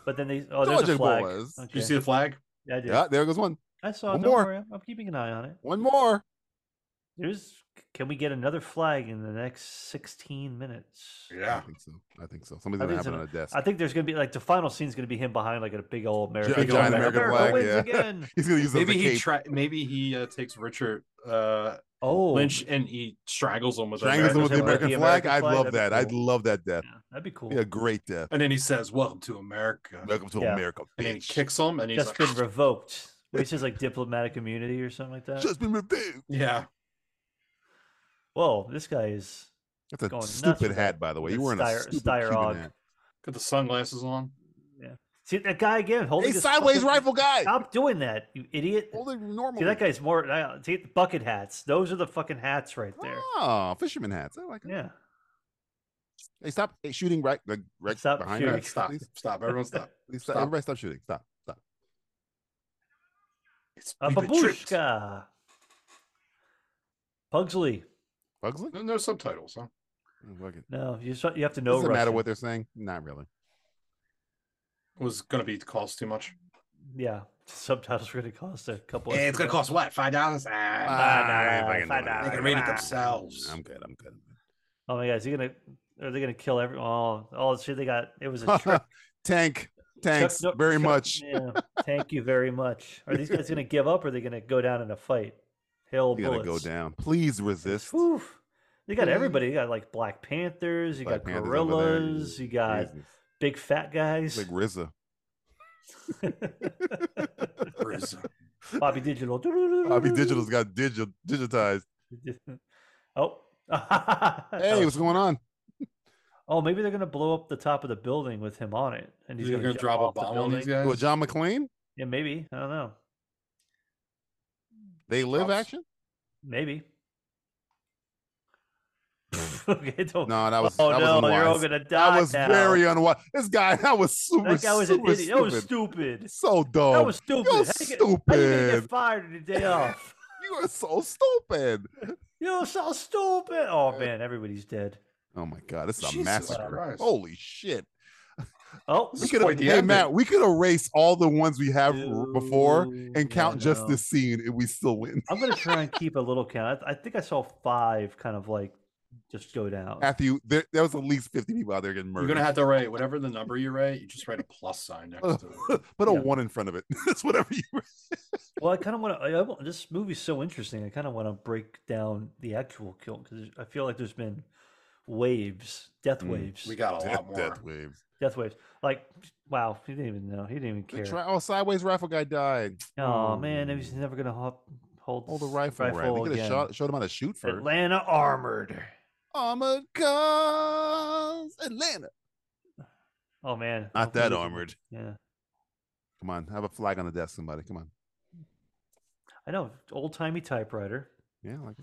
Speaker 8: But then they oh there's
Speaker 6: Georgia
Speaker 8: a flag.
Speaker 6: boys.
Speaker 1: Did you
Speaker 8: Okay.
Speaker 1: see the flag?
Speaker 8: yeah, I did.
Speaker 6: Yeah, there goes one.
Speaker 8: I saw it.
Speaker 6: one
Speaker 8: Don't
Speaker 6: more.
Speaker 8: worry, I'm, I'm keeping an eye on it.
Speaker 6: One more.
Speaker 8: There's can we get another flag in the next 16 minutes?
Speaker 6: I think so. I think so. Something's
Speaker 8: I
Speaker 6: gonna
Speaker 8: think
Speaker 6: happen
Speaker 8: so.
Speaker 6: on a desk.
Speaker 8: I think there's gonna be like the final scene's gonna be him behind like a big old American,
Speaker 6: giant
Speaker 8: flag.
Speaker 6: American
Speaker 8: America
Speaker 6: flag,
Speaker 8: wins
Speaker 6: yeah.
Speaker 8: again.
Speaker 6: He's gonna use it as a
Speaker 1: Maybe he
Speaker 6: cape.
Speaker 1: try. Maybe he uh, takes Richard uh,
Speaker 8: Oh,
Speaker 1: Lynch and he strangles him with an
Speaker 6: Strangles him with the
Speaker 8: American
Speaker 6: American flag.
Speaker 8: flag. The
Speaker 6: I'd
Speaker 8: American
Speaker 6: love
Speaker 8: flag,
Speaker 6: that.
Speaker 8: that'd
Speaker 6: I'd
Speaker 8: be
Speaker 6: love that death.
Speaker 8: yeah, that'd be cool.
Speaker 6: Be a great death.
Speaker 1: And then he says, "Welcome to America."
Speaker 6: Welcome to
Speaker 8: Yeah.
Speaker 6: America,
Speaker 1: And then he
Speaker 6: bitch.
Speaker 1: kicks him, and he's
Speaker 8: Just
Speaker 1: like, "Ah."
Speaker 8: been revoked. What he says like diplomatic immunity or something like that.
Speaker 6: Just been reviewed.
Speaker 1: "Yeah,
Speaker 8: Whoa, this guy is
Speaker 6: That's a
Speaker 8: Going nuts
Speaker 6: stupid
Speaker 8: with that-
Speaker 6: hat, by the way.
Speaker 8: with
Speaker 6: You
Speaker 8: that
Speaker 6: wearing a
Speaker 8: Steyr-
Speaker 6: stupid
Speaker 8: Steyr Og.
Speaker 6: Cuban hat.
Speaker 1: got the sunglasses on."
Speaker 8: see that guy again holding
Speaker 6: Hey,
Speaker 8: his
Speaker 6: sideways
Speaker 8: fucking-
Speaker 6: rifle guy.
Speaker 8: Stop doing that, you idiot.
Speaker 6: Holding normal.
Speaker 8: See that guy's more uh, see the bucket hats. Those are the fucking hats right there.
Speaker 6: Oh, fisherman hats. I like it.
Speaker 8: Yeah.
Speaker 6: Hey, stop hey, shooting right, like, right
Speaker 8: Stop
Speaker 6: behind
Speaker 1: All
Speaker 8: shooting.
Speaker 6: you.
Speaker 1: right, stop,
Speaker 6: Please,
Speaker 1: stop, everyone, stop.
Speaker 6: please stop.
Speaker 1: Stop.
Speaker 6: Everybody stop shooting. Stop. Stop.
Speaker 1: It's
Speaker 8: A
Speaker 1: we've been tricked.
Speaker 8: Uh, babushka. Pugsley.
Speaker 6: Bugsley?
Speaker 1: No, no subtitles, huh?
Speaker 6: Oh, fuck it.
Speaker 8: No, you just, you have to know.
Speaker 6: Doesn't matter
Speaker 8: Russian.
Speaker 6: what they're saying. Not really.
Speaker 1: It was gonna be cost too much.
Speaker 8: yeah, subtitles are going to cost a couple.
Speaker 1: Eh, it's
Speaker 8: extra
Speaker 1: gonna cost what? Five dollars? Ah,
Speaker 6: Ah,
Speaker 8: nah,
Speaker 6: I ain't fucking
Speaker 8: nah,
Speaker 1: they
Speaker 6: doing
Speaker 8: nah,
Speaker 1: can read it
Speaker 8: nah.
Speaker 1: themselves.
Speaker 6: I'm good. I'm good.
Speaker 8: Oh my god, is he gonna? Are they gonna kill every? Oh, all the shit they got. It was a trick.
Speaker 6: Tank. Thanks
Speaker 8: Chuck Nor-
Speaker 6: very
Speaker 8: Chuck-
Speaker 6: much.
Speaker 8: Yeah, thank you very much. Are these guys gonna give up? or Are they gonna go down in a fight? Hill
Speaker 6: You gotta
Speaker 8: bullets.
Speaker 6: go down. Please resist.
Speaker 8: Whew. They got
Speaker 6: Yeah.
Speaker 8: everybody. You got like Black Panthers. You
Speaker 6: Black
Speaker 8: got
Speaker 6: Panthers over there.
Speaker 8: gorillas. You got
Speaker 6: Jesus.
Speaker 8: big fat guys.
Speaker 6: Like RZA.
Speaker 8: Bobby Digital.
Speaker 6: Bobby Digital's got digi- digitized.
Speaker 8: oh.
Speaker 6: Hey, what's going on?
Speaker 8: oh, maybe they're gonna blow up the top of the building with him on it, and he's
Speaker 1: You're gonna
Speaker 8: jump
Speaker 1: drop a
Speaker 8: off the
Speaker 1: bomb on these
Speaker 8: building.
Speaker 6: Well,
Speaker 1: guys?
Speaker 6: John McClane?
Speaker 8: Yeah, maybe. I don't know.
Speaker 6: They live
Speaker 1: Props.
Speaker 6: action?
Speaker 8: Maybe. okay, don't.
Speaker 6: No, that was
Speaker 8: oh
Speaker 6: that
Speaker 8: no,
Speaker 6: was
Speaker 8: you're all
Speaker 6: unwise.
Speaker 8: gonna die.
Speaker 6: That was
Speaker 8: now.
Speaker 6: very unwise. This guy, that was super.
Speaker 8: That guy was an
Speaker 6: super
Speaker 8: idiot. That was
Speaker 6: stupid.
Speaker 8: stupid.
Speaker 6: So dumb.
Speaker 8: That was stupid.
Speaker 6: You're
Speaker 8: How you gonna- How you gonna
Speaker 6: stupid.
Speaker 8: get fired on your day off?
Speaker 6: You are so stupid.
Speaker 8: You're so stupid. Oh man, everybody's dead.
Speaker 6: Oh my god, this is a
Speaker 1: Jesus
Speaker 6: massacre.
Speaker 1: Christ.
Speaker 6: Holy shit.
Speaker 8: Oh,
Speaker 6: We
Speaker 1: This
Speaker 6: could
Speaker 1: is quite the
Speaker 6: hey
Speaker 1: ending.
Speaker 6: Matt, we could erase all the ones we have r- before
Speaker 8: Ooh,
Speaker 6: and count
Speaker 8: yeah,
Speaker 6: just
Speaker 8: no.
Speaker 6: this scene and we still win.
Speaker 8: I'm gonna try and keep a little count. I, I think I saw five kind of like just go down.
Speaker 6: Matthew, there, there was at least 50 people out there getting
Speaker 1: You're
Speaker 6: murdered.
Speaker 1: gonna have to write whatever the number you write. You just write a plus sign next to it.
Speaker 6: Put a
Speaker 8: yeah.
Speaker 6: one in front of it. That's whatever you
Speaker 8: Well, I kind of want to. This movie's so interesting. I kind of want to break down the actual kill because I feel like there's been waves, death
Speaker 6: Mm.
Speaker 8: waves,
Speaker 1: We got a
Speaker 6: death,
Speaker 1: lot more.
Speaker 6: death waves.
Speaker 8: death waves. Like, wow, he didn't even know. He didn't even
Speaker 6: The
Speaker 8: care.
Speaker 6: tri- oh, sideways rifle guy died.
Speaker 8: oh man,
Speaker 6: Mm.
Speaker 8: he's never gonna hop, hold
Speaker 6: Hold the
Speaker 8: s-
Speaker 6: rifle, right. They could have
Speaker 8: again.
Speaker 6: shot, showed him how to shoot first.
Speaker 8: Atlanta armored.
Speaker 6: Armored cars, Atlanta.
Speaker 8: Oh man,
Speaker 6: Not
Speaker 8: hopefully
Speaker 6: that
Speaker 8: we can-
Speaker 6: armored.
Speaker 8: Yeah,
Speaker 6: Come on, have a flag on the desk, somebody. Come on.
Speaker 8: I know old timey typewriter,
Speaker 6: Yeah, like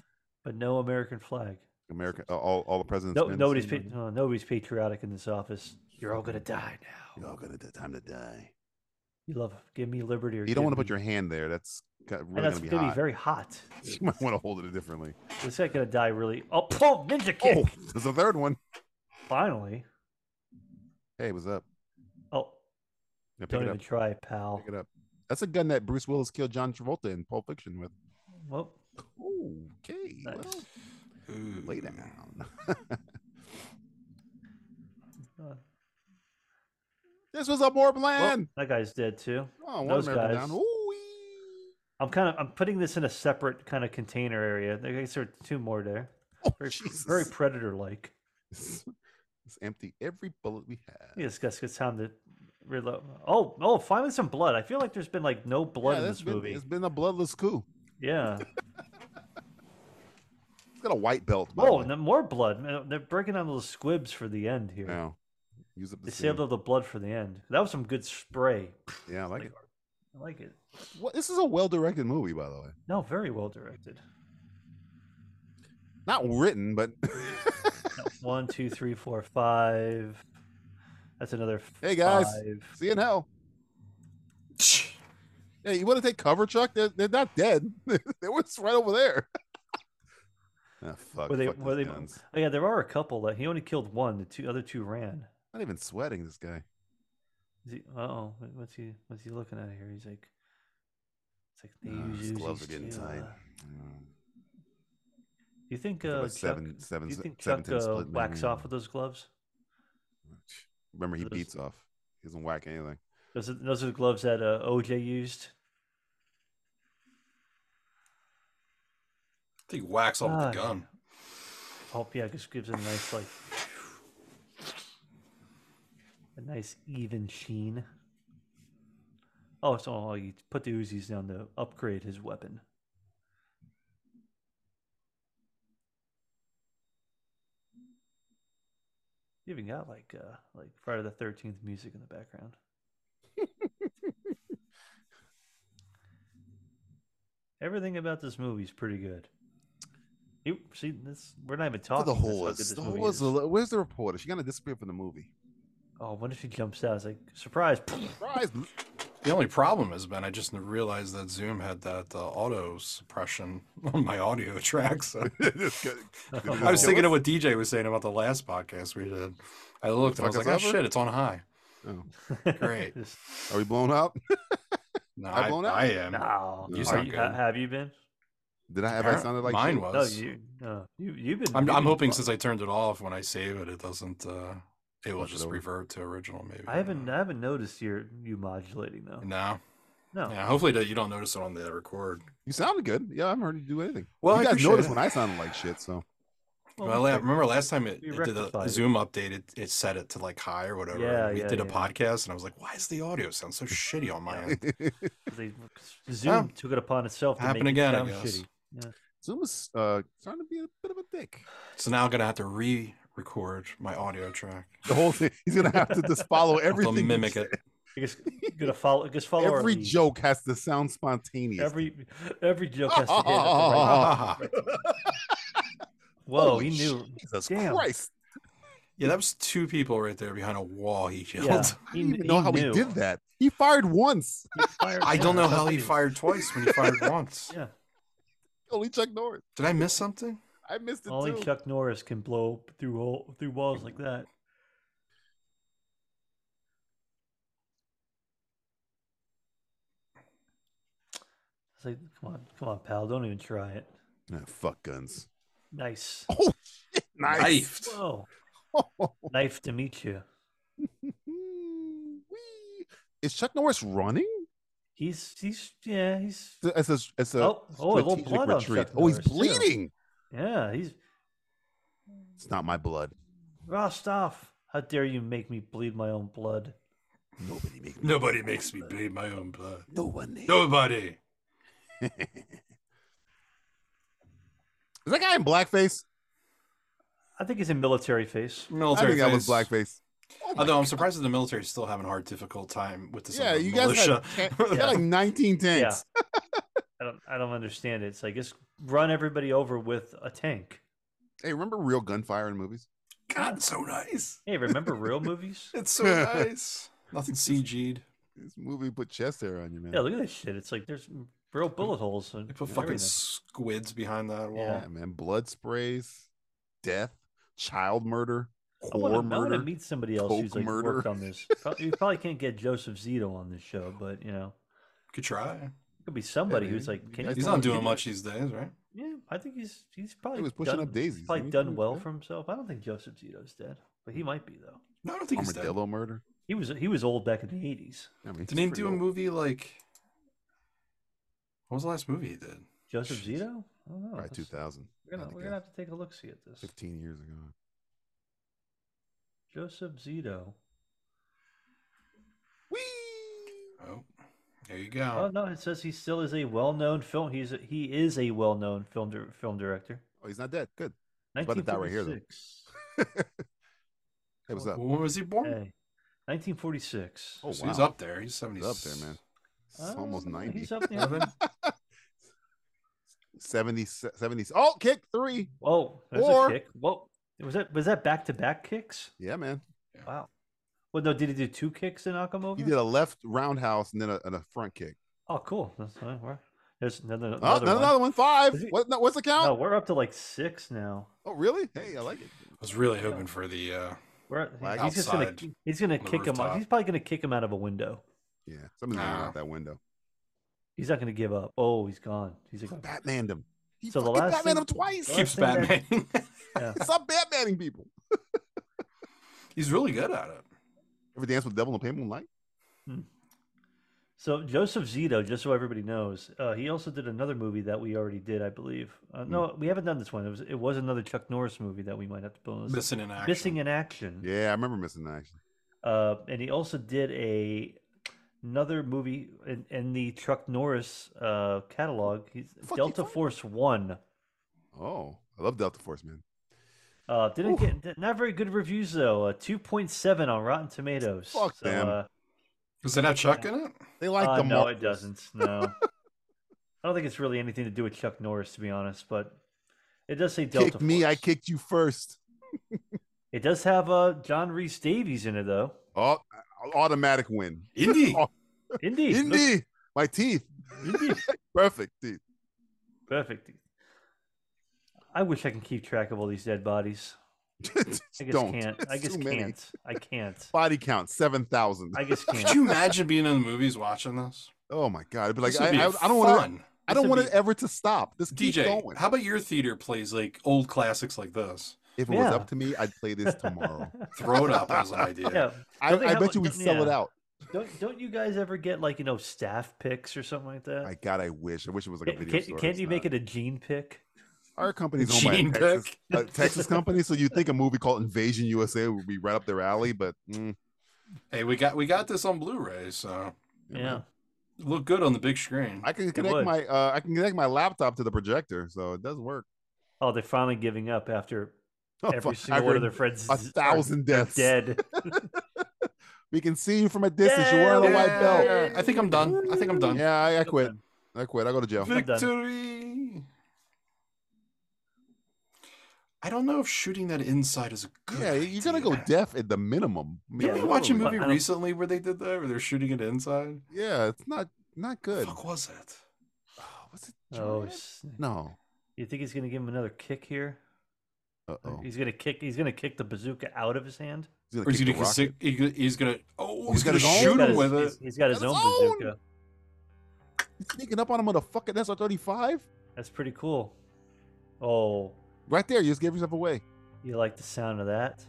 Speaker 8: but no American flag.
Speaker 6: America, uh, all, all the presidents.
Speaker 8: No,
Speaker 6: men,
Speaker 8: nobody's
Speaker 6: same
Speaker 8: pa-
Speaker 6: down
Speaker 8: oh, nobody's patriotic in this office. You're all gonna die
Speaker 6: here.
Speaker 8: now.
Speaker 6: You're all gonna die- time to die.
Speaker 8: You love give me liberty or
Speaker 6: You don't want to
Speaker 8: to
Speaker 6: put your hand there. That's got, really
Speaker 8: and that's
Speaker 6: gonna be
Speaker 8: gonna
Speaker 6: hot.
Speaker 8: be very hot.
Speaker 6: you might want to hold it differently.
Speaker 8: This guy's gonna die really. Oh, oh ninja kick!
Speaker 6: Oh, there's a third one.
Speaker 8: Finally.
Speaker 6: Hey, what's up?
Speaker 8: Oh,
Speaker 6: Yeah, pick
Speaker 8: don't
Speaker 6: it
Speaker 8: even
Speaker 6: up.
Speaker 8: try, pal.
Speaker 6: Pick it up. That's a gun that Bruce Willis killed John Travolta in Pulp Fiction with.
Speaker 8: Well,
Speaker 6: Okay,
Speaker 8: Nice.
Speaker 6: well, lay down.
Speaker 8: uh,
Speaker 6: this was a more
Speaker 8: well,
Speaker 6: plan.
Speaker 8: that guy's dead too.
Speaker 6: oh, one
Speaker 8: those
Speaker 6: American
Speaker 8: guys-
Speaker 6: down. Ooh-wee.
Speaker 8: I'm kind of I'm putting this in a separate kind of container area. I guess there are two more there.
Speaker 6: Oh,
Speaker 8: Very,
Speaker 6: Jesus.
Speaker 8: very predator like.
Speaker 6: Let's empty every bullet we have.
Speaker 8: Yeah, it's got it's time to reload. Oh, oh, finally some blood. I feel like there's been like no blood in
Speaker 6: that's
Speaker 8: this
Speaker 6: been-
Speaker 8: movie.
Speaker 6: It's been a bloodless coup.
Speaker 8: Yeah.
Speaker 6: It's got a white belt. by the
Speaker 8: Oh,
Speaker 6: way.
Speaker 8: and then more blood. Man, They're breaking down little squibs for the end here.
Speaker 6: Yeah. Use up the
Speaker 8: They
Speaker 6: seal.
Speaker 8: saved all the blood for the end. That was some good spray.
Speaker 6: Yeah, I like it.
Speaker 8: I like it.
Speaker 6: Well, this is a well-directed movie, by the way.
Speaker 8: No, very well directed.
Speaker 6: Not written, but
Speaker 8: One, two, three, four, five. That's another.
Speaker 6: Hey, guys.
Speaker 8: five.
Speaker 6: see you in hell. Hey, you want to take cover, Chuck? They're, they're not dead. they were just right over there. ah, fuck.
Speaker 8: Were they?
Speaker 6: fuck
Speaker 8: Were
Speaker 6: these
Speaker 8: they?
Speaker 6: guns.
Speaker 8: Oh yeah, there are a couple that he only killed one. The two other two ran.
Speaker 6: Not even sweating, this guy.
Speaker 8: Is he? Oh, what's he? What's he looking at here? He's like, it's like they
Speaker 6: Ah,
Speaker 8: use
Speaker 6: his
Speaker 8: Uzis
Speaker 6: gloves are getting
Speaker 8: to,
Speaker 6: tight.
Speaker 8: uh,
Speaker 6: Mm.
Speaker 8: do you think
Speaker 6: Think
Speaker 8: uh,
Speaker 6: about
Speaker 8: Chuck,
Speaker 6: seven- seven-
Speaker 8: do you think
Speaker 6: seven
Speaker 8: Chuck
Speaker 6: ten
Speaker 8: uh,
Speaker 6: split,
Speaker 8: whacks
Speaker 6: maybe.
Speaker 8: off with those gloves?
Speaker 6: Remember, he
Speaker 8: Those-
Speaker 6: beats off. He doesn't whack anything.
Speaker 8: Those are, those are the gloves that uh, OJ used.
Speaker 1: I think wax off
Speaker 8: Ah,
Speaker 1: the gun.
Speaker 8: Oh yeah, just gives it a nice like, a nice even sheen. Oh, so oh, you put the Uzis down to upgrade his weapon. You even got like uh like Friday the Thirteenth music in the background. Everything about this movie's pretty good. You see this? We're not even talking.
Speaker 6: the
Speaker 8: that's
Speaker 6: hole
Speaker 8: how
Speaker 6: is.
Speaker 8: good
Speaker 6: The
Speaker 8: this
Speaker 6: hole
Speaker 8: movie
Speaker 6: is. a li- Where's the reporter? She's gonna disappear from the movie.
Speaker 8: Oh, what if she jumps out? It's like surprise.
Speaker 6: Surprise!
Speaker 1: The only problem has been I just realized that Zoom had that uh, auto suppression on my audio track. So
Speaker 6: This guy-
Speaker 1: I was thinking of what DJ was saying about the last podcast we did. I
Speaker 7: "Oh,
Speaker 1: looked and I was
Speaker 6: Fuck
Speaker 1: like,
Speaker 6: us
Speaker 1: oh
Speaker 6: over?
Speaker 1: shit, it's on high.
Speaker 6: Oh.
Speaker 1: Great.
Speaker 8: Just-
Speaker 6: Are we blown up?
Speaker 7: No,
Speaker 6: I
Speaker 7: I,
Speaker 6: blown out?
Speaker 7: I am.
Speaker 8: No,
Speaker 6: This is
Speaker 8: Are
Speaker 7: not
Speaker 8: you,
Speaker 7: good.
Speaker 8: ha- have you been?
Speaker 6: Did I have I
Speaker 7: Apparent-
Speaker 6: sounded like
Speaker 7: mine
Speaker 6: shit?
Speaker 7: was.
Speaker 8: No, you, no, you, you've been.
Speaker 7: I'm,
Speaker 8: you've
Speaker 7: I'm
Speaker 8: been
Speaker 7: hoping
Speaker 8: fucked.
Speaker 7: since I turned it off, when I save it, it doesn't. uh It will
Speaker 6: Flip it
Speaker 7: just
Speaker 6: over.
Speaker 7: revert to original. Maybe
Speaker 8: I haven't,
Speaker 7: No.
Speaker 8: I haven't noticed your you modulating though.
Speaker 7: No.
Speaker 8: No,
Speaker 7: Yeah. Hopefully that you don't notice it on the record.
Speaker 6: You sounded good. Yeah, I haven't heard you do anything.
Speaker 7: Well,
Speaker 6: you
Speaker 7: I
Speaker 6: guys
Speaker 7: appreciate
Speaker 6: noticed
Speaker 7: it.
Speaker 6: when I sounded like shit. So
Speaker 7: Well, la- remember last time it,
Speaker 8: we
Speaker 7: it did
Speaker 8: rectified
Speaker 7: a
Speaker 8: it.
Speaker 7: Zoom update, it, it set it to like high or whatever.
Speaker 8: Yeah,
Speaker 7: and we
Speaker 8: yeah,
Speaker 7: did a
Speaker 8: yeah.
Speaker 7: podcast, and I was like, "Why is the audio sound so shitty on my end?"
Speaker 8: they, Zoom took it upon itself to
Speaker 7: Happen
Speaker 8: make
Speaker 7: again, I
Speaker 8: it sound
Speaker 7: guess.
Speaker 8: shitty.
Speaker 6: Zoom is uh, starting to be a bit of a dick.
Speaker 7: So now I'm gonna have to re-record my audio track.
Speaker 6: The whole thing. He's gonna have to just follow
Speaker 7: I'll have to
Speaker 6: everything. you
Speaker 7: mimic
Speaker 6: say.
Speaker 7: it.
Speaker 8: I guess gonna follow, just follow our
Speaker 6: Every
Speaker 8: lead.
Speaker 6: joke has to sound spontaneous.
Speaker 8: Every every joke has to hit. at the right time. Whoa,
Speaker 6: Holy
Speaker 8: he knew.
Speaker 6: Jesus
Speaker 8: Damn.
Speaker 6: Christ!
Speaker 7: yeah, that was two people right there behind a wall. He yelled.
Speaker 8: Yeah,
Speaker 6: I
Speaker 8: he,
Speaker 6: didn't even
Speaker 8: kn-
Speaker 6: know
Speaker 8: he
Speaker 6: how
Speaker 8: knew.
Speaker 6: he did that. He fired once.
Speaker 8: He fired
Speaker 7: I don't know
Speaker 8: once.
Speaker 7: how he fired twice when he fired once.
Speaker 8: Yeah,
Speaker 6: Only Chuck Norris.
Speaker 7: Did I miss something?
Speaker 6: I missed it
Speaker 8: only
Speaker 6: too.
Speaker 8: Chuck Norris can blow through hole, through walls like that. It's like, come on, come on, pal, don't even try it.
Speaker 6: Ah, fuck guns.
Speaker 8: Nice.
Speaker 6: Oh shit! Nice.
Speaker 7: Knifed.
Speaker 8: Whoa, knife to meet you.
Speaker 6: Wee. Is Chuck Norris running?
Speaker 8: He's he's yeah he's
Speaker 6: It's a, it's a
Speaker 8: Oh, oh, a little
Speaker 6: strategic
Speaker 8: blood on Chuck
Speaker 6: Oh, he's
Speaker 8: Norris, too.
Speaker 6: bleeding.
Speaker 8: yeah he's
Speaker 6: It's not my blood.
Speaker 8: Rostov. How dare you make me bleed my own blood?
Speaker 6: Nobody makes me.
Speaker 7: Nobody makes me bleed my own blood.
Speaker 6: No one. Is
Speaker 7: Nobody.
Speaker 6: that guy in blackface?
Speaker 8: I think he's in military face.
Speaker 7: Military.
Speaker 6: I think that was
Speaker 7: face.
Speaker 6: blackface. Oh my
Speaker 7: Although I'm surprised that the military is still having a hard, difficult time with this.
Speaker 6: Yeah,
Speaker 7: under
Speaker 6: you guys
Speaker 7: militia.
Speaker 6: had, ten- you had like 19 tanks.
Speaker 8: I don't I don't understand it. It's like just run everybody over with a tank.
Speaker 6: Hey, remember real gunfire in movies?
Speaker 7: God, so nice.
Speaker 8: Hey, remember real movies?
Speaker 7: It's so nice. Nothing CG'd.
Speaker 6: This movie put chest hair on you, man.
Speaker 8: Yeah, look at this shit. It's like there's real bullet holes and
Speaker 7: They put
Speaker 8: and
Speaker 7: fucking
Speaker 8: everything.
Speaker 7: squids behind that wall.
Speaker 8: Yeah.
Speaker 6: Yeah, man. Blood sprays, death, child murder,
Speaker 8: I wanna-
Speaker 6: core
Speaker 8: I want to
Speaker 6: murder.
Speaker 8: meet somebody else who's
Speaker 6: coke
Speaker 8: like worked
Speaker 6: murder.
Speaker 8: on this. Pro- You probably can't get Joseph Zito on this show, but you know,
Speaker 7: Could try.
Speaker 8: it could be somebody
Speaker 6: maybe.
Speaker 8: who's like, can
Speaker 6: guys
Speaker 8: you
Speaker 7: He's
Speaker 6: don't
Speaker 7: not
Speaker 6: know
Speaker 7: doing
Speaker 6: you-
Speaker 7: much these days, right?
Speaker 8: Yeah, I think he's he's probably
Speaker 6: was pushing
Speaker 8: done,
Speaker 6: up daisies,
Speaker 8: He's
Speaker 6: and
Speaker 8: probably
Speaker 6: he
Speaker 8: done
Speaker 6: was
Speaker 8: well
Speaker 6: good.
Speaker 8: for himself. I don't think Joseph Zito's dead, but he might be though.
Speaker 7: No, I don't think he's dead.
Speaker 6: Armadillo murder.
Speaker 8: He was he was old back in the eighties.
Speaker 6: I mean,
Speaker 7: Didn't he do a movie like? What was the last movie he did?
Speaker 8: Joseph
Speaker 6: Jeez.
Speaker 8: Zito? I don't know.
Speaker 6: By
Speaker 8: Oh, That's-
Speaker 6: 2000. I
Speaker 8: We're gonna
Speaker 6: think
Speaker 8: we're
Speaker 6: I-
Speaker 8: gonna have to take a look see at this.
Speaker 6: 15 years ago.
Speaker 8: Joseph Zito.
Speaker 6: Whee!
Speaker 7: Oh, there you go.
Speaker 8: Oh no, it says he still is a well-known film. He's a, he is a well-known film dir- film director.
Speaker 6: Oh, he's not dead. Good. He's about to die right here, though.
Speaker 8: 1946.
Speaker 6: Hey, what's
Speaker 8: Oh,
Speaker 6: up?
Speaker 7: Well, when was he born?
Speaker 8: Hey, 1946.
Speaker 6: Oh,
Speaker 7: So he's
Speaker 6: wow.
Speaker 7: up there. He's seventy.
Speaker 6: He's up there, man. It's almost
Speaker 8: Uh,
Speaker 6: 90.
Speaker 8: He's up there.
Speaker 7: Seven?
Speaker 6: 70, 70. Oh, kick three.
Speaker 8: Whoa, that's
Speaker 6: Or-
Speaker 8: Oh, a kick. Whoa, was that was that back-to-back kicks?
Speaker 6: Yeah, man.
Speaker 8: Wow. Well, no, did he do two kicks in Akamover?
Speaker 6: He did a left roundhouse and then a, and a front kick.
Speaker 8: Oh, cool. That's all right. We're- There's another.
Speaker 6: Oh,
Speaker 8: another
Speaker 6: another,
Speaker 8: one.
Speaker 6: another one. Five.
Speaker 8: Is he-
Speaker 6: What, no, what's the count?
Speaker 8: No, we're up to like six now.
Speaker 6: Oh, really? Hey, I like it.
Speaker 7: I was really hoping for the. uh
Speaker 8: We're at,
Speaker 6: Like
Speaker 8: he's just gonna
Speaker 7: outside
Speaker 8: k- he's gonna
Speaker 7: on the
Speaker 8: kick him. out.
Speaker 7: rooftop.
Speaker 8: He's probably gonna kick him out of a window.
Speaker 6: Yeah, somebody's gonna get
Speaker 7: Nah.
Speaker 6: out that window.
Speaker 8: He's not gonna give up. Oh, he's gone. He's like,
Speaker 6: Batmaned him. He
Speaker 8: So the
Speaker 6: fucking Batmaned
Speaker 8: last thing-
Speaker 6: him twice.
Speaker 8: Well,
Speaker 7: Keeps
Speaker 8: I think
Speaker 7: Batman.
Speaker 6: Stop Batmaning people.
Speaker 7: he's really good at it.
Speaker 6: Ever dance with the devil in the pale moonlight?
Speaker 8: so Joseph Zito. Just so everybody knows, uh, he also did another movie that we already did, I believe. Uh,
Speaker 6: Hmm.
Speaker 8: No, we haven't done this one. It was it was another Chuck Norris movie that we might have to put on this.
Speaker 7: Missing in action.
Speaker 8: Missing in action.
Speaker 6: Yeah, I remember missing that actually.
Speaker 8: Uh, and he also did a another movie in, in the Chuck Norris uh, catalog. He's
Speaker 6: Fuck, he
Speaker 8: Delta
Speaker 6: fired-
Speaker 8: Force One.
Speaker 6: Oh, I love Delta Force, man.
Speaker 8: Uh, didn't get d- not very good reviews though. Uh, Two point seven on Rotten Tomatoes.
Speaker 6: Fuck
Speaker 8: so,
Speaker 6: them.
Speaker 8: Uh,
Speaker 7: Does it have Chuck in it?
Speaker 6: They like
Speaker 8: uh,
Speaker 6: the
Speaker 8: no,
Speaker 6: Marvels.
Speaker 8: it doesn't. No, I don't think it's really anything to do with Chuck Norris, to be honest. But it does say Delta
Speaker 6: Kick me, I
Speaker 8: Force.
Speaker 6: kicked you first.
Speaker 8: It does have uh, John Reese Davies in it though.
Speaker 6: Oh, automatic win.
Speaker 7: Indy.
Speaker 6: Oh,
Speaker 8: Indeed. look-
Speaker 6: Indy, my teeth,
Speaker 8: indeed.
Speaker 6: perfect teeth.
Speaker 8: Perfect. I wish I can keep track of all these dead bodies.
Speaker 6: Just
Speaker 8: I guess
Speaker 6: don't.
Speaker 8: can't. I
Speaker 6: It's
Speaker 8: guess
Speaker 6: too many.
Speaker 8: can't. I can't.
Speaker 6: Body count seven thousand.
Speaker 8: I guess
Speaker 7: Could
Speaker 8: can't.
Speaker 7: you imagine being in the movies watching this?
Speaker 6: Oh my god! It'd be like
Speaker 7: This would
Speaker 6: I,
Speaker 7: be
Speaker 6: I, I don't want to.
Speaker 7: fun.
Speaker 6: I don't
Speaker 8: would
Speaker 6: want
Speaker 8: be-
Speaker 6: it ever to stop. This keep
Speaker 7: DJ,
Speaker 6: going.
Speaker 7: how about your theater plays like old classics like this?
Speaker 6: if it was
Speaker 8: Yeah.
Speaker 6: up to me, I'd play this tomorrow.
Speaker 7: Throw it up as an idea.
Speaker 8: yeah.
Speaker 6: I,
Speaker 8: Don't they
Speaker 6: I
Speaker 8: have
Speaker 6: bet
Speaker 8: a-
Speaker 6: you we
Speaker 8: don't-
Speaker 6: sell it
Speaker 8: yeah.
Speaker 6: out.
Speaker 8: Don't don't you guys ever get like you know staff picks or something like that?
Speaker 6: My God, I wish. I wish it was like a
Speaker 8: Can-
Speaker 6: video
Speaker 8: can,
Speaker 6: store.
Speaker 8: not
Speaker 6: It's
Speaker 8: you
Speaker 6: not.
Speaker 8: make it a gene pick?
Speaker 6: Our company's owned by a
Speaker 7: Gene
Speaker 6: Texas,
Speaker 7: Peck.
Speaker 6: a Texas company, so you'd think a movie called Invasion USA would be right up their alley, but mm,
Speaker 7: Hey, we got we got this on Blu-ray, so
Speaker 6: Yeah,
Speaker 8: Yeah.
Speaker 7: it looked good on the big screen.
Speaker 6: I can connect
Speaker 8: would.
Speaker 6: my uh, I can connect my laptop to the projector, so it does work.
Speaker 8: Oh, they're finally giving up after every single one of their friends
Speaker 6: a
Speaker 8: is- are-
Speaker 6: thousand
Speaker 8: are
Speaker 6: deaths.
Speaker 8: dead.
Speaker 6: We can see you from a distance. You're
Speaker 7: Yeah,
Speaker 6: wearing a
Speaker 7: yeah,
Speaker 6: white belt.
Speaker 7: yeah, yeah. I think I'm done. I think I'm done.
Speaker 6: Yeah, I, I quit. I quit. I go to jail.
Speaker 8: I'm done.
Speaker 7: Victory. I don't know if shooting that inside is a good.
Speaker 6: Yeah, you're gonna go
Speaker 7: idea.
Speaker 6: deaf at the minimum. I mean,
Speaker 7: Did we watch a
Speaker 6: literally.
Speaker 7: movie
Speaker 8: I don't-
Speaker 7: recently where they did that, where they're shooting it inside?
Speaker 6: Yeah, it's not not good.
Speaker 7: Fuck was it?
Speaker 6: Oh, Was it?
Speaker 8: Oh,
Speaker 6: Juliet?
Speaker 8: s-
Speaker 6: no.
Speaker 8: you think he's gonna give him another kick here?
Speaker 6: Uh oh.
Speaker 8: He's gonna kick. He's gonna kick the bazooka out of his hand.
Speaker 7: Or is he gonna,
Speaker 6: rocket.
Speaker 7: consi- he- he's gonna oh he's,
Speaker 6: He's got
Speaker 7: gonna
Speaker 6: his own?
Speaker 7: shoot
Speaker 8: He's got
Speaker 7: him
Speaker 8: his,
Speaker 7: with it?
Speaker 8: he's- he's got his
Speaker 6: Got
Speaker 8: own
Speaker 6: his own!
Speaker 8: bazooka.
Speaker 6: He's sneaking up on him with a fucking SR35?
Speaker 8: That's pretty cool. Oh,
Speaker 6: Right there, you just gave yourself away.
Speaker 8: you like the sound of that?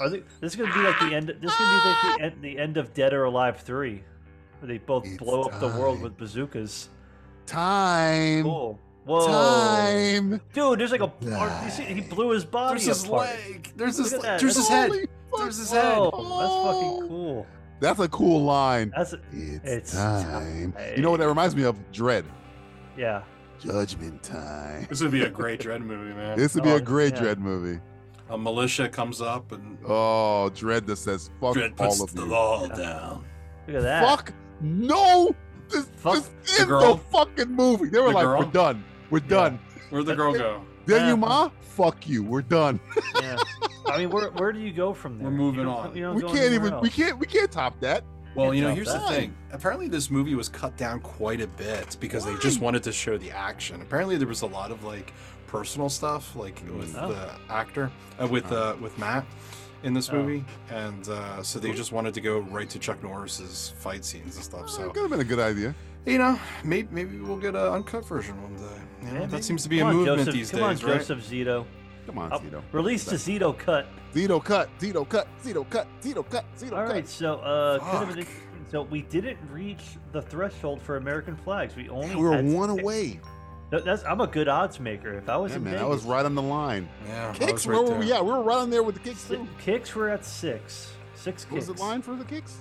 Speaker 8: Are they, this is gonna be like the end. This is gonna be like the end, the end of Dead or Alive three, where they both
Speaker 6: It's
Speaker 8: blow up the world
Speaker 6: time.
Speaker 8: with bazookas.
Speaker 6: Time.
Speaker 8: Cool. Whoa,
Speaker 6: Time.
Speaker 8: dude! There's like a. or- you see, he blew his body
Speaker 7: There's his
Speaker 8: apart.
Speaker 7: leg. There's
Speaker 8: Look
Speaker 7: his.
Speaker 8: at that.
Speaker 7: There's his head.
Speaker 6: Holy fuck. Oh.
Speaker 7: There's his head.
Speaker 8: Whoa, that's fucking cool.
Speaker 6: That's a cool line.
Speaker 8: That's a-
Speaker 6: It's,
Speaker 8: It's
Speaker 6: time. You know what that reminds me of? Dread.
Speaker 8: yeah.
Speaker 6: Judgment time.
Speaker 7: This would be a great dread movie, man.
Speaker 6: This would be
Speaker 8: Oh,
Speaker 6: a great
Speaker 8: yeah.
Speaker 6: Dread movie.
Speaker 7: A militia comes up and
Speaker 6: Oh, Dread that says fuck
Speaker 7: dread
Speaker 6: all
Speaker 7: puts
Speaker 6: of
Speaker 7: the
Speaker 6: you.
Speaker 7: law down.
Speaker 8: Look at that.
Speaker 6: Fuck no. This,
Speaker 8: Fuck
Speaker 6: this
Speaker 7: the
Speaker 6: is
Speaker 7: girl.
Speaker 6: the fucking movie. They were
Speaker 7: The
Speaker 6: like,
Speaker 7: girl.
Speaker 6: we're done. We're done.
Speaker 7: Where'd the girl go?
Speaker 6: Then
Speaker 8: Yeah.
Speaker 6: you, ma? Fuck you. We're done.
Speaker 8: Yeah. I mean, where where do you go from there?
Speaker 7: We're moving
Speaker 8: You don't-
Speaker 7: on.
Speaker 8: you don't
Speaker 6: We
Speaker 8: go
Speaker 6: can't
Speaker 8: anywhere
Speaker 6: even. We
Speaker 8: else.
Speaker 6: can't. We can't top that.
Speaker 7: Well, you know,
Speaker 8: It's
Speaker 7: here's the
Speaker 6: outside.
Speaker 7: thing. Apparently, this movie was cut down quite a bit because they just wanted to show the action. Apparently, there was a lot of like personal stuff, like with
Speaker 8: Oh.
Speaker 7: the actor, uh, with uh, with Matt in this
Speaker 8: Oh.
Speaker 7: movie, and uh, so they just wanted to go right to Chuck Norris's fight scenes and
Speaker 8: Oh.
Speaker 7: stuff. So
Speaker 6: could have been a good idea.
Speaker 7: you know, maybe maybe we'll get an uncut version one day. You know,
Speaker 8: Yeah, maybe.
Speaker 7: that seems to be
Speaker 8: Come
Speaker 7: a
Speaker 8: on,
Speaker 7: movement
Speaker 8: Joseph,
Speaker 7: these
Speaker 8: come
Speaker 7: days,
Speaker 8: on,
Speaker 7: right?
Speaker 8: Joseph Zito.
Speaker 6: Come on,
Speaker 8: Uh,
Speaker 6: Zito.
Speaker 8: Release the Zito cut.
Speaker 6: Zito cut. Zito cut. Zito cut. Zito cut. Zito
Speaker 8: All
Speaker 6: cut.
Speaker 8: right, so uh, could have been
Speaker 7: Fuck.
Speaker 8: interesting. so we didn't reach the threshold for American flags. We only
Speaker 6: We were
Speaker 8: had
Speaker 6: one
Speaker 8: six.
Speaker 6: away.
Speaker 8: Th- That's, I'm a good odds maker. If I was
Speaker 6: Yeah,
Speaker 8: in
Speaker 6: man, I
Speaker 8: Vegas,
Speaker 6: was right on the line.
Speaker 7: Yeah, I
Speaker 6: Kicks.
Speaker 7: was
Speaker 6: where
Speaker 7: right
Speaker 6: were we?
Speaker 7: there.
Speaker 6: Yeah, we were right on there with the kicks.
Speaker 8: si-
Speaker 6: Too.
Speaker 8: kicks were at six, six
Speaker 6: What was
Speaker 8: kicks.
Speaker 6: the line for the kicks?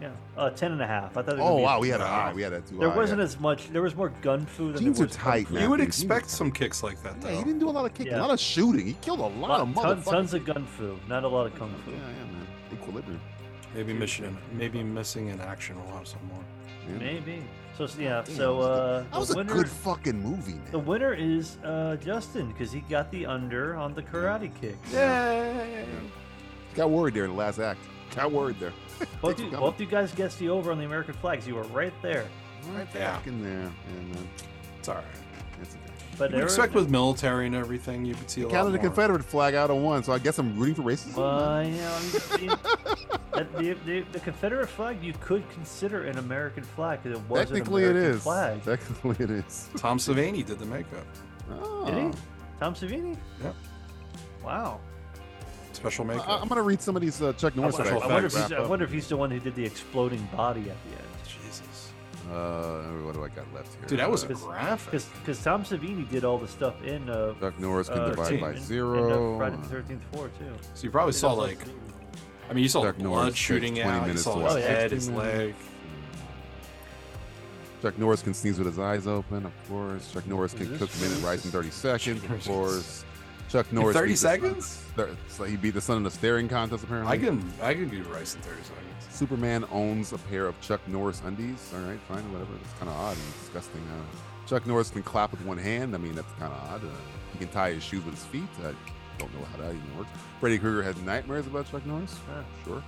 Speaker 8: Yeah, uh, ten and a half. I thought. they were
Speaker 6: Oh
Speaker 8: gonna be-
Speaker 6: wow, we had a high. We had that too.
Speaker 8: There
Speaker 6: high,
Speaker 8: wasn't
Speaker 6: yeah.
Speaker 8: as much. There was more gun flu than
Speaker 6: Jeans
Speaker 8: there
Speaker 6: are
Speaker 8: was
Speaker 6: tight,
Speaker 8: gun
Speaker 6: man.
Speaker 7: You would
Speaker 6: Yeah, he
Speaker 7: expect
Speaker 6: was-
Speaker 7: some kicks like that, though.
Speaker 6: Yeah, he didn't do a lot of kicking, a
Speaker 8: Yeah.
Speaker 6: lot of shooting. He killed a lot of
Speaker 8: flu. Ton-
Speaker 6: motherfuckers.
Speaker 8: tons of gun flu, not a lot of kung
Speaker 6: yeah,
Speaker 8: fu.
Speaker 6: yeah, man. Equilibrium.
Speaker 7: Maybe mission, maybe missing in action will have some more.
Speaker 6: Yeah.
Speaker 8: Maybe. So yeah.
Speaker 6: Damn,
Speaker 8: so
Speaker 6: that was
Speaker 8: uh,
Speaker 6: That was
Speaker 8: the
Speaker 6: a
Speaker 8: winner,
Speaker 6: good fucking movie, man.
Speaker 8: the winner is uh, Justin because he got the under on the karate kick.
Speaker 6: Got worried there in the last act. Got worried there.
Speaker 8: Both
Speaker 6: Thanks
Speaker 8: you,
Speaker 6: for coming.
Speaker 8: both you guys guessed the over on the American flags. You were right there.
Speaker 6: Right
Speaker 7: Yeah.
Speaker 6: back in there. And, uh,
Speaker 7: It's alright.
Speaker 6: that's okay.
Speaker 8: But
Speaker 7: You would
Speaker 8: there-
Speaker 7: expect with military and everything, you could see a lot
Speaker 6: Counted the
Speaker 7: more.
Speaker 6: Confederate flag out of one, so I guess I'm rooting for racism.
Speaker 8: Well, you know, I mean, that- the, the, the Confederate flag you could consider an American flag because it was
Speaker 6: Technically, it
Speaker 8: an American
Speaker 6: is.
Speaker 8: flag.
Speaker 6: Technically, it is.
Speaker 7: Tom Savini did the makeup.
Speaker 6: Oh.
Speaker 8: Did he? Tom Savini?
Speaker 7: Yep.
Speaker 8: Wow.
Speaker 7: Special
Speaker 6: I-
Speaker 7: makeup.
Speaker 6: I, am gonna read some of these uh, Chuck Norris.
Speaker 7: Special
Speaker 6: facts.
Speaker 8: I wonder, if
Speaker 7: Facts.
Speaker 8: he's, uh, I wonder if he's the one who did the exploding body at the end.
Speaker 7: Jesus.
Speaker 6: Uh, what do I got left here?
Speaker 7: Dude, that was a
Speaker 8: Because-
Speaker 7: graphic.
Speaker 8: Because Tom Savini did all the stuff in uh,
Speaker 6: Chuck Norris can
Speaker 8: uh,
Speaker 6: divide by
Speaker 8: in- in, uh,
Speaker 6: zero.
Speaker 8: Friday the Thirteenth Four too.
Speaker 7: So you probably saw, like, I mean, you saw
Speaker 6: Chuck
Speaker 7: blood
Speaker 6: Norris takes
Speaker 7: shooting
Speaker 6: 20
Speaker 7: out, you
Speaker 6: minutes
Speaker 7: saw
Speaker 6: to
Speaker 7: his
Speaker 8: watch
Speaker 7: head,
Speaker 6: 60
Speaker 7: his leg.
Speaker 6: minutes. Chuck Norris can sneeze with his eyes open, of course. Chuck Norris can
Speaker 8: Is this
Speaker 6: cook minute rice in 30 seconds, of course. Chuck
Speaker 7: In
Speaker 6: Norris.
Speaker 7: 30
Speaker 6: beat the Sun-
Speaker 7: seconds?
Speaker 6: thir- so he beat the sun in the staring contest, apparently.
Speaker 7: I can I can do rice in 30 seconds.
Speaker 6: Superman owns a pair of Chuck Norris undies. All right, fine, whatever. It's kind of odd and disgusting. Uh, Chuck Norris can clap with one hand. I mean, that's kind of odd. Uh, he can tie his shoes with his feet. I don't know how that even works. Freddy Krueger has nightmares about Chuck Norris.
Speaker 8: Huh.
Speaker 6: Sure.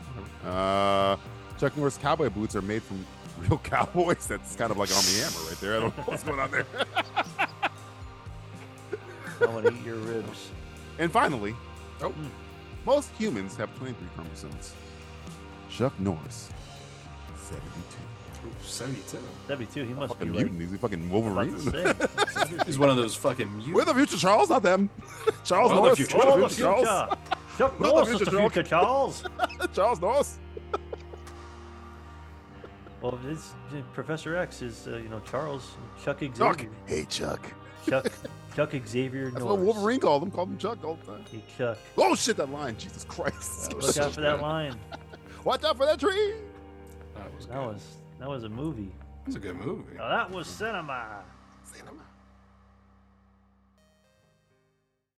Speaker 6: whatever. Uh, Chuck Norris cowboy boots are made from real cowboys. That's kind of like on the hammer right there. I don't know what's going on there.
Speaker 8: I want to eat your ribs.
Speaker 6: And finally,
Speaker 7: Oh.
Speaker 6: most humans have 23 chromosomes. Chuck Norris
Speaker 1: Ooh, 72.
Speaker 8: Seventy-two. He must be
Speaker 6: Fucking
Speaker 8: like,
Speaker 6: mutant. He's a fucking
Speaker 8: I'm about
Speaker 6: Wolverine.
Speaker 8: to say.
Speaker 1: He's one of those fucking mutants.
Speaker 6: We're the future, Charles, not them. Charles
Speaker 1: We're the
Speaker 6: Norris.
Speaker 1: future,
Speaker 6: We're
Speaker 1: Charles.
Speaker 6: the future, Charles.
Speaker 8: Chuck Chuck
Speaker 6: We're the
Speaker 8: Norris is the
Speaker 6: future, Chuck.
Speaker 8: future, Charles.
Speaker 6: Charles Norris.
Speaker 8: Well, it's, Professor X is, uh, you know, Charles Chuck Xavier.
Speaker 6: Chuck. Hey, Chuck.
Speaker 8: Chuck, Chuck Xavier
Speaker 6: That's
Speaker 8: Norris.
Speaker 6: what Wolverine called him. Called him Chuck all the time.
Speaker 8: Hey, Chuck.
Speaker 6: Oh shit, that line. Jesus Christ.
Speaker 8: Uh, look out for that line.
Speaker 6: Watch out for that tree.
Speaker 1: That was,
Speaker 8: That was that was a movie.
Speaker 6: Uh,
Speaker 1: that was a good movie.
Speaker 8: Now that was cinema.
Speaker 6: Cinema.